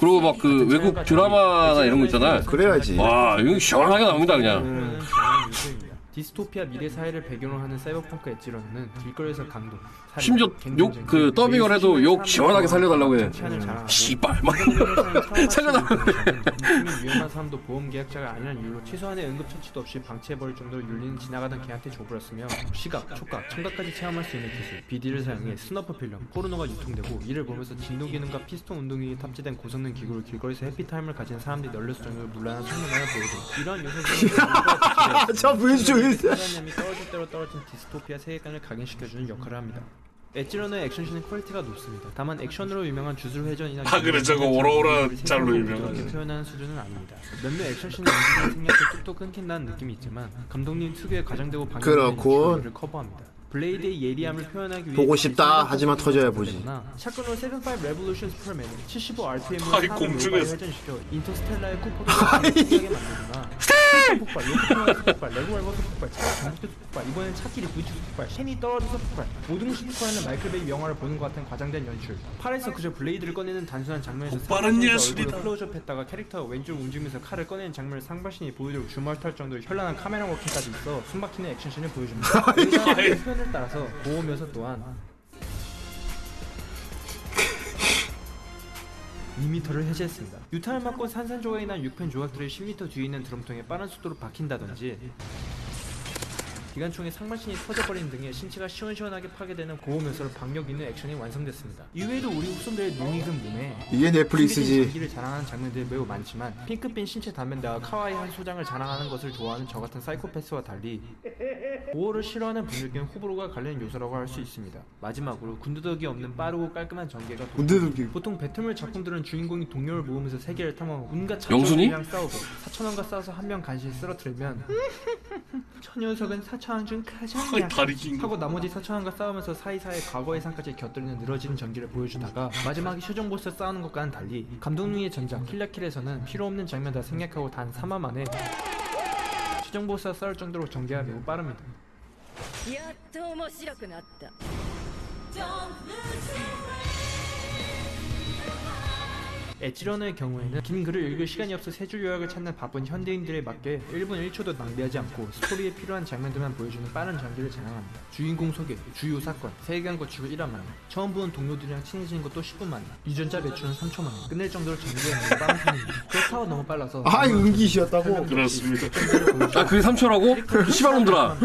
[SPEAKER 9] 그리고 막 그 외국 드라마나 이런 거 있잖아.
[SPEAKER 7] 그래야지.
[SPEAKER 9] 음. 와, 이거 시원하게 나옵니다, 그냥.
[SPEAKER 6] 음. 디스토피아 미래 사회를 배경으로 하는 사이버펑크 엣지런은 길거리에서 강도, 살인,
[SPEAKER 9] 심지어
[SPEAKER 6] 갱
[SPEAKER 9] 욕,
[SPEAKER 6] 전쟁,
[SPEAKER 9] 그 더빙을 해도
[SPEAKER 6] 매일
[SPEAKER 9] 욕
[SPEAKER 6] 시민을
[SPEAKER 9] 시원하게 살려달라고 해. 음.
[SPEAKER 6] 치안을 자랑하고
[SPEAKER 9] 씨발
[SPEAKER 7] 뭐
[SPEAKER 9] 막 살려달라고
[SPEAKER 6] 살려달라고 음, 위험한 사람도 보험 계약자가 아니라는 이유로 최소한의 응급처치도 없이 방치해버릴 정도로 윤리는 지나가던 개한테 줘버렸으며 시각, 촉각, 청각까지 체험할 수 있는 기술 BD를 사용해 스너퍼 필름, 포르노가 유통되고 이를 보면서 진동 기능과 피스톤 운동이 tập 된 고성능 기구를 길거리에서 해피타임을 가진 사람들이 널렸을 정도로 물란한 성능을 보여줘
[SPEAKER 7] (laughs)
[SPEAKER 6] 이런 요소들은
[SPEAKER 7] 저 보여주죠, 보여주죠.
[SPEAKER 6] 사장님이 떨어질 대로 떨어진 디스토피아 세계관을 각인시켜주는 역할을 합니다 엣지런의 액션씬은 퀄리티가 높습니다. 다만 액션으로 유명한 주술 회전이나
[SPEAKER 8] 아, 그래, 저거 오로라 짤로 유명하죠.
[SPEAKER 6] 그렇게 표현하는 수준은 아닙니다. 몇몇 액션씬은 연기가 생략돼 뚝뚝 끊긴다는 느낌이 있지만 감독님 특유의 과장되고 방향된
[SPEAKER 7] 그렇군.
[SPEAKER 6] 액션을 커버합니다. 블레이드의 예리함을 표현하기 위해
[SPEAKER 7] 보고 싶다, 하지만 터져야 보지.
[SPEAKER 6] 샷건으로 75 레볼루션 스프레맨 75 RPM으로
[SPEAKER 8] 아이, 공중에서.
[SPEAKER 6] 회전시켜 인터스텔라의 쿠퍼를 하게 만들거나 폭발, 폭발, 로켓 폭발, 레고 월버스 폭발, 차가 전복대 폭발, 이번엔 차끼리 부딪혀 폭발, 쉔이 떨어져서 폭발, 모든 것이 폭발하는 마이클 베이 영화를 보는 것 같은 과장된 연출. 팔에서 그저 블레이드를 꺼내는 단순한 장면에서
[SPEAKER 8] 폭발은
[SPEAKER 6] 상반신과
[SPEAKER 8] 예술이다.
[SPEAKER 6] 얼굴을 클로즈업했다가 캐릭터가 왼쪽 움직이면서 칼을 꺼내는 장면을 상반신이 보여주고 주말탈 정도의 현란한 카메라 워킹까지 있어 숨막히는 액션씬을
[SPEAKER 8] (laughs)
[SPEAKER 6] 보여줍니다. 의사의 표현을 따라서 고음 묘사 또한 2m를 해제했습니다. 유탄을 맞고 산산조각이 난 6편 조각들을 10m 뒤에 있는 드럼통에 빠른 속도로 박힌다든지 기관총의 상반신이 터져버리는 등의 신체가 시원시원하게 파괴되는 고음 요소로 박력 있는 액션이 완성됐습니다. 이외에도 우리 후손들의 농익은 몸에
[SPEAKER 7] 이게
[SPEAKER 6] 준비된
[SPEAKER 7] 넷플릭스지.
[SPEAKER 6] 장기를 자랑하는 장면들이 매우 많지만 핑크빛 신체 단면대와 카와이한 소장을 자랑하는 것을 좋아하는 저 같은 사이코패스와 달리 보호를 싫어하는 분들께는 호불호가 갈리는 요소라고 할 수 있습니다. 마지막으로 군더더기 없는 빠르고 깔끔한 전개가 돋보입니다.
[SPEAKER 7] 군더더기.
[SPEAKER 6] 보통 배트물 작품들은 주인공이 동료를 모으면서 세계를 탐험하고 온갖
[SPEAKER 9] 영순이?
[SPEAKER 6] 작전들이랑 싸우고 사천원과 싸워서 한 명 간신히 쓰러뜨리면 저 녀석은 사천원 중 가장
[SPEAKER 8] 아이,
[SPEAKER 6] 약한
[SPEAKER 8] 다리 긴 거.
[SPEAKER 6] 하고 나머지 사천왕과 싸우면서 사이사이 과거의 상까지 곁들이는 늘어지는 전기를 보여주다가 마지막에 최종 보스 싸우는 것과는 달리 감독님의 전작 킬라킬에서는 필요 없는 장면 다 생략하고 단 3화 만에 최종 보스와 싸울 정도로 전개가 매우 빠릅니다.
[SPEAKER 2] やっと面白くなった
[SPEAKER 6] 엣지런의 경우에는 긴 글을 읽을 시간이 없어 세 줄 요약을 찾는 바쁜 현대인들에 맞게 1분 1초도 낭비하지 않고 스토리에 필요한 장면들만 보여주는 빠른 전개를 자랑합니다. 주인공 소개, 주요 사건, 세계관 구축을 1화 만에, 처음 보는 동료들이랑 친해지는 것도 10분 만에, 유전자 배출은 3초 만에, 끝낼 정도로 전개가 빠른 편입니다. 그렇다고 너무 빨라서
[SPEAKER 7] 아, 은기 씨였다고?
[SPEAKER 8] 그렇습니다.
[SPEAKER 9] 아 그게 3초라고? 시발놈들아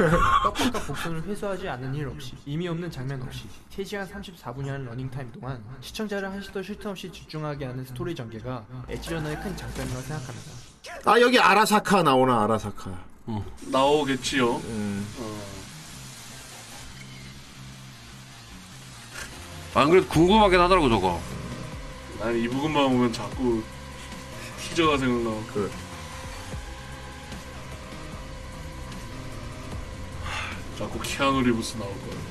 [SPEAKER 6] 떡밥과 복선을 회수하지 않는 일 없이 의미 없는 장면 없이 3시간 34분이라는 러닝타임 동안 시청자를 한시도 쉴 틈 없이 집중하게 하는 스토리 전개가 엣지런의 큰 장점이라고 생각합니다.
[SPEAKER 7] 아, 여기 아라사카 나오나, 아라사카.
[SPEAKER 8] 나오겠지요.
[SPEAKER 9] 안 그래도 궁금하긴 하더라고 저거
[SPEAKER 8] 난 이 부분만 보면 자꾸 티저가 생각나.
[SPEAKER 7] 그.
[SPEAKER 8] 자꾸 키아누 리브스 나올 거야.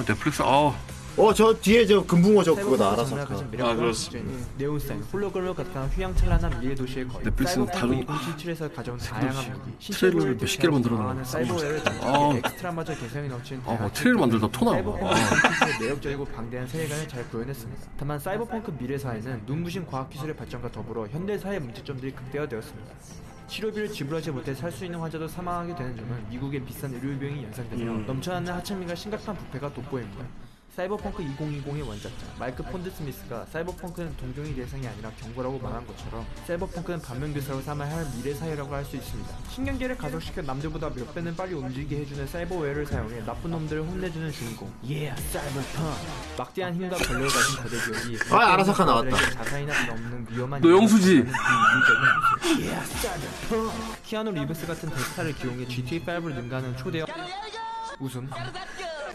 [SPEAKER 9] 아 넷플릭스 아
[SPEAKER 7] 어, 저 뒤에 저 금붕어 저 그거다,
[SPEAKER 6] 사이버펑크 장르가
[SPEAKER 7] 아라사카.
[SPEAKER 6] 가진 매력과
[SPEAKER 8] 아, 그렇습니다.
[SPEAKER 6] 주제는 네온사인 홀로그램을 바탕 휘황찬란한 미래 도시의 거인
[SPEAKER 9] 넷플릭스는 다른-
[SPEAKER 6] 사이버펑크
[SPEAKER 9] 아,
[SPEAKER 6] 2077에서 가져온 다양한 무기 신체
[SPEAKER 9] 트레일러를
[SPEAKER 6] 고열을
[SPEAKER 9] 몇십 개를 만들어
[SPEAKER 6] 강화하는
[SPEAKER 9] 놨나.
[SPEAKER 6] 사이버웨어를
[SPEAKER 9] 아.
[SPEAKER 6] 전투에 엑스트라마저 개성이 넘치는
[SPEAKER 9] 아,
[SPEAKER 6] 대학
[SPEAKER 9] 트레일러 만들다 토 나와. 아.
[SPEAKER 6] 사이버펑크 2077의 매력적이고 방대한 세계관을 잘 구현했습니다 다만 사이버펑크 미래사에는 눈부신 과학기술의 발전과 더불어 현대사의 문제점들이 극대화되었습니다 치료비를 지불하지 못해 살 수 있는 환자도 사망하게 되는 점은 미국의 비싼 의료비용이 연상되며
[SPEAKER 7] 음.
[SPEAKER 6] 넘쳐나는 하층민과 심각한 부패가 돋보입니다. 사이버펑크 2020의 원작자 마이크 폰드 스미스가 사이버펑크는 동종이 대상이 아니라 경고라고 말한 것처럼 사이버펑크는 반면교사로 삼아야 할 미래 사회라고 할 수 있습니다. 신경계를 가속시켜 남들보다 몇 배는 빨리 움직이게 해주는 사이버웨어를 사용해 나쁜 놈들을 혼내주는 주인공 예 사이버펑크 막대한 힘과 권력을 가진 거대 기업이
[SPEAKER 7] 아, 아라사카 나왔다.
[SPEAKER 6] 자산이나 넘는 위험한
[SPEAKER 9] 너 영수지?
[SPEAKER 6] 키아누 리브스 같은 대스타를 기용해 GTA5를 능가하는 초대 웃음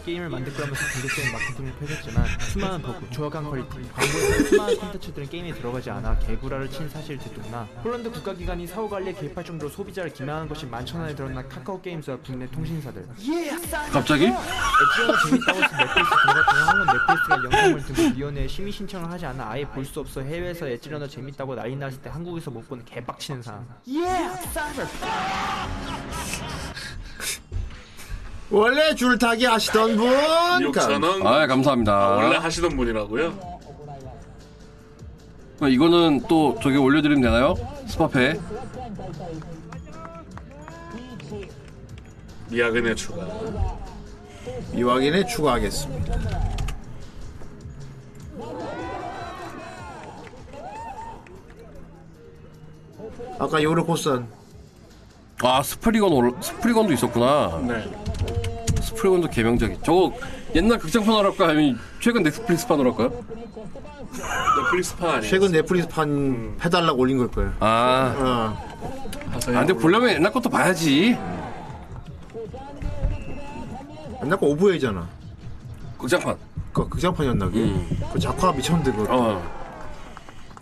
[SPEAKER 6] 게임을 만들고 하면서 공격적인 마케팅을 펼쳤지만 수많은 버그, 저항한 퀄리티, 광고에 수많은 콘텐츠들은 게임에 들어가지 않아 개구라를 친 사실을 듣도나 폴란드 국가기관이 사후관리에 개입할 정도로 소비자를 기만한 것이 만천 원에 드러난 카카오게임즈와 국내 통신사들
[SPEAKER 9] 갑자기?
[SPEAKER 6] 액션이 재밌다고 해서 넷플릭스 들어갔더니 한국 넷플릭스가 영상을 들고 위원회에 심의 신청을 하지 않아 아예 볼 수 없어 해외에서 엣지러너 재밌다고 난리 났을 때 한국에서 못 보는 개빡치는 상황
[SPEAKER 7] 원래 줄타기 하시던 분?
[SPEAKER 8] 욕처럼
[SPEAKER 9] 아
[SPEAKER 8] 아, 원래
[SPEAKER 9] 감사합니다
[SPEAKER 8] 하시던 분이라고요?
[SPEAKER 9] 아, 이거는 또 저기 올려드리면 되나요? 스파페
[SPEAKER 8] 미야근의 추가.
[SPEAKER 7] 이와기네 추가하겠습니다. 아까 요르 코스는
[SPEAKER 9] 아 스프리건 올 스프리건도 있었구나.
[SPEAKER 8] 네.
[SPEAKER 9] 스프리건도 개명작이. 저거 옛날 극장판 할까 아니면 최근 넷플릭스판으로 할까요?
[SPEAKER 8] 넷플릭스판 아니에요?
[SPEAKER 7] 최근 넷플릭스판 해달라고 올린 걸 거예요.
[SPEAKER 9] 아,
[SPEAKER 7] 어.
[SPEAKER 9] 아 근데 보려면 옛날 것도 봐야지.
[SPEAKER 7] 옛날 거 오브웨이잖아.
[SPEAKER 9] 극장판.
[SPEAKER 7] 그 극장판이었나 그게?
[SPEAKER 9] 음.
[SPEAKER 7] 그 작화 미쳤는데 그거.
[SPEAKER 9] 어.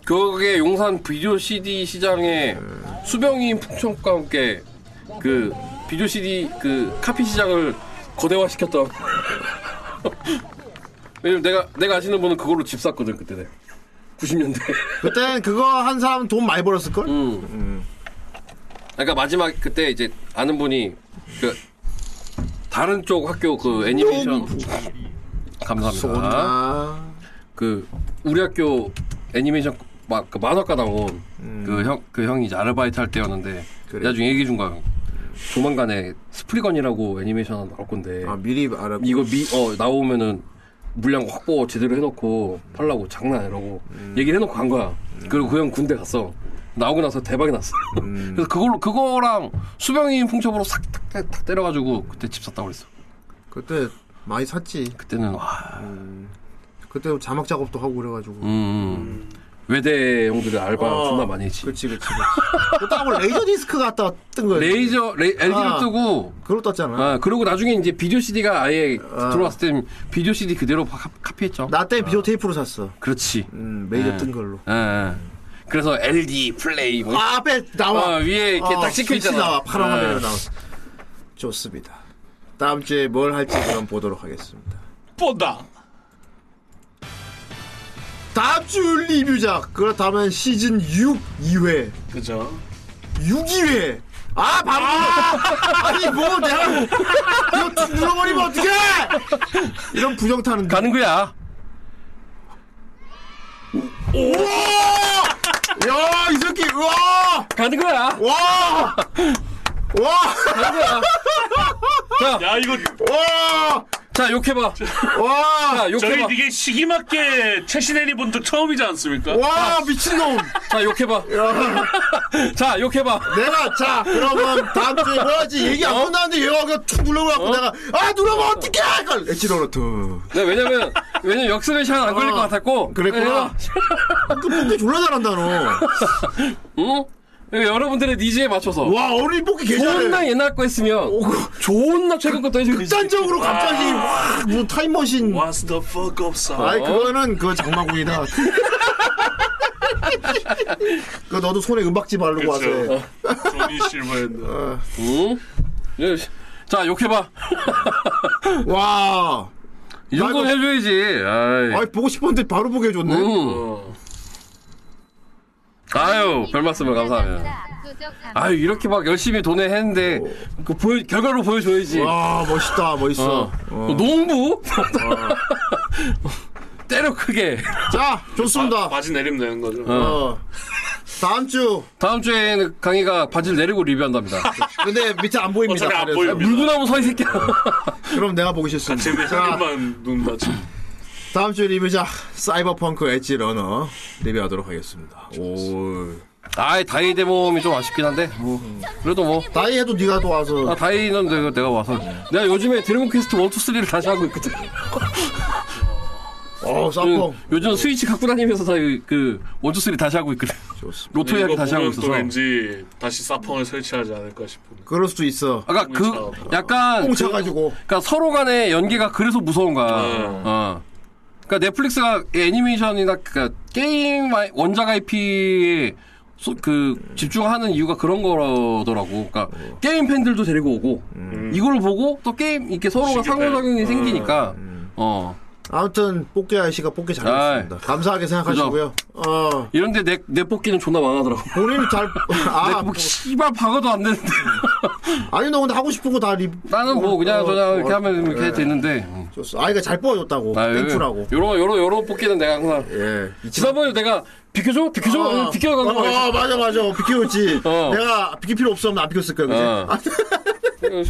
[SPEAKER 9] 그게 용산 비디오 CD 시장에 수병이인 풍천과 함께 그 비디오 CD 그 카피 시장을 거대화 시켰다. (laughs) 왜냐면 내가 내가 아시는 분은 그걸로 집 샀거든 그때 내 90년대. (laughs)
[SPEAKER 7] 그땐 그거 한 사람 돈 많이 벌었을걸?
[SPEAKER 9] 음. 그러니까 마지막 그때 이제 아는 분이 그 다른 쪽 학교 그 애니메이션 감사합니다.
[SPEAKER 7] 아.
[SPEAKER 9] 그 우리 학교 애니메이션 막그 만화가 나온 그 형 그 형이 이제 아르바이트 할 때였는데
[SPEAKER 7] 음. 그래.
[SPEAKER 9] 나중에 얘기해 준 거야. 조만간에 스프리건이라고 애니메이션 하나 나올 건데
[SPEAKER 7] 아 미리 알아.
[SPEAKER 9] 이거 미 어 나오면은 물량 확보 제대로 해놓고 팔라고 장난 아니라고
[SPEAKER 7] 음.
[SPEAKER 9] 얘기를 해놓고 간 거야. 그리고 그 형 군대 갔어. 나오고 나서 대박이 났어.
[SPEAKER 7] 음.
[SPEAKER 9] (laughs) 그래서 그걸 그거랑 수병이인 풍첩으로 싹탁탁 때려가지고 그때 집 샀다고 그랬어.
[SPEAKER 7] 그때 많이 샀지.
[SPEAKER 9] 그때는 와
[SPEAKER 7] 그때 자막 작업도 하고 그래가지고.
[SPEAKER 9] 음, 외대 형들이 알바
[SPEAKER 7] 어,
[SPEAKER 9] 존나 많이 했지.
[SPEAKER 7] 그치 그치 그치. 그거 따고 레이저 디스크 갖다 뜬 거야.
[SPEAKER 9] 레이저 레, LED를
[SPEAKER 7] 아.
[SPEAKER 9] 뜨고
[SPEAKER 7] 그걸 떴잖아.
[SPEAKER 9] 아 그리고 나중에 이제 비디오 CD가 아예 들어왔을 땐 비디오 CD 그대로 카, 카피했죠.
[SPEAKER 7] 나 때 비디오 테이프로 샀어.
[SPEAKER 9] 그렇지.
[SPEAKER 7] 음, 레이저
[SPEAKER 9] 네.
[SPEAKER 7] 뜬 걸로.
[SPEAKER 9] 예, 예. 그래서 LD 플레이 뭐
[SPEAKER 7] 아, 앞에 나와.
[SPEAKER 9] 어, 위에 이렇게 딱 찍혀
[SPEAKER 7] 스위치
[SPEAKER 9] 있잖아.
[SPEAKER 7] 나와. 파란
[SPEAKER 9] 아.
[SPEAKER 7] 화면으로 나와. 좋습니다. 다음 주에 뭘 할지 그럼 보도록 하겠습니다.
[SPEAKER 8] 뻔다.
[SPEAKER 7] 다음 주 리뷰작. 그렇다면 시즌 6 2회.
[SPEAKER 8] 그죠?
[SPEAKER 7] 6위에 아 바로 (laughs) 아! 아니 뭐 내가 뭐, 이거 툭 눌러버리면 어떡해 이런 부정 타는
[SPEAKER 9] 가는 거야.
[SPEAKER 7] 야이 새끼 우와
[SPEAKER 9] 가는 거야.
[SPEAKER 7] 와 와,
[SPEAKER 9] 자,
[SPEAKER 8] 야, 이거
[SPEAKER 9] 어,
[SPEAKER 7] 와,
[SPEAKER 9] 자 욕해봐.
[SPEAKER 7] 와,
[SPEAKER 9] 자
[SPEAKER 8] 저희
[SPEAKER 9] 욕해봐.
[SPEAKER 8] 이게 시기 맞게 최신애니 본적 처음이지 않습니까?
[SPEAKER 9] 어?
[SPEAKER 7] 와, 미친놈.
[SPEAKER 9] 자 욕해봐. (laughs)
[SPEAKER 7] 야,
[SPEAKER 9] 자 욕해봐.
[SPEAKER 7] 내가, 자, 그러면 다음 주에 뭐하지? 얘기
[SPEAKER 8] 어?
[SPEAKER 7] 안 끝났는데 얘가 툭 눌러버려갖고 내가, 아, 눌러면 어떡해! 이걸 엣지로로 툭.
[SPEAKER 9] 네, 왜냐면 왜냐면 역습의 시간 안 걸릴
[SPEAKER 7] 어,
[SPEAKER 9] 것 같았고.
[SPEAKER 7] 그랬구나. 그 뽑기 졸라 잘한다, 너.
[SPEAKER 9] 응? 여러분들의 니즈에 맞춰서
[SPEAKER 7] 와, 어린이 뽑기 개
[SPEAKER 9] 좋은
[SPEAKER 7] 잘해. 그
[SPEAKER 9] 날 옛날 거 했으면 좋은 날 최근 것도 해주고.
[SPEAKER 7] 극단적으로 갑자기, 와, 뭐 타임머신.
[SPEAKER 8] 아. What's the fuck up,
[SPEAKER 7] 아이 그거는 그 장마구이다. (laughs) 그 너도 손에 은박지 바르고 와서 해. 어.
[SPEAKER 8] 그렇죠. 조니 실버였나?
[SPEAKER 9] 응? 예, 자 욕해봐.
[SPEAKER 7] 와,
[SPEAKER 9] 이 정도는 해줘야지. 아이.
[SPEAKER 7] 아이 보고 싶었는데 바로 보게 해줬네.
[SPEAKER 9] 음. 아유 별 말씀을 감사합니다. 아유 이렇게 막 열심히 돈에 했는데 그 보여, 결과로 보여줘야지.
[SPEAKER 7] 와 멋있다, 멋있어.
[SPEAKER 9] 어.
[SPEAKER 7] 어.
[SPEAKER 9] 어, 농부 (laughs) 때려 크게.
[SPEAKER 7] 자, 좋습니다.
[SPEAKER 8] 바지 내리면 되는 거죠.
[SPEAKER 7] 어. 다음 주.
[SPEAKER 9] 다음 주에는 강희가 바지를 내리고 리뷰한답니다.
[SPEAKER 7] 근데 밑에 안 보입니다.
[SPEAKER 8] 어차피 안
[SPEAKER 7] 그래서.
[SPEAKER 8] 보여요.
[SPEAKER 9] 물구나무 서 이 새끼야. (laughs)
[SPEAKER 7] 그럼 내가 보기 싫습니다.
[SPEAKER 8] 제발
[SPEAKER 7] 자,
[SPEAKER 8] 사진만 눈 맞지.
[SPEAKER 7] 다음 주 리뷰자 사이버펑크 엣지 러너 리뷰하도록 하겠습니다. 오.
[SPEAKER 9] 아이 다이 대모음이 좀 아쉽긴 한데 뭐 그래도 뭐.
[SPEAKER 7] 다이 해도 네가 또 와서
[SPEAKER 9] 아, 다이는 내가, 내가 와서 내가 요즘에 드래곤 퀘스트 1, 2, 3를 다시 하고 있거든 아,
[SPEAKER 7] 어, 사펑.
[SPEAKER 9] 음, 요즘 스위치 갖고 다니면서 다그 1, 2, 3 다시 하고 있거든
[SPEAKER 7] 좋습니다.
[SPEAKER 9] 로토 이야기 다시 하고
[SPEAKER 8] 보면 또
[SPEAKER 9] 있어서
[SPEAKER 8] 왠지 다시 사펑을 설치하지 않을까 싶은.
[SPEAKER 7] 그럴 수도 있어.
[SPEAKER 9] 아까 그
[SPEAKER 8] 꽁차가지고.
[SPEAKER 9] 약간 그,
[SPEAKER 7] 꽁차가지고.
[SPEAKER 9] 그러니까 서로 간의 연계가 그래서 무서운 거야
[SPEAKER 8] 음.
[SPEAKER 9] 어. 그러니까 넷플릭스가 애니메이션이나 그 게임 아이- 원작 IP에 소, 그 집중하는 이유가 그런 거더라고. 그러니까 게임 팬들도 데리고 오고 이걸 보고 또 게임 이렇게 서로가
[SPEAKER 8] 시기가
[SPEAKER 9] 상호작용이 생기니까 어
[SPEAKER 7] 아무튼 뽑기 아저씨가 뽑기 잘했습니다. 감사하게 생각하시고요. 어
[SPEAKER 9] 이런데 내, 내 뽑기는 존나 망하더라고.
[SPEAKER 7] 본인 잘
[SPEAKER 9] (laughs) 내가
[SPEAKER 7] 아,
[SPEAKER 9] 뭐, 씨발, 박아도 안 되는데.
[SPEAKER 7] 아니 너 근데 하고 싶은 거 다 리.
[SPEAKER 9] 나는 뭐, 그냥,
[SPEAKER 7] 어,
[SPEAKER 9] 그냥,
[SPEAKER 7] 어,
[SPEAKER 9] 이렇게 하면 이렇게
[SPEAKER 7] 예.
[SPEAKER 9] 해도 되는데.
[SPEAKER 7] 좋았어. 아이가 잘 뽑아줬다고.
[SPEAKER 9] 나
[SPEAKER 7] 땡큐라고.
[SPEAKER 9] 예. 요런, 요런, 요런 뽑기는 내가 항상.
[SPEAKER 7] 예. 이 집-
[SPEAKER 9] 지난번에 내가, 비켜줘? 비켜줘?
[SPEAKER 7] 어,
[SPEAKER 9] 이러면서 비켜가는
[SPEAKER 7] 어,
[SPEAKER 9] 거야.
[SPEAKER 7] 어, 맞아 맞아 비켜줬지.
[SPEAKER 9] 어.
[SPEAKER 7] 내가 비킬 필요 없으면 안 비켰을 거야. 그지?
[SPEAKER 9] 어.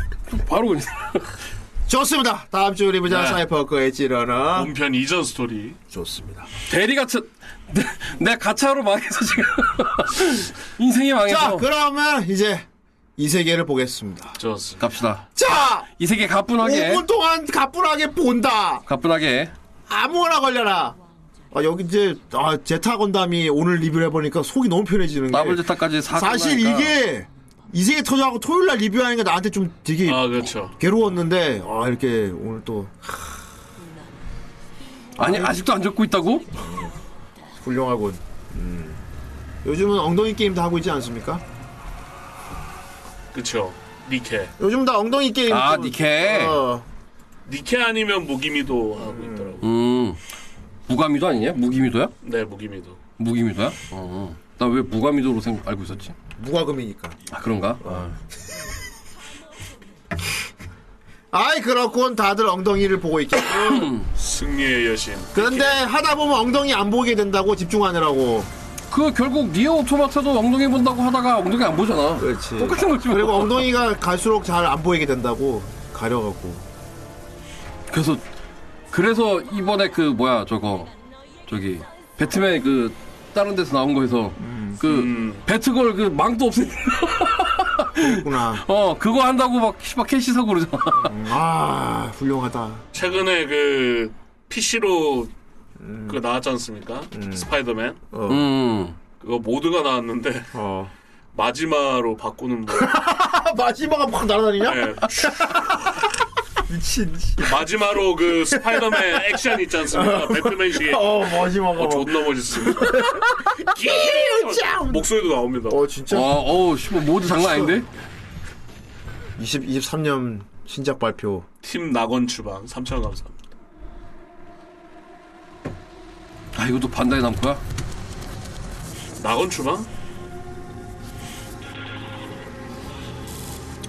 [SPEAKER 9] 바로 그냥.
[SPEAKER 7] 아,
[SPEAKER 9] (laughs)
[SPEAKER 7] 좋습니다. 다음 주 우리 보자
[SPEAKER 9] 네. 음.
[SPEAKER 7] 사이퍼크의 찌러너.
[SPEAKER 8] 본편 이전 스토리.
[SPEAKER 7] 좋습니다.
[SPEAKER 9] 대리 같은 (laughs) 내, 내 가차로 망해서 지금 (laughs) 인생이 망해서
[SPEAKER 7] 자, 그러면 이제 이 세계를 보겠습니다.
[SPEAKER 8] 좋았습니다.
[SPEAKER 9] 갑시다.
[SPEAKER 7] 자,
[SPEAKER 9] 이 세계 가뿐하게
[SPEAKER 7] 5분 동안 가뿐하게 본다.
[SPEAKER 9] 가뿐하게
[SPEAKER 7] 아무거나 걸려라. 아, 여기 이제 아, 제타 건담이 오늘 리뷰를 해보니까 속이 너무 편해지는 게
[SPEAKER 9] 더블 제타까지 사.
[SPEAKER 7] 네. 사실
[SPEAKER 9] 끝나니까.
[SPEAKER 7] 이게 이 세계 터져하고 토요일 날 리뷰하는 게 나한테 좀 되게
[SPEAKER 8] 아 그렇죠.
[SPEAKER 7] 괴로웠는데 아, 이렇게 오늘 또
[SPEAKER 9] 아니 아직도 안 적고 있다고?
[SPEAKER 7] 훌륭하군. 음. 요즘은 엉덩이 게임도 하고 있지 않습니까?
[SPEAKER 8] 그렇죠. 니케.
[SPEAKER 7] 요즘 다 엉덩이 게임.
[SPEAKER 9] 아,
[SPEAKER 7] 좀-
[SPEAKER 9] 니케.
[SPEAKER 7] 어,
[SPEAKER 8] 니케 아니면 무기미도 하고 있더라고.
[SPEAKER 9] 음 무감이도 아니냐? 무기미도야?
[SPEAKER 8] 네 무기미도.
[SPEAKER 9] 무기미도야? 어. 나 왜 무감이도로 생각 알고 있었지?
[SPEAKER 7] 무과금이니까.
[SPEAKER 9] 아 그런가?
[SPEAKER 7] 아이 그렇군 다들 엉덩이를 보고 있겠.
[SPEAKER 8] 승리의 여신.
[SPEAKER 7] 그런데 하다 보면 엉덩이 안 보게 된다고 집중하느라고.
[SPEAKER 9] 그 결국 니어 오토마타도 엉덩이 본다고 하다가 엉덩이 안 보잖아.
[SPEAKER 7] 그렇지.
[SPEAKER 9] 똑같은 거지. 뭐.
[SPEAKER 7] 그리고 엉덩이가 갈수록 잘 안 보이게 된다고 가려갖고.
[SPEAKER 9] 그래서 그래서 이번에 그 뭐야 저거 저기 배트맨 그 다른 데서 나온 거에서 그
[SPEAKER 8] 음.
[SPEAKER 9] 배트걸 그 망도 없앤
[SPEAKER 7] 있구나.
[SPEAKER 9] (laughs) 어 그거 한다고 막 씨발 캐시 사고 그러잖아
[SPEAKER 7] 아 훌륭하다.
[SPEAKER 8] 최근에 그 PC로 그거 나왔지 않습니까? 스파이더맨.
[SPEAKER 7] 어.
[SPEAKER 9] 음
[SPEAKER 8] 그거 모드가 나왔는데 (laughs)
[SPEAKER 7] 어.
[SPEAKER 8] 마지막으로 바꾸는 뭐, 거.
[SPEAKER 7] 아 마지막에 팍 날아다니냐?
[SPEAKER 8] 예.
[SPEAKER 7] 미친.
[SPEAKER 8] (laughs) 마지막으로 그 스파이더맨 액션 있지 않습니까? 배트맨식의
[SPEAKER 7] 어 마지막에.
[SPEAKER 8] 어, 존나 멋있습니다. 목소리도 나옵니다.
[SPEAKER 7] 어 진짜.
[SPEAKER 9] 와 어우 씨발 뭐 모두 장난 아닌데
[SPEAKER 7] 20 23년 신작 발표.
[SPEAKER 8] 팀 낙원 주방 3천 감사합니다.
[SPEAKER 9] 아 이것도 반다이 남코야
[SPEAKER 8] 낙원 주방?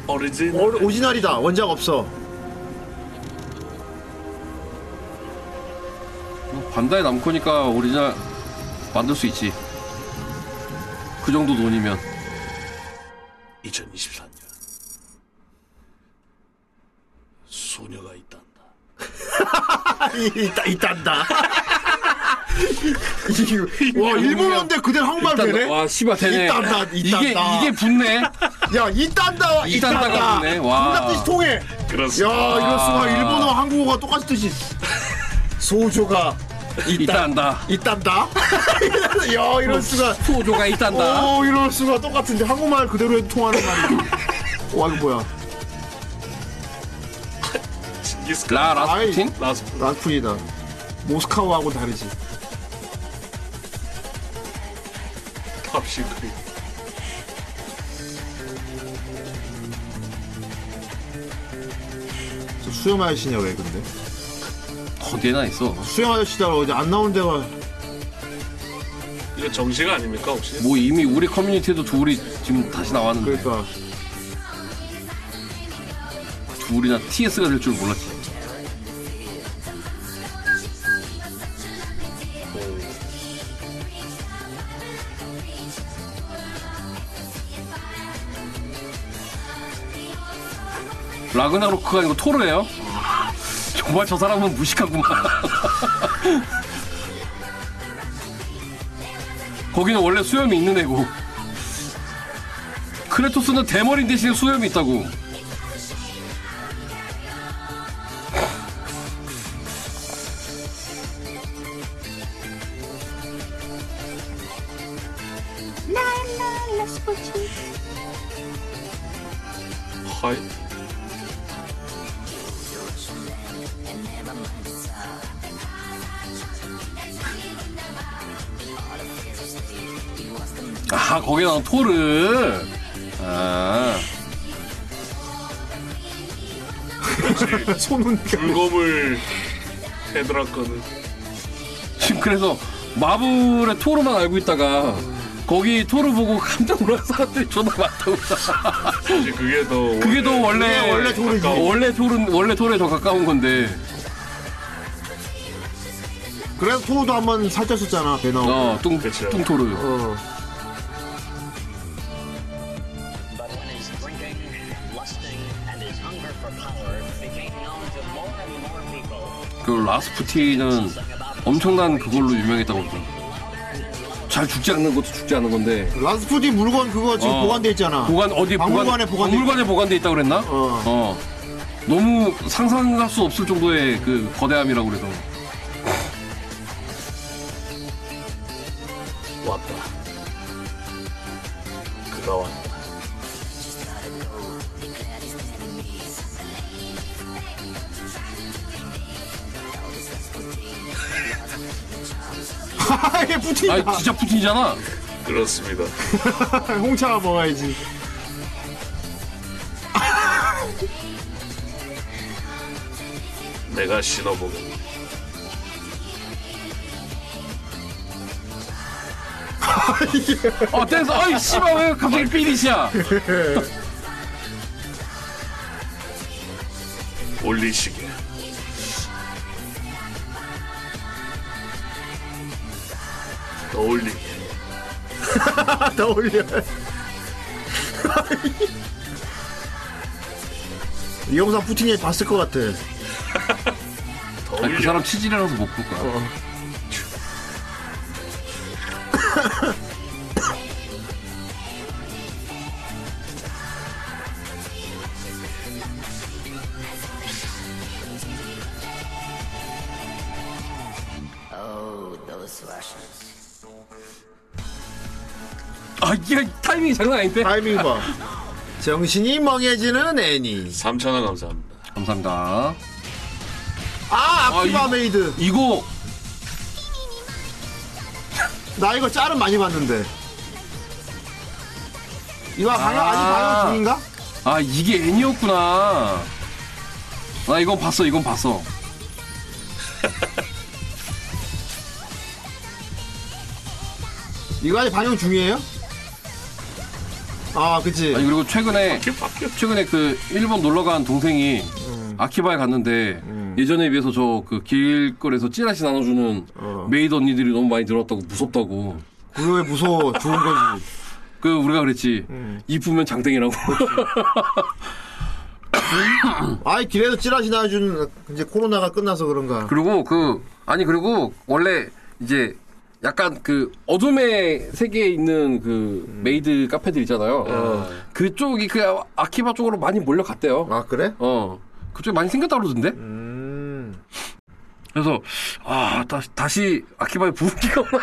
[SPEAKER 8] 어리진
[SPEAKER 7] 어, 오리지널이다. 원작 없어.
[SPEAKER 9] 반다이 남코니까 오리지널 만들 수 있지 그 정도 돈이면
[SPEAKER 8] 2024년 소녀가 있단다.
[SPEAKER 7] 있다 있단다. (laughs) 와 일본어인데 아, 그대로 한국말 되네.
[SPEAKER 9] 와 아, 씨발 되네
[SPEAKER 7] 이딴다, 이딴다.
[SPEAKER 9] 이게
[SPEAKER 7] (laughs)
[SPEAKER 9] 이게 붙네
[SPEAKER 7] 야 이딴다
[SPEAKER 9] 이딴다가
[SPEAKER 7] 이딴다.
[SPEAKER 9] 붙네. 와.
[SPEAKER 7] 둘다 뜻이 통해. 야
[SPEAKER 8] 그렇습니다.
[SPEAKER 7] 이럴 수가 일본어 한국어가 똑같이 뜻이. 소조가 있다
[SPEAKER 9] 이딴다
[SPEAKER 7] 있단다. (laughs) 야 이럴 수가.
[SPEAKER 9] 소조가 이딴다
[SPEAKER 7] 오 이럴 수가 똑같은데 한국말 그대로 해도 통하는 말이. 와 이거 뭐야?
[SPEAKER 8] 징기스칸
[SPEAKER 9] 라 라스푸틴
[SPEAKER 8] 라스프
[SPEAKER 7] 라쿤이다. 모스카우하고 다르지.
[SPEAKER 8] 팝시크릿
[SPEAKER 7] 저 수염 아저씨냐 왜 근데?
[SPEAKER 9] 어디에나 있어
[SPEAKER 7] 수염 아저씨다 어제 안 나온 데가
[SPEAKER 8] 이거 정식 아닙니까 혹시?
[SPEAKER 9] 뭐 이미 우리 커뮤니티에도 둘이 지금 다시 나왔는데
[SPEAKER 7] 그러니까.
[SPEAKER 9] 둘이나 TS가 될 줄 몰랐지 라그나로크가 아니고 토르예요? (laughs) 정말 저 사람은 무식하구만 (laughs) 거기는 원래 수염이 있는 애고 크레토스는 대머리 대신에 수염이 있다고
[SPEAKER 8] 하이
[SPEAKER 9] 아 거기에 나온 토르 아
[SPEAKER 7] 손은
[SPEAKER 8] 불검을 테드라거는
[SPEAKER 9] 지금 그래서 마블의 토르만 알고 있다가 거기 토르 보고 깜짝 놀란 사람들이 존나 많다고
[SPEAKER 8] 사실 그게 더
[SPEAKER 9] 그게 더
[SPEAKER 7] (laughs) 그게
[SPEAKER 9] 원래
[SPEAKER 7] 원래 토르지.
[SPEAKER 9] 원래 토르 원래 토르에 더 가까운 건데
[SPEAKER 7] 그래서 토도 한 번 살쪘었잖아 배 나오고
[SPEAKER 9] 어뚱
[SPEAKER 8] 그쵸.
[SPEAKER 9] 뚱토르
[SPEAKER 7] 어.
[SPEAKER 4] But when it's drinking, lusting, and
[SPEAKER 9] 그 라스푸티는 엄청난 그걸로 유명했다고 그러더라고요. 잘 죽지 않는 것도 죽지 않은 건데
[SPEAKER 7] 라스푸틴 물건 그거 지금
[SPEAKER 9] 어.
[SPEAKER 7] 보관돼 있잖아.
[SPEAKER 9] 보관 어디
[SPEAKER 7] 박물관에 보관돼
[SPEAKER 9] 박물관에 보관돼 있다고 그랬나?
[SPEAKER 7] 어. (laughs)
[SPEAKER 9] 어. 너무 상상할 수 없을 정도의 그 거대함이라고 그래서
[SPEAKER 11] 왔다. 그가 왔다.
[SPEAKER 7] 하하, 이게 푸틴이다.
[SPEAKER 9] 아 진짜 푸틴이잖아.
[SPEAKER 8] 그렇습니다.
[SPEAKER 7] (laughs) 홍차가 먹어야지. (laughs)
[SPEAKER 8] 내가 신어보고
[SPEAKER 9] 어 댄서 아이 씨발 왜 갑자기 피니시야?
[SPEAKER 8] 올리시게. 떠올리게.
[SPEAKER 7] 나 올려. (laughs) 이 영상 푸틴이 봤을 것 같아.
[SPEAKER 9] 아니, 그
[SPEAKER 8] 떠올려.
[SPEAKER 9] 사람 치질이라서 못 볼 거야. 아 이게 타이밍이 장난 아닌데?
[SPEAKER 7] 타이밍 봐. 정신이 멍해지는 애니.
[SPEAKER 8] 3,000원 감사합니다.
[SPEAKER 9] 감사합니다.
[SPEAKER 7] 아,
[SPEAKER 9] 아,
[SPEAKER 7] 아키바
[SPEAKER 9] 이거-
[SPEAKER 7] 메이드.
[SPEAKER 9] 이거
[SPEAKER 7] 나 이거 짤은 많이 봤는데. 이거 방영,
[SPEAKER 9] 아.
[SPEAKER 7] 아... 직 방영 중인가?
[SPEAKER 9] 아 이게 애니였구나. 나 이건 봤어, 이건 봤어.
[SPEAKER 7] 이거 아직 방영 중이에요? 아, 그치.
[SPEAKER 9] 아니 그리고 최근에
[SPEAKER 8] 이렇게 바뀌었
[SPEAKER 9] 최근에 그 일본 놀러 간 동생이 아키바에 갔는데 예전에 비해서 저 그 길거리에서 찌라시 나눠주는 메이드 언니들이 너무 많이 늘었다고 무섭다고.
[SPEAKER 7] 그거 왜 무서워. 좋은 거지.
[SPEAKER 9] 그 우리가 그랬지. 이쁘면 장땡이라고.
[SPEAKER 7] 아이, 길에서 찌라시 나와주는, 이제 코로나가 끝나서 그런가.
[SPEAKER 9] (laughs) 그리고 그 아니 그리고 원래 이제 약간 그 어둠의 세계에 있는 그 메이드 카페들 있잖아요. 그쪽이 그 아키바 쪽으로 많이 몰려갔대요.
[SPEAKER 7] 아, 그래?
[SPEAKER 9] 어. 그쪽에 많이 생겼다 그러던데?
[SPEAKER 7] 음.
[SPEAKER 9] 그래서, 아, 다시, 다시 아키바의 부흥기가 오나?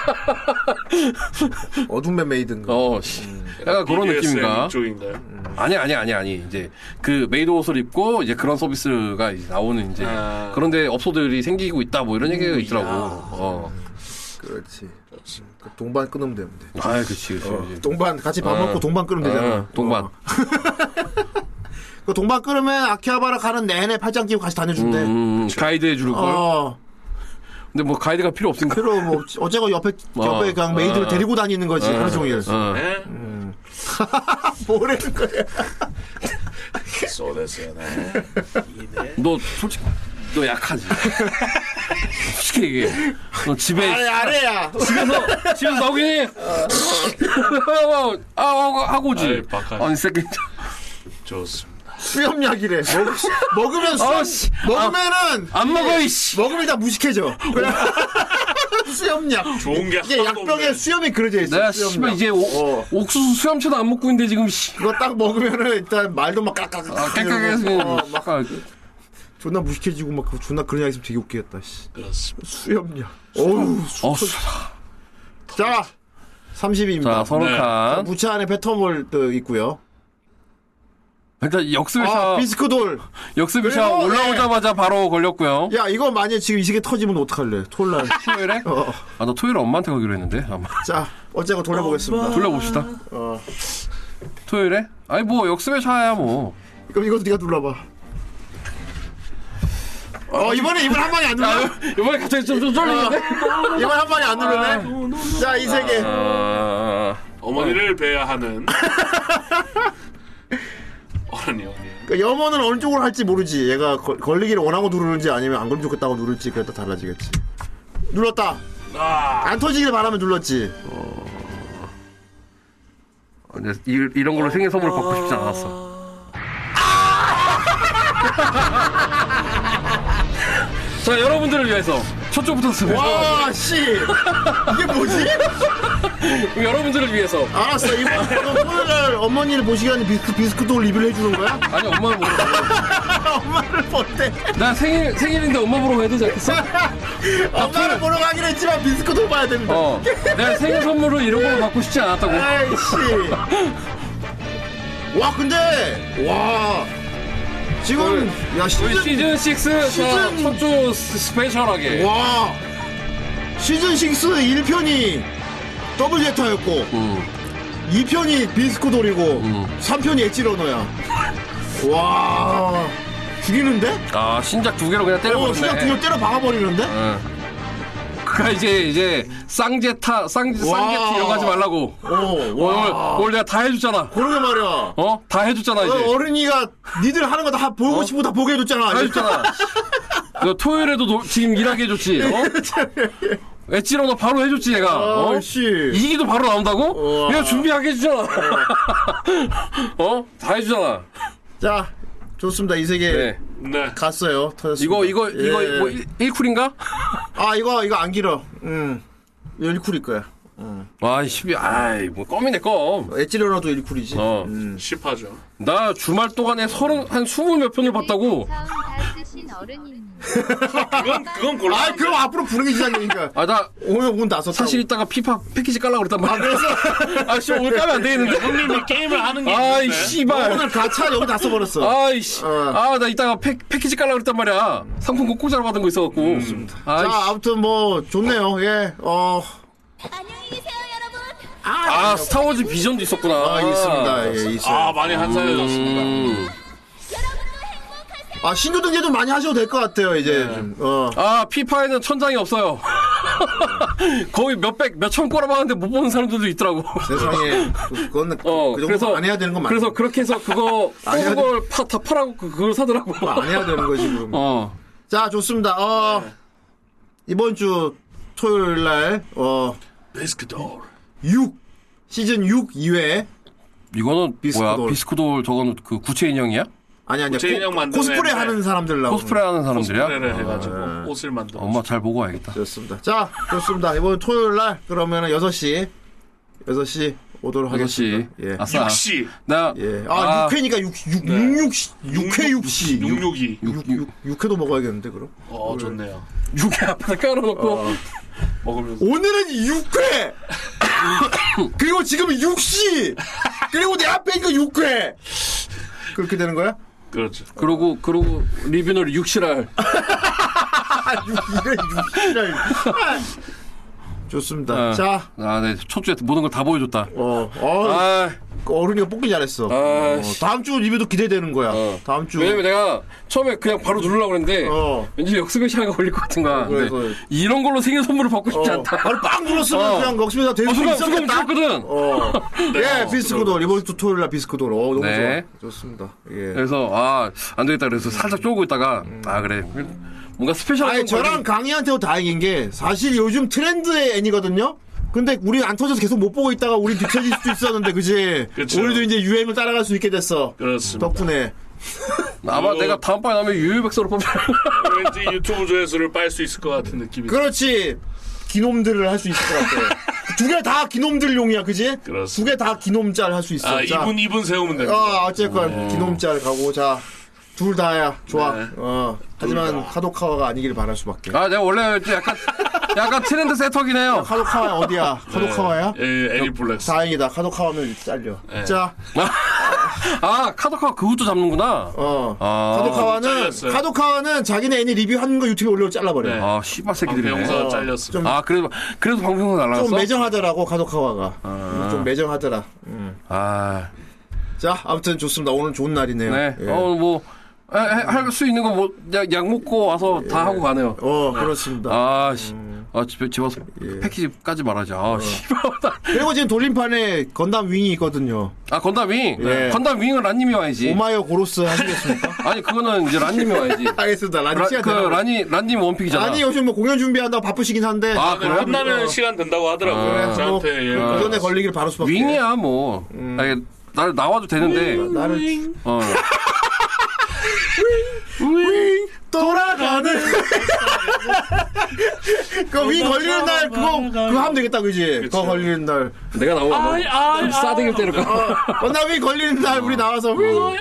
[SPEAKER 7] (laughs) 어둠의 메이드인가?
[SPEAKER 9] 어, 씨. 약간 그런
[SPEAKER 8] BDSM
[SPEAKER 9] 느낌인가?
[SPEAKER 8] 쪽인가요?
[SPEAKER 9] 아니, 아니, 아니, 아니. 이제 그 메이드 옷을 입고 이제 그런 서비스가 이제 나오는 이제
[SPEAKER 8] 아.
[SPEAKER 9] 그런데 업소들이 생기고 있다 뭐
[SPEAKER 7] 음,
[SPEAKER 9] 이런 얘기가 있더라고. 어.
[SPEAKER 7] 그렇지. 그 동반 끊으면 되면 돼.
[SPEAKER 9] 아, 그치, 그치.
[SPEAKER 7] 어,
[SPEAKER 9] 그치.
[SPEAKER 7] 동반 같이 밥
[SPEAKER 9] 어.
[SPEAKER 7] 먹고 동반 끊으면 되잖아.
[SPEAKER 9] 어, 동반.
[SPEAKER 7] 어. 그 동반 끊으면 아키하바라 가는 내내 팔짱 끼고 같이 다녀준대.
[SPEAKER 9] 음, 음, 가이드 해주는 걸.
[SPEAKER 7] 어,
[SPEAKER 9] 근데 뭐 가이드가 필요 없으니까.
[SPEAKER 7] 필요 뭐 없지. 어째고 옆에 옆에 그냥 메이드를
[SPEAKER 9] 어.
[SPEAKER 7] 데리고 다니는 거지 하루 종일.
[SPEAKER 9] 어.
[SPEAKER 8] 네?
[SPEAKER 7] 뭐라는 거야?
[SPEAKER 11] 쏘데스네.
[SPEAKER 9] 너 솔직히 너
[SPEAKER 7] (laughs)
[SPEAKER 9] 약하지. 솔직히 얘기해. 너 집에
[SPEAKER 7] 아래 아래야.
[SPEAKER 9] 집에서 집에서 (laughs) 나오긴 아 하고 하고지.
[SPEAKER 8] 아이, 박하네.
[SPEAKER 9] 아니 새끼.
[SPEAKER 8] 좋습니다.
[SPEAKER 7] 수염약이래. 먹, 먹으면 수염,
[SPEAKER 9] 아, 씨.
[SPEAKER 7] 먹으면은
[SPEAKER 9] 안 먹어 이씨.
[SPEAKER 7] 먹으면 일단 무식해져. 그냥 (laughs) 수염약.
[SPEAKER 8] 좋은 게
[SPEAKER 7] 이게
[SPEAKER 8] 하나도
[SPEAKER 7] 약병에
[SPEAKER 8] 없네.
[SPEAKER 7] 수염이 그려져 있어.
[SPEAKER 9] 내가
[SPEAKER 7] 수염약.
[SPEAKER 9] 씨발 이제 오-
[SPEAKER 7] 어.
[SPEAKER 9] 옥수수 수염채도 안 먹고 있는데 지금 씨.
[SPEAKER 7] 그거 딱 먹으면은 일단 말도 막 깍깍깍.
[SPEAKER 9] 아, 깜깜해서
[SPEAKER 7] 이러고. 어,
[SPEAKER 9] 그냥
[SPEAKER 7] 막
[SPEAKER 9] 막 아,
[SPEAKER 7] 존나 무식해지고 막 그거 존나 그런 약 있으면 되게 웃기겠다. 씨.
[SPEAKER 8] 그렇습니다.
[SPEAKER 7] 수염약. 어우. 수-
[SPEAKER 9] 어, 수-
[SPEAKER 7] 자. 32입니다.
[SPEAKER 9] 자 서로칸
[SPEAKER 7] 부채 안에 배터몰도 있고요.
[SPEAKER 9] 일단
[SPEAKER 7] 아,
[SPEAKER 9] 역습샷
[SPEAKER 7] 비스크돌.
[SPEAKER 9] 역습샷
[SPEAKER 7] 그리고,
[SPEAKER 9] 올라오자마자 바로 걸렸고요.
[SPEAKER 7] 야, 이거 만약에 지금 이 시계 터지면 어떡할래? 토요일날.
[SPEAKER 9] 토요일에
[SPEAKER 7] 어.
[SPEAKER 9] 아나 토요일에 엄마한테 가기로 했는데 아마
[SPEAKER 7] 자, 어쨌건 돌려보겠습니다.
[SPEAKER 9] 돌려봅시다.
[SPEAKER 7] 어.
[SPEAKER 9] 토요일에 아니 뭐 역습샷야 뭐.
[SPEAKER 7] 그럼 이것도 네가 눌러봐. 어, 이번에 이번 한 방에 안
[SPEAKER 9] 아,
[SPEAKER 7] 눌러?
[SPEAKER 9] 이번에 갑자기 좀, 좀 쫄리는데?
[SPEAKER 7] 이번 한 방에 안
[SPEAKER 8] 아,
[SPEAKER 7] 누르네? 자, 이 세 개.
[SPEAKER 9] 아,
[SPEAKER 8] 어머니를 뵈야 하는. (laughs) 어른이 어디?
[SPEAKER 7] 그 염원은 어느 쪽으로 할지 모르지. 얘가 걸- 걸리기를 원하고 누르는지 아니면 안 걸리면 좋겠다고 누를지 그에 따라 달라지겠지. 눌렀다.
[SPEAKER 8] 아,
[SPEAKER 7] 안 터지길 바라면 눌렀지.
[SPEAKER 9] 아! 근데 이, 이런 걸로 생일 선물 받고 싶지 않았어. (laughs) 자, 여러분들을 위해서 첫 줄부터 쓰고
[SPEAKER 7] 와, 씨! 이게 뭐지?
[SPEAKER 9] 여러분들을 위해서
[SPEAKER 7] 알았어, 이거 이거 오늘날 어머니를 보시기에는 비스크, 비스크도 리뷰를 해주는 (laughs) 거야?
[SPEAKER 9] 아니 엄마 보러 가.
[SPEAKER 7] 엄마를 본대.
[SPEAKER 9] 나 생일 생일인데 엄마 보러 가야 되지 않겠어?
[SPEAKER 7] 엄마를 보러 가긴 했지만 비스크도 봐야 됩니다.
[SPEAKER 9] 어. 내가 생일 선물로 이런 걸 받고 싶지 않았다고.
[SPEAKER 7] 아이씨. 와, 근데, 와. 지금, 야,
[SPEAKER 9] 우리
[SPEAKER 7] 시즌,
[SPEAKER 9] 시즌 6
[SPEAKER 7] 시즌-
[SPEAKER 9] 첫주 스페셜하게.
[SPEAKER 7] 와. 시즌 6 1편이 더블 제타였고,
[SPEAKER 9] 음.
[SPEAKER 7] 2편이 비스코돌이고
[SPEAKER 9] 음.
[SPEAKER 7] 3편이 엣지러너야 와 죽이는데?
[SPEAKER 9] 아 신작 두 개로 그냥
[SPEAKER 7] 어
[SPEAKER 9] 때려버렸네.
[SPEAKER 7] 시작 그냥 때려 박아버리는데?
[SPEAKER 9] 응. 그니까 이제 이제 쌍제타 쌍
[SPEAKER 7] 와.
[SPEAKER 9] 쌍제티 이런 거 하지 말라고.
[SPEAKER 7] 어,
[SPEAKER 9] 오늘
[SPEAKER 7] 와.
[SPEAKER 9] 오늘 내가 다 해줬잖아.
[SPEAKER 7] 그러게 말이야
[SPEAKER 9] 어? 다 해줬잖아 이제.
[SPEAKER 7] 어, 른이가 니들 하는 거 다 보고 싶고 다 보게 해줬잖아
[SPEAKER 9] 다 어? 해줬잖아. 너 토요일에도 노- 지금 일하게 해줬지. 어?
[SPEAKER 7] (laughs)
[SPEAKER 9] 엣지로 너 바로 해줬지 얘가. 어?
[SPEAKER 7] 아씨
[SPEAKER 9] 이기도 바로 나온다고?
[SPEAKER 7] 우와.
[SPEAKER 9] 내가 준비하게 해주잖아. (laughs) 어? 다 해주잖아.
[SPEAKER 7] 자 좋습니다 이 세계
[SPEAKER 9] 네.
[SPEAKER 8] 네.
[SPEAKER 7] 갔어요 터졌습니다
[SPEAKER 9] 이거 이거
[SPEAKER 7] 예.
[SPEAKER 9] 이거 뭐 1쿨인가?
[SPEAKER 7] 아 이거 이거 안 길어 음 1쿨일 거야
[SPEAKER 9] 와, 이 십이 아이, 뭐 껌이네 껌.
[SPEAKER 7] 엣지러너도 1쿨이지
[SPEAKER 9] 어.
[SPEAKER 8] 십하죠.
[SPEAKER 9] 나 주말 동안에 서른 한 스무 몇 편을 봤다고.
[SPEAKER 10] 처음 다 쓰신 어른이님.
[SPEAKER 8] 그건 그건 골라.
[SPEAKER 7] 아 그럼 앞으로 부르기 시작이니까
[SPEAKER 9] 아, 나
[SPEAKER 7] 오늘 문 닫았다고
[SPEAKER 9] 사실 이따가 피파 패키지 깔라 그랬단 말이야. 아, 그래서 (laughs) 아, 씨 오늘 까면 안 되겠는데.
[SPEAKER 8] 형님이 게임을 하는 게
[SPEAKER 9] 아이
[SPEAKER 8] 있는데.
[SPEAKER 9] 씨발.
[SPEAKER 7] 오늘 가차 여기 다 써버렸어
[SPEAKER 9] 아이 씨.
[SPEAKER 7] 네. 어.
[SPEAKER 9] 아, 나 이따가 패, 패키지 깔라 그랬단 말이야. 상품 공짜로 받은 거 있어 갖고. 아이
[SPEAKER 7] 자, 아무튼 뭐 좋네요. 예. 어.
[SPEAKER 1] 안녕히 계세요 여러분
[SPEAKER 7] 아,
[SPEAKER 9] 아, 스타워즈 비전도 있었구나.
[SPEAKER 7] 아, 있습니다. 예, 있어요.
[SPEAKER 8] 아
[SPEAKER 7] 아,
[SPEAKER 8] 많이 한산해졌습니다.
[SPEAKER 9] 음.
[SPEAKER 7] 아, 신규 등재 좀 많이 하셔도 될 것 같아요. 이제 좀. 어.
[SPEAKER 9] 아, 피파에는 천장이 없어요. (laughs) 거의 몇백, 몇천 꼬라박았는데 못 보는 사람들도 있더라고. (laughs)
[SPEAKER 7] 세상에 그건
[SPEAKER 9] 어,
[SPEAKER 7] 그 정도 안 해야 되는 건 맞아.
[SPEAKER 9] 그래서 그렇게 해서 그거
[SPEAKER 7] (laughs) 안 해야 아,
[SPEAKER 9] 뽑은 걸 파, 다 팔라고 그- 그걸 사더라고.
[SPEAKER 7] 안 해야 되는 거지 그럼.
[SPEAKER 9] (laughs) 어.
[SPEAKER 7] 자, 좋습니다. 어. 이번 주 토요일 날 어.
[SPEAKER 8] 베스크돌.
[SPEAKER 7] 6 시즌 6 2회
[SPEAKER 9] 이거는
[SPEAKER 7] 비스크돌.
[SPEAKER 9] 뭐야? 비스크돌 저거는 그 구체 인형이야?
[SPEAKER 7] 아니 아니
[SPEAKER 8] 구체 인형
[SPEAKER 7] 코,
[SPEAKER 8] 만드는
[SPEAKER 7] 코스프레
[SPEAKER 8] 애.
[SPEAKER 7] 하는 사람들 나오는
[SPEAKER 9] 코스프레 하는 사람들이야? 아.
[SPEAKER 8] 코스프레를 네, 해가지고 옷을 만들어.
[SPEAKER 9] 엄마 잘 보고 와야겠다.
[SPEAKER 7] 좋습니다. 자, 좋습니다. 이번 토요일 날 그러면은 6시 6시 오도록
[SPEAKER 9] 6시.
[SPEAKER 7] 하겠습니다. 예.
[SPEAKER 9] 아싸.
[SPEAKER 8] 육시
[SPEAKER 9] 나,
[SPEAKER 7] 예. 아,
[SPEAKER 9] 아.
[SPEAKER 7] 육 6회니까 6, 6,
[SPEAKER 8] 네.
[SPEAKER 7] 6, 6, 회 6시. 6,
[SPEAKER 8] 육육이.
[SPEAKER 7] 6, 6, 6회도 먹어야겠는데, 그럼?
[SPEAKER 8] 어 좋네요.
[SPEAKER 9] 육회 앞에다 깔아놓고.
[SPEAKER 7] 어.
[SPEAKER 8] 먹으면서.
[SPEAKER 7] 오늘은 6회! (coughs) 그리고 지금은 6시! 그리고 내 앞에 있는 6회! 그렇게 되는 거야? (laughs)
[SPEAKER 8] 그렇죠.
[SPEAKER 9] 그러고, 그러고, 리뷰널 육실할.
[SPEAKER 7] 아, 6일에 6시라. 아, 좋습니다. 자,
[SPEAKER 9] 아, 네. 첫 주에 모든 걸 다 보여줬다.
[SPEAKER 7] 어, 어,
[SPEAKER 9] 아,
[SPEAKER 7] 어른이가 뽑기 잘했어.
[SPEAKER 9] 아,
[SPEAKER 7] 어,
[SPEAKER 9] 씨.
[SPEAKER 7] 다음 주 리뷰도 기대되는 거야.
[SPEAKER 9] 어.
[SPEAKER 7] 다음 주.
[SPEAKER 9] 왜냐면 내가 처음에 그냥 바로 누르려고 그랬는데
[SPEAKER 7] 어.
[SPEAKER 9] 왠지 역습의 시간이 걸릴 것 같은 거야.
[SPEAKER 7] 그래,
[SPEAKER 9] 근데
[SPEAKER 7] 그래.
[SPEAKER 9] 이런 걸로 생일 선물을 받고
[SPEAKER 7] 어,
[SPEAKER 9] 싶지 않다.
[SPEAKER 7] 바로 빵 눌렀으면
[SPEAKER 9] 어.
[SPEAKER 7] 그냥 먹시면서
[SPEAKER 8] 아,
[SPEAKER 9] 어,
[SPEAKER 7] 될수
[SPEAKER 9] 순간 순간
[SPEAKER 7] 있었겠다.
[SPEAKER 9] 미쳤거든.
[SPEAKER 7] 어. 예,
[SPEAKER 8] 어,
[SPEAKER 7] 비스코돌. 이번 주 토요일 날 비스코돌. 어, 너무
[SPEAKER 9] 네.
[SPEAKER 7] 좋아. 좋습니다. 예.
[SPEAKER 9] 그래서 아 안 되겠다 그래서 살짝 쪼고 있다가 아 그래 뭔가 스페셜한
[SPEAKER 7] 음. 아니, 저랑 강희한테도 다행인 게 사실 요즘 트렌드의 애니거든요. 근데 우리 안 터져서 계속 못 보고 있다가 우리 뒤처질 수도 있었는데, 그지?
[SPEAKER 8] 그쵸.
[SPEAKER 7] 우리도 이제 유행을 따라갈 수 있게 됐어.
[SPEAKER 8] 그렇습니다.
[SPEAKER 7] 덕분에. 어.
[SPEAKER 9] 아마
[SPEAKER 8] 요-
[SPEAKER 9] 내가 다음번에 나면 유유백서로 뽑혀
[SPEAKER 8] 어, 왠지 유튜브 조회수를 빨 수 있을 것 같은 느낌이. 그...
[SPEAKER 7] 그렇지. 기놈들을 할 수 있을 것
[SPEAKER 8] (laughs)
[SPEAKER 7] 같아. 두 개 다 기놈들용이야, 그지? 두
[SPEAKER 8] 그렇습니다.
[SPEAKER 7] 개 다 기놈짤 할 수 있어.
[SPEAKER 8] 아
[SPEAKER 7] 자.
[SPEAKER 8] 이분 이분 세우면 됩니다.
[SPEAKER 7] 아, 어쨌건 기놈짤 가고 자. 둘 다야. 좋아.
[SPEAKER 8] 네.
[SPEAKER 7] 어. 하지만
[SPEAKER 8] 다.
[SPEAKER 7] 카도카와가 아니길 바랄 수밖에.
[SPEAKER 9] 아 내가 원래 좀 약간 약간 트렌드 세터긴 해요
[SPEAKER 7] 카도카와 어디야? 카도카와야?
[SPEAKER 8] 예, 애니 블랙스.
[SPEAKER 7] 다행이다. 카도카와면 잘려. 자,
[SPEAKER 9] 아 카도카 그것도 잡는구나
[SPEAKER 7] 어.
[SPEAKER 9] 아.
[SPEAKER 7] 카도카와는
[SPEAKER 8] 잘렸어요.
[SPEAKER 7] 카도카와는 자기네 애니 리뷰하는 거 유튜브에 올려 잘라버려.
[SPEAKER 8] 네.
[SPEAKER 9] 아 씨발 새끼들이네
[SPEAKER 8] 방배용사
[SPEAKER 7] 어,
[SPEAKER 8] 잘렸습니다.
[SPEAKER 7] 좀,
[SPEAKER 9] 아 그래도 그래도 방송사
[SPEAKER 7] 좀
[SPEAKER 9] 날라갔어
[SPEAKER 7] 매정하더라고 카도카와가. 음, 좀 매정하더라.
[SPEAKER 9] 아네어뭐
[SPEAKER 7] 자, 아무튼 좋습니다. 오늘 좋은 날이네요. 예.
[SPEAKER 9] 어. 뭐, 할 수 있는 거뭐약 약 먹고 와서 다 하고 가네요
[SPEAKER 7] 어, 그렇습니다.
[SPEAKER 9] 아씨
[SPEAKER 7] 음.
[SPEAKER 9] 아 집에 집 와서
[SPEAKER 7] 예.
[SPEAKER 9] 패키지까지 말하자
[SPEAKER 7] 어.
[SPEAKER 9] 아 씨발 (laughs) 나-
[SPEAKER 7] 그리고 지금 돌림판에 건담 윙이 있거든요.
[SPEAKER 9] 아 건담 윙
[SPEAKER 7] 예.
[SPEAKER 9] 건담 윙은 란님이 와야지
[SPEAKER 7] 오마이어 고로스
[SPEAKER 9] (laughs)
[SPEAKER 7] 하시겠습니까?
[SPEAKER 9] 아니 그거는 이제
[SPEAKER 7] (laughs)
[SPEAKER 9] 란님이 와야지
[SPEAKER 7] 알겠습니다. 라니
[SPEAKER 9] 라,
[SPEAKER 7] 시간
[SPEAKER 9] 그
[SPEAKER 7] 되나?
[SPEAKER 9] 란이 란님 원픽이잖아.
[SPEAKER 7] 아니 요즘 뭐 공연 준비한다고 바쁘시긴 한데
[SPEAKER 9] 아
[SPEAKER 8] 네,
[SPEAKER 9] 그래요?
[SPEAKER 8] 한다는
[SPEAKER 7] 어.
[SPEAKER 8] 시간 된다고 하더라고요.
[SPEAKER 7] 그래서 뭐
[SPEAKER 8] 저한테 예.
[SPEAKER 7] 그 전에 걸리길 바랄 수밖에.
[SPEAKER 9] 윙이야 뭐.
[SPEAKER 7] 음.
[SPEAKER 9] 어. 아니, 나 나와도 되는데.
[SPEAKER 7] 나를
[SPEAKER 9] 어.
[SPEAKER 7] (laughs) 그 윙 걸리는 날 그거 그거 하면 되겠다 그지? 그거 걸리는
[SPEAKER 9] (laughs)
[SPEAKER 7] 날. 어,
[SPEAKER 9] 내가 나오면
[SPEAKER 8] 아이, 아이, 아이.
[SPEAKER 9] 싸대기를 때릴까?
[SPEAKER 7] 건나 윙 걸리는 날
[SPEAKER 9] 어.
[SPEAKER 7] 우리 나와서 어, 윙.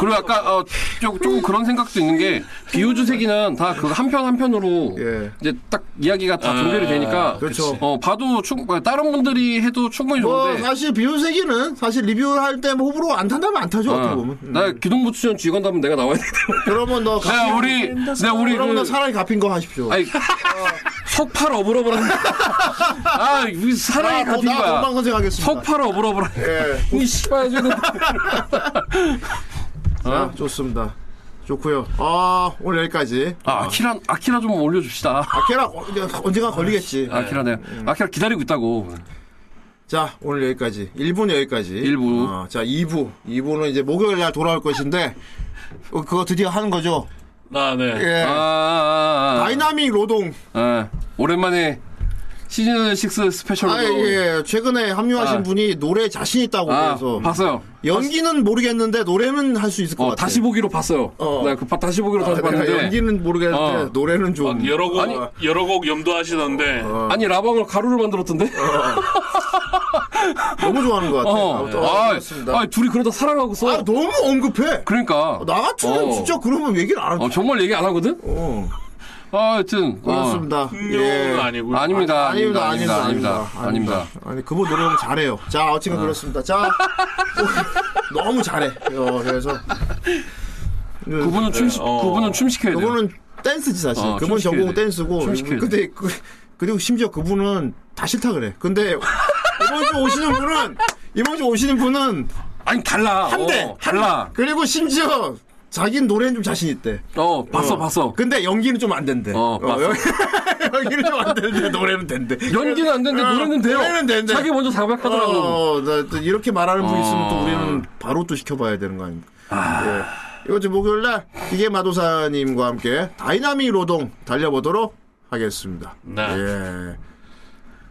[SPEAKER 9] 그리고 아까 어, 조- 조금 그런 생각도 있는 게 비우주색이는 다 그 한 편 한편으로
[SPEAKER 7] 예.
[SPEAKER 9] 이제 딱 이야기가 다 종결이 되니까
[SPEAKER 7] 그렇죠.
[SPEAKER 9] 어, 봐도 충 다른 분들이 해도 충분히
[SPEAKER 7] 뭐
[SPEAKER 9] 좋은데
[SPEAKER 7] 사실 비욘세기는 사실 리뷰할 때뭐 호불호 안 탄다면 안 타죠 어떻게 보면. 음.
[SPEAKER 9] 나 기동부추전 쥐건다면 내가 나와야
[SPEAKER 7] (laughs)
[SPEAKER 9] 되기 때문에
[SPEAKER 7] 그러면 너 갚힌-
[SPEAKER 9] 내가 네, 우리 내가 우리
[SPEAKER 7] 그러면 너
[SPEAKER 9] 그
[SPEAKER 7] 사랑이 갚힌 거 하십시오.
[SPEAKER 9] 아니 속팔 어불어불한 (laughs) 아 우리 사랑이 같은
[SPEAKER 7] 나
[SPEAKER 9] 거야
[SPEAKER 7] 건방 선생하겠습니다.
[SPEAKER 9] 속팔 어불어불한
[SPEAKER 7] 예.
[SPEAKER 9] 이 씨발
[SPEAKER 7] (laughs)
[SPEAKER 9] 지금
[SPEAKER 7] 자, 아,
[SPEAKER 9] 어?
[SPEAKER 7] 좋습니다. 좋고요. 아 오늘 여기까지.
[SPEAKER 9] 아 아키라 아키라 좀 올려줍시다
[SPEAKER 7] 아케라 어, 언젠가 걸리겠지.
[SPEAKER 9] 아키라 내가
[SPEAKER 7] 음.
[SPEAKER 9] 아키라 기다리고 있다고
[SPEAKER 7] 네. 자, 오늘 여기까지. 1부는 여기까지.
[SPEAKER 9] 일부.
[SPEAKER 7] 어, 자, 2부. 2부는 이제 목요일 날 돌아올 것인데, 어, 그거 드디어 하는 거죠?
[SPEAKER 8] 아, 네.
[SPEAKER 7] 예.
[SPEAKER 9] 아, 아, 아, 아.
[SPEAKER 7] 다이나믹 로동.
[SPEAKER 9] 예. 오랜만에 시즌 6 스페셜로
[SPEAKER 7] 아, 예. 최근에 합류하신
[SPEAKER 9] 아.
[SPEAKER 7] 분이 노래 자신 있다고
[SPEAKER 9] 아,
[SPEAKER 7] 해서.
[SPEAKER 9] 봤어요.
[SPEAKER 7] 연기는 모르겠는데, 노래는 할 수 있을 것
[SPEAKER 9] 어,
[SPEAKER 7] 같아.
[SPEAKER 9] 다시 보기로 봤어요.
[SPEAKER 7] 어.
[SPEAKER 9] 나 그, 바- 다시 보기로 다시
[SPEAKER 7] 아, 내가
[SPEAKER 9] 봤는데.
[SPEAKER 7] 연기는 모르겠는데,
[SPEAKER 9] 어.
[SPEAKER 7] 노래는 좀.
[SPEAKER 8] 여러 곡,
[SPEAKER 9] 아니.
[SPEAKER 8] 여러 곡 염두하시던데.
[SPEAKER 7] 어.
[SPEAKER 9] 아니, 라방으로 가루를 만들었던데?
[SPEAKER 7] 너무 좋아하는 것 같아.
[SPEAKER 9] 어.
[SPEAKER 7] 네, 아무튼, 아,
[SPEAKER 9] 아,
[SPEAKER 7] 그렇습니다.
[SPEAKER 9] 아, 둘이 그러다 사랑하고 써.
[SPEAKER 7] 아, 너무 언급해.
[SPEAKER 9] 그러니까.
[SPEAKER 7] 나 같으면
[SPEAKER 9] 어.
[SPEAKER 7] 진짜 그러면 얘기를 안
[SPEAKER 9] 어,
[SPEAKER 7] 하죠.
[SPEAKER 9] 정말 얘기 안 하거든?
[SPEAKER 7] 어.
[SPEAKER 9] 아, 하여튼. 어.
[SPEAKER 7] 그렇습니다.
[SPEAKER 8] 은 아니고요.
[SPEAKER 9] 아닙니다.
[SPEAKER 7] 예. 아닙니다, 아닙니다, 아닙니다,
[SPEAKER 9] 아닙니다.
[SPEAKER 7] 아니 그분 노래 너무 잘해요. 자, 어쨌든 그렇습니다.
[SPEAKER 9] (laughs)
[SPEAKER 7] 자, 너무 잘해. 어, 그래서
[SPEAKER 9] 그분은 춤, 시
[SPEAKER 8] 어.
[SPEAKER 9] 그분은 춤 시켜야 돼요.
[SPEAKER 7] 네, 그분은 댄스지 사실.
[SPEAKER 9] 어,
[SPEAKER 7] 그분
[SPEAKER 9] 춤
[SPEAKER 7] 전공
[SPEAKER 9] 시켜야 돼.
[SPEAKER 7] 댄스고.
[SPEAKER 9] 춤 시켜야
[SPEAKER 7] 근데 그, 그리고 심지어 그분은 다 싫다 그래. 근데 이번 주 오시는 분은 이번 주 오시는 분은
[SPEAKER 9] 아니, 달라.
[SPEAKER 7] 한 대,
[SPEAKER 9] 어, 달라.
[SPEAKER 7] 그리고 심지어 자기는 노래는 좀 자신 있대. 그
[SPEAKER 9] 어, 봤어, 봤어.
[SPEAKER 7] 근데 연기는 좀 안 된대.
[SPEAKER 9] 어, 봤어.
[SPEAKER 7] (laughs) 연기는 좀 안 된대. 노래는 된대.
[SPEAKER 9] 연기는 안 되는데
[SPEAKER 7] 어,
[SPEAKER 9] 노래는 돼요.
[SPEAKER 7] 노래는 된대.
[SPEAKER 9] 자기 먼저 자백하더라고.
[SPEAKER 7] 어, 나, 또 이렇게 말하는 분 있으면 또
[SPEAKER 9] 어.
[SPEAKER 7] 우리는 바로 또 시켜봐야 되는 거 아닙니까? 예. 이번 주 목요일 날 기계 마도사님과 함께 다이나믹 로동 달려보도록 하겠습니다.
[SPEAKER 8] 네.
[SPEAKER 7] 예.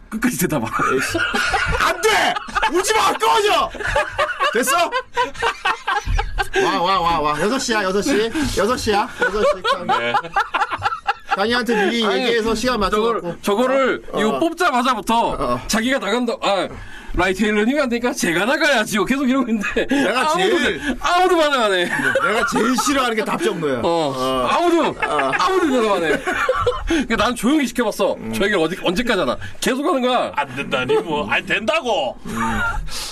[SPEAKER 9] 끝까지 대답 안 해.
[SPEAKER 7] 안 돼! 울지 마! 꺼져! 됐어? 와, 와, 와, 와. 6시야, 6시. 6시야. 6시.
[SPEAKER 8] 네.
[SPEAKER 7] 강희한테 미리
[SPEAKER 9] 아니,
[SPEAKER 7] 얘기해서 시간 맞춰갖고.
[SPEAKER 9] 저걸, 저거를 이거
[SPEAKER 7] 어.
[SPEAKER 9] 뽑자마자부터 자기가 나간다. 아, 라이테일러님이 안 되니까 제가 나가야지요. 계속 이러고 있는데
[SPEAKER 7] 내가
[SPEAKER 9] 아무도
[SPEAKER 7] 제일-
[SPEAKER 9] 대- 아무도 반응 안 해.
[SPEAKER 7] 내가 제일 싫어하는 게 답정너야.
[SPEAKER 9] 어, 아무도 아무도 대답 안 해. 그러니까 난 조용히 시켜봤어.
[SPEAKER 7] 음.
[SPEAKER 9] 저 얘기를 어디, 언제까지 하나. 계속 하는 거야.
[SPEAKER 8] 안 된다니, 뭐. 아니, 된다고!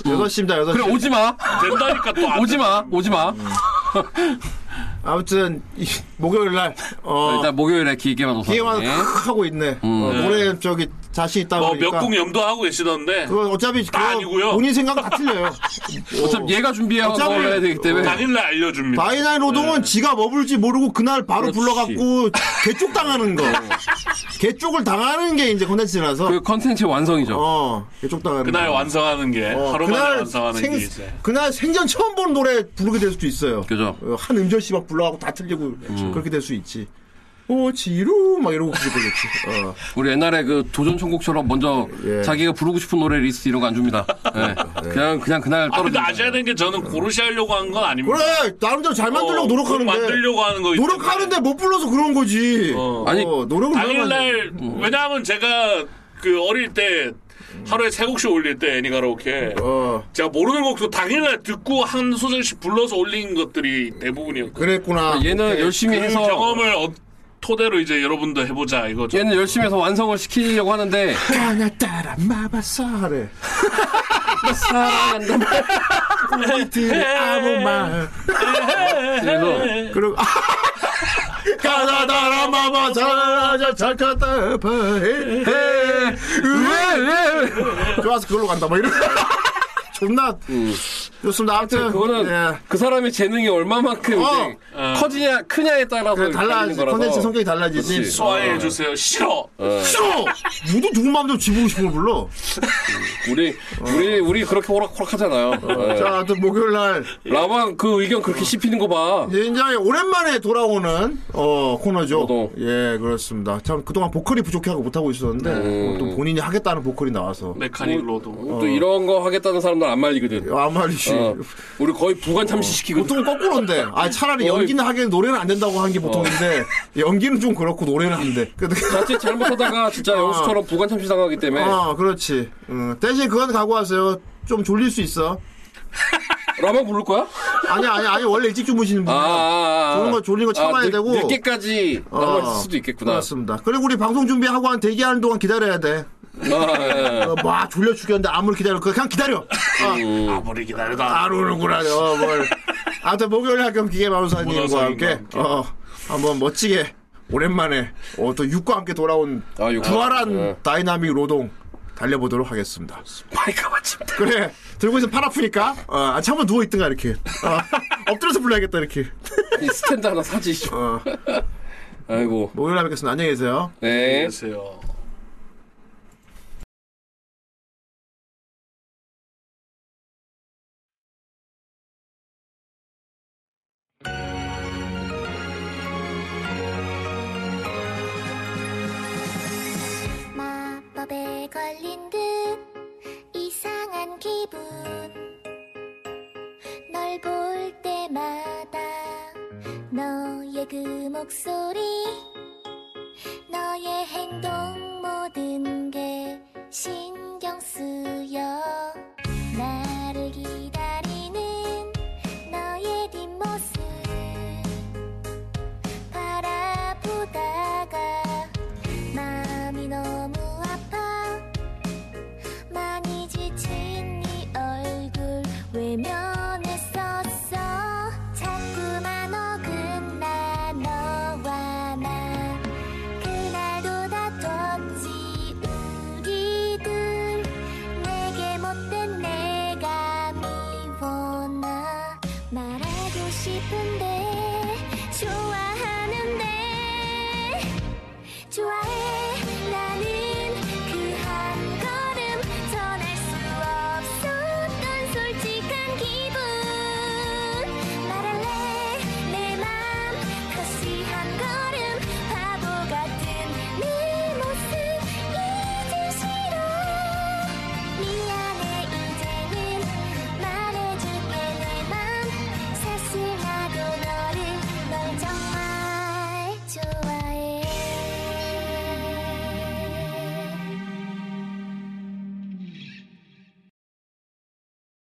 [SPEAKER 7] 6시입니다, 6시.
[SPEAKER 9] 어. 그래 오지 마.
[SPEAKER 8] 된다니까 또 안
[SPEAKER 9] 오지 마. 오지 마.
[SPEAKER 7] 음. 아무튼, 이- 목요일 날, 어,
[SPEAKER 9] 일단 목요일에 기획만 오서.
[SPEAKER 7] 기회만 하고 있네. 어, 노래 저기 자신 있다
[SPEAKER 8] 음. 뭐,
[SPEAKER 7] 보니까.
[SPEAKER 8] 몇 곡 염두하고 계시던데.
[SPEAKER 7] 그거 어차피 그거
[SPEAKER 8] 아니고요.
[SPEAKER 7] 본인 생각 다
[SPEAKER 8] (laughs)
[SPEAKER 7] 틀려요.
[SPEAKER 9] 어차피 얘가 준비하고
[SPEAKER 7] 어차피-
[SPEAKER 9] 해야 되기 때문에.
[SPEAKER 8] 당일날 알려줍니다.
[SPEAKER 7] 그 바이나이 로동은
[SPEAKER 8] 네.
[SPEAKER 7] 지가 뭐 부를지 모르고 그날 바로
[SPEAKER 9] 그렇지.
[SPEAKER 7] 불러갖고 개쪽 당하는
[SPEAKER 8] (laughs)
[SPEAKER 7] 거. 개쪽을 당하는 게 이제 콘텐츠라서.
[SPEAKER 9] 그 컨텐츠 완성이죠.
[SPEAKER 7] 어, 개쪽 당하는
[SPEAKER 8] 그날
[SPEAKER 7] 거.
[SPEAKER 8] 완성하는 게,
[SPEAKER 7] 어,
[SPEAKER 8] 하루 만에 완성하는 게 이제.
[SPEAKER 7] 그날 생전 처음 본 노래 부르게 될 수도 있어요.
[SPEAKER 9] 그죠.
[SPEAKER 7] 어, 한 음절씩 막 불러갖고 다 틀리고
[SPEAKER 8] 음.
[SPEAKER 7] 그렇게 될 수 있지. 오, 지루! 막 이러고 그렇게 되겠지. 어.
[SPEAKER 9] 우리 옛날에 그 도전 천국처럼 먼저
[SPEAKER 7] 예.
[SPEAKER 9] 자기가 부르고 싶은 노래 리스트 이런 거 안 줍니다. 예. 그냥 그냥 그날
[SPEAKER 8] 아, 근데
[SPEAKER 9] 떨어진다.
[SPEAKER 8] 아셔야 되는 게 저는 고르시 하려고 한 건 아닙니다.
[SPEAKER 7] 그래! 나름대로 잘 만들려고
[SPEAKER 8] 어,
[SPEAKER 7] 노력하는데.
[SPEAKER 8] 만들려고 하는 거.
[SPEAKER 7] 노력하는데 못 불러서 그런 거지.
[SPEAKER 8] 어.
[SPEAKER 9] 아니,
[SPEAKER 7] 노력을 하는데. 음.
[SPEAKER 8] 당일날 왜냐하면 제가 그 어릴 때 하루에 세 곡씩 올릴 때 애니가로케
[SPEAKER 7] 어,
[SPEAKER 8] 제가 모르는 곡도 당일날 듣고 한 소절씩 불러서 올린 것들이 대부분이었고
[SPEAKER 7] 그랬구나.
[SPEAKER 9] 아, 얘는
[SPEAKER 7] 오케이.
[SPEAKER 9] 열심히
[SPEAKER 8] 그
[SPEAKER 9] 해서
[SPEAKER 8] 경험을 어- 토대로 이제 여러분도 해보자 이거죠.
[SPEAKER 9] 얘는 열심히 해서 완성을 시키려고 하는데
[SPEAKER 7] 하나 따라 마바사 하래.
[SPEAKER 9] 사랑한다.
[SPEAKER 7] 들 아무 말.
[SPEAKER 8] 예,
[SPEAKER 9] 그래서
[SPEAKER 7] 그리고 (laughs) 아, 가다다라 마바사 자차카다
[SPEAKER 8] 예.
[SPEAKER 7] 바해.
[SPEAKER 9] 예,
[SPEAKER 7] 좋아서 그걸로 간다. 뭐 이런. (laughs) 존나 좋습니다. 아무튼
[SPEAKER 9] 그거는
[SPEAKER 7] 예.
[SPEAKER 9] 그 사람의 재능이 얼마만큼
[SPEAKER 7] 어.
[SPEAKER 9] 이제 커지냐 크냐에 따라서
[SPEAKER 7] 그래, 달라지.
[SPEAKER 9] 달라지는 거라서.
[SPEAKER 7] 컨텐츠 성격이 달라지지.
[SPEAKER 9] 그렇지.
[SPEAKER 8] 소화해 주세요. 싫어.
[SPEAKER 7] 싫어. 누구 누구 마음대로 지보고 싶은 걸 불러.
[SPEAKER 9] 우리 우리 우리 그렇게 호락호락하잖아요. 예.
[SPEAKER 7] 어. 자, 아무튼 목요일 날
[SPEAKER 9] 라방 그 의견 그렇게 씹히는 거
[SPEAKER 7] 어.
[SPEAKER 9] 봐.
[SPEAKER 7] 굉장히 예, 오랜만에 돌아오는 어, 코너죠.
[SPEAKER 9] 저도.
[SPEAKER 7] 예, 그렇습니다. 참 그동안 보컬이 부족해하고 못하고 있었는데
[SPEAKER 9] 네.
[SPEAKER 7] 오늘 또 본인이 하겠다는 보컬이 나와서
[SPEAKER 8] 메카닉 로도.
[SPEAKER 9] 또 이런 거 하겠다는 사람들 안 말리거든.
[SPEAKER 7] 아말리시 그렇지.
[SPEAKER 9] 어, 우리 거의 부관 참시시키고
[SPEAKER 7] 보통은 거꾸로인데. 아 차라리
[SPEAKER 9] 어.
[SPEAKER 7] 연기는 하긴 노래는 안 된다고 한 게 보통인데 연기는 좀 그렇고 노래는 안 돼. 근데
[SPEAKER 9] 자칫 잘못하다가 진짜 영수처럼 부관 참시 당하기 때문에
[SPEAKER 7] 아 그렇지. 음, 대신 그건 각오하세요. 좀 졸릴 수 있어.
[SPEAKER 9] 라마 부를 거야?
[SPEAKER 7] 아니 아니 아니 원래 일찍 주무시는
[SPEAKER 9] 아,
[SPEAKER 7] 분이야.
[SPEAKER 9] 아, 아.
[SPEAKER 7] 졸린 거 졸린 거 참아야
[SPEAKER 9] 늦-
[SPEAKER 7] 되고.
[SPEAKER 9] 늦게까지
[SPEAKER 7] 어,
[SPEAKER 9] 남아 있을 수도 있겠구나.
[SPEAKER 7] 그렇습니다. 그리고 우리 방송 준비하고 한 대기하는 동안 기다려야 돼.
[SPEAKER 9] 아, 예, 예.
[SPEAKER 7] 어, 막 졸려 죽겠는데 아무리 기다려. 그냥 기다려.
[SPEAKER 8] 아무리 기다려도
[SPEAKER 7] 아루르구나. 어, 뭘. 아무튼 목요일 학교 기계 마우사님과
[SPEAKER 8] 문화상인과
[SPEAKER 7] 함께,
[SPEAKER 8] 함께.
[SPEAKER 7] 어, 한번 멋지게 오랜만에 어, 또 육과 함께 돌아온
[SPEAKER 9] 아, 육과.
[SPEAKER 7] 부활한
[SPEAKER 9] 네.
[SPEAKER 7] 다이나믹 로동 달려보도록 하겠습니다.
[SPEAKER 8] 마이크 맞춥니다.
[SPEAKER 7] 그래 들고 있으면 팔 아프니까 어, 아, 한번 누워 있든가 이렇게 어, (laughs) 엎드려서 불러야겠다 이렇게.
[SPEAKER 9] 이 스탠드 하나 사지. 좀.
[SPEAKER 7] 어,
[SPEAKER 9] (laughs) 아이고.
[SPEAKER 7] 목요일 학교 뵙겠습니다. 안녕히 계세요.
[SPEAKER 9] 네.
[SPEAKER 8] 안녕하세요.
[SPEAKER 1] 마법에 걸린 듯 이상한 기분 널 볼 때마다 너의 그 목소리 너의 행동 모든 게 신기해 네그